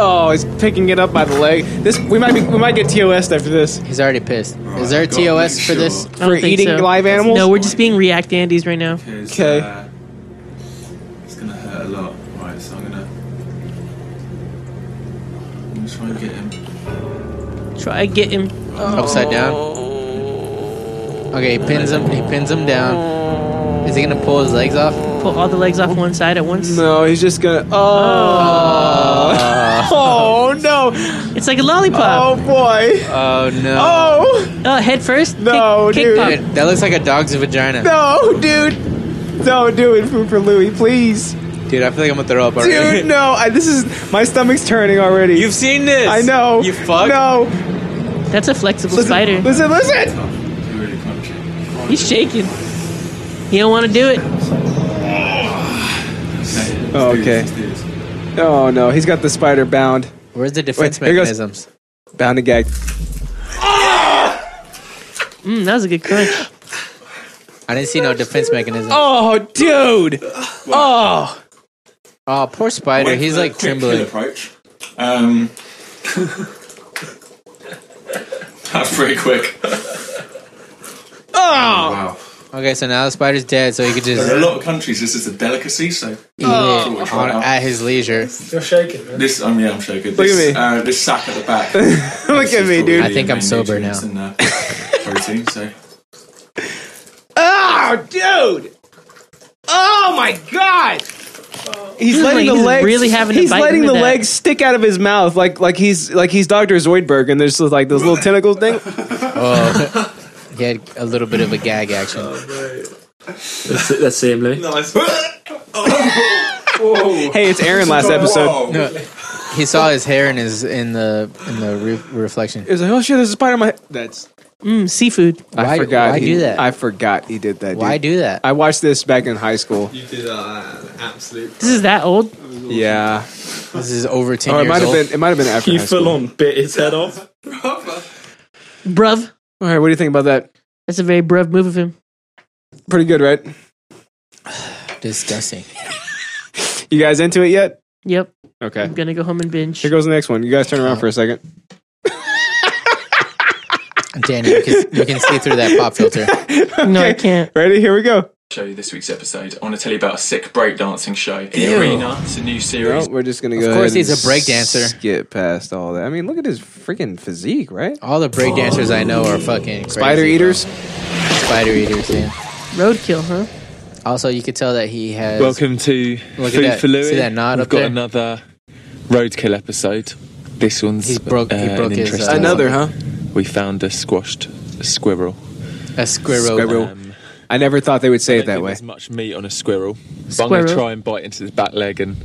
Speaker 1: Oh, he's picking it up by the leg. This we might be we might get TOS after this
Speaker 2: He's already pissed. Is there a
Speaker 9: Right, gotta
Speaker 2: TOS
Speaker 9: make
Speaker 2: for this?
Speaker 9: sure,
Speaker 3: I don't
Speaker 1: for
Speaker 3: think
Speaker 1: eating
Speaker 3: so.
Speaker 1: live animals.
Speaker 3: No, we're just being React Andes right now.
Speaker 9: 'cause,
Speaker 1: Okay.
Speaker 9: uh, it's gonna hurt a lot. Right, so I'm gonna. I'm gonna try and get him.
Speaker 3: Try get him.
Speaker 2: Upside down. Okay, he pins him. He pins him down. Is he gonna pull his legs off?
Speaker 3: Pull all the legs off one side at once.
Speaker 1: No, he's just gonna.
Speaker 3: <laughs>
Speaker 1: Oh. <laughs> Oh, no.
Speaker 3: It's like a lollipop.
Speaker 1: Oh boy.
Speaker 2: <laughs> Oh no!
Speaker 1: Oh
Speaker 3: Oh, head first.
Speaker 1: No,
Speaker 3: kick,
Speaker 1: dude.
Speaker 3: Kick pop.
Speaker 2: Dude, that looks like a dog's vagina.
Speaker 1: no, dude. Don't do it, food for Louie, please.
Speaker 2: Dude, I feel like I'm gonna throw up already.
Speaker 1: Dude, <laughs> no. I, this is my stomach's turning already.
Speaker 2: <laughs> You've seen this.
Speaker 1: I know.
Speaker 2: You fuck.
Speaker 1: No.
Speaker 3: That's a flexible
Speaker 1: Listen,
Speaker 3: spider.
Speaker 1: Listen, listen.
Speaker 9: You really can't cheat.
Speaker 3: He's shaking. He don't want to do it.
Speaker 9: Okay.
Speaker 1: Oh,
Speaker 9: let's do this,
Speaker 1: okay.
Speaker 9: let's do this.
Speaker 1: Oh no, he's got the spider bound,
Speaker 2: Where's the defense
Speaker 1: Wait, here goes-
Speaker 2: mechanisms?
Speaker 1: bound and gagged.
Speaker 3: Mm, that was a good crunch.
Speaker 2: I didn't see no defense mechanism. Oh,
Speaker 1: Oh, dude. Oh.
Speaker 2: poor spider.
Speaker 9: Wait
Speaker 2: He's
Speaker 9: for the
Speaker 2: like
Speaker 9: quick kill
Speaker 2: trembling.
Speaker 9: Approach. Um, <laughs> that's pretty quick.
Speaker 1: Oh.
Speaker 9: Wow.
Speaker 2: Okay, so now the spider's dead, so he could just <laughs>
Speaker 9: There are a lot of countries this is a delicacy, so
Speaker 2: eat it on, at his leisure.
Speaker 10: You're shaking, man.
Speaker 9: this I'm yeah I'm shaking. This,
Speaker 1: Look at me.
Speaker 9: Uh, this sack at
Speaker 11: <laughs>
Speaker 9: the back.
Speaker 1: <laughs>
Speaker 9: Look
Speaker 1: Look at me, dude.
Speaker 2: I think I'm sober
Speaker 9: And, uh, protein, so
Speaker 1: Oh, dude. Oh my god. He's
Speaker 3: Dude,
Speaker 1: letting
Speaker 3: like,
Speaker 1: the
Speaker 3: he's
Speaker 1: legs.
Speaker 3: really having to
Speaker 1: he's
Speaker 3: bite
Speaker 1: letting
Speaker 3: into
Speaker 1: the
Speaker 3: that.
Speaker 1: legs stick out of his mouth, like like he's like he's Doctor Zoidberg, and there's just, like those little tentacles <laughs> thing.
Speaker 2: Oh, <laughs> he had a little bit of a gag action.
Speaker 10: That's it, that's him, Louis.
Speaker 9: nice.
Speaker 1: Hey, it's Aaron. Last episode,
Speaker 9: Whoa.
Speaker 2: He saw his hair in his in the in the re- reflection.
Speaker 1: it was like, oh shit, there's a spider on my. Head. That's
Speaker 3: Mm, seafood.
Speaker 1: I
Speaker 2: Why-
Speaker 1: forgot.
Speaker 2: why
Speaker 1: he,
Speaker 2: do that?
Speaker 1: I forgot he did that.
Speaker 2: Why
Speaker 1: dude.
Speaker 2: do that?
Speaker 1: I watched this back in high school.
Speaker 10: You did uh, an absolute.
Speaker 3: This is that old.
Speaker 1: Yeah,
Speaker 2: This is over ten
Speaker 1: or Uh, it
Speaker 2: years
Speaker 1: might have
Speaker 2: old.
Speaker 1: been. It might have been after.
Speaker 10: You
Speaker 1: high school.
Speaker 10: full on bit his head off.
Speaker 3: Bruv.
Speaker 1: All right, what do you think about that?
Speaker 3: That's a very bruv move of him.
Speaker 1: Pretty good, right?
Speaker 2: Disgusting.
Speaker 1: You guys into it yet?
Speaker 3: Yep.
Speaker 1: Okay.
Speaker 3: I'm gonna go home and binge.
Speaker 1: Here goes the next one. You guys turn around for a second.
Speaker 2: Danny, you can, you can see through that pop filter.
Speaker 3: No, I can't.
Speaker 1: Ready? Here we go.
Speaker 9: Show you this week's episode. I want to tell you about a sick breakdancing show. The Arena. It's a new
Speaker 1: No,
Speaker 9: series.
Speaker 1: we're just gonna go.
Speaker 2: Of
Speaker 1: ahead
Speaker 2: course
Speaker 1: and
Speaker 2: he's a break dancer.
Speaker 1: Skip past all that. I mean, look at his freaking physique, right?
Speaker 2: All the breakdancers I know are fucking crazy,
Speaker 1: Spider
Speaker 2: bro.
Speaker 1: eaters.
Speaker 2: Spider eaters. Yeah.
Speaker 3: Roadkill, huh?
Speaker 2: Also, you could tell that he has.
Speaker 11: Welcome to
Speaker 2: Look at
Speaker 11: Food
Speaker 2: that-
Speaker 11: for Louis.
Speaker 2: see that nod
Speaker 11: We've
Speaker 2: up
Speaker 11: got
Speaker 2: there?
Speaker 11: another roadkill episode. This one's
Speaker 2: He broke- he
Speaker 11: uh,
Speaker 2: broke
Speaker 11: an
Speaker 2: his,
Speaker 11: interesting
Speaker 2: uh,
Speaker 11: one.
Speaker 2: Another,
Speaker 1: huh?
Speaker 11: We found a squashed squirrel.
Speaker 2: A squirrel.
Speaker 1: Squirrel. I never thought they would say it that way.
Speaker 11: There's much meat on a squirrel. But I'm going
Speaker 3: Squirrel.
Speaker 11: to try and bite into the back leg and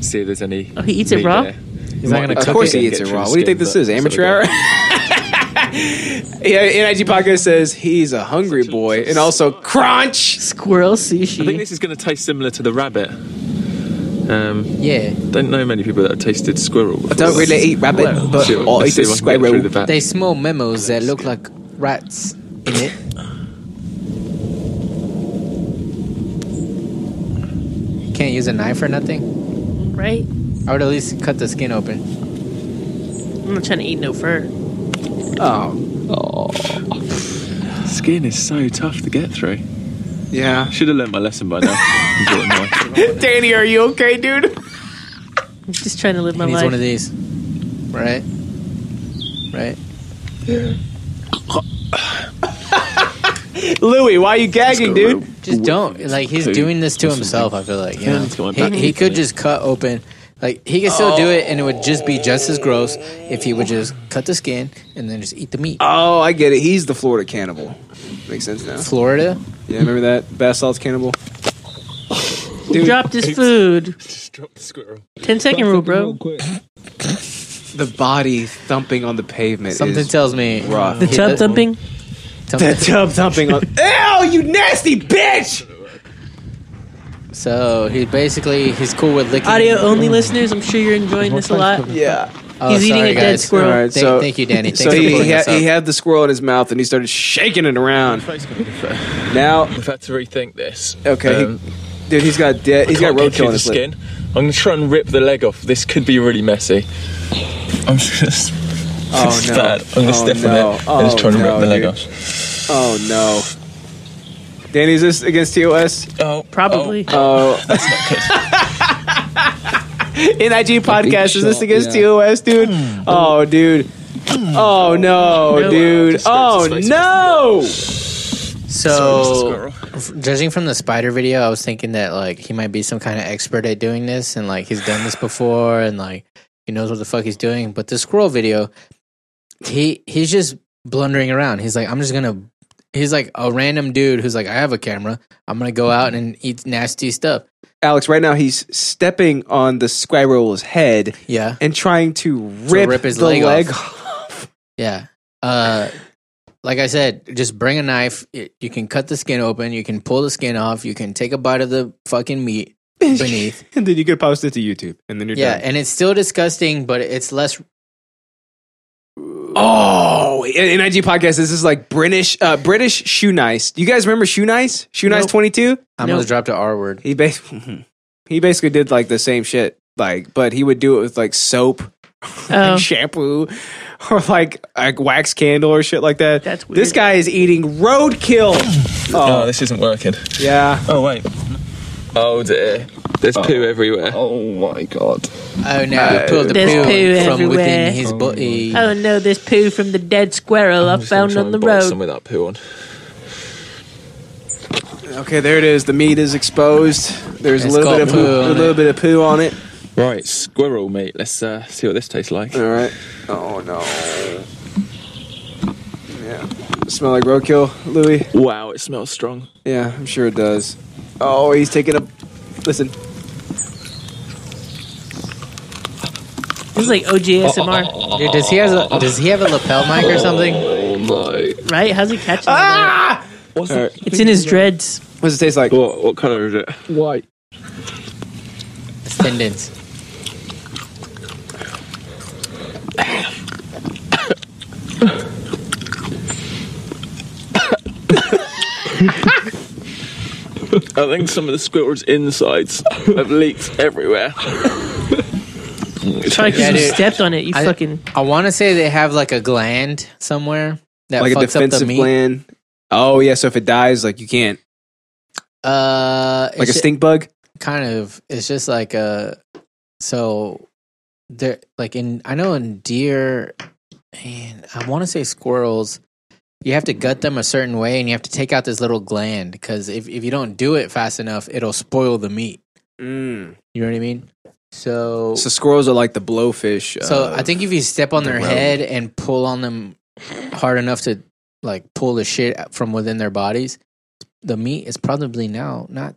Speaker 11: see if there's any.
Speaker 3: Oh, he eats it
Speaker 11: meat
Speaker 3: raw?
Speaker 11: there.
Speaker 2: He's not gonna
Speaker 1: Of
Speaker 2: cook
Speaker 1: course
Speaker 2: it.
Speaker 1: he
Speaker 11: and
Speaker 1: eats
Speaker 11: get
Speaker 1: it
Speaker 11: through
Speaker 1: raw.
Speaker 11: the
Speaker 1: What do you
Speaker 11: skin,
Speaker 1: think this
Speaker 11: but
Speaker 1: is?
Speaker 11: that's
Speaker 1: Amateur hour.
Speaker 11: what
Speaker 1: <laughs> yeah, NIG podcast says he's a hungry boy and also crunch.
Speaker 3: Squirrel
Speaker 11: I think
Speaker 3: sushi.
Speaker 11: this is going to taste similar to the rabbit. Um,
Speaker 2: Yeah.
Speaker 11: don't know many people that have tasted squirrel. Before.
Speaker 1: I don't really eat rabbit, but
Speaker 11: See what-
Speaker 1: I'll
Speaker 11: let's
Speaker 1: eat a
Speaker 11: see if I can get
Speaker 1: squirrel.
Speaker 11: through the back.
Speaker 2: They small memos that look like rats in it. Can't use a knife or nothing.
Speaker 3: Right?
Speaker 2: I would at least cut the skin open.
Speaker 3: I'm not trying to eat no fur.
Speaker 1: Oh,
Speaker 11: Skin is so tough to get through.
Speaker 1: yeah.
Speaker 11: Should have learnt my lesson
Speaker 1: <laughs>
Speaker 11: by now. And brought a knife.
Speaker 1: Danny, are you okay, dude?
Speaker 3: I'm just trying to live my
Speaker 2: He needs
Speaker 3: life.
Speaker 2: one of these, right? Right.
Speaker 1: <laughs> Louie, why are <laughs> you gagging,
Speaker 11: Squirrel.
Speaker 1: dude?
Speaker 2: Just don't. Like he's
Speaker 11: Poo.
Speaker 2: doing this to himself. I feel like you
Speaker 11: Yeah,
Speaker 2: know
Speaker 11: it's going
Speaker 2: he,
Speaker 11: back.
Speaker 2: he could just cut open. Like he could still do it, and it would just be just as gross if he would just cut the skin and then just eat the meat.
Speaker 1: Oh, I get it. He's the Florida cannibal. Makes sense now.
Speaker 2: Florida.
Speaker 1: Yeah, remember that bath salts cannibal?
Speaker 3: He dropped his food.
Speaker 11: Just dropped the squirrel.
Speaker 3: 10 second rule, bro.
Speaker 1: The body thumping on the pavement.
Speaker 2: Something
Speaker 1: is <laughs>
Speaker 2: tells me
Speaker 1: rough.
Speaker 2: He-
Speaker 3: Tub thumping.
Speaker 1: The <laughs> tub thumping on. Ew, you nasty bitch!
Speaker 2: So he basically he's cool with licking.
Speaker 3: Audio only listeners, I'm sure you're enjoying this a lot.
Speaker 1: Yeah.
Speaker 2: Oh,
Speaker 3: He's eating
Speaker 2: sorry,
Speaker 3: a dead
Speaker 2: guys.
Speaker 3: squirrel.
Speaker 1: All right,
Speaker 2: Thank-
Speaker 1: so
Speaker 2: thank you,
Speaker 1: <laughs>
Speaker 2: Danny. Thanks
Speaker 1: so
Speaker 2: for
Speaker 1: he,
Speaker 2: pulling
Speaker 1: he,
Speaker 2: us
Speaker 1: had,
Speaker 2: up.
Speaker 1: he had the squirrel in his mouth and he started shaking it around. Now,
Speaker 11: I've had to rethink this.
Speaker 1: okay,
Speaker 11: Um,
Speaker 1: he- dude, he's got dead. He's got
Speaker 11: can't get
Speaker 1: roadkill
Speaker 11: through
Speaker 1: on
Speaker 11: the
Speaker 1: his lip.
Speaker 11: skin. I'm gonna try and rip the leg off. This could be really messy. I'm just.
Speaker 1: Oh,
Speaker 11: this is
Speaker 1: no.
Speaker 11: bad. I'm gonna
Speaker 1: Oh,
Speaker 11: step
Speaker 1: no.
Speaker 11: on it and just
Speaker 1: Oh,
Speaker 11: try and
Speaker 1: no,
Speaker 11: rip the leg
Speaker 1: dude.
Speaker 11: off.
Speaker 1: Oh no. Danny, is this against TOS?
Speaker 11: Oh,
Speaker 3: Probably.
Speaker 1: Oh, <laughs> NIG podcast. Is this against TOS, dude?
Speaker 2: Hmm.
Speaker 1: Oh, dude. Oh no, dude. Oh no.
Speaker 2: so f- judging from the spider video, I was thinking that like he might be some kind of expert at doing this, and like he's done this before, and like he knows what the fuck he's doing. But the squirrel video, he he's just blundering around. He's like, I'm just gonna He's like a random dude who's like, I have a camera. I'm gonna go out and eat nasty stuff.
Speaker 1: Alex, right now he's stepping on the Squirrel's head
Speaker 2: Yeah,
Speaker 1: and trying to
Speaker 2: To
Speaker 1: rip,
Speaker 2: rip his
Speaker 1: the
Speaker 2: leg
Speaker 1: leg,
Speaker 2: off.
Speaker 1: off. <laughs>
Speaker 2: yeah. Uh, like I said, just bring a knife. It- you can cut the skin open. You can pull the skin off. You can take a bite of the fucking <laughs> meat beneath.
Speaker 1: and then you could post it to YouTube, and then you're
Speaker 2: yeah,
Speaker 1: done.
Speaker 2: and it's still disgusting, but it's less.
Speaker 1: Oh, in IG podcast, this is like British, uh, British shoe nice. You guys remember shoe nice? Shoe nice
Speaker 2: Nope.
Speaker 1: twenty two.
Speaker 2: I'm
Speaker 3: Nope.
Speaker 2: gonna drop the R word.
Speaker 1: He basically, <laughs> he basically did like the same shit, like, but he would do it with like soap,
Speaker 3: Oh.
Speaker 1: like shampoo, <laughs> or like like wax candle or shit like that.
Speaker 3: That's weird.
Speaker 1: This guy is eating roadkill.
Speaker 11: Oh,
Speaker 1: Oh,
Speaker 11: this isn't working.
Speaker 1: yeah.
Speaker 11: Oh, wait. Oh, dear. There's poo everywhere. Oh, my God.
Speaker 2: Oh no! he pulled the poo,
Speaker 3: There's poo
Speaker 2: from
Speaker 3: everywhere.
Speaker 2: within his body.
Speaker 3: Oh no, this poo from the dead squirrel I
Speaker 11: I'm just gonna
Speaker 3: found
Speaker 11: try
Speaker 3: on
Speaker 11: and
Speaker 3: the
Speaker 11: bite
Speaker 3: road.
Speaker 11: Some with that poo on.
Speaker 1: Okay, there it is. The meat is exposed. There's
Speaker 2: It's
Speaker 1: a little
Speaker 2: got
Speaker 1: bit of poo,
Speaker 2: poo on
Speaker 1: a little
Speaker 2: it.
Speaker 1: bit of poo on it.
Speaker 11: Right, squirrel meat. Let's uh, see what this tastes like.
Speaker 1: All right. Oh no. Yeah. Smell like roadkill, Louis.
Speaker 11: Wow, it smells strong.
Speaker 1: Yeah, I'm sure it does. Oh, he's taking a. Listen.
Speaker 3: This is like OGSMR,
Speaker 2: Dude, does he has a does he have a lapel mic or something?
Speaker 11: Oh, my.
Speaker 3: right? How's he catching ah!
Speaker 11: What's
Speaker 1: All right.
Speaker 3: It's in his dreads.
Speaker 1: What's it taste like?
Speaker 11: What, what colour is it? White.
Speaker 2: It's tendons.
Speaker 11: I think some of the squirrel's insides have leaked everywhere.
Speaker 3: Probably because
Speaker 2: Yeah,
Speaker 3: you
Speaker 2: dude.
Speaker 3: stepped on it. You
Speaker 2: I-
Speaker 3: fucking
Speaker 2: I want to say they have like a gland somewhere that
Speaker 1: like a
Speaker 2: fucks up the
Speaker 1: defensive
Speaker 2: meat.
Speaker 1: plan. Oh yeah, so if it dies, like you can't.
Speaker 2: Uh,
Speaker 1: Like a
Speaker 2: it's ju-
Speaker 1: stink bug.
Speaker 2: kind of. It's just like a so there like in I know in deer and I want to say squirrels. You have to gut them a certain way, and you have to take out this little gland because if if you don't do it fast enough, it'll spoil the meat.
Speaker 1: Mm.
Speaker 2: You know what I mean? So
Speaker 1: So squirrels are like the blowfish. uh,
Speaker 2: So
Speaker 1: of-
Speaker 2: I think if you step on
Speaker 1: the
Speaker 2: their
Speaker 1: road.
Speaker 2: head and pull on them hard enough to like pull the shit from within their bodies, the meat is probably now not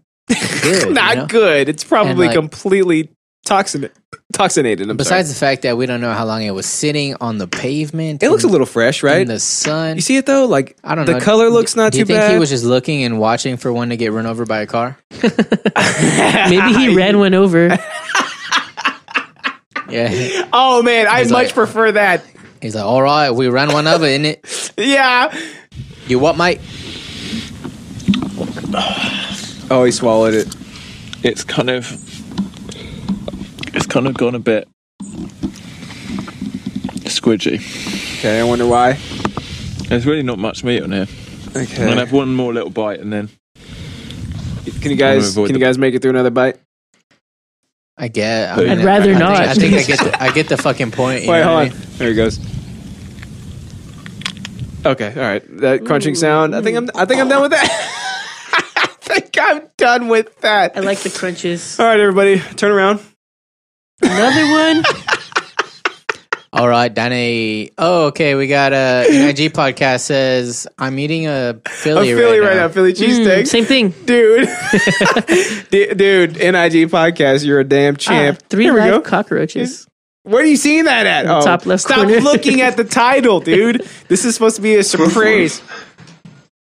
Speaker 2: good.
Speaker 1: <laughs>
Speaker 2: you
Speaker 1: not
Speaker 2: know?
Speaker 1: good. It's probably
Speaker 2: like-
Speaker 1: completely toxin toxinated. I'm
Speaker 2: Besides
Speaker 1: sorry.
Speaker 2: the fact that we don't know how long it was sitting on the pavement,
Speaker 1: it looks a
Speaker 2: in-
Speaker 1: little fresh, right?
Speaker 2: in the sun.
Speaker 1: You see it though, like
Speaker 2: I don't
Speaker 1: the
Speaker 2: know.
Speaker 1: color looks not
Speaker 2: Do you
Speaker 1: too
Speaker 2: think
Speaker 1: bad.
Speaker 2: he was just looking and watching for one to get run over by a car?
Speaker 3: maybe he ran one over.
Speaker 1: <laughs>
Speaker 2: Yeah,
Speaker 1: Oh man, I
Speaker 2: He's
Speaker 1: much
Speaker 2: like-
Speaker 1: prefer that.
Speaker 2: he's like, "All right, we ran one over, in it.
Speaker 1: Yeah.
Speaker 2: You what, mate?
Speaker 1: Oh, he swallowed it.
Speaker 11: It's kind of. It's kind of gone a bit. squidgy.
Speaker 1: Okay, I wonder why.
Speaker 11: There's really not much meat on here. I'm gonna
Speaker 1: Okay,
Speaker 11: have one more little bite and then.
Speaker 1: can you guys
Speaker 11: I'm gonna avoid
Speaker 1: can you
Speaker 11: the-
Speaker 1: guys make it through another bite?
Speaker 2: I get. I
Speaker 11: I'd
Speaker 3: rather
Speaker 2: I
Speaker 3: not.
Speaker 2: Think, I think I get. The, I get the fucking point. you
Speaker 1: Wait,
Speaker 2: know what
Speaker 1: hold
Speaker 2: I
Speaker 1: on.
Speaker 2: mean?
Speaker 1: There he goes. Okay, all right. That crunching sound. I think I'm. I think I'm done with that. <laughs> I think I'm done with that.
Speaker 3: I like the crunches.
Speaker 1: All right, everybody, turn around.
Speaker 3: Another one.
Speaker 2: All right, Danny. Oh, okay. We got a an IG podcast says I'm eating a
Speaker 1: I'm
Speaker 2: Philly,
Speaker 1: Philly
Speaker 2: right, now.
Speaker 1: Philly cheesesteaks.
Speaker 3: Mm, same thing. <laughs>
Speaker 1: dude. <laughs> D- dude, NIG podcast, you're a damn champ.
Speaker 3: Ah, three
Speaker 1: Here we
Speaker 3: live
Speaker 1: go.
Speaker 3: cockroaches.
Speaker 1: Where are you seeing that at?
Speaker 3: the top left
Speaker 1: Stop
Speaker 3: corner.
Speaker 1: looking
Speaker 3: <laughs>
Speaker 1: at the title, dude. This is supposed to be a surprise.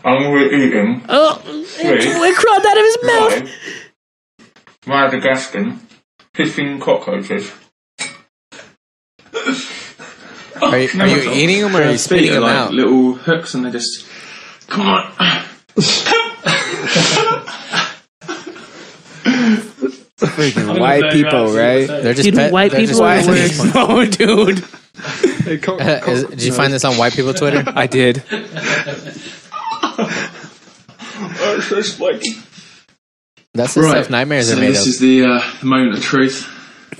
Speaker 6: I'm going to eat him.
Speaker 3: Oh, it crawled out of his mouth.
Speaker 6: Live. Madagascan. Pissing cockroaches.
Speaker 2: Are you, are
Speaker 1: <laughs>
Speaker 2: you eating them or are you spitting them
Speaker 6: like
Speaker 2: out?
Speaker 6: little hooks and they just. Come on. <coughs> Oh,
Speaker 1: Freaking white people, right?
Speaker 2: They're just
Speaker 3: Dude,
Speaker 2: pet-
Speaker 3: white
Speaker 2: they're just
Speaker 3: people are
Speaker 2: pet-
Speaker 3: the worst.
Speaker 1: no, dude.
Speaker 2: <laughs> Is- did you find this on white people Twitter?
Speaker 1: I did.
Speaker 6: Oh, it's so spiky.
Speaker 2: That's the stuff nightmares
Speaker 6: so
Speaker 2: are made
Speaker 6: this
Speaker 2: of.
Speaker 6: is the, uh, the moment of truth.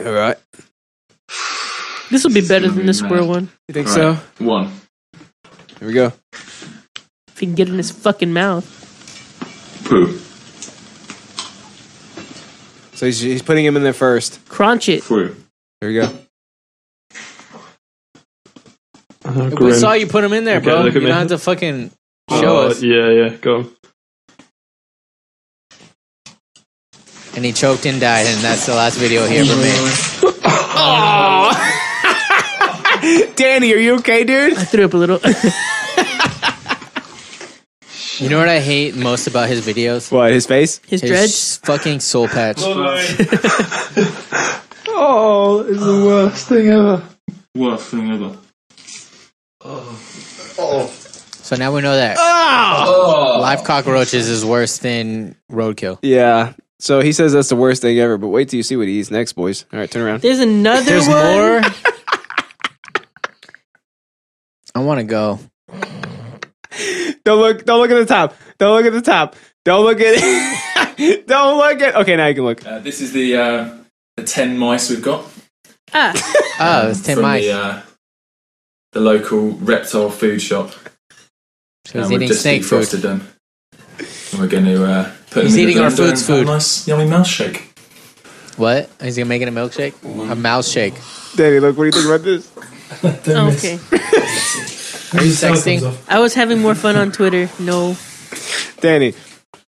Speaker 1: All right.
Speaker 3: <laughs> This will be better than the squirrel one.
Speaker 1: You think
Speaker 6: Right,
Speaker 1: so?
Speaker 6: One.
Speaker 1: Here we go.
Speaker 3: If he can get in his fucking mouth.
Speaker 6: Poo.
Speaker 1: So he's, he's putting him in there first.
Speaker 3: Crunch it.
Speaker 6: Poo.
Speaker 1: Here we go.
Speaker 2: we saw you put them in there, bro.
Speaker 10: look at
Speaker 2: you
Speaker 10: me.
Speaker 2: don't have to fucking. Show us.
Speaker 10: Yeah, yeah, go on.
Speaker 2: And he choked and died, and that's the last video he ever made.
Speaker 3: Danny, are you okay, dude? I threw up a little. <laughs>
Speaker 2: You know what I hate most about his videos?
Speaker 1: What, his face?
Speaker 3: His dreads?
Speaker 2: s- Fucking soul patch.
Speaker 6: Oh, it's the worst thing ever. Worst thing ever.
Speaker 2: So now we know that.
Speaker 1: Oh!
Speaker 2: Live cockroaches is worse than roadkill.
Speaker 1: Yeah. So he says that's the worst thing ever, but wait till you see what he eats next, boys. All right, turn around.
Speaker 3: There's another
Speaker 2: There's
Speaker 3: one.
Speaker 2: more. I want to go.
Speaker 1: Don't look. Don't look at the top. Don't look at the top. Don't look at it. don't look at. <laughs> Okay, now you can look.
Speaker 9: Uh, this is the uh, the ten mice we've got.
Speaker 3: Ah,
Speaker 2: Oh, it's Tim
Speaker 9: from
Speaker 2: Mice.
Speaker 9: The, uh, the local reptile food shop.
Speaker 2: So he's
Speaker 9: we've
Speaker 2: eating
Speaker 9: just
Speaker 2: snake food.
Speaker 9: defrosted them. And we're going to uh, put
Speaker 2: He's
Speaker 9: them in
Speaker 2: eating
Speaker 9: the
Speaker 2: our
Speaker 9: blender
Speaker 2: food's
Speaker 9: and have
Speaker 2: food.
Speaker 9: A nice yummy mouse shake.
Speaker 2: What? Is he making a milkshake? A mouse shake.
Speaker 1: Danny, look. What do you think about this?
Speaker 3: Oh,
Speaker 1: <laughs>
Speaker 3: okay.
Speaker 2: Are you sexting?
Speaker 3: I was having more fun on Twitter. No.
Speaker 1: Danny,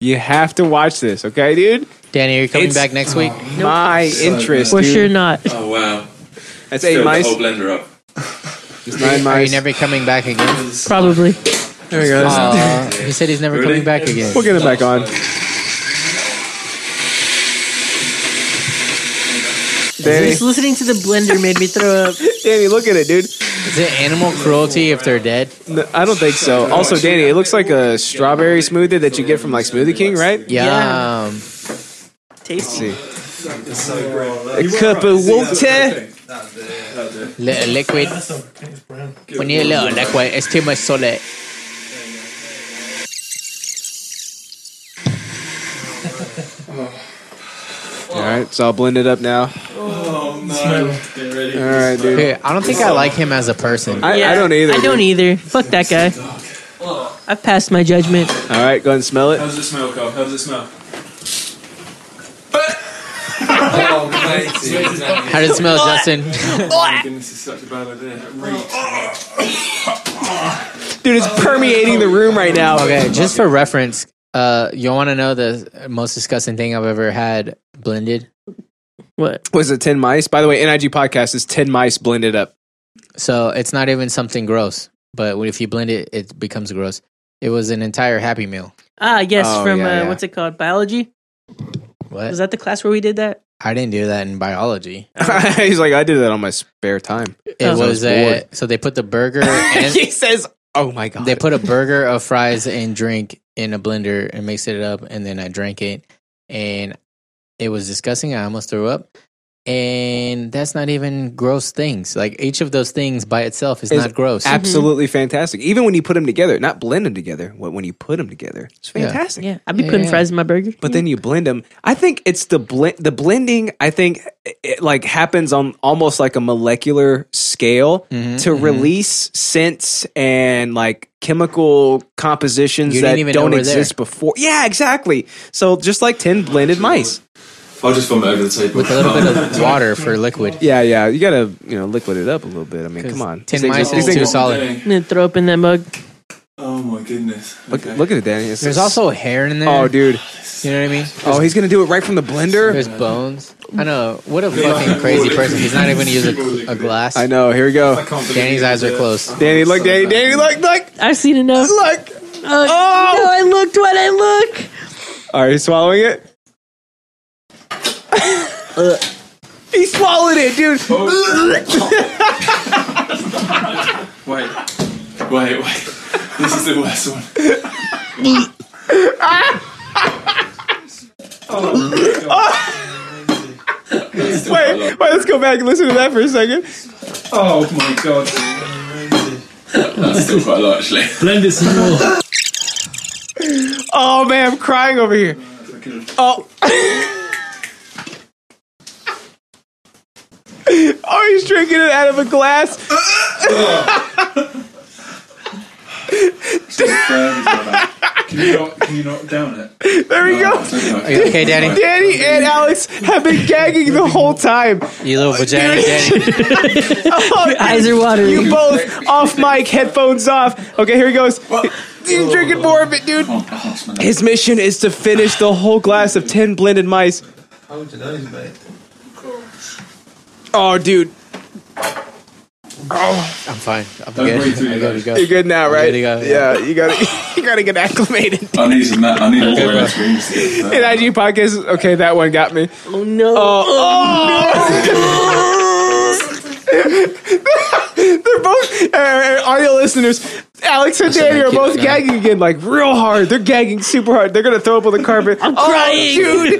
Speaker 1: you have to watch this, okay, dude?
Speaker 2: Danny, are you coming
Speaker 1: It's-
Speaker 2: back next week?
Speaker 1: My interest.
Speaker 3: For
Speaker 1: dude.
Speaker 3: sure not.
Speaker 9: Oh wow!
Speaker 1: That's eight mice.
Speaker 9: blender up.
Speaker 1: It's nine
Speaker 2: Are you
Speaker 1: mice.
Speaker 2: never coming back again?
Speaker 3: Probably.
Speaker 1: there we go.
Speaker 2: Aw, he said he's never coming back again.
Speaker 1: we'll get it back on. Danny,
Speaker 3: Just listening to the blender made me throw up.
Speaker 1: Danny, look at it, dude.
Speaker 2: Is it animal cruelty if they're dead?
Speaker 1: No, I don't think so. Also, Danny, it looks like a strawberry smoothie that you get from like Smoothie King, right?
Speaker 2: Yum.
Speaker 3: Yeah.
Speaker 2: Yeah.
Speaker 3: Tasty.
Speaker 1: see. A cup of water.
Speaker 2: Little liquid. We need a little liquid. It's too much solid.
Speaker 1: All right, so I'll blend it up now. All
Speaker 9: Oh,
Speaker 1: right, dude.
Speaker 2: Dude, I don't think I like him as a person.
Speaker 1: I, I don't either.
Speaker 3: I don't
Speaker 1: dude.
Speaker 3: either. Fuck that guy. I've passed my judgment.
Speaker 1: All right, go ahead and smell it.
Speaker 9: How does it smell, Carl? How does it <laughs> smell? Oh,
Speaker 2: How does it smell, Justin?
Speaker 9: I think this is Oh, such a bad idea. It reeks.
Speaker 1: Dude, it's permeating the room right now.
Speaker 2: Okay, just for reference, uh, you want to know the most disgusting thing I've ever had blended?
Speaker 3: What?
Speaker 1: Was it 10 mice? By the way, NIG podcast is 10 mice blended up. <laughs>
Speaker 2: So it's not even something gross, but if you blend it, it becomes gross. It was an entire Happy Meal.
Speaker 3: Ah, yes,
Speaker 1: Oh,
Speaker 3: from
Speaker 1: yeah,
Speaker 3: uh,
Speaker 1: yeah.
Speaker 3: what's it called? Biology?
Speaker 2: What?
Speaker 3: Was that the class where we did that?
Speaker 2: I didn't do that in biology.
Speaker 1: He's like, I did that on my spare time.
Speaker 2: It
Speaker 3: Oh.
Speaker 2: was
Speaker 1: bored.
Speaker 2: a, so they put the burger
Speaker 1: <laughs>
Speaker 2: and
Speaker 1: says, Oh my God.
Speaker 2: they put a burger of fries and drink in a blender and mixed it up and then I drank it and it was disgusting. I almost threw up. And that's not even gross things. Like each of those things by itself is
Speaker 1: Is
Speaker 2: not gross.
Speaker 1: Absolutely fantastic. Even when you put them together, not blend them together, but when you put them together, it's
Speaker 2: Yeah.
Speaker 1: fantastic.
Speaker 3: Yeah, I'd be
Speaker 2: Yeah,
Speaker 3: putting
Speaker 2: yeah.
Speaker 3: fries in my burger.
Speaker 1: But then you blend them. I think it's the blend. The blending. I think it like happens on almost like a molecular scale
Speaker 2: Mhm,
Speaker 1: to
Speaker 2: mhm.
Speaker 1: release scents and like chemical compositions
Speaker 2: You didn't
Speaker 1: that
Speaker 2: even know
Speaker 1: don't
Speaker 2: were
Speaker 1: exist before. Yeah, exactly. So just like ten blended mice.
Speaker 9: I'll just vomit over the table.
Speaker 2: With a little
Speaker 1: <laughs>
Speaker 2: bit of water for liquid.
Speaker 1: Yeah, yeah. You gotta you know liquid it up a little bit. I mean, come on.
Speaker 2: Tin
Speaker 1: These
Speaker 2: mice
Speaker 1: things- these
Speaker 2: is too
Speaker 1: things-
Speaker 2: solid.
Speaker 3: I'm gonna throw up in that mug.
Speaker 9: Oh my goodness.
Speaker 1: Look, look at it, Danny. It's
Speaker 2: There's
Speaker 1: just-
Speaker 2: also hair in there.
Speaker 1: Oh, dude.
Speaker 2: You know what I mean?
Speaker 1: Oh, he's gonna do it right from the blender.
Speaker 2: There's bones. I know. What a fucking crazy person. He's not even going to use a, a glass.
Speaker 1: I know. Here we go.
Speaker 2: Danny's eyes are closed.
Speaker 1: Danny, look, Danny, Danny, look, look,
Speaker 3: I've seen
Speaker 1: <laughs>
Speaker 3: enough.
Speaker 1: look.
Speaker 3: Uh, No, I looked what I look.
Speaker 1: oh! Are you swallowing
Speaker 3: <laughs>
Speaker 1: it? he swallowed it, dude.
Speaker 2: Oh.
Speaker 9: Wait, wait, wait. This is the worst one.
Speaker 1: <laughs> Wait, wait, let's go back and listen to that for a second.
Speaker 9: Oh my god. That's still quite low, actually.
Speaker 10: Blend it some more.
Speaker 1: Oh man, I'm crying over here. Oh. <laughs> oh, he's drinking it out of a glass.
Speaker 9: Can you not? Can you not down it? Oh,
Speaker 1: There we go.
Speaker 2: Are you okay, Danny?
Speaker 1: Danny and Alex have been gagging the whole time.
Speaker 2: You little vagina, Danny.
Speaker 1: <laughs> Oh,
Speaker 3: <laughs> Eyes are watering.
Speaker 1: You both off mic, headphones off. Okay, here he goes. He's drinking more of it, dude.
Speaker 9: Oh,
Speaker 1: His mission is to finish the whole glass of 10 blended mice.
Speaker 12: Hold your nose, mate.
Speaker 1: Oh, dude.
Speaker 2: I'm fine. I'm
Speaker 9: Don't
Speaker 2: good.
Speaker 9: breathe through
Speaker 2: I
Speaker 9: your
Speaker 2: gotta
Speaker 9: nose.
Speaker 2: go.
Speaker 1: You're good now,
Speaker 2: I'm
Speaker 1: right?
Speaker 2: good to go,
Speaker 1: yeah. you gotta <laughs> you gotta get acclimated. <laughs>
Speaker 9: I need some. ma- I need all the
Speaker 1: Okay,
Speaker 9: way
Speaker 1: bro.
Speaker 9: experience.
Speaker 1: In IG podcast, okay, that one got me.
Speaker 3: Oh no!
Speaker 1: Oh, <laughs> They're both uh, audio listeners. Alex and Danny are both gagging again, like real hard. They're gagging super hard. They're gonna throw up on the carpet. <laughs> I'm
Speaker 3: crying.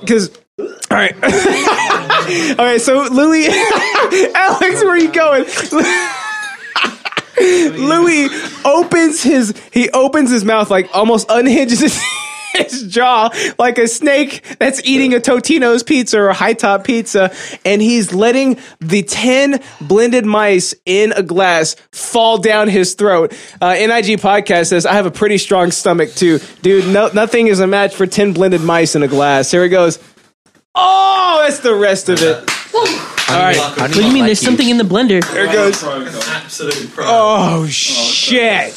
Speaker 1: Because all right, <laughs> all right. So Louis, <laughs> Alex, where are you going? <laughs> Louis opens his he opens his mouth like almost unhinges his, <laughs> his jaw like a snake that's eating a Totino's pizza or a high top pizza, and he's letting the ten blended mice in a glass fall down his throat. Uh, Nig podcast says I have a pretty strong stomach too, dude. No, nothing is a match for ten blended mice in a glass. Here it goes. Oh, that's the rest of it. All right.
Speaker 3: What do you mean? There's something in the blender.
Speaker 1: There it goes.
Speaker 12: Absolute pro.
Speaker 1: Oh shit!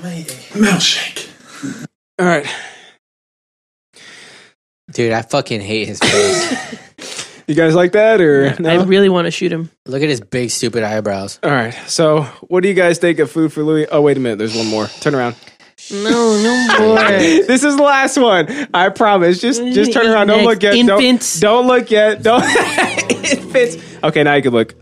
Speaker 12: Milkshake.
Speaker 1: All right,
Speaker 2: Dude, I fucking hate his face.
Speaker 1: you guys like that or no?
Speaker 3: I really want to shoot him.
Speaker 2: Look at his big stupid eyebrows.
Speaker 1: All right. So, what do you guys think of food for Louis? Oh, wait a minute. There's one more. Turn around.
Speaker 3: No,
Speaker 1: <laughs>
Speaker 3: no more.
Speaker 1: This is the last one. I promise. Just, just turn around. Don't look yet.
Speaker 3: Infants.
Speaker 1: Don't, don't look yet. Don't. <laughs> Infants. Okay, now you can look.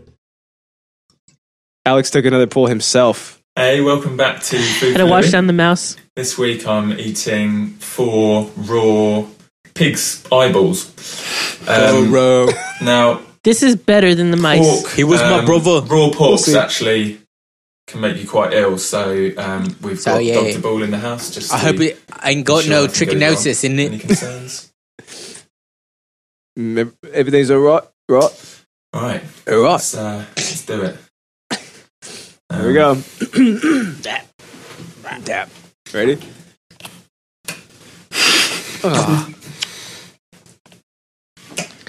Speaker 1: Alex took another pull himself.
Speaker 9: Hey, welcome back to Food
Speaker 3: Had to
Speaker 9: for
Speaker 3: wash
Speaker 9: Living.
Speaker 3: down the mouse.
Speaker 9: This week I'm eating four raw pig's eyeballs.
Speaker 1: Oh,
Speaker 9: Um, Now,
Speaker 3: This is better than the mice.
Speaker 9: pork. um,
Speaker 12: He was my brother.
Speaker 9: Raw pork
Speaker 1: see.
Speaker 9: actually can make you quite ill. So um, we've
Speaker 2: So,
Speaker 9: got
Speaker 2: yeah.
Speaker 9: Doctor Ball in the house. Just
Speaker 2: I
Speaker 9: to
Speaker 2: hope it ain't got
Speaker 9: ensure
Speaker 2: no
Speaker 9: nothing goes
Speaker 2: trichinosis
Speaker 9: wrong.
Speaker 2: in
Speaker 9: Any
Speaker 2: it. <laughs>
Speaker 9: concerns?
Speaker 1: Mm, ev- Everything's all right. Right.
Speaker 9: All right,
Speaker 1: All right.
Speaker 9: let's, uh, let's do it.
Speaker 1: Here we go. <clears throat> Dap. Dap. Ready? Ah.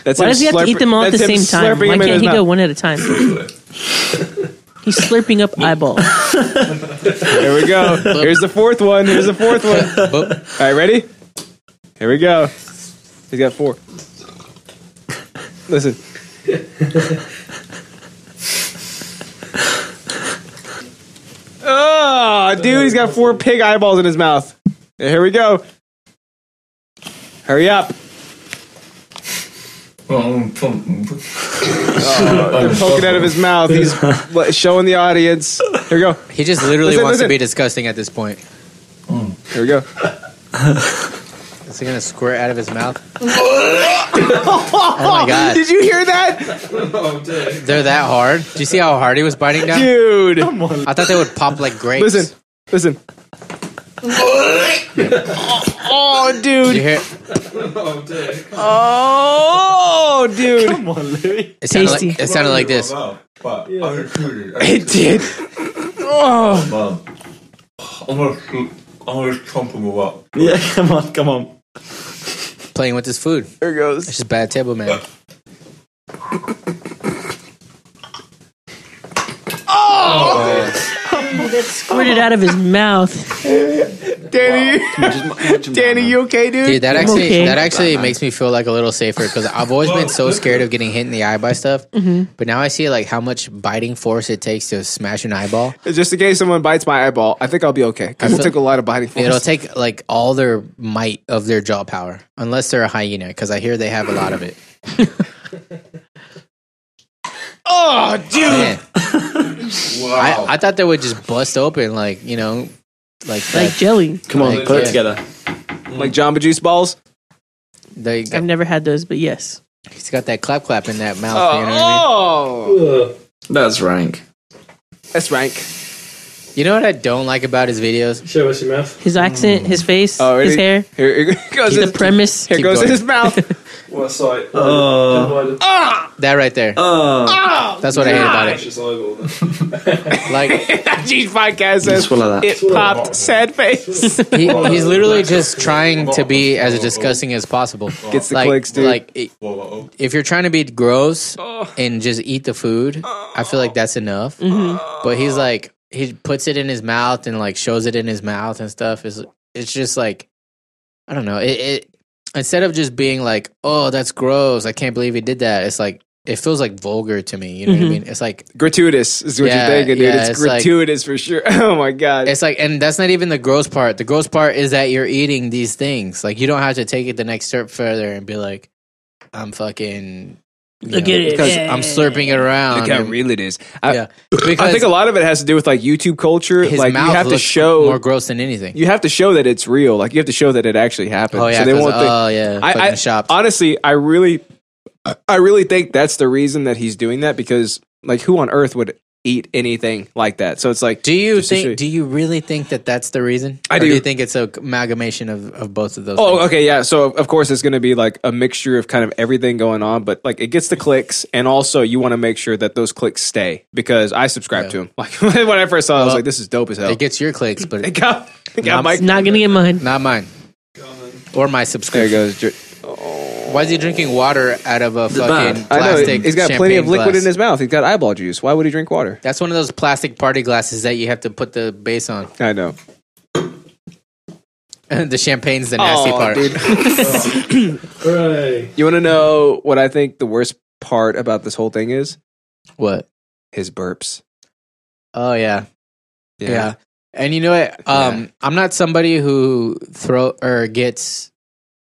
Speaker 1: That's
Speaker 3: Why
Speaker 1: him
Speaker 3: does he have to
Speaker 1: slurp-
Speaker 3: eat them all at the
Speaker 1: that's him
Speaker 3: same time?
Speaker 1: slurping
Speaker 3: Why
Speaker 1: them in
Speaker 3: can't
Speaker 1: his
Speaker 3: he go
Speaker 1: mouth.
Speaker 3: one at
Speaker 1: <laughs>
Speaker 3: a time? He's slurping up eyeball.
Speaker 1: Here we go. Here's the fourth one. Here's the fourth one. All
Speaker 2: Boop.
Speaker 1: right, ready? Here we go. He's got four. Listen. Oh, dude, he's got four pig eyeballs in his mouth. Here we go. Hurry up. They're poking out of his mouth. He's showing the audience. Here we go.
Speaker 2: He just literally
Speaker 1: Listen,
Speaker 2: wants
Speaker 1: listen.
Speaker 2: to be disgusting at this point.
Speaker 1: Here we go.
Speaker 2: Is he gonna squirt out of his
Speaker 1: <laughs>
Speaker 2: mouth? oh my god,
Speaker 1: Did you hear that?
Speaker 2: they're that hard. Do you see how hard he was biting down?
Speaker 1: Dude.
Speaker 2: I thought they would pop like grapes.
Speaker 1: Listen. Listen. <laughs> oh,
Speaker 2: Did you
Speaker 1: dude.
Speaker 2: hear? It,
Speaker 1: Oh, dude.
Speaker 2: it sounded like
Speaker 3: Tasty.
Speaker 2: it sounded like this.
Speaker 12: But I'm
Speaker 2: <laughs>
Speaker 12: included.
Speaker 1: It did. Oh.
Speaker 12: Mum. I'm gonna, shoot- I'm gonna chomp him all up.
Speaker 6: Yeah, come on, come on.
Speaker 2: Playing with his food.
Speaker 1: There it goes.
Speaker 2: It's just bad table man.
Speaker 3: Squirted out of his mouth.
Speaker 1: Danny. Danny, you okay, dude?
Speaker 2: Dude, that actually
Speaker 3: okay.
Speaker 2: that actually makes me feel like a little safer because I've always been so scared of getting hit in the eye by stuff.
Speaker 3: Mm-hmm.
Speaker 2: But now I see like how much biting force it takes to smash an eyeball.
Speaker 1: Just in case someone bites my eyeball, I think I'll be okay. Because it
Speaker 2: feel-
Speaker 1: took a lot of biting
Speaker 2: It'll
Speaker 1: force.
Speaker 2: take like all their might of their jaw power, unless they're a hyena, because I hear they have a lot of it.
Speaker 1: <laughs> Oh, dude.
Speaker 2: Man, I, I thought they would just bust open, like you know, like
Speaker 3: Like
Speaker 2: that.
Speaker 3: jelly.
Speaker 6: Come on,
Speaker 2: Like,
Speaker 6: put
Speaker 2: yeah.
Speaker 6: it together.
Speaker 1: Like Jamba Juice balls.
Speaker 2: They,
Speaker 3: I've never had those, but yes.
Speaker 2: he's got that clap clap in that mouth.
Speaker 1: Oh,
Speaker 2: you know what I mean?
Speaker 6: That's rank.
Speaker 1: That's rank.
Speaker 2: You know what I don't like about his videos?
Speaker 10: Show us your mouth.
Speaker 3: His accent, his face,
Speaker 1: Oh,
Speaker 3: his
Speaker 1: really?
Speaker 3: hair,
Speaker 1: Here <laughs> it goes.
Speaker 3: the
Speaker 1: His,
Speaker 3: premise.
Speaker 1: here
Speaker 2: Keep
Speaker 1: goes
Speaker 2: going.
Speaker 1: his
Speaker 2: <laughs>
Speaker 1: mouth. <laughs>
Speaker 10: What side?
Speaker 6: Oh.
Speaker 2: That right there.
Speaker 6: Oh,
Speaker 2: That's what I hate about it. Like
Speaker 1: Jeez, podcast says
Speaker 6: swallow that.
Speaker 1: it popped. Sad
Speaker 2: <laughs>
Speaker 1: face.
Speaker 2: he, he's literally just trying to be as disgusting as possible.
Speaker 1: Gets the
Speaker 2: like,
Speaker 1: clicks, dude.
Speaker 2: Like i- if you're trying to be gross and just eat the food, I feel like that's enough. But he's like, he puts it in his mouth and like shows it in his mouth and stuff. Is it's just like I don't know. It, it instead of just being like, oh, that's gross. I can't believe he did that. It's like it feels like vulgar to me. You know what I
Speaker 1: Mhm.
Speaker 2: mean? It's like
Speaker 1: gratuitous is what
Speaker 2: Yeah,
Speaker 1: you're thinking, dude.
Speaker 2: yeah,
Speaker 1: it's,
Speaker 2: it's like-
Speaker 1: gratuitous for sure. <laughs> oh my god.
Speaker 2: It's like, and that's not even the gross part. The gross part is that you're eating these things. Like, you don't have to take it the next step further and be like, I'm fucking. you
Speaker 1: Look at it.
Speaker 2: Because
Speaker 1: Yeah.
Speaker 2: I'm slurping it around.
Speaker 1: Look how
Speaker 2: and
Speaker 1: real it is. I,
Speaker 2: Yeah.
Speaker 1: I think a lot of it has to do with like YouTube culture.
Speaker 2: his
Speaker 1: Like you
Speaker 2: mouth
Speaker 1: have to
Speaker 2: looks
Speaker 1: show
Speaker 2: more gross than anything.
Speaker 1: you have to show that it's real. Like you have to show that it actually happened.
Speaker 2: Oh,
Speaker 1: So
Speaker 2: yeah,
Speaker 1: they
Speaker 2: 'cause-
Speaker 1: won't think.
Speaker 2: oh, yeah,
Speaker 1: I, I
Speaker 2: fucking shopped.
Speaker 1: honestly, I really, I really think that's the reason that he's doing that because like who on earth would eat anything like that? So it's like,
Speaker 2: do you
Speaker 1: just to show
Speaker 2: think, do you really think that that's the reason?
Speaker 1: I
Speaker 2: Or do.
Speaker 1: do.
Speaker 2: you think it's a amalgamation of, of both of those?
Speaker 1: Oh, okay, yeah. So of course it's going to be like a mixture of kind of everything going on, but like it gets the clicks, and also you want to make sure that those clicks stay because I subscribe to him. <laughs> Like when I first saw, it, I was
Speaker 2: Well,
Speaker 1: like, "This is dope as hell."
Speaker 2: It gets your clicks, but
Speaker 1: oh, <laughs> it got, it got
Speaker 2: not,
Speaker 1: my.
Speaker 3: not gonna get mine.
Speaker 2: Not mine. Or my subscription.
Speaker 1: There goes.
Speaker 2: Why is he drinking water out of a fucking
Speaker 1: I know
Speaker 2: plastic?
Speaker 1: he's got plenty of
Speaker 2: champagne
Speaker 1: liquid
Speaker 2: glass?
Speaker 1: in his mouth. He's got eyeball juice. Why would he drink water?
Speaker 2: That's one of those plastic party glasses that you have to put the base on. <laughs>
Speaker 1: I know.
Speaker 2: the champagne's the nasty
Speaker 1: Aw,
Speaker 2: part.
Speaker 1: dude.
Speaker 6: Hooray.
Speaker 1: You want to know what I think the worst part about this whole thing is?
Speaker 2: <laughs> What?
Speaker 1: His burps.
Speaker 2: oh yeah.
Speaker 1: Yeah.
Speaker 2: yeah, And you know what? Um, I'm not somebody who throw or gets.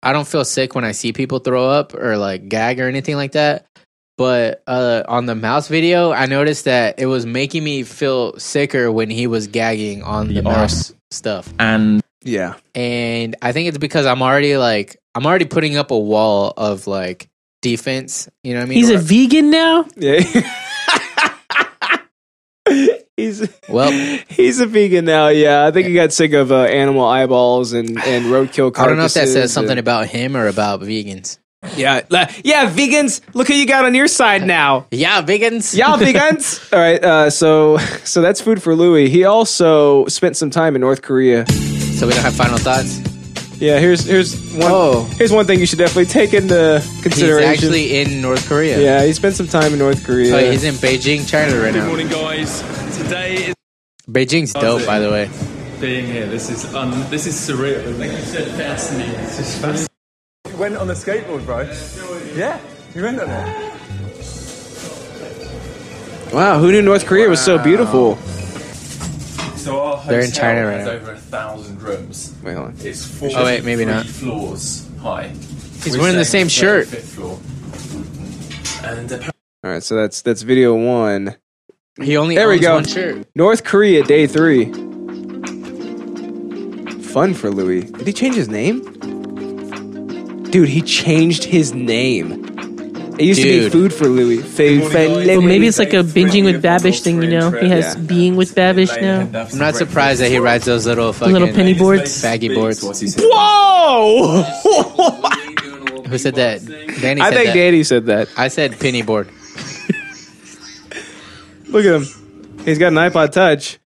Speaker 2: I don't feel sick when I see people throw up or like gag or anything like that. But uh, on the mouse video, I noticed that it was making me feel sicker when he was gagging on the,
Speaker 11: The
Speaker 2: mouse stuff.
Speaker 11: And
Speaker 1: yeah,
Speaker 2: and I think it's because I'm already like I'm already putting up a wall of like defense. You know what I mean?
Speaker 3: He's a
Speaker 2: Or-
Speaker 3: vegan now.
Speaker 1: Yeah. <laughs> he's
Speaker 2: well,
Speaker 1: he's a vegan now. Yeah, I think he got sick of uh, animal eyeballs and and roadkill. Carcasses
Speaker 2: <sighs> I don't know if that says something
Speaker 1: and-
Speaker 2: about him or about vegans.
Speaker 1: Yeah, la- yeah, vegans. Look who you got on your side
Speaker 2: <laughs>
Speaker 1: now.
Speaker 2: Yeah, vegans.
Speaker 1: Y'all vegans. <laughs> All right. Uh, so <laughs> so that's food for Louis. He also spent some time in North Korea.
Speaker 2: So we don't have final thoughts.
Speaker 1: Yeah. Here's here's one. Here's one thing you should definitely take into
Speaker 2: He's
Speaker 1: consideration.
Speaker 2: actually in North Korea.
Speaker 1: Yeah, he spent some time in North Korea.
Speaker 2: Oh, he's in Beijing, China right
Speaker 9: Good
Speaker 2: now.
Speaker 9: morning, guys. Today is
Speaker 2: Beijing's dope, by the way.
Speaker 9: being here. This is un- this is surreal. Like you said, fascinating. This is fascinating.
Speaker 12: You went on a skateboard, bro. Yeah, you went on it.
Speaker 1: Wow, who knew North Korea was so beautiful?
Speaker 9: So our hotel
Speaker 2: They're in China right
Speaker 9: has
Speaker 2: now.
Speaker 9: over a thousand rooms.
Speaker 1: Wait, hold on.
Speaker 9: It's four.
Speaker 2: Oh, wait, maybe
Speaker 9: three
Speaker 2: not.
Speaker 9: Floors high.
Speaker 2: He's wearing the
Speaker 9: staying
Speaker 2: same
Speaker 9: on
Speaker 2: shirt.
Speaker 9: the 35th floor. And apparently
Speaker 1: All right, so that's that's video one.
Speaker 2: He only
Speaker 1: there we
Speaker 2: owns
Speaker 1: go.
Speaker 2: Oh, one shirt.
Speaker 1: North Korea day three. Fun for Louis. Did he change his name? Dude, he changed his name. It used to be
Speaker 2: Dude.
Speaker 1: Food for Louis. Food for Louis.
Speaker 3: Well, maybe it's like a binging with Babish thing. You know, he has being with Babish now.
Speaker 2: I'm not surprised that he rides those little fucking uh,
Speaker 3: Little penny boards.
Speaker 2: baggy boards.
Speaker 1: Whoa!
Speaker 2: Who said that?
Speaker 1: <laughs>
Speaker 2: Danny.
Speaker 1: I
Speaker 2: said
Speaker 1: think
Speaker 2: that.
Speaker 1: Danny said that.
Speaker 2: I said penny board.
Speaker 1: Look at him. He's got an iPod Touch.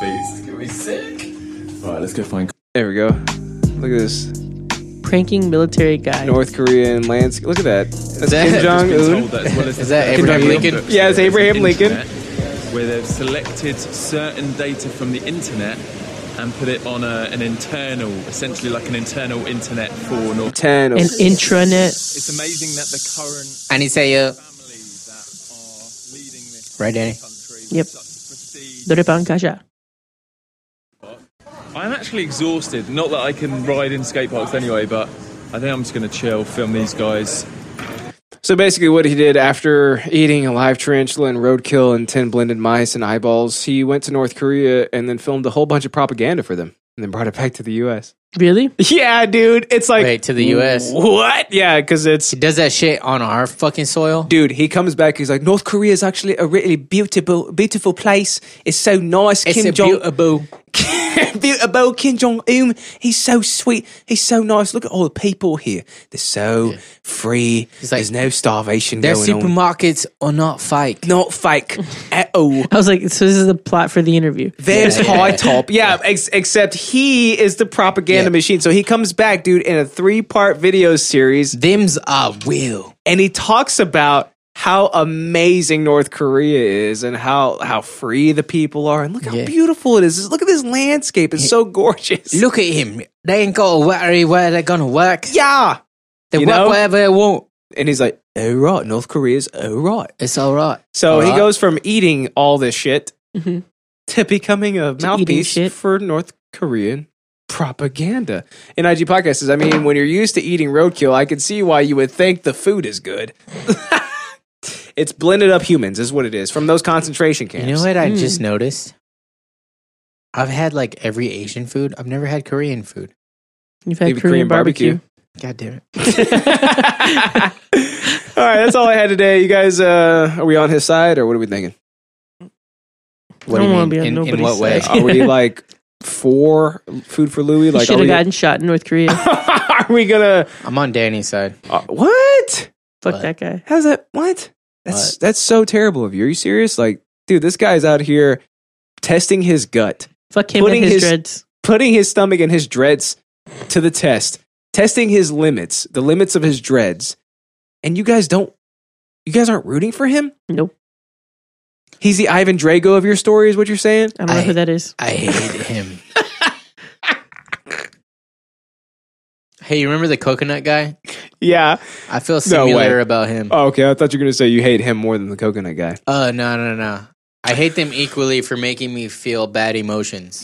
Speaker 9: Beast. Can we sick? Alright, let's go find.
Speaker 1: There we go. Look at this.
Speaker 3: Pranking military guy.
Speaker 1: North Korean landscape. Look at that. That's
Speaker 2: that-
Speaker 1: Kim Jong Un.
Speaker 2: Is that
Speaker 1: Kim
Speaker 2: Abraham
Speaker 1: Jong-un.
Speaker 2: Lincoln?
Speaker 1: Yeah, it's Abraham Lincoln.
Speaker 9: where they've selected certain data from the internet and put it on a, an internal, essentially like an internal internet for North.
Speaker 1: Ten.
Speaker 3: An intranet.
Speaker 9: It's amazing that the current
Speaker 2: And he say, uh, right, Danny?
Speaker 3: Yep. Dorepan Kaja.
Speaker 9: I'm actually exhausted. Not that I can ride in skate parks anyway, but I think I'm just going to chill, film these guys.
Speaker 1: So basically, what he did after eating a live tarantula and roadkill and 10 blended mice and eyeballs, he went to North Korea and then filmed a whole bunch of propaganda for them and then brought it back to the U.S.
Speaker 3: Really?
Speaker 1: <laughs>
Speaker 3: <laughs>
Speaker 1: Yeah, dude. It's like.
Speaker 2: Wait, to the U.S.
Speaker 1: What? Yeah, because it's.
Speaker 2: He does that shit on our fucking soil.
Speaker 1: Dude, he comes back. He's like, North Korea is actually a really beautiful, beautiful place. It's so nice.
Speaker 2: It's
Speaker 1: Kim
Speaker 2: a
Speaker 1: Jong
Speaker 2: beautiful.
Speaker 1: beautiful Kim Jong Un. He's so sweet. He's so nice. Look at all the people here. They're so free.
Speaker 2: like,
Speaker 1: There's no starvation
Speaker 2: Their
Speaker 1: going on.
Speaker 2: supermarkets are not fake.
Speaker 1: Not fake at
Speaker 2: <laughs>
Speaker 1: all.
Speaker 3: I was like, so this is the plot for the interview.
Speaker 1: There's
Speaker 2: Yeah, yeah,
Speaker 1: high
Speaker 2: yeah.
Speaker 1: top. Yeah, ex- except he is the propaganda
Speaker 2: Yeah.
Speaker 1: machine. So he comes back, dude, in a three part video series
Speaker 2: Them's are will.
Speaker 1: and he talks about how amazing North Korea is and how how free the people are and look how beautiful it is. Look at this landscape; it's so gorgeous.
Speaker 2: Look at him. They ain't got to worry where they're gonna work.
Speaker 1: Yeah,
Speaker 2: they
Speaker 1: You
Speaker 2: work
Speaker 1: know?
Speaker 2: wherever they want.
Speaker 1: And he's like, "All right, North Korea's all right.
Speaker 2: It's all right."
Speaker 1: So
Speaker 2: All
Speaker 1: he
Speaker 2: right.
Speaker 1: goes from eating all this shit to becoming a
Speaker 2: eating
Speaker 1: mouthpiece for North Korean propaganda. And IG Podcast says, I mean, when you're used to eating roadkill, I can see why you would think the food is good. <laughs> it's blended up humans, is what it is, from those concentration camps.
Speaker 2: You know what I just noticed? I've had like every Asian food. I've never had Korean food.
Speaker 3: You've
Speaker 1: had Maybe Korean Korean barbecue.
Speaker 2: God damn it.
Speaker 1: <laughs>
Speaker 3: <laughs>
Speaker 1: All right, that's all I had today. You guys, uh, are we on his side or what are we thinking?
Speaker 2: What
Speaker 3: I
Speaker 2: do
Speaker 3: don't
Speaker 2: you
Speaker 3: wanna
Speaker 2: mean?
Speaker 3: be on
Speaker 2: In- in
Speaker 3: nobody's
Speaker 2: what way?
Speaker 3: side.
Speaker 1: Are we like for food for Louis?
Speaker 3: He
Speaker 1: Like,
Speaker 3: should
Speaker 1: are
Speaker 3: have
Speaker 1: we,
Speaker 3: gotten shot in North Korea.
Speaker 1: <laughs> are we gonna?
Speaker 2: I'm on Danny's side.
Speaker 1: Uh, what?
Speaker 3: Fuck that guy.
Speaker 1: How's that? What? That's that's so terrible of you. Are you serious? Like, dude, this guy's out here testing his gut,
Speaker 3: Fuck him and his, dreads.
Speaker 1: putting his stomach and his dreads to the test, testing his limits, the limits of his dreads. And you guys don't, you guys aren't rooting for him.
Speaker 3: Nope.
Speaker 1: He's the Ivan Drago of your story, is what you're saying?
Speaker 3: I don't know who
Speaker 1: <laughs>
Speaker 3: that is.
Speaker 2: I hate him. hey, you remember the coconut guy?
Speaker 1: Yeah.
Speaker 2: I feel
Speaker 1: No
Speaker 2: similar
Speaker 1: way.
Speaker 2: about him.
Speaker 1: Oh, okay. I thought you were gonna say you hate him more than the coconut guy.
Speaker 2: Oh, no, no, no. I hate them equally for making me feel bad emotions.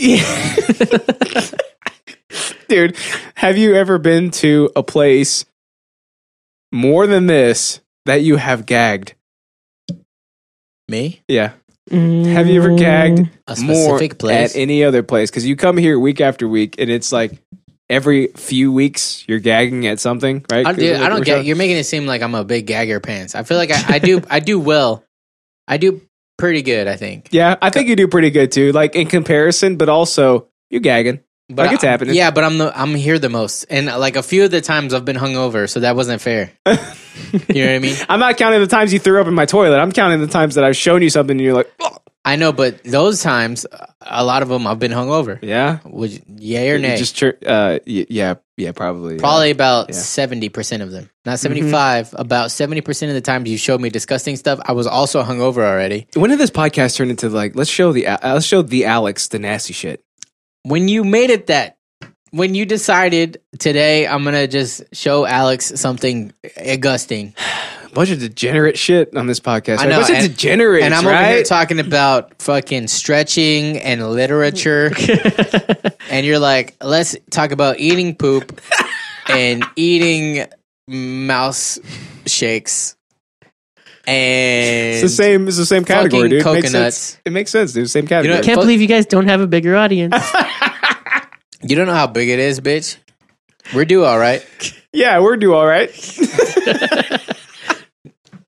Speaker 1: Dude, have you ever been to a place more than this that you have gagged?
Speaker 2: Me?
Speaker 1: Yeah. Have you ever gagged
Speaker 2: A
Speaker 1: more
Speaker 2: specific place?
Speaker 1: at any other place? Because you come here week after week, and it's like every few weeks you're gagging at something, right?
Speaker 2: I,
Speaker 1: 'Cause
Speaker 2: do,
Speaker 1: of
Speaker 2: I don't
Speaker 1: the-
Speaker 2: get. You're making it seem like I'm a big gagger pants. I feel like I, I do. I do well. I do pretty good. I think.
Speaker 1: Yeah, I think you do pretty good too, like in comparison, but also you're gagging.
Speaker 2: But
Speaker 1: like it's
Speaker 2: I-
Speaker 1: happening.
Speaker 2: Yeah, but I'm the I'm here the most, and uh, like a few of the times I've been hungover, so that
Speaker 1: <laughs>
Speaker 2: wasn't fair. you know what I mean?
Speaker 1: I'm not counting the times you threw up in my toilet. I'm counting the times that I've shown you something and you're like, "Oh,
Speaker 2: I know, but those times, uh, a lot of them I've been hungover.
Speaker 1: yeah.
Speaker 2: Would you- yay or
Speaker 1: You
Speaker 2: nay?
Speaker 1: Just chur- uh, y- yeah, yeah, probably. yeah. Mm-hmm.
Speaker 2: Probably about seventy percent of them, not seventy About seventy percent of the times you showed me disgusting stuff, I was also hungover already.
Speaker 1: When did this podcast turn into like let's show the uh, let's show the Alex the nasty shit?
Speaker 2: When you made it that, when you decided today I'm gonna just show Alex something disgusting.
Speaker 1: A bunch of degenerate shit on this podcast.
Speaker 2: I
Speaker 1: Like,
Speaker 2: know,
Speaker 1: bunch of
Speaker 2: and-
Speaker 1: degenerates,
Speaker 2: and I'm
Speaker 1: right?
Speaker 2: over here talking about fucking stretching and literature,
Speaker 1: <laughs>
Speaker 2: and you're like, let's talk about eating poop and eating mouse shakes and
Speaker 1: it's the same. It's the same
Speaker 2: fucking
Speaker 1: category, dude. It Makes
Speaker 2: coconuts.
Speaker 1: sense. It makes sense, dude. Same
Speaker 2: know,
Speaker 1: category.
Speaker 3: I can't believe you guys don't have a
Speaker 1: <laughs>
Speaker 3: bigger audience.
Speaker 2: You don't know how big it is, bitch. We're due all right.
Speaker 1: yeah, we're do all right.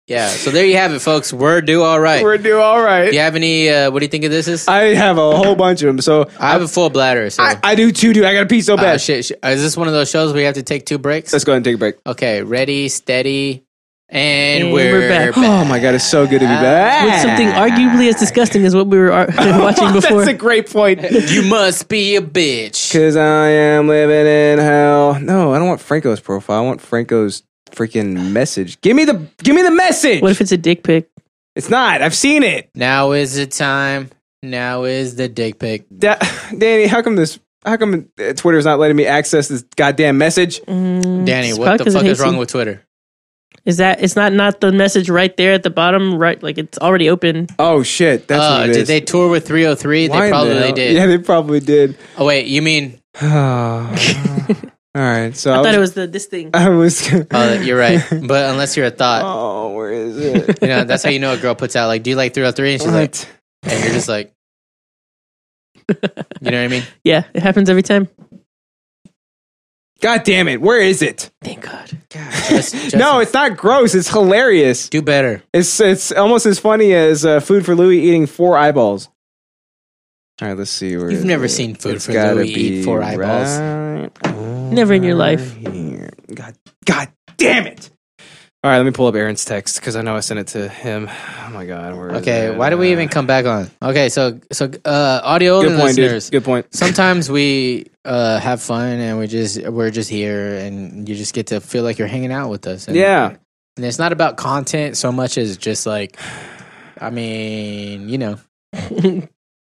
Speaker 2: Yeah. So there you have it, folks. We're due all right.
Speaker 1: We're do all right.
Speaker 2: do you have any? Uh, what do you think of this? Is
Speaker 1: I have a whole bunch of them. So
Speaker 2: I have a full bladder. So
Speaker 1: I, I do too, dude. I got to pee so
Speaker 2: Ah,
Speaker 1: bad.
Speaker 2: Oh. shit, shit. Is this one of those shows where you have to take two breaks?
Speaker 1: Let's go ahead and take a break.
Speaker 2: Okay, ready, steady, and,
Speaker 3: And
Speaker 2: we're,
Speaker 3: we're back.
Speaker 2: back.
Speaker 1: Oh my god, it's so good to be back. Oh,
Speaker 3: With
Speaker 1: <laughs>
Speaker 3: something arguably as disgusting as what we were ar- <laughs> watching before.
Speaker 1: That's a great point.
Speaker 2: <laughs> You must be a bitch.
Speaker 1: Cause I am living in hell. No, I don't want Franco's profile. I want Franco's freaking message. Give me the give me the message.
Speaker 3: what if it's a dick pic?
Speaker 1: It's not. I've seen it.
Speaker 2: Now is the time. Now is the dick pic.
Speaker 1: Da- <laughs> Danny, how come this? How come uh, Twitter's not letting me access this goddamn message?
Speaker 2: Mm-hmm.
Speaker 1: Mm,
Speaker 2: Danny,
Speaker 3: it's
Speaker 2: what
Speaker 3: probably
Speaker 2: the
Speaker 3: 'cause it
Speaker 2: fuck is
Speaker 3: hates
Speaker 2: wrong
Speaker 3: you.
Speaker 2: with Twitter?
Speaker 3: Is that it's not not the message right there at the bottom right like it's already open.
Speaker 1: Oh shit, that's
Speaker 2: Uh,
Speaker 1: what it
Speaker 2: did
Speaker 1: is.
Speaker 2: they tour with 303?
Speaker 1: Why in
Speaker 2: they
Speaker 1: the
Speaker 2: probably
Speaker 1: hell-
Speaker 2: did.
Speaker 1: Yeah, they probably
Speaker 2: <sighs>
Speaker 1: did. <sighs>
Speaker 2: Oh wait, you mean?
Speaker 1: All right, so
Speaker 3: I thought
Speaker 1: was,
Speaker 3: it was the this thing.
Speaker 1: <laughs> I was.
Speaker 2: Oh, you're right. But unless you're a thought,
Speaker 1: <laughs> oh, where is
Speaker 2: <laughs>
Speaker 1: it?
Speaker 2: you know that's how you know a girl puts out like, "Do you like 303?" And she's like,
Speaker 1: What?
Speaker 2: and you're just like, you know what I mean?
Speaker 3: Yeah, it happens every time.
Speaker 1: God damn it! Where is it?
Speaker 3: Thank God.
Speaker 2: Just,
Speaker 1: <laughs>
Speaker 2: just
Speaker 1: No, it's not gross. It's hilarious.
Speaker 2: do better.
Speaker 1: It's it's almost as funny as uh, Food for Louie eating four eyeballs. All right, let's see. Where
Speaker 2: You've
Speaker 1: is
Speaker 2: never
Speaker 1: it?
Speaker 2: seen Food for
Speaker 1: gotta
Speaker 2: Louie eat
Speaker 1: be
Speaker 2: four eyeballs.
Speaker 1: right
Speaker 3: Never in your life.
Speaker 1: here. God, God damn it! All right, let me pull up Aaron's text because I know I sent it to him. Oh my God, where is
Speaker 2: Okay,
Speaker 1: it?
Speaker 2: why do we even come back on? Okay, so so uh, audio
Speaker 1: Good
Speaker 2: only
Speaker 1: point, dude.
Speaker 2: listeners.
Speaker 1: Good point.
Speaker 2: Sometimes we uh, have fun and we just we're just here and you just get to feel like you're hanging out with us. And
Speaker 1: Yeah,
Speaker 2: And it's not about content so much as just like, I mean, you know. <laughs>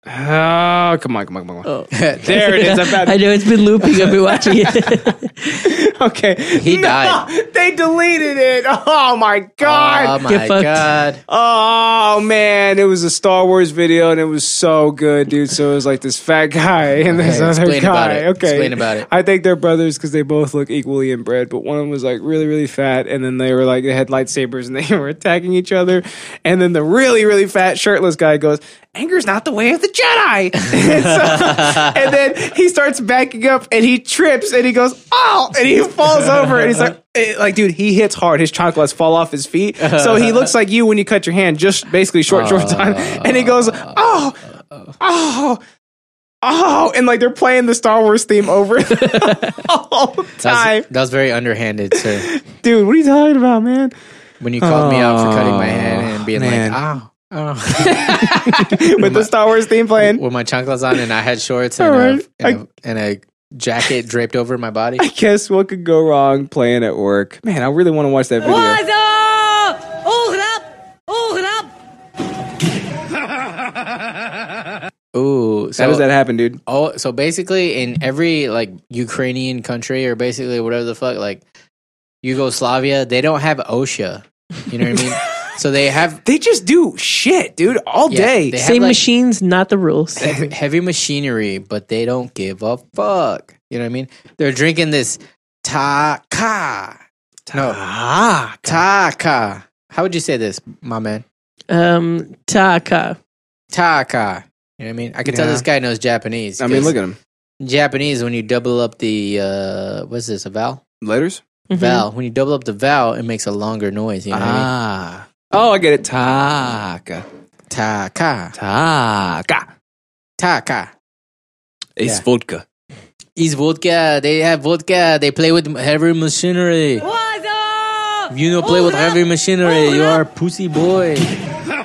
Speaker 1: Oh, come on, come on, come on.
Speaker 2: There
Speaker 3: <laughs>
Speaker 1: it is. I've had-
Speaker 3: I know it's been looping. I've been watching it.
Speaker 1: <laughs>
Speaker 3: <laughs>
Speaker 1: okay.
Speaker 2: He died.
Speaker 1: They deleted it. Oh my
Speaker 2: Oh
Speaker 1: god.
Speaker 2: my god.
Speaker 1: Oh man, it was a Star Wars video and it was so good, dude. So it was like this fat guy and this
Speaker 2: Okay,
Speaker 1: other
Speaker 2: explain
Speaker 1: guy.
Speaker 2: about it.
Speaker 1: Okay,
Speaker 2: Explain about it.
Speaker 1: I think they're brothers because they both look equally inbred, but one of them was like really, really fat, and then they were like they had lightsabers and <laughs> they were attacking each other, and then the really, really fat shirtless guy goes, "Anger's not the way of the Jedi," <laughs> and, so- and then he starts backing up and he trips and he goes, "Oh!" and he falls over and he's like. It, like dude, he hits hard. His chocolates fall off his feet, so he looks like you when you cut your hand, just basically short, short time. And he goes, "Oh, oh, oh!" And like they're playing the Star Wars theme
Speaker 2: <laughs>
Speaker 1: over <laughs> all the
Speaker 2: That
Speaker 1: time.
Speaker 2: was, that was very underhanded, sir.
Speaker 1: Dude, what are you talking about, man?
Speaker 2: When you called me out for cutting my
Speaker 1: Oh,
Speaker 2: hand and being
Speaker 1: man.
Speaker 2: like, ow. Oh.
Speaker 1: With the Star Wars theme playing.
Speaker 2: With my chocolates on and I had shorts and,
Speaker 1: All
Speaker 2: a-
Speaker 1: right.
Speaker 2: and, a, and a jacket draped over my
Speaker 1: <laughs>
Speaker 2: body.
Speaker 1: I guess what could go wrong playing at work? Man, I really want to watch that video.
Speaker 13: up? Ogen up! Ogen up!
Speaker 2: Ooh,
Speaker 1: How does that happen, dude?
Speaker 2: Oh, so basically, in every like Ukrainian country or basically whatever the fuck, like Yugoslavia, they don't have OSHA. You know what I
Speaker 1: <laughs>
Speaker 2: mean? So they have
Speaker 1: They just do shit, dude, all
Speaker 2: Yeah,
Speaker 1: day.
Speaker 2: they have,
Speaker 3: Same
Speaker 2: like-
Speaker 3: machines, not the rules.
Speaker 1: <laughs>
Speaker 2: heavy, heavy machinery, but they don't give a fuck. You know what I mean? They're drinking this taka. No, taka. How would you say this, my man?
Speaker 3: Um, Taka.
Speaker 2: Taka. You know what I mean? I can tell
Speaker 1: Yeah.
Speaker 2: this guy knows Japanese.
Speaker 1: I mean,
Speaker 2: 'cause
Speaker 1: look at him.
Speaker 2: Japanese when you double up the uh what's this a vowel
Speaker 1: Letters?
Speaker 3: Mm-hmm.
Speaker 2: vowel when you double up the vowel it makes a longer noise you know what I mean?
Speaker 1: Ah. Oh, I get it. Taka.
Speaker 2: taka
Speaker 1: Taka.
Speaker 2: taka
Speaker 1: It's
Speaker 2: Yeah.
Speaker 1: vodka.
Speaker 2: is vodka they have vodka they play with heavy machinery you know play with heavy machinery you are a pussy boy
Speaker 1: <laughs>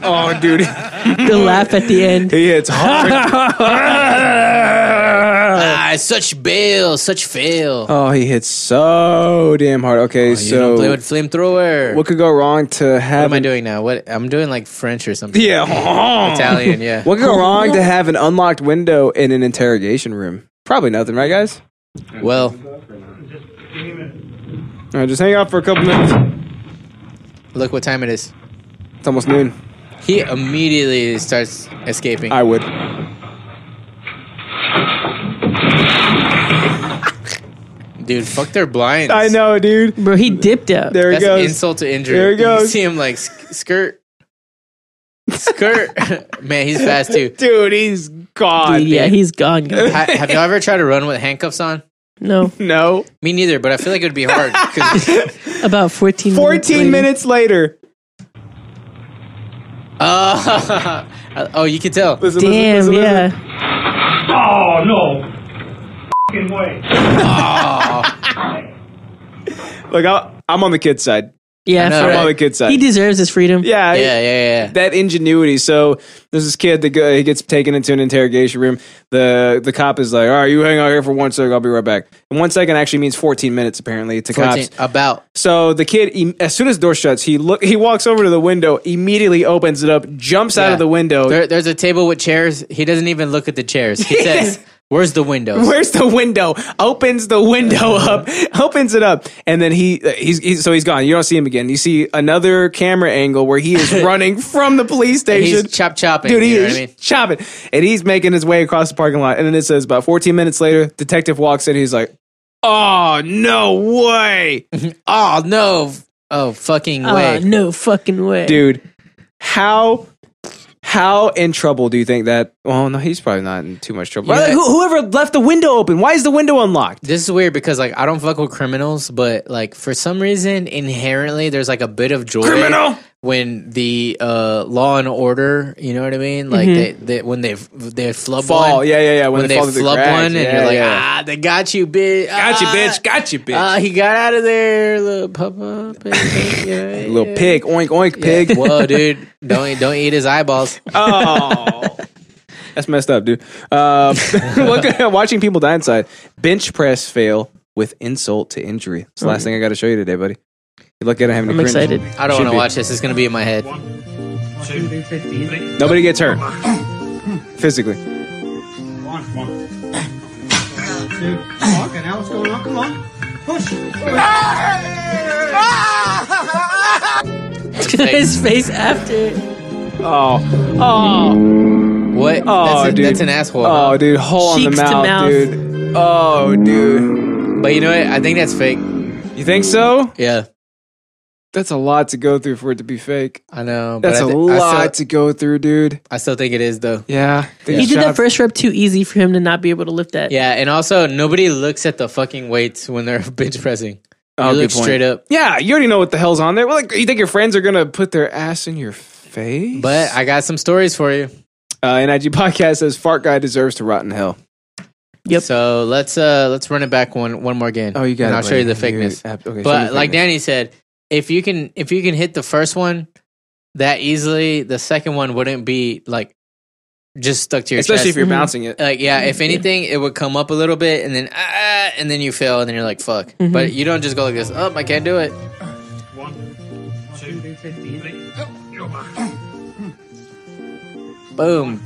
Speaker 1: Oh, dude. <laughs>
Speaker 3: The laugh at the end.
Speaker 1: He hits
Speaker 2: <laughs>
Speaker 1: hard.
Speaker 2: ah, such bail such fail
Speaker 1: oh, he hits so damn hard. Okay,
Speaker 2: Oh, you don't play with
Speaker 1: so
Speaker 2: flamethrower
Speaker 1: what could go wrong to
Speaker 2: what am
Speaker 1: have
Speaker 2: I
Speaker 1: an,
Speaker 2: doing now what I'm doing like French or
Speaker 1: <laughs>
Speaker 2: something <laughs>
Speaker 1: Yeah.
Speaker 2: Italian yeah
Speaker 1: what could go wrong to have an unlocked window in an interrogation room? Probably nothing, right, guys?
Speaker 2: well
Speaker 1: All right, just hang out for a couple minutes.
Speaker 2: look what time it is
Speaker 1: It's almost noon.
Speaker 2: He immediately starts escaping.
Speaker 1: I would.
Speaker 2: Dude, fuck their blinds.
Speaker 1: I know, dude.
Speaker 3: Bro, he dipped out.
Speaker 1: There he
Speaker 2: That's
Speaker 1: goes.
Speaker 2: insult to injury.
Speaker 1: There he
Speaker 2: You
Speaker 1: goes.
Speaker 2: see him like sk- skirt. Skirt. <laughs> Man, he's fast too.
Speaker 1: Dude, he's gone.
Speaker 3: yeah,
Speaker 1: dude.
Speaker 3: he's gone. guys.
Speaker 2: Ha- have y'all ever tried to run with handcuffs on?
Speaker 3: No,
Speaker 1: no.
Speaker 2: Me neither, but I feel like it would be hard. 'cause-
Speaker 1: <laughs>
Speaker 3: about 14 minutes.
Speaker 1: 14
Speaker 3: later.
Speaker 1: minutes later.
Speaker 2: Uh, oh, you can tell.
Speaker 1: Listen, listen,
Speaker 3: Damn,
Speaker 1: listen, listen.
Speaker 3: yeah.
Speaker 12: Oh, no. Fucking way.
Speaker 1: Look, I'll, I'm on the kid's side.
Speaker 3: Yeah,
Speaker 2: I know,
Speaker 3: for-
Speaker 1: I'm
Speaker 2: right?
Speaker 1: on the kid's side.
Speaker 3: he deserves his freedom.
Speaker 1: yeah,
Speaker 2: Yeah, yeah, yeah.
Speaker 1: that ingenuity. So there's this kid that go, he gets taken into an interrogation room. The the cop is like, "All right, you hang out here for one second. I'll be right back." And one second actually means 14 minutes apparently to
Speaker 2: 14
Speaker 1: cops.
Speaker 2: about.
Speaker 1: So the kid, em- as soon as the door shuts, he look he walks over to the window, immediately opens it up, jumps out
Speaker 2: Yeah.
Speaker 1: of the window.
Speaker 2: There, there's a table with chairs. He doesn't even look at the chairs.
Speaker 1: <laughs>
Speaker 2: He says, Where's the
Speaker 1: <laughs>
Speaker 2: windows?
Speaker 1: Where's the window? Opens the
Speaker 2: <laughs>
Speaker 1: window up, <laughs> opens it up, and then he uh, he's, he's so he's gone. You don't see him again. You see another camera angle where he
Speaker 2: <laughs>
Speaker 1: is running from the police
Speaker 2: And
Speaker 1: station.
Speaker 2: he's chop chopping.
Speaker 1: Dude, he
Speaker 2: you know
Speaker 1: is
Speaker 2: what I mean?
Speaker 1: chopping. And he's making his way across the parking lot. And then it says about 14 minutes later, detective walks in. He's like, oh, no way.
Speaker 2: Oh, no. Oh, fucking way.
Speaker 3: Oh, no fucking way. <laughs>
Speaker 1: Dude, how how in trouble do you think that? Well, no, he's probably not in too much trouble.
Speaker 2: Yeah.
Speaker 1: Like, who- whoever left the window open, why is the window unlocked?
Speaker 2: This is weird because like I don't fuck with criminals, but like for some reason inherently there's like a bit of joy when the uh law and order, you know what I mean? Like they, they when they they flub
Speaker 1: Fall.
Speaker 2: one,
Speaker 1: Yeah, yeah, yeah,
Speaker 2: When,
Speaker 1: when they
Speaker 2: they,
Speaker 1: fall through the
Speaker 2: flub
Speaker 1: cracks.
Speaker 2: one, and
Speaker 1: Yeah,
Speaker 2: you're like,
Speaker 1: yeah.
Speaker 2: ah, they got you, bitch,
Speaker 1: Got you,
Speaker 2: Ah,
Speaker 1: bitch. Got you, bitch.
Speaker 2: Ah, he got out of there, little papa,
Speaker 1: <laughs>
Speaker 2: baby. Yeah,
Speaker 1: Little pig, oink, oink,
Speaker 2: yeah.
Speaker 1: pig.
Speaker 2: Whoa, dude, don't eat- don't eat his
Speaker 1: <laughs>
Speaker 2: eyeballs.
Speaker 1: Oh. That's messed up, dude.
Speaker 2: <laughs>
Speaker 1: Uh, <laughs> look, watching people die inside. Bench press fail with insult to injury. It's the last thing I got to show you today, buddy. You're lucky I don't have any
Speaker 2: Hmm. I'm
Speaker 1: cringe.
Speaker 2: excited. I don't
Speaker 1: Should
Speaker 2: wanna
Speaker 1: be.
Speaker 2: watch this. It's gonna be in my head.
Speaker 1: Nobody gets hurt. Physically.
Speaker 14: on, come on. Dude, come on, okay, now what's going on? Come on. Push.
Speaker 3: His face after.
Speaker 1: Oh. Oh.
Speaker 2: What?
Speaker 1: Oh,
Speaker 2: That's a-
Speaker 1: dude.
Speaker 2: that's an asshole,
Speaker 1: Oh,
Speaker 2: huh?
Speaker 1: dude. Hole on the
Speaker 2: Cheeks to
Speaker 1: mouth,
Speaker 2: mouth.
Speaker 1: dude. Oh, dude.
Speaker 2: But you know what? I think that's fake.
Speaker 1: You think so?
Speaker 2: Yeah.
Speaker 1: That's a lot to go through for it to be fake.
Speaker 2: I know.
Speaker 1: That's
Speaker 2: but I
Speaker 1: a
Speaker 2: thi- I still-
Speaker 1: lot to go through, dude.
Speaker 2: I still think it is though.
Speaker 1: Yeah.
Speaker 3: He did that first rep too easy for him to not be able to lift that.
Speaker 2: Yeah, and also nobody looks at the fucking weights when they're <laughs> bench pressing.
Speaker 1: Oh,
Speaker 2: you
Speaker 1: good
Speaker 2: look
Speaker 1: point.
Speaker 2: straight up.
Speaker 1: Yeah, you already know what the hell's on there. Well, like, you think your friends are gonna put their ass in your face?
Speaker 2: But I got some stories for you.
Speaker 1: Uh, NIG podcast says fart guy deserves to rot in hell.
Speaker 3: Yep.
Speaker 2: So let's uh let's run it back one one more game.
Speaker 1: Oh, you got
Speaker 2: And
Speaker 1: it,
Speaker 2: I'll show you the
Speaker 1: buddy.
Speaker 2: fakeness.
Speaker 1: You- ab- okay, show me
Speaker 2: but
Speaker 1: the
Speaker 2: like
Speaker 1: fakeness.
Speaker 2: Danny said, if you can if you can hit the first one that easily, the second one wouldn't be like just stuck to your
Speaker 1: Especially
Speaker 2: chest.
Speaker 1: if you're Mhm. bouncing it.
Speaker 2: Like yeah, if anything, it would come up a little bit, and then ah, and then you fail, and then you're like fuck.
Speaker 3: Mhm.
Speaker 2: But you don't just go like this. Oh, I can't do it. Boom,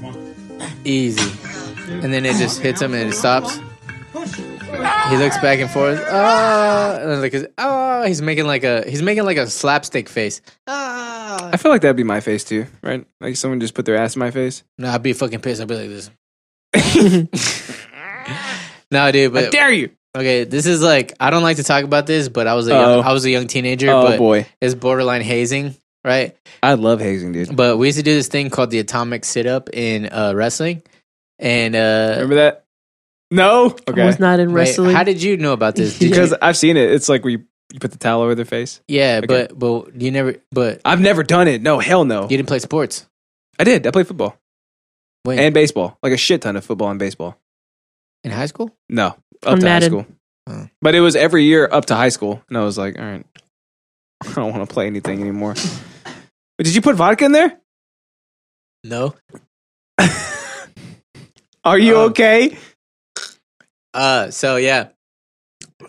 Speaker 2: easy, and then it just hits him and it stops. He looks back and forth. Ah, and then like his, ah, he's making like a he's making like a slapstick face.
Speaker 1: I feel like that'd be my face too, right? Like someone just put their ass in my
Speaker 2: <laughs>
Speaker 1: face.
Speaker 2: No, I'd be fucking pissed. I'd be like this. no, dude, but
Speaker 1: How dare you?
Speaker 2: Okay, this is like I don't like to talk about this, but I was a
Speaker 1: Uh-oh.
Speaker 2: young, I was a young teenager.
Speaker 1: Oh,
Speaker 2: but
Speaker 1: boy.
Speaker 2: it's borderline hazing, right?
Speaker 1: I love hazing, dude.
Speaker 2: But we used to do this thing called the atomic sit up in uh, wrestling, and uh,
Speaker 1: remember that? No, okay.
Speaker 3: was not in
Speaker 2: Wait,
Speaker 3: wrestling.
Speaker 2: how did you know about this? Did
Speaker 1: because
Speaker 2: you-
Speaker 1: I've seen it. It's like where you, you put the towel over their face.
Speaker 2: yeah,
Speaker 1: Okay.
Speaker 2: but but you never, but
Speaker 1: I've never done it. No, hell no.
Speaker 2: You didn't play sports.
Speaker 1: I did. I played football
Speaker 2: When?
Speaker 1: and baseball, like a shit ton of football and baseball.
Speaker 2: in high school.
Speaker 1: No, up
Speaker 2: On
Speaker 1: to
Speaker 2: Madden.
Speaker 1: high school. But it was every year up to high school, and I was like, all right, <laughs> I don't want to play anything <laughs> anymore. but did you put vodka in there?
Speaker 2: No.
Speaker 1: Are you okay?
Speaker 2: Uh, so yeah,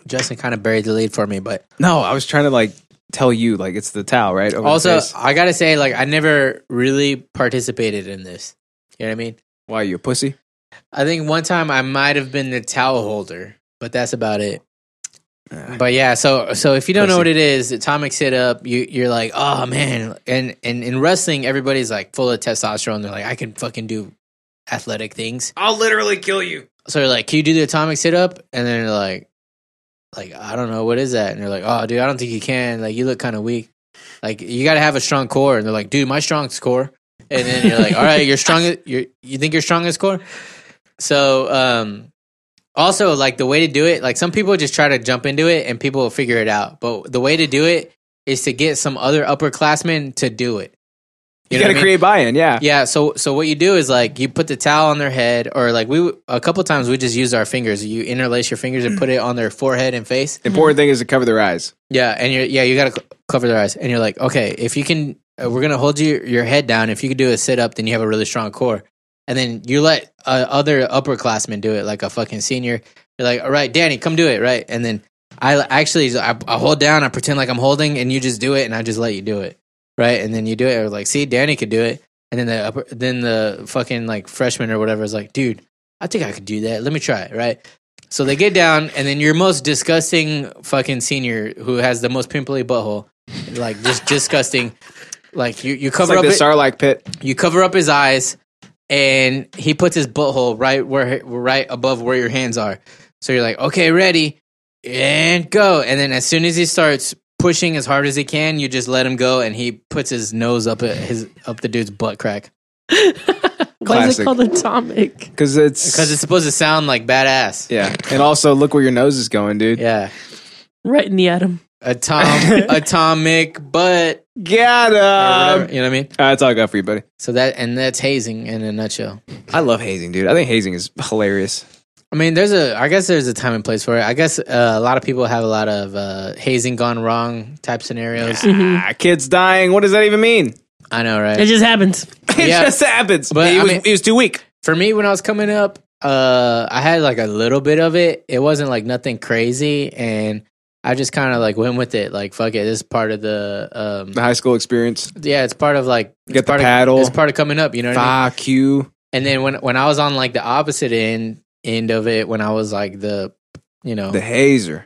Speaker 2: Justin kind of buried the lead for me, but
Speaker 1: No, I was trying to like tell you, like it's the towel, right? Over the
Speaker 2: also
Speaker 1: face.
Speaker 2: I gotta say, like I never really participated in this. You know what I mean?
Speaker 1: why are you a pussy?
Speaker 2: I think one time I might have been the towel holder, but that's about it. But yeah, so so if you don't know
Speaker 7: Pussy.
Speaker 2: what it is, atomic sit up, you you're like, oh man, and and in wrestling, everybody's like full of testosterone. They're like, I can fucking do athletic things.
Speaker 1: I'll literally kill you.
Speaker 2: So you're like, can you do the atomic sit up? And then they're like, like I don't know, what is that? And they're like, oh dude, I don't think you can. Like you look kind of weak. Like you got to have a strong core. And they're like, dude, my strongest core. And then you're like, all right,
Speaker 1: <laughs>
Speaker 2: you're strong. You you think you're strongest core? So um, also like the way to do it, like some people just try to jump into it and people will figure it out. But the way to do it is to get some other upperclassmen to do it.
Speaker 1: You,
Speaker 2: know what
Speaker 1: gotta
Speaker 2: I mean?
Speaker 1: create buy-in, yeah.
Speaker 2: Yeah. So so what you do is like you put the towel on their head, or like we a couple times we just use our fingers. You interlace your fingers
Speaker 1: Mm.
Speaker 2: and put it on their forehead and face.
Speaker 1: Important thing is to cover their eyes.
Speaker 2: Yeah, and you're yeah you gotta c- cover their eyes, and you're like, okay, if you can, uh, we're gonna hold you your head down. If you can do a sit up, then you have a really strong core, and then you let uh, other upperclassmen do it, like a fucking senior. You're like, all right, Danny, come do it, right? And then I l- actually I, I hold down, I pretend like I'm holding, and you just do it, and I just let you do it, right? And then you do it, or like, see, Danny could do it, and then the upper, then the fucking like freshman or whatever is like, dude, I think I could do that. Let me try it, right? So they get down, and then your most disgusting fucking senior who has the most pimply butthole, like just disgusting. Like you, you cover
Speaker 1: like
Speaker 2: up
Speaker 1: the
Speaker 2: it-
Speaker 1: Sarlacc pit.
Speaker 2: You cover up his eyes, and he puts his butthole right where right above where your hands are. So you're like, okay, ready and go. And then as soon as he starts pushing as hard as he can, you just let him go, and he puts his nose up at his up the dude's butt crack.
Speaker 3: Why is
Speaker 1: Classic.
Speaker 3: it called atomic?
Speaker 1: Because it's
Speaker 2: Because it's supposed to sound like badass.
Speaker 1: yeah, and also look where your nose is going, dude.
Speaker 2: Yeah,
Speaker 3: Right in the atom.
Speaker 2: Atom, atomic butt.
Speaker 1: Got Um,
Speaker 2: him. You know what I mean?
Speaker 1: That's all I got for you, buddy.
Speaker 2: So that and that's hazing in a nutshell.
Speaker 1: I love hazing, dude. I think hazing is hilarious.
Speaker 2: I mean, there's a. I guess there's a time and place for it. I guess uh, a lot of people have a lot of uh, hazing gone wrong type scenarios.
Speaker 1: Ah, kids dying. What does that even mean? <laughs>
Speaker 2: I know, right?
Speaker 3: It just
Speaker 2: <laughs>
Speaker 3: happens.
Speaker 1: It just happens.
Speaker 2: But
Speaker 1: he
Speaker 2: I
Speaker 1: was
Speaker 2: mean-
Speaker 1: he was too weak.
Speaker 2: For me, when I was coming up, uh, I had like a little bit of it. It wasn't like nothing crazy, and I just kind of like went with it. Like, fuck it. This is part of the um,
Speaker 1: the high school experience.
Speaker 2: Yeah, it's part of like
Speaker 1: Get
Speaker 2: it's part
Speaker 1: the paddle.
Speaker 2: Of, it's part of coming up. You know, what I mean?
Speaker 1: Fuck you.
Speaker 2: And then when when I was on like the opposite end end of it, when I was like the you know
Speaker 1: The hazer.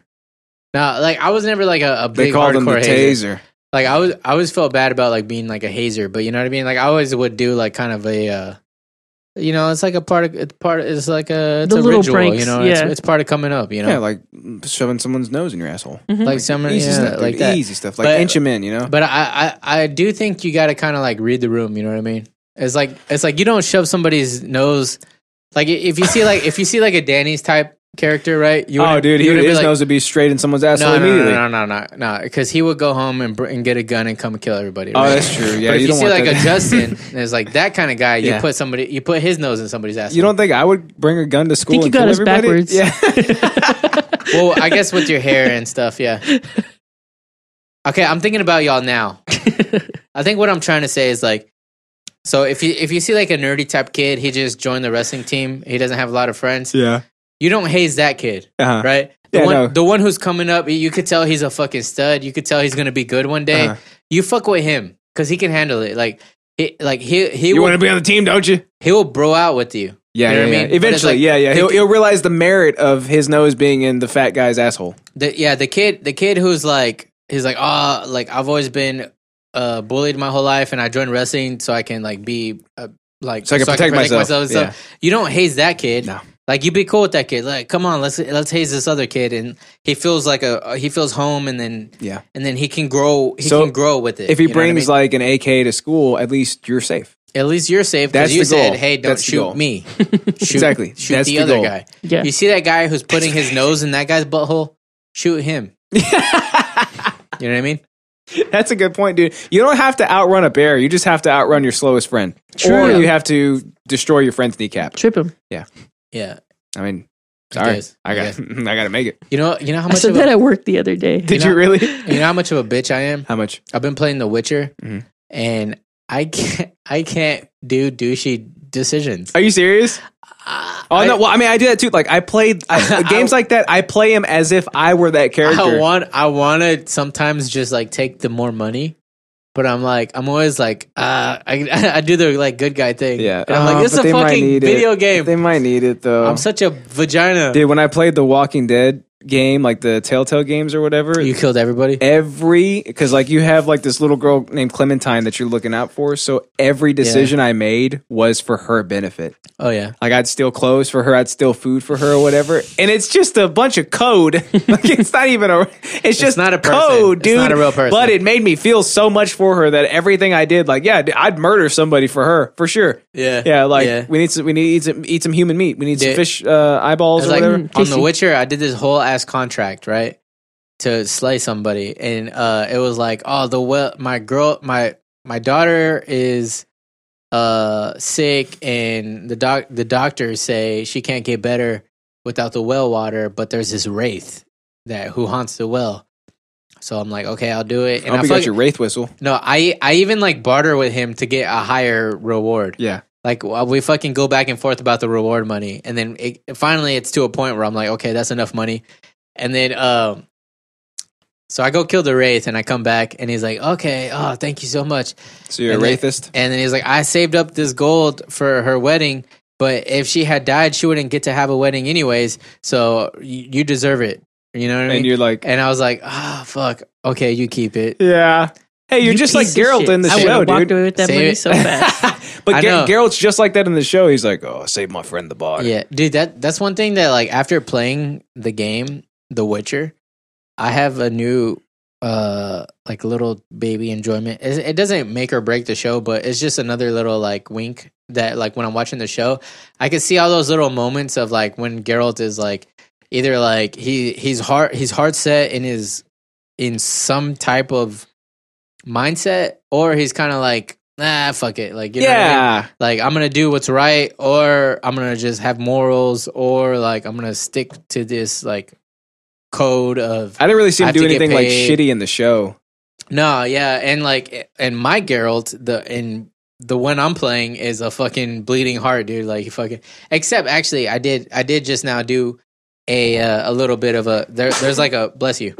Speaker 2: no, like I was never like a, a Oh. big
Speaker 1: They called him the
Speaker 2: hardcore hazer.
Speaker 1: taser.
Speaker 2: Like I was, I always felt bad about like being like a hazer, but you know what I mean. Like I always would do like kind of a, uh, you know, it's like a part of it's part. It's like a it's
Speaker 1: The
Speaker 2: a
Speaker 1: little
Speaker 2: ritual,
Speaker 1: pranks,
Speaker 2: you know.
Speaker 1: yeah.
Speaker 2: It's, it's part of coming up, you know.
Speaker 1: Yeah, like shoving someone's nose in your asshole.
Speaker 2: like some
Speaker 1: easy
Speaker 2: yeah,
Speaker 1: stuff, dude.
Speaker 2: like that.
Speaker 1: Easy stuff. Like
Speaker 2: But-
Speaker 1: inch him in, you know?
Speaker 2: But I, I, I do think you got to kind of like read the room. You know what I mean? It's like it's like you don't shove somebody's nose. Like i- if you see like if you see like a Danny's type character, right? You
Speaker 1: oh,
Speaker 2: wouldn't-
Speaker 1: dude,
Speaker 2: you
Speaker 1: he,
Speaker 2: wouldn't
Speaker 1: his
Speaker 2: be like,
Speaker 1: nose would be straight in someone's asshole
Speaker 2: no, no,
Speaker 1: immediately.
Speaker 2: No, no, no, no, no, because he would go home and, br- and get a gun and come and kill everybody.
Speaker 1: Oh,
Speaker 2: right?
Speaker 1: that's true. Yeah,
Speaker 2: but
Speaker 1: you
Speaker 2: if you,
Speaker 1: don't
Speaker 2: see
Speaker 1: want
Speaker 2: like
Speaker 1: that.
Speaker 2: a Justin, and it's like that kind of guy. You
Speaker 1: Yeah.
Speaker 2: put somebody, you put his nose in somebody's ass.
Speaker 1: You don't think I would bring a gun to school?
Speaker 2: you
Speaker 1: and
Speaker 2: got
Speaker 1: kill
Speaker 2: us
Speaker 1: everybody?
Speaker 2: backwards.
Speaker 1: Yeah.
Speaker 2: Well, I guess with your hair and
Speaker 1: <laughs>
Speaker 2: stuff, yeah. Okay, I'm thinking about
Speaker 1: <laughs>
Speaker 2: y'all now. I think what I'm trying to say is like, so if you if you see like a nerdy type kid, he just joined the wrestling team. He doesn't have a lot of
Speaker 1: <laughs>
Speaker 2: friends.
Speaker 1: Yeah.
Speaker 2: You don't haze that kid,
Speaker 1: Uh-huh.
Speaker 2: right? The
Speaker 1: Yeah,
Speaker 2: one,
Speaker 1: no.
Speaker 2: the one who's coming up, you could tell he's a fucking stud. You could tell he's gonna be good one day.
Speaker 1: Uh-huh.
Speaker 2: You fuck with him because he can handle it. Like, he, like he he.
Speaker 1: You
Speaker 2: will-
Speaker 1: want to be on the team, don't you?
Speaker 2: He will bro out with you.
Speaker 1: Yeah,
Speaker 2: You know
Speaker 1: yeah,
Speaker 2: what I
Speaker 1: yeah.
Speaker 2: mean? But it's
Speaker 1: Eventually,
Speaker 2: like-
Speaker 1: yeah, yeah. He'll, he'll realize the merit of his nose being in the fat guy's asshole.
Speaker 2: The, yeah, the kid, the kid who's like, he's like, ah, like I've always been uh, bullied my whole life, and I joined wrestling so I can like be uh, like
Speaker 1: So I can protect myself.
Speaker 2: and stuff. You don't haze that kid.
Speaker 1: No.
Speaker 2: Like you be cool with that kid. Like, come on, let's let's haze this other kid, and he feels like a uh, he feels home, and then
Speaker 1: Yeah.
Speaker 2: and then he can grow. He
Speaker 1: So,
Speaker 2: can grow with it.
Speaker 1: If he
Speaker 2: you know what I
Speaker 1: brings
Speaker 2: mean?
Speaker 1: like an AK to school, at least you're safe.
Speaker 2: at least you're safe because
Speaker 1: That's
Speaker 2: you
Speaker 1: the goal.
Speaker 2: said, hey, don't
Speaker 1: That's the
Speaker 2: shoot
Speaker 1: goal. <laughs>
Speaker 2: me. Shoot,
Speaker 1: Exactly.
Speaker 2: Shoot
Speaker 1: That's
Speaker 2: the,
Speaker 1: the
Speaker 2: other
Speaker 1: goal.
Speaker 2: guy.
Speaker 1: Yeah.
Speaker 2: You see that guy who's putting his nose in that guy's butthole?
Speaker 1: <laughs>
Speaker 2: Shoot him. you know what I mean?
Speaker 1: <laughs> That's a good point, dude. You don't have to outrun a bear. You just have to outrun your slowest friend. Or
Speaker 2: True.
Speaker 1: you have to destroy your friend's kneecap.
Speaker 3: Trip him.
Speaker 1: Yeah.
Speaker 2: Yeah.
Speaker 1: I mean, sorry.
Speaker 2: does.
Speaker 1: I got <laughs> I got to make it.
Speaker 2: You know, you know how
Speaker 3: I
Speaker 2: much
Speaker 3: said
Speaker 2: of a-
Speaker 3: that at work the other day.
Speaker 1: Did you really?
Speaker 2: <laughs> You know how much of a bitch I am?
Speaker 1: How much?
Speaker 2: I've been playing The Witcher
Speaker 1: Mhm.
Speaker 2: and I can't I can't do douchey decisions.
Speaker 1: Are you serious?
Speaker 2: Uh,
Speaker 1: oh no! Well, I mean, I do that too. Like, I
Speaker 2: <laughs>
Speaker 1: played I, games like that. I play them as if I were that character.
Speaker 2: I want I want to sometimes just like take the more money, but I'm like I'm always like uh, I <laughs> I do the like good guy thing.
Speaker 1: yeah,
Speaker 2: and I'm like
Speaker 1: Uh,
Speaker 2: this is
Speaker 1: but
Speaker 2: a
Speaker 1: they might
Speaker 2: fucking
Speaker 1: need it.
Speaker 2: video game.
Speaker 1: They might need it though.
Speaker 2: I'm such a vagina.
Speaker 1: Dude, when I played the Walking Dead game, like the Telltale games or whatever,
Speaker 2: you killed everybody.
Speaker 1: Every because like you have like this little girl named Clementine that you're looking out for. So every decision I made was for her benefit.
Speaker 2: Oh yeah.
Speaker 1: Like I'd steal clothes for her, I'd steal food for her or whatever. And it's just a bunch of code. <laughs> like it's not even a. It's, just
Speaker 2: not a person.
Speaker 1: code,
Speaker 2: It's
Speaker 1: dude.
Speaker 2: not a real person.
Speaker 1: But it made me feel so much for her that everything I did, like yeah, I'd murder somebody for her for sure.
Speaker 2: Yeah.
Speaker 1: Yeah, like
Speaker 2: Yeah.
Speaker 1: we need some, we need to eat some, eat some human meat. We need some
Speaker 2: Dude.
Speaker 1: fish uh, eyeballs or
Speaker 2: It's like
Speaker 1: whatever.
Speaker 2: on The Witcher, I did this whole ass contract, right? To slay somebody. And uh it was like, oh the well my girl my my daughter is uh sick and the doc the doctors say she can't get better without the well water, but there's this wraith that who haunts the well. So I'm like, okay, I'll do it.
Speaker 1: I hope you
Speaker 2: fuck-
Speaker 1: got your wraith whistle.
Speaker 2: no, I I even like barter with him to get a higher reward.
Speaker 1: Yeah.
Speaker 2: Like w- we fucking go back and forth about the reward money, and then it, finally it's to a point where I'm like, okay, that's enough money, and then um, so I go kill the wraith, and I come back, and he's like, okay, oh, thank you so much.
Speaker 1: So you're a
Speaker 2: And then-
Speaker 1: wraithist?
Speaker 2: and then he's like, I saved up this gold for her wedding, but if she had died, she wouldn't get to have a wedding anyways. So you, you deserve it. You know what I mean?
Speaker 1: And you're like,
Speaker 2: and I was like, ah, fuck. Okay, you keep it.
Speaker 1: Yeah. Hey, you're just like Geralt in the show, dude.
Speaker 2: Save it. <laughs> I
Speaker 1: but Ger-
Speaker 2: know.
Speaker 1: Geralt's just like that in the show. He's like, oh, save my friend the bard.
Speaker 2: Yeah, dude, that that's one thing that like after playing the game, The Witcher, I have a new uh like little baby enjoyment. It, it doesn't make or break the show, but it's just another little like wink that like when I'm watching the show, I can see all those little moments of like when Geralt is like either like he he's hard he's hard set in his in some type of mindset or he's kind of like ah fuck it like you know what I mean?
Speaker 1: Yeah.
Speaker 2: like i'm gonna do what's right or i'm gonna just have morals or like i'm gonna stick to this like code of
Speaker 1: I didn't really see him
Speaker 2: I have
Speaker 1: do
Speaker 2: to get
Speaker 1: anything like
Speaker 2: paid.
Speaker 1: shitty in the
Speaker 2: <laughs>
Speaker 1: show.
Speaker 2: no yeah and like and my geralt the and the one i'm playing is a fucking bleeding heart dude like he fucking except actually i did i did just now do a uh, a little bit of a there, there's like a bless you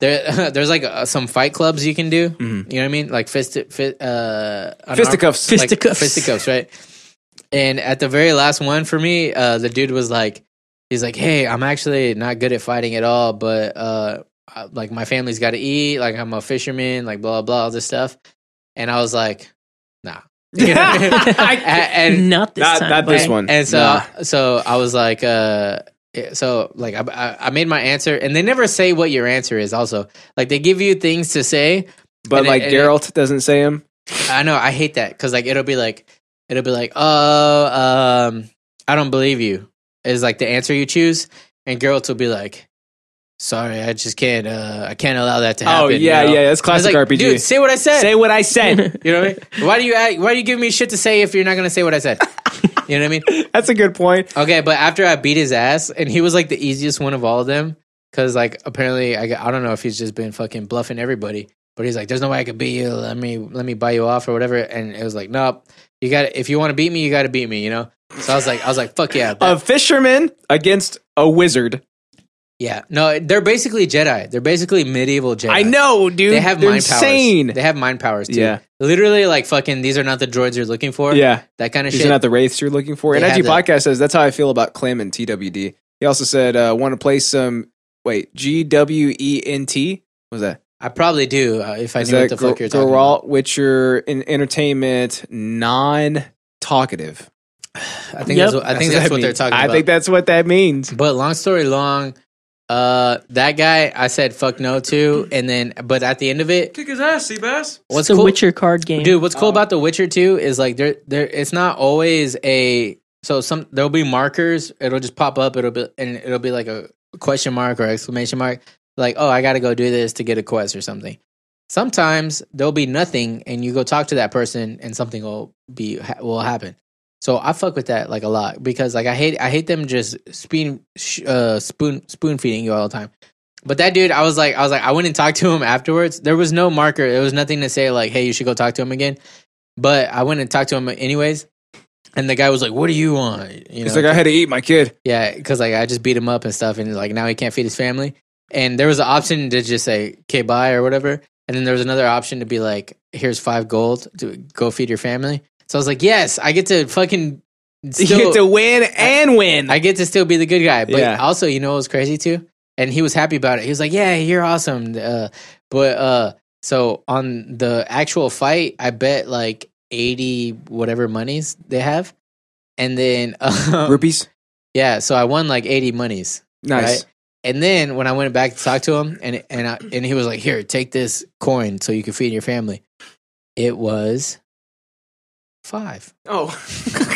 Speaker 2: There, <laughs> there's like uh, some fight clubs you can do. You know what I mean? Like fist, fist uh, unarmed-
Speaker 1: Fisticuffs.
Speaker 2: like
Speaker 1: Fisticuffs.
Speaker 2: fisticuffs, right? And at the very last one for me, uh, the dude was like, he's like, hey, I'm actually not good at fighting at all, but uh, I- like my family's got to eat. Like I'm a fisherman. Like blah blah all this stuff. And I was like,
Speaker 1: <laughs>
Speaker 2: nah. <laughs> and
Speaker 3: not
Speaker 1: this Not- time, not this buddy. one.
Speaker 2: And so,
Speaker 1: Nah.
Speaker 2: so I was like, uh, it- so like I, I- I made my answer, and they never say what your answer is. Also, like they give you things to say,
Speaker 1: But
Speaker 2: and it- <laughs>
Speaker 1: like
Speaker 2: and it-
Speaker 1: Geralt doesn't say him.
Speaker 2: I know I hate that because like it'll be like it'll be like oh um I don't believe you is like the answer you choose, and Geralt will be like. Sorry, I just can't. Uh, I can't allow that to
Speaker 1: Oh,
Speaker 2: happen. you
Speaker 1: yeah,
Speaker 2: know?
Speaker 1: yeah, that's
Speaker 2: I was
Speaker 1: classic RPG.
Speaker 2: Dude, say what I said.
Speaker 1: Say what I
Speaker 2: <laughs>
Speaker 1: said.
Speaker 2: you know what I mean? Why do you act, why do you give me shit to say if you're not gonna say what I said? <laughs> You know what I mean?
Speaker 1: That's a good point.
Speaker 2: Okay, but after I beat his ass, and he was like the easiest one of all of them, because like apparently I, got- I don't know if he's just been fucking bluffing everybody, but he's like, "There's no way I could beat you. Let me let me buy you off or whatever." And it was like, "Nope, you got to if you want to beat me, you got to beat me." You know? So I was like, I was like, "Fuck yeah,
Speaker 1: <laughs>
Speaker 2: that-
Speaker 1: A fisherman against a wizard.
Speaker 2: yeah." No, they're basically Jedi. They're basically medieval Jedi.
Speaker 1: I know, dude.
Speaker 2: They have
Speaker 1: They're
Speaker 2: mind
Speaker 1: insane.
Speaker 2: powers. They have mind powers too.
Speaker 1: Yeah.
Speaker 2: Literally, like fucking. These are not the droids you're looking for.
Speaker 1: Yeah.
Speaker 2: That kind of
Speaker 1: These
Speaker 2: shit.
Speaker 1: are not the wraiths you're looking for.
Speaker 2: They
Speaker 1: And
Speaker 2: have
Speaker 1: IG
Speaker 2: that.
Speaker 1: Podcast says that's how I feel about Clem and TWD. He also said, uh, want to play some, wait, G W E N T? What was that?
Speaker 2: I probably do uh, if I
Speaker 1: Is
Speaker 2: knew what
Speaker 1: that
Speaker 2: the fuck
Speaker 1: Ger-
Speaker 2: you're talking about.
Speaker 1: Geralt Witcher in entertainment, non talkative.
Speaker 2: I think that's what, I think that's, what they're talking about.
Speaker 1: I think that's what that means.
Speaker 2: But long story long, uh, that guy I said fuck no to, and then but at the end of it,
Speaker 9: Kick his ass, see bass. Oh.
Speaker 2: what's
Speaker 3: it's a
Speaker 2: cool,
Speaker 3: Witcher card game.
Speaker 2: dude? What's cool about The Witcher Two is like there, there. It's not always a so some there'll be markers. It'll just pop up. It'll be and it'll be like a question mark or exclamation mark. Like oh, I got to go do this to get a quest or something. Sometimes there'll be nothing, and you go talk to that person, and something will be ha- will happen. So I fuck with that like a lot because like I hate I hate them just spoon sh- uh, spoon spoon feeding you all the time. But that dude, I was like, I was like, I went and talked to him afterwards. There was no marker. There was nothing to say like, hey, you should go talk to him again. But I went and talked to him anyways, and the guy was like, "What do you want?" You
Speaker 1: He's like, I had to eat my kid. <laughs>
Speaker 2: yeah, because like I just beat him up and stuff, and like now he can't feed his family. And there was an option to just say "okay, bye" or whatever, and then there was another option to be like, "Here's five gold to go feed your family." So I was like, "Yes, I get to fucking
Speaker 1: <laughs>
Speaker 2: still,
Speaker 1: you get to win and win.
Speaker 2: I get to still be the good guy." But
Speaker 1: Yeah.
Speaker 2: also, you know, it was crazy too, and he was happy about it. He was like, "Yeah, you're awesome." Uh, but uh, so on the actual fight, I bet like eighty whatever monies they have, and then <laughs> um,
Speaker 1: Rupees?
Speaker 2: yeah, so I won like eighty monies.
Speaker 1: Nice.
Speaker 2: And then when I went back to talk to him, and and I, and he was like, "Here, take this coin so you can feed your family." It was five,
Speaker 1: Oh.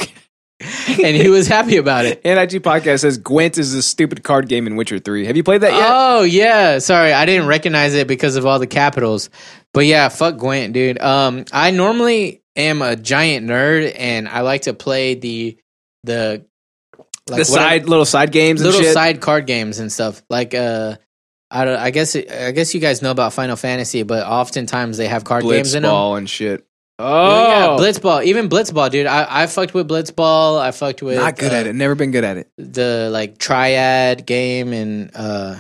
Speaker 2: <laughs> and he was happy
Speaker 1: <laughs>
Speaker 2: about it.
Speaker 1: And IG Podcast says Gwent is the stupid card game in Witcher 3. Have you played that yet?
Speaker 2: Oh yeah, sorry, I didn't recognize it because of all the capitals. But yeah, fuck Gwent, dude. Um, I normally am a giant nerd, and I like to play the the
Speaker 1: the
Speaker 2: what I-
Speaker 1: side little side games and
Speaker 2: little
Speaker 1: shit.
Speaker 2: side card games and stuff. Like uh, I don't. I guess I guess you guys know about Final Fantasy, but oftentimes they have card games in them.
Speaker 1: Blitzball and shit.
Speaker 2: Yeah,
Speaker 1: Oh,
Speaker 2: Blitzball. Even Blitzball, dude. I, I fucked with Blitzball. I fucked with
Speaker 1: not good
Speaker 2: uh,
Speaker 1: at it. Never been good at it.
Speaker 2: the like triad game and uh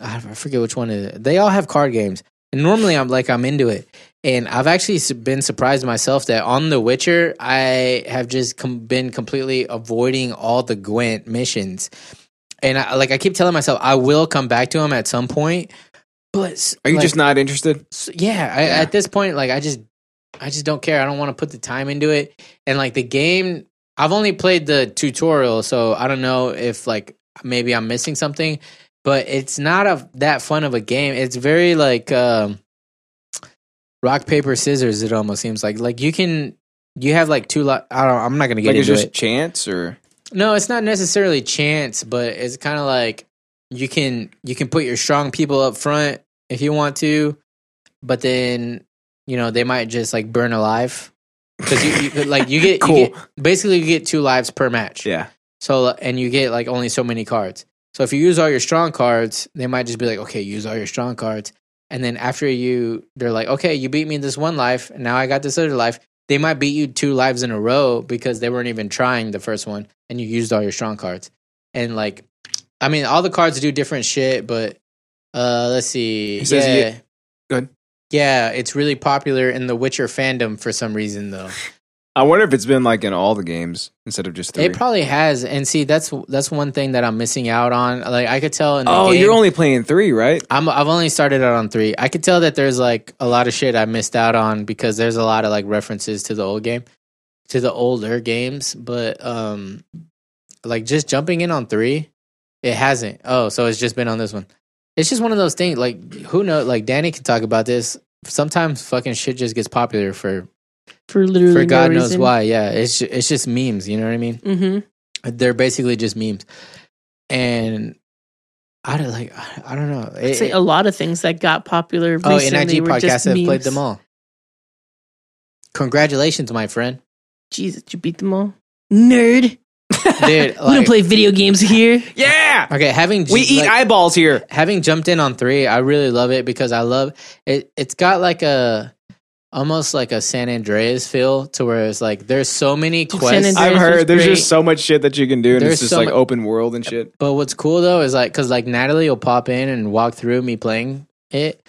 Speaker 2: I forget which one it is. They all have card games. And normally I'm like I'm into it. And I've actually s- been surprised myself that on The Witcher I have just com- been completely avoiding all the Gwent missions. And I like I keep telling myself I will come back to them at some point. But s-
Speaker 1: Are you
Speaker 2: like,
Speaker 1: just not interested?
Speaker 2: so, yeah, I, at this point, like I just, I just don't care. I don't want to put the time into it. And like the game, I've only played the tutorial, so I don't know if like maybe I'm missing something. But it's not a that fun of a game. It's very like um, rock paper scissors. It almost seems like like you can you have like two. Li- I don't. I'm not gonna get
Speaker 1: Like it's
Speaker 2: into
Speaker 1: just
Speaker 2: it.
Speaker 1: chance or
Speaker 2: No, it's not necessarily chance, but it's kind of like you can you can put your strong people up front if you want to, but then you know they might just like burn alive because you, you like you get,
Speaker 1: Cool.
Speaker 2: you get basically you get two lives per match.
Speaker 1: yeah.
Speaker 2: So and you get like only so many cards. So if you use all your strong cards, they might just be like, okay, use all your strong cards. And then after you, they're like, okay, you beat me this one life. Now I got this other life. They might beat you two lives in a row because they weren't even trying the first one, and you used all your strong cards. And like, I mean, all the cards do different shit, but Uh, let's see.
Speaker 1: He says he-
Speaker 2: yeah.
Speaker 1: Good.
Speaker 2: Yeah, it's really popular in the Witcher fandom for some reason, though.
Speaker 1: I wonder if it's been like in all the games instead of just three.
Speaker 2: It probably has, and see, that's that's one thing that I'm missing out on. Like, I could tell. In the
Speaker 1: oh,
Speaker 2: game-
Speaker 1: you're only playing three, right?
Speaker 2: I'm, I've only started out on three. I could tell that there's like a lot of shit I missed out on because there's a lot of like references to the old game, to the older games. But um, like just jumping in on three, it hasn't. Oh, so it's just been on this one. It's just one of those things. Like who knows? Like Danny can talk about this. Sometimes fucking shit just gets popular for
Speaker 3: for literally
Speaker 2: for
Speaker 3: no
Speaker 2: God knows
Speaker 3: reason.
Speaker 2: why. Yeah, it's ju- it's just memes. You know what I mean?
Speaker 3: Mm-hmm.
Speaker 2: They're basically just memes, and. I don't like. I- I don't know.
Speaker 3: I'd
Speaker 2: It-
Speaker 3: say
Speaker 2: it-
Speaker 3: a lot of things that got popular.
Speaker 2: Oh,
Speaker 3: recently
Speaker 2: NIG
Speaker 3: were just
Speaker 2: podcast have played
Speaker 3: memes.
Speaker 2: them all. Congratulations, my
Speaker 3: <laughs>
Speaker 2: friend.
Speaker 3: Jesus, you beat them all, nerd.
Speaker 2: Dude,
Speaker 3: we don't
Speaker 2: like-
Speaker 3: play video games here.
Speaker 1: Yeah.
Speaker 2: Okay, having
Speaker 1: We eat eyeballs here.
Speaker 2: Having jumped in on three, I really love it because I love it. It's got like a almost like a San Andreas feel to where it's like there's so many quests.
Speaker 1: I've heard there's just so much shit that you can do, and
Speaker 2: There's
Speaker 1: it's just
Speaker 2: so
Speaker 1: like
Speaker 2: mu-
Speaker 1: open world and shit.
Speaker 2: But what's cool though is like, cause like Natalie will pop in and walk through me playing it,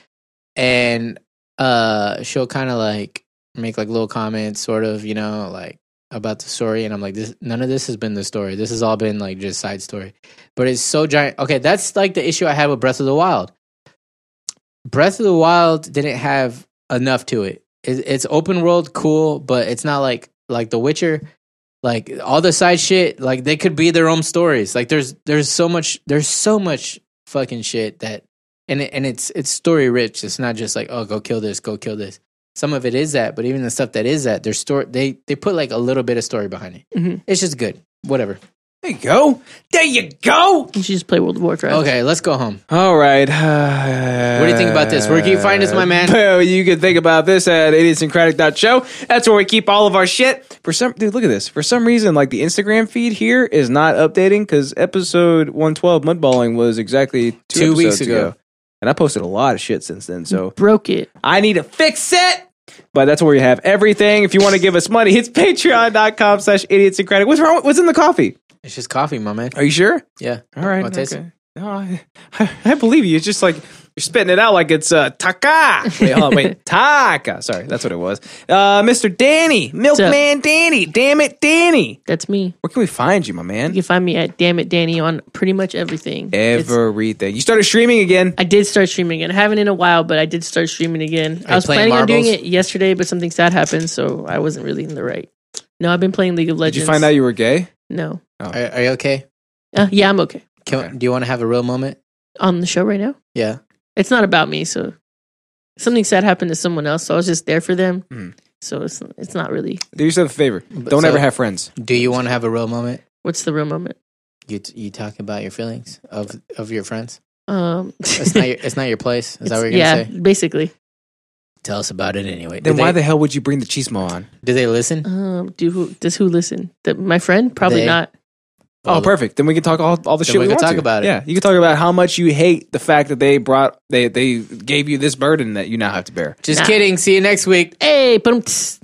Speaker 2: and uh, she'll kind of like make like little comments, sort of, you know, like about the story, and I'm like, this none of this has been the story. This has all been like just side story. But it's so giant. Okay, that's like the issue I had with Breath of the Wild. Breath of the Wild didn't have enough to it. it it's open world, cool, but it's not like like The Witcher like all the side shit like they could be their own stories like there's there's so much there's so much fucking shit that and it, and it's it's story rich it's not just like oh go kill this go kill this some of it is that but even the stuff that is that there's story they they put like a little bit of story behind it
Speaker 1: Mm-hmm.
Speaker 2: it's just good whatever
Speaker 1: there you go there you go
Speaker 3: you should just play World of Warcraft
Speaker 2: okay let's go home
Speaker 1: All right.
Speaker 2: what do you think about this where can you find us my
Speaker 1: <laughs>
Speaker 2: man
Speaker 1: Well, you can think about this at idiosyncratic.show. That's where we keep all of our shit. For some dude, look at this. For some reason, like the Instagram feed here is not updating because episode one twelve mudballing was exactly two,
Speaker 2: Two weeks
Speaker 1: episodes ago.
Speaker 2: ago.
Speaker 1: And I posted a lot of shit since then. So
Speaker 3: broke it.
Speaker 1: I need to fix it. But that's where you have everything. If you want to give us money, it's patreon.com slash idiosyncratic. What's wrong? with- What's in the coffee?
Speaker 2: it's just coffee my man
Speaker 1: Are you sure?
Speaker 2: yeah
Speaker 1: All right.
Speaker 2: Wanna taste it?
Speaker 1: okay. No, I, I, <laughs> I believe you. It's just like you're spitting it out like it's uh, taka. Wait, hold on,
Speaker 2: <laughs>
Speaker 1: wait, taka. Sorry, that's what it was. Uh, Mr. Danny, Milkman Danny. Damn it, Danny.
Speaker 3: That's me.
Speaker 1: Where can we find you, my man?
Speaker 3: You can find me at Damn It Danny on pretty much everything. It's-
Speaker 1: Everything. You started streaming again.
Speaker 3: I did start streaming again. I haven't in a while, but I did start streaming again.
Speaker 1: you
Speaker 3: I was
Speaker 1: playing
Speaker 3: planning on doing
Speaker 1: marbles?
Speaker 3: it yesterday, but something sad happened, so I wasn't really in the right. No, I've been playing League of
Speaker 1: Did you
Speaker 3: Legends.
Speaker 1: find out you were gay?
Speaker 3: No.
Speaker 2: are, are you okay
Speaker 3: Uh, yeah, I'm okay
Speaker 2: can, do you want to have a real moment
Speaker 3: on the show right now.
Speaker 2: yeah
Speaker 3: It's not about me, so something sad happened to someone else, so I was just there for them.
Speaker 1: Mhm.
Speaker 3: So it's it's not really.
Speaker 1: Do yourself a favor. Don't
Speaker 2: so-
Speaker 1: ever have friends.
Speaker 2: do you want to have a real moment
Speaker 3: What's the real moment?
Speaker 2: you t- you talk about your feelings of of your friends
Speaker 3: Um,
Speaker 2: It's
Speaker 3: <laughs>
Speaker 2: not your, it's not your place. Is that what you're
Speaker 3: yeah,
Speaker 2: gonna say?
Speaker 3: basically.
Speaker 2: Tell us about it anyway.
Speaker 1: Then
Speaker 2: do
Speaker 1: why
Speaker 2: they,
Speaker 1: the hell would you bring the cheese on?
Speaker 2: do they listen?
Speaker 3: Um, do who does who listen? The, my friend probably
Speaker 1: They.
Speaker 3: not.
Speaker 1: Oh, perfect. Then we can talk all, all the
Speaker 2: Then
Speaker 1: shit
Speaker 2: we
Speaker 1: we,
Speaker 2: can
Speaker 1: want
Speaker 2: talk
Speaker 1: to.
Speaker 2: about it.
Speaker 1: Yeah, you can talk about how much you hate the fact that they brought they they gave you this burden that you now have to bear.
Speaker 2: Just
Speaker 3: Nah.
Speaker 2: kidding. See you next week.
Speaker 3: Hey, but